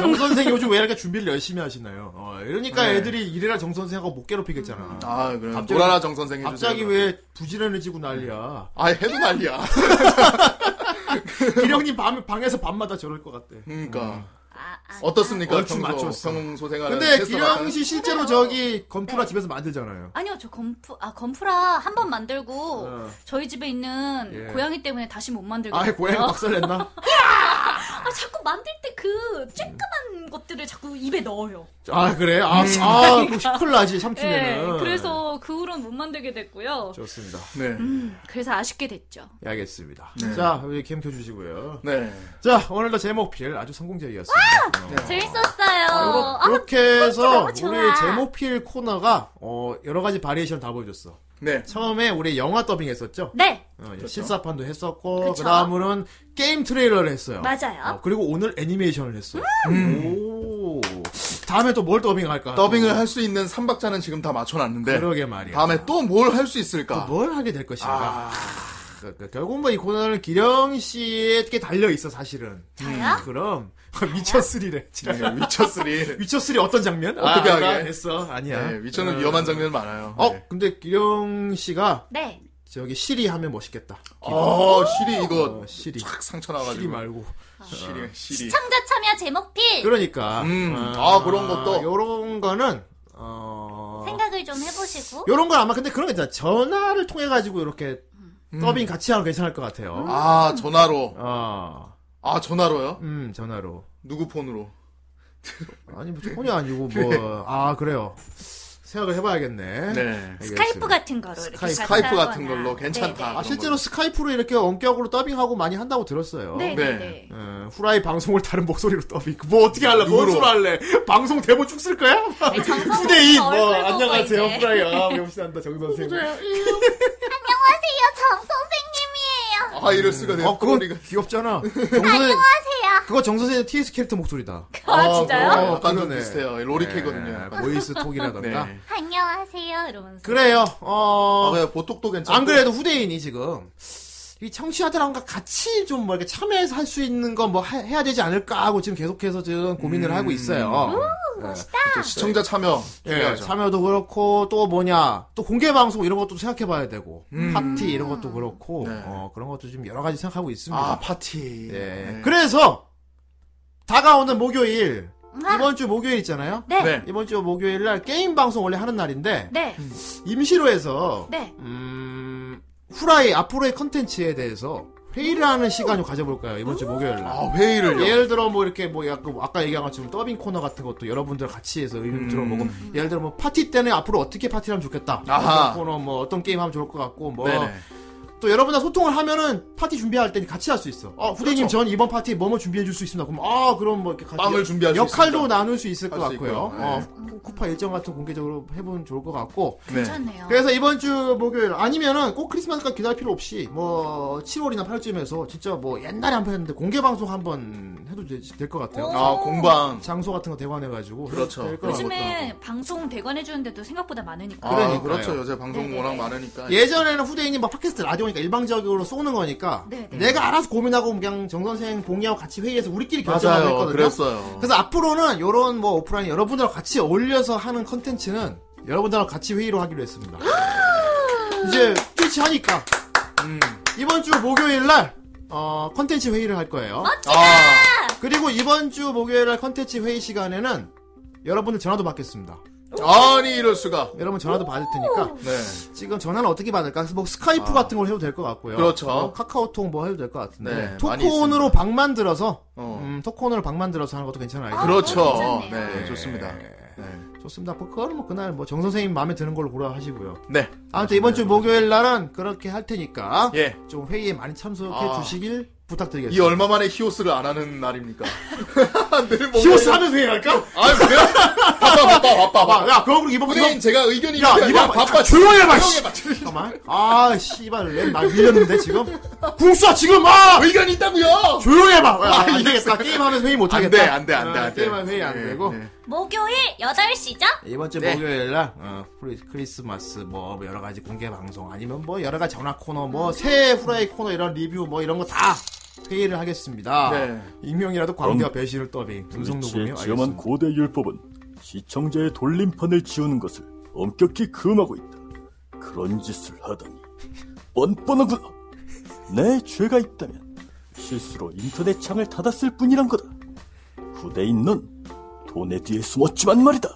Speaker 1: 정 선생 요즘 왜 이렇게 준비를 열심히 하시나요? 어, 이러니까
Speaker 2: 네.
Speaker 1: 애들이 이래라 정 선생하고 못 괴롭히겠잖아.
Speaker 2: 아, 그래. 놀아라 정 선생 해주세요.
Speaker 1: 갑자기 왜 부지런을 지고 난리야?
Speaker 2: 아 해도 난리야.
Speaker 1: 기령님 밤 방에서 밤마다 저럴 것 같대.
Speaker 2: 그러니까
Speaker 4: 아,
Speaker 2: 어떻습니까?
Speaker 1: 얼추
Speaker 2: 평소-
Speaker 1: 맞췄어.
Speaker 2: 평소 생활은
Speaker 1: 근데
Speaker 2: 캐스터
Speaker 1: 기령
Speaker 2: 같은-
Speaker 1: 씨
Speaker 4: 음.
Speaker 1: 실제로 저기
Speaker 4: 네.
Speaker 1: 건프라 집에서 만들잖아요.
Speaker 4: 아니요, 저 건프, 아, 건프라 한 번 만들고,
Speaker 1: 어.
Speaker 4: 저희 집에 있는
Speaker 1: 예.
Speaker 4: 고양이 때문에 다시 못 만들고.
Speaker 1: 아, 고양이
Speaker 4: 있어요.
Speaker 1: 박살냈나?
Speaker 4: 아, 자꾸 만들 때 그 쬐끄만 것들을 자꾸 입에 넣어요.
Speaker 1: 아 그래? 아,
Speaker 2: 음.
Speaker 1: 아, 그럼 큰일 나지 삼촌에는.
Speaker 4: 예, 그래서 그 후로는 못 만들게 됐고요.
Speaker 1: 좋습니다.
Speaker 2: 네.
Speaker 4: 음, 그래서 아쉽게 됐죠.
Speaker 1: 예, 알겠습니다.
Speaker 2: 네.
Speaker 1: 자, 우리 캠 켜주시고요.
Speaker 2: 네.
Speaker 1: 자, 오늘도 제목필 아주 성공적이었습니다. 어.
Speaker 4: 재밌었어요.
Speaker 1: 아, 이렇게
Speaker 16: 어,
Speaker 1: 해서 우리 제목필 코너가 어, 여러 가지 바리에이션 다 보여줬어.
Speaker 2: 네. 그렇죠.
Speaker 1: 처음에 우리 영화 더빙했었죠.
Speaker 4: 네.
Speaker 1: 어, 예, 실사판도 했었고
Speaker 4: 그쵸.
Speaker 1: 그 다음으로는 게임 트레일러를 했어요.
Speaker 4: 맞아요.
Speaker 1: 어, 그리고 오늘 애니메이션을 했어요. 오. 다음에 또 뭘 더빙할까?
Speaker 2: 음. 더빙을 할 수 있는 3박자는 지금 다 맞춰놨는데.
Speaker 1: 아, 그러게 말이야.
Speaker 2: 다음에 또 뭘 할 수 있을까?
Speaker 1: 또 뭘 하게 될
Speaker 2: 아.
Speaker 1: 것인가? 그, 그, 결국은 뭐이 코너는 기령 씨에게 달려 있어 사실은.
Speaker 2: 저요?
Speaker 1: 음, 그럼 위쳐 3래.
Speaker 2: 네, 위쳐 3.
Speaker 1: 위쳐 3 어떤 장면?
Speaker 2: 어떻게
Speaker 1: 아,
Speaker 2: 하게?
Speaker 1: 나 했어. 아니야.
Speaker 2: 네, 위쳐는
Speaker 1: 어.
Speaker 2: 위험한 장면 많아요. 네.
Speaker 1: 어, 근데 기령 씨가
Speaker 4: 네.
Speaker 1: 저기 시리 하면 멋있겠다.
Speaker 2: 어, 시리 이거
Speaker 1: 시리.
Speaker 2: 촥 상처 나가지고.
Speaker 1: 시리 말고.
Speaker 2: 시리, 시리.
Speaker 4: 시청자 참여 제목필!
Speaker 1: 그러니까.
Speaker 2: 음, 아, 그런 것도.
Speaker 1: 요런 거는 어
Speaker 4: 생각을 좀 해보시고.
Speaker 1: 요런 건 아마 근데 그런 게 있잖아. 전화를 통해 가지고 이렇게
Speaker 4: 음.
Speaker 1: 더빙 같이 하면 괜찮을 것 같아요.
Speaker 2: 아, 전화로.
Speaker 1: 아.
Speaker 2: 아, 전화로요?
Speaker 1: 음, 전화로.
Speaker 2: 누구 폰으로?
Speaker 1: 아니 뭐 전혀 아니고 뭐 아 그래요. 생각을 해봐야겠네.
Speaker 2: 네.
Speaker 1: 알겠습니다.
Speaker 4: 스카이프 같은 거로 이렇게
Speaker 1: 스카이프,
Speaker 4: 같이
Speaker 1: 스카이프
Speaker 2: 같은
Speaker 4: 하거나.
Speaker 2: 걸로 괜찮다.
Speaker 4: 네네.
Speaker 1: 아, 실제로 스카이프로 이렇게 원격으로 더빙하고 많이 한다고 들었어요.
Speaker 4: 네, 네, 네.
Speaker 1: 어, 후라이 방송을 다른 목소리로 더빙. 뭐 어떻게 할래? 뭔
Speaker 2: 누구로?
Speaker 1: 소리 할래? 방송 대본 쭉 쓸 거야? 후대인 뭐 안녕하세요 후라이 아 명신한다 정 선생.
Speaker 16: 안녕하세요, 정 선생님이에요.
Speaker 2: 아 이럴 수가 내
Speaker 1: 어, 그건 귀엽잖아. 정 어, 선생
Speaker 16: 안녕하세요.
Speaker 1: 그거 정 선생 TS 캐릭터 목소리다.
Speaker 16: 아, 진짜요?
Speaker 1: 그거
Speaker 2: 약간 좀
Speaker 1: 그러네.
Speaker 2: 어,
Speaker 1: 네,
Speaker 2: 비슷해요. 로리케거든요, 약간.
Speaker 1: 보이스 톡이라던가.
Speaker 2: 네. 아,
Speaker 16: 안녕하세요. 이러면서.
Speaker 1: 그 그래요. 어.
Speaker 2: 보톡도 괜찮고.
Speaker 1: 안 그래도 후대인이 지금 이 청취자들과 같이 좀 뭐 이렇게 참여해서 할 수 있는 거 뭐 해야 되지 않을까 하고 지금 계속해서 지금 고민을 하고 있어요. 멋있다.
Speaker 2: 음. 그렇죠. 시청자 참여.
Speaker 1: 예, 참여도 그렇고 또 뭐냐 또 공개 방송 이런 것도 생각해봐야 되고
Speaker 2: 음. 네.
Speaker 1: 파티 이런 것도 그렇고 어, 그런 것도 지금 여러 가지 생각하고 있습니다.
Speaker 2: 아, 파티. 네.
Speaker 1: 예. 그래서 다가오는 목요일 이번 주 목요일 있잖아요.
Speaker 4: 네. 네.
Speaker 1: 이번 주 목요일 날 게임 방송 원래 하는 날인데
Speaker 4: 네.
Speaker 1: 임시로 해서
Speaker 4: 네.
Speaker 1: 음, 후라이 앞으로의 컨텐츠에 대해서 회의를 하는 시간을 가져볼까요 이번 주 목요일 날.
Speaker 2: 아, 회의를요?
Speaker 1: 예를 들어 뭐 이렇게 뭐 약간 아까 얘기한 것처럼 더빙 코너 같은 것도 여러분들 같이 해서
Speaker 2: 음.
Speaker 1: 의견 들어보고 예를 들어 뭐 파티 때는 앞으로 어떻게 파티를 하면 좋겠다.
Speaker 2: 아하.
Speaker 1: 어떤 코너 뭐 어떤 게임 하면 좋을 것 같고 뭐
Speaker 2: 네네.
Speaker 1: 또 여러분과 소통을 하면은 파티 준비할 때 같이 할 수 있어. 어, 후대님 전 이번 파티 뭐뭐 준비해 줄 수 있습니다. 그럼 아, 그럼 뭐 이렇게 같이
Speaker 2: 그렇죠. 빵을 준비할 수
Speaker 1: 역할도
Speaker 2: 있습니다.
Speaker 1: 나눌 수 있을 것
Speaker 2: 할수
Speaker 1: 같고요.
Speaker 2: 있고요. 네.
Speaker 1: 어, 쿠- 쿠파 일정 같은 거 공개적으로 해보면 좋을 것 같고.
Speaker 2: 네. 괜찮네요.
Speaker 1: 그래서 이번 주 목요일 아니면은 꼭 크리스마스까지 기다릴 필요 없이 뭐 7월이나 8월쯤에서 진짜 뭐 옛날에 한 번 했는데 공개 방송 한 번 해도 될 것 같아요.
Speaker 4: 오. 아, 공방.
Speaker 1: 장소 같은 거 대관해 가지고
Speaker 2: 그렇죠.
Speaker 4: 요즘에 방송 대관해주는데도 생각보다 많으니까.
Speaker 2: 아,
Speaker 1: 그러니까요.
Speaker 2: 그렇죠. 요새 방송
Speaker 4: 네네네.
Speaker 2: 워낙 많으니까.
Speaker 1: 예전에는 후대인이 막 팟캐스트 라디오니까 일방적으로 쏘는 거니까
Speaker 4: 네, 네.
Speaker 1: 내가 알아서 고민하고 그냥 정선생 봉이하고 같이 회의해서 우리끼리 결정하고
Speaker 2: 맞아요.
Speaker 1: 했거든요.
Speaker 2: 그랬어요.
Speaker 1: 그래서 앞으로는 이런 뭐 오프라인 여러분들하고 같이 어울려서 하는 컨텐츠는 여러분들하고 같이 회의로 하기로 했습니다. 이제 끝이 하니까 음, 이번 주 목요일 날 어, 컨텐츠 회의를 할 거예요. 아, 그리고 이번 주 목요일 날 컨텐츠 회의 시간에는 여러분들 전화도 받겠습니다.
Speaker 2: 아니 이럴 수가.
Speaker 1: 여러분 전화도 받을 테니까
Speaker 2: 네.
Speaker 1: 지금 전화는 어떻게 받을까? 그래서 뭐 스카이프
Speaker 2: 아.
Speaker 1: 같은 걸 해도 될 것 같고요.
Speaker 2: 그렇죠.
Speaker 1: 뭐 카카오톡 뭐 해도 될 것 같은데
Speaker 2: 네, 많이
Speaker 1: 토크온으로 방
Speaker 2: 어.
Speaker 1: 만들어서 음, 토크온으로 방 만들어서 하는 것도 괜찮아요.
Speaker 2: 네. 그렇죠. 네, 좋습니다. 네.
Speaker 1: 좋습니다. 뭐 그거는 뭐 그날 뭐 정 선생님 마음에 드는 걸로 고라 하시고요.
Speaker 2: 네.
Speaker 1: 아무튼 이번 주 목요일 날은 그렇게 할 테니까
Speaker 2: 예.
Speaker 1: 좀 회의에 많이 참석해
Speaker 2: 아.
Speaker 1: 주시길 부탁드리겠습니다.
Speaker 2: 이 얼마 만에 히오스를 안 하는 날입니까?
Speaker 1: 히오스 하면서 얘기할까? 아,
Speaker 2: 아니 그래요? 바빠 바빠 바빠 바빠.
Speaker 1: 야 그럼 이번
Speaker 2: 선생님 제가 의견이
Speaker 1: 야,
Speaker 2: 있어요.
Speaker 1: 이번
Speaker 2: 야, 바빠
Speaker 1: 조용히 해봐.
Speaker 2: 조용히
Speaker 1: 씨. 잠깐만. 아 씨발 랩나 밀렸는데 지금. 궁쏴 지금 아
Speaker 2: 의견 있다고요.
Speaker 1: 조용히 해봐. 야,
Speaker 2: 아,
Speaker 1: 안 되겠다. 게임하면서 회의 못 하겠다.
Speaker 2: 안돼 안돼 네,
Speaker 1: 아,
Speaker 2: 안돼
Speaker 1: 게임하면서 회의 안 되고.
Speaker 16: 그,
Speaker 4: 목요일 8시죠?
Speaker 1: 이번
Speaker 10: 네.
Speaker 1: 주 목요일 날 어, 프리- 크리스마스 뭐 여러 가지 공개 방송 아니면 뭐 여러 가지 전화 코너 뭐 새해 후라이 코너 이런 리뷰 뭐 이런 거 다 회의를 하겠습니다.
Speaker 10: 네.
Speaker 1: 익명이라도 광대와 배신을 떠비 음성 녹음이요.
Speaker 10: 정치에 그 지엄한
Speaker 1: 알겠습니다.
Speaker 10: 고대 율법은 시청자의 돌림판을 지우는 것을 엄격히 금하고 있다. 그런 짓을 하다니 뻔뻔하구나. 내 죄가 있다면 실수로 인터넷 창을 닫았을 뿐이란 거다. 구대인 넌 돈의 뒤에 숨었지만 말이다.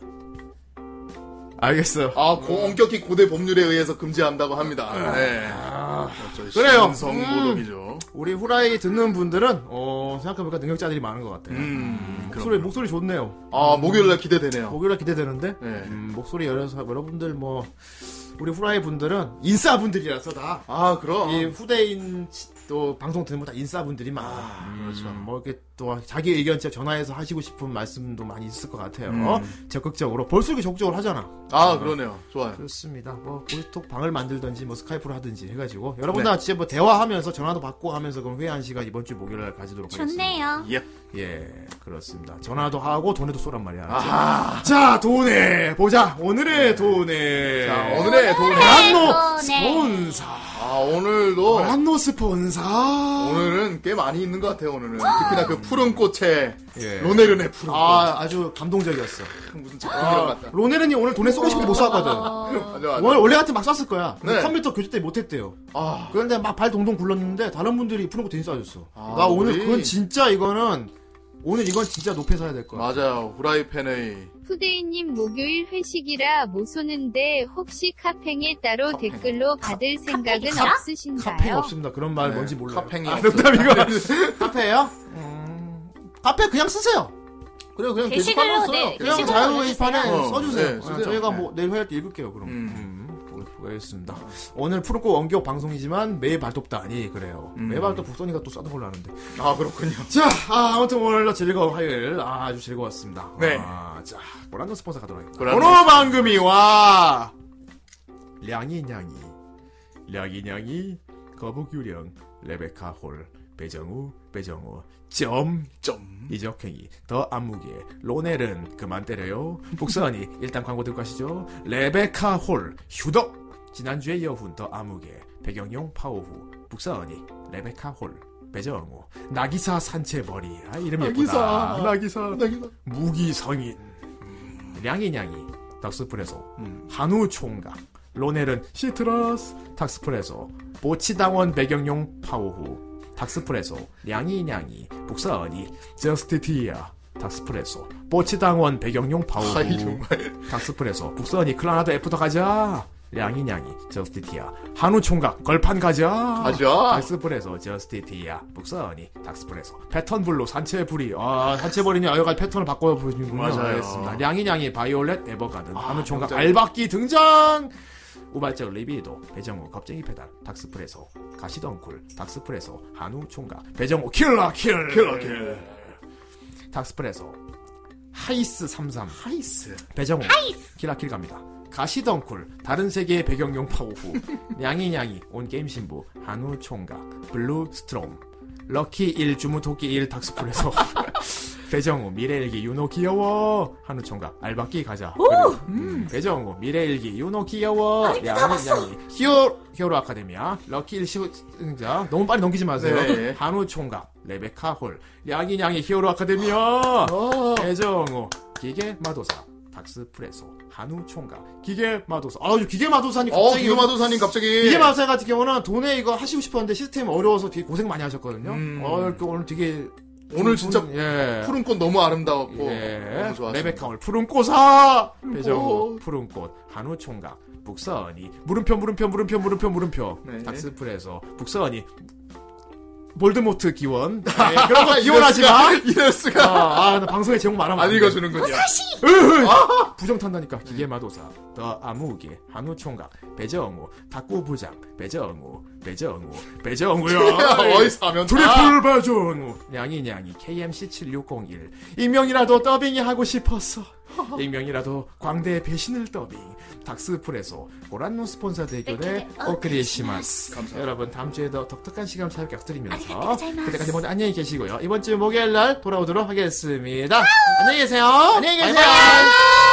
Speaker 1: 알겠어요.
Speaker 2: 아, 고, 엄격히 고대 법률에 의해서 금지한다고 합니다. 네.
Speaker 1: 아.
Speaker 2: 그렇죠.
Speaker 1: 그래요. 음.
Speaker 2: 성고독이죠.
Speaker 1: 우리 후라이 듣는 분들은 어, 생각해보니까 능력자들이 많은 것 같아요. 음, 목소리 목소리 좋네요.
Speaker 2: 음,
Speaker 1: 음.
Speaker 2: 아, 목요일날 기대되네요.
Speaker 1: 목요일날 기대되는데 음, 목소리 열어서 여러분들 뭐 우리 후라이 분들은 인싸 분들이라서 다.
Speaker 2: 아 그럼
Speaker 1: 이 후대인 치- 또 방송 듣는 분 다 인싸 분들이 많아. 요 그렇죠. 뭐 이렇게 또 자기 의견 직접 전화해서 하시고 싶은 말씀도 많이 있을 것 같아요.
Speaker 2: 음.
Speaker 1: 적극적으로 볼수록 적극적으로 하잖아.
Speaker 2: 아, 그러네요. 좋아요.
Speaker 1: 그렇습니다. 뭐 보이톡 방을 만들든지 뭐 스카이프를 하든지 해가지고
Speaker 2: 네.
Speaker 1: 여러분들 진짜 뭐 대화하면서 전화도 받고 하면서 그럼 회의한 시간 이번 주 목요일 날 가지도록 하겠습니다.
Speaker 4: 좋네요.
Speaker 1: 예, 그렇습니다. 전화도 하고 돈에도 쏘란 말이야.
Speaker 2: 아하. 네.
Speaker 1: 자, 돈에 보자. 오늘의 돈에.
Speaker 2: 자, 오늘의 돈에.
Speaker 1: 한노
Speaker 2: 돈에.
Speaker 1: 스폰서.
Speaker 2: 아, 오늘도.
Speaker 1: 뭐 한노 스폰서.
Speaker 2: 오늘은 꽤 많이 있는 것 같아요, 오늘은. 특히나 그 푸른 꽃에
Speaker 1: 예.
Speaker 2: 로네르네 푸른 꽃.
Speaker 1: 아, 아주 감동적이었어.
Speaker 2: 무슨
Speaker 1: 아,
Speaker 2: 같다.
Speaker 1: 로네는이 오늘 돈에 쏘고 싶은데 못
Speaker 2: 어.
Speaker 1: 쐈거든.
Speaker 2: 맞아, 맞아.
Speaker 1: 원래, 원래 같은 막 쐈을 거야. 근데
Speaker 2: 네. 아.
Speaker 1: 컴퓨터 교체 때 못했대요. 그런데 막 발 동동 굴렀는데 다른 분들이 푸른 거 대신 쏴줬어. 나 오늘
Speaker 2: 아, 우리.
Speaker 1: 그건 진짜 이거는 오늘 이건 진짜 높이 사야 될 거야.
Speaker 2: 맞아요. 후라이팬의.
Speaker 12: 후대인님 목요일 회식이라 못 쏘는데 혹시 카팽에 따로 댓글로 받을 생각은
Speaker 1: 카페?
Speaker 12: 없으신가요?
Speaker 1: 카페 없습니다. 그런 말 뭔지 몰라요.
Speaker 2: 카팽이
Speaker 1: 아,
Speaker 2: 없어요.
Speaker 1: 농담이고. 카페요? 음. 카페 그냥 쓰세요. 그래요, 그냥
Speaker 2: 게시글로,
Speaker 1: 게시판으로 써요.
Speaker 2: 네,
Speaker 1: 그냥
Speaker 2: 게시글로
Speaker 1: 자유 게시판에
Speaker 2: 써주세요.
Speaker 1: 써주세요.
Speaker 2: 어, 네,
Speaker 1: 아,
Speaker 2: 쓰세요.
Speaker 1: 저희가
Speaker 2: 네.
Speaker 1: 뭐 내일 회할 때 읽을게요, 그럼. 음, 보- 보겠습니다. 오늘 푸르코 원격 방송이지만 매일 발톱도 아니 그래요. 매일 발톱 복선이가 또 싸던 걸로 음. 아는데.
Speaker 2: 아, 그렇군요.
Speaker 1: 자, 아, 무튼 오늘도 즐거운 화요일 아, 아주 즐거웠습니다.
Speaker 2: 네.
Speaker 1: 아, 자, 뭐 고란노 스폰서 가도록 하겠습니다.
Speaker 2: 고란노
Speaker 1: 고로방금이와 량이냥이 량이냥이 거북유령 레베카 홀 배정우 배정우 점점 이적행이 더 안무게 로넬은 그만 때려요 복선이 일단 광고 듣고 가시죠 레베카 홀 휴덕 지난주에 이어훈 더 암흑의 배경용 파오후 북사언이 레베카 홀 배정우 나기사 산채머리 아 이름 예쁘다
Speaker 2: 나기사. 나기사.
Speaker 1: 무기성인 음, 량이냥이 닥스프레소 한우 총각 로넬은 시트러스 닥스프레소 보치당원 배경용 파오후 닥스프레소 량이냥이 북사언이 저스티티아 닥스프레소 보치당원 배경용 파오후
Speaker 2: 아이, 정말.
Speaker 1: 닥스프레소 북선이 클라나도 애프터 가자 량이냥이 저스티티아 한우 총각 걸판 가자
Speaker 2: 가자.
Speaker 1: 닥스프레소 저스티티아 북선이 닥스프레소 패턴 블루 산채 불이 아 산채 버리니 여러 가지 패턴을 바꿔 보시는군요
Speaker 2: 맞아요. 아,
Speaker 1: 알겠습니다. 량이냥이 바이올렛 에버가든 한우 총각
Speaker 2: 갑자기.
Speaker 1: 알바끼 등장 우발적 리비도 배정우 겁쟁이 페달 닥스프레소 가시덩굴 닥스프레소 한우 총각 배정우 킬러 킬
Speaker 2: 킬러 킬.
Speaker 1: 닥스프레소 하이스 33
Speaker 2: 하이스
Speaker 1: 배정우 키라킬 갑니다 가시덩굴 다른 세계의 배경용 파오후 냥이냥이 온 게임 신부 한우 총각 블루 스트롬 럭키 1 주무 토끼 1 닥스풀에서 배정우 미래일기 윤호 귀여워 한우 총각 알바끼 가자 그리고, 음, 배정우 미래일기 윤호
Speaker 2: 아,
Speaker 1: 귀여워 냥이냥이 히어 히어로 아카데미아 럭키 1 시승자 너무 빨리 넘기지 마세요
Speaker 2: 네.
Speaker 1: 한우 총각 레베카 홀 냥이냥이 히어로 아카데미아 배정우 기계 마도사 닥스프레소 한우 총각 기계 마도사 아유 기계 마도사님
Speaker 2: 어,
Speaker 1: 갑자기
Speaker 2: 기계 마도사님 갑자기.
Speaker 1: 기계 마도사 같은 경우는 돈에 이거 하시고 싶었는데 시스템이 어려워서 되게 고생 많이 하셨거든요 오늘, 오늘 되게
Speaker 2: 음. 오늘 진짜
Speaker 1: 예.
Speaker 2: 푸른 꽃 너무 아름다웠고.
Speaker 1: 예.
Speaker 2: 너무 좋았습니다.
Speaker 1: 레베카 올 푸른 꽃아
Speaker 2: 푸른
Speaker 1: 배정우
Speaker 2: 꽃.
Speaker 1: 푸른 꽃 한우 총각 북서언이 물음표 물음표 물음표 물음표 물음표
Speaker 2: 네.
Speaker 1: 닥스프레소 북서언이 볼드모트 기원. 네, 그런 거 기원하지 마.
Speaker 2: 이럴 수가.
Speaker 1: 아, 아, 나 방송에 제목 말하면
Speaker 2: 안
Speaker 1: 돼.
Speaker 2: 읽어주는군요.
Speaker 1: 으흐! 부정 탄다니까 기계마도사, 더 아무개, 한우총각, 배정우, 닭구부장, 배정우, 배정우, 배정우야.
Speaker 2: 어이, 사면타.
Speaker 1: 트리플 배정우. 냥이냥이 KMC 7601. 익명이라도 더빙이 하고 싶었어. 익명이라도 광대의 배신을 더빙. 닥스프레소 고란노 스폰서 대결에
Speaker 16: 이렇게
Speaker 1: 오크리시마스. 여러분 다음 주에 더 독특한 시간 잘 부탁드리면서
Speaker 16: 아리가또고자이마스.
Speaker 1: 그때까지 모두 안녕히 계시고요. 이번 주 목요일 날 돌아오도록 하겠습니다. 안녕히 계세요. 안녕히
Speaker 16: 계세요.
Speaker 1: 바이바이.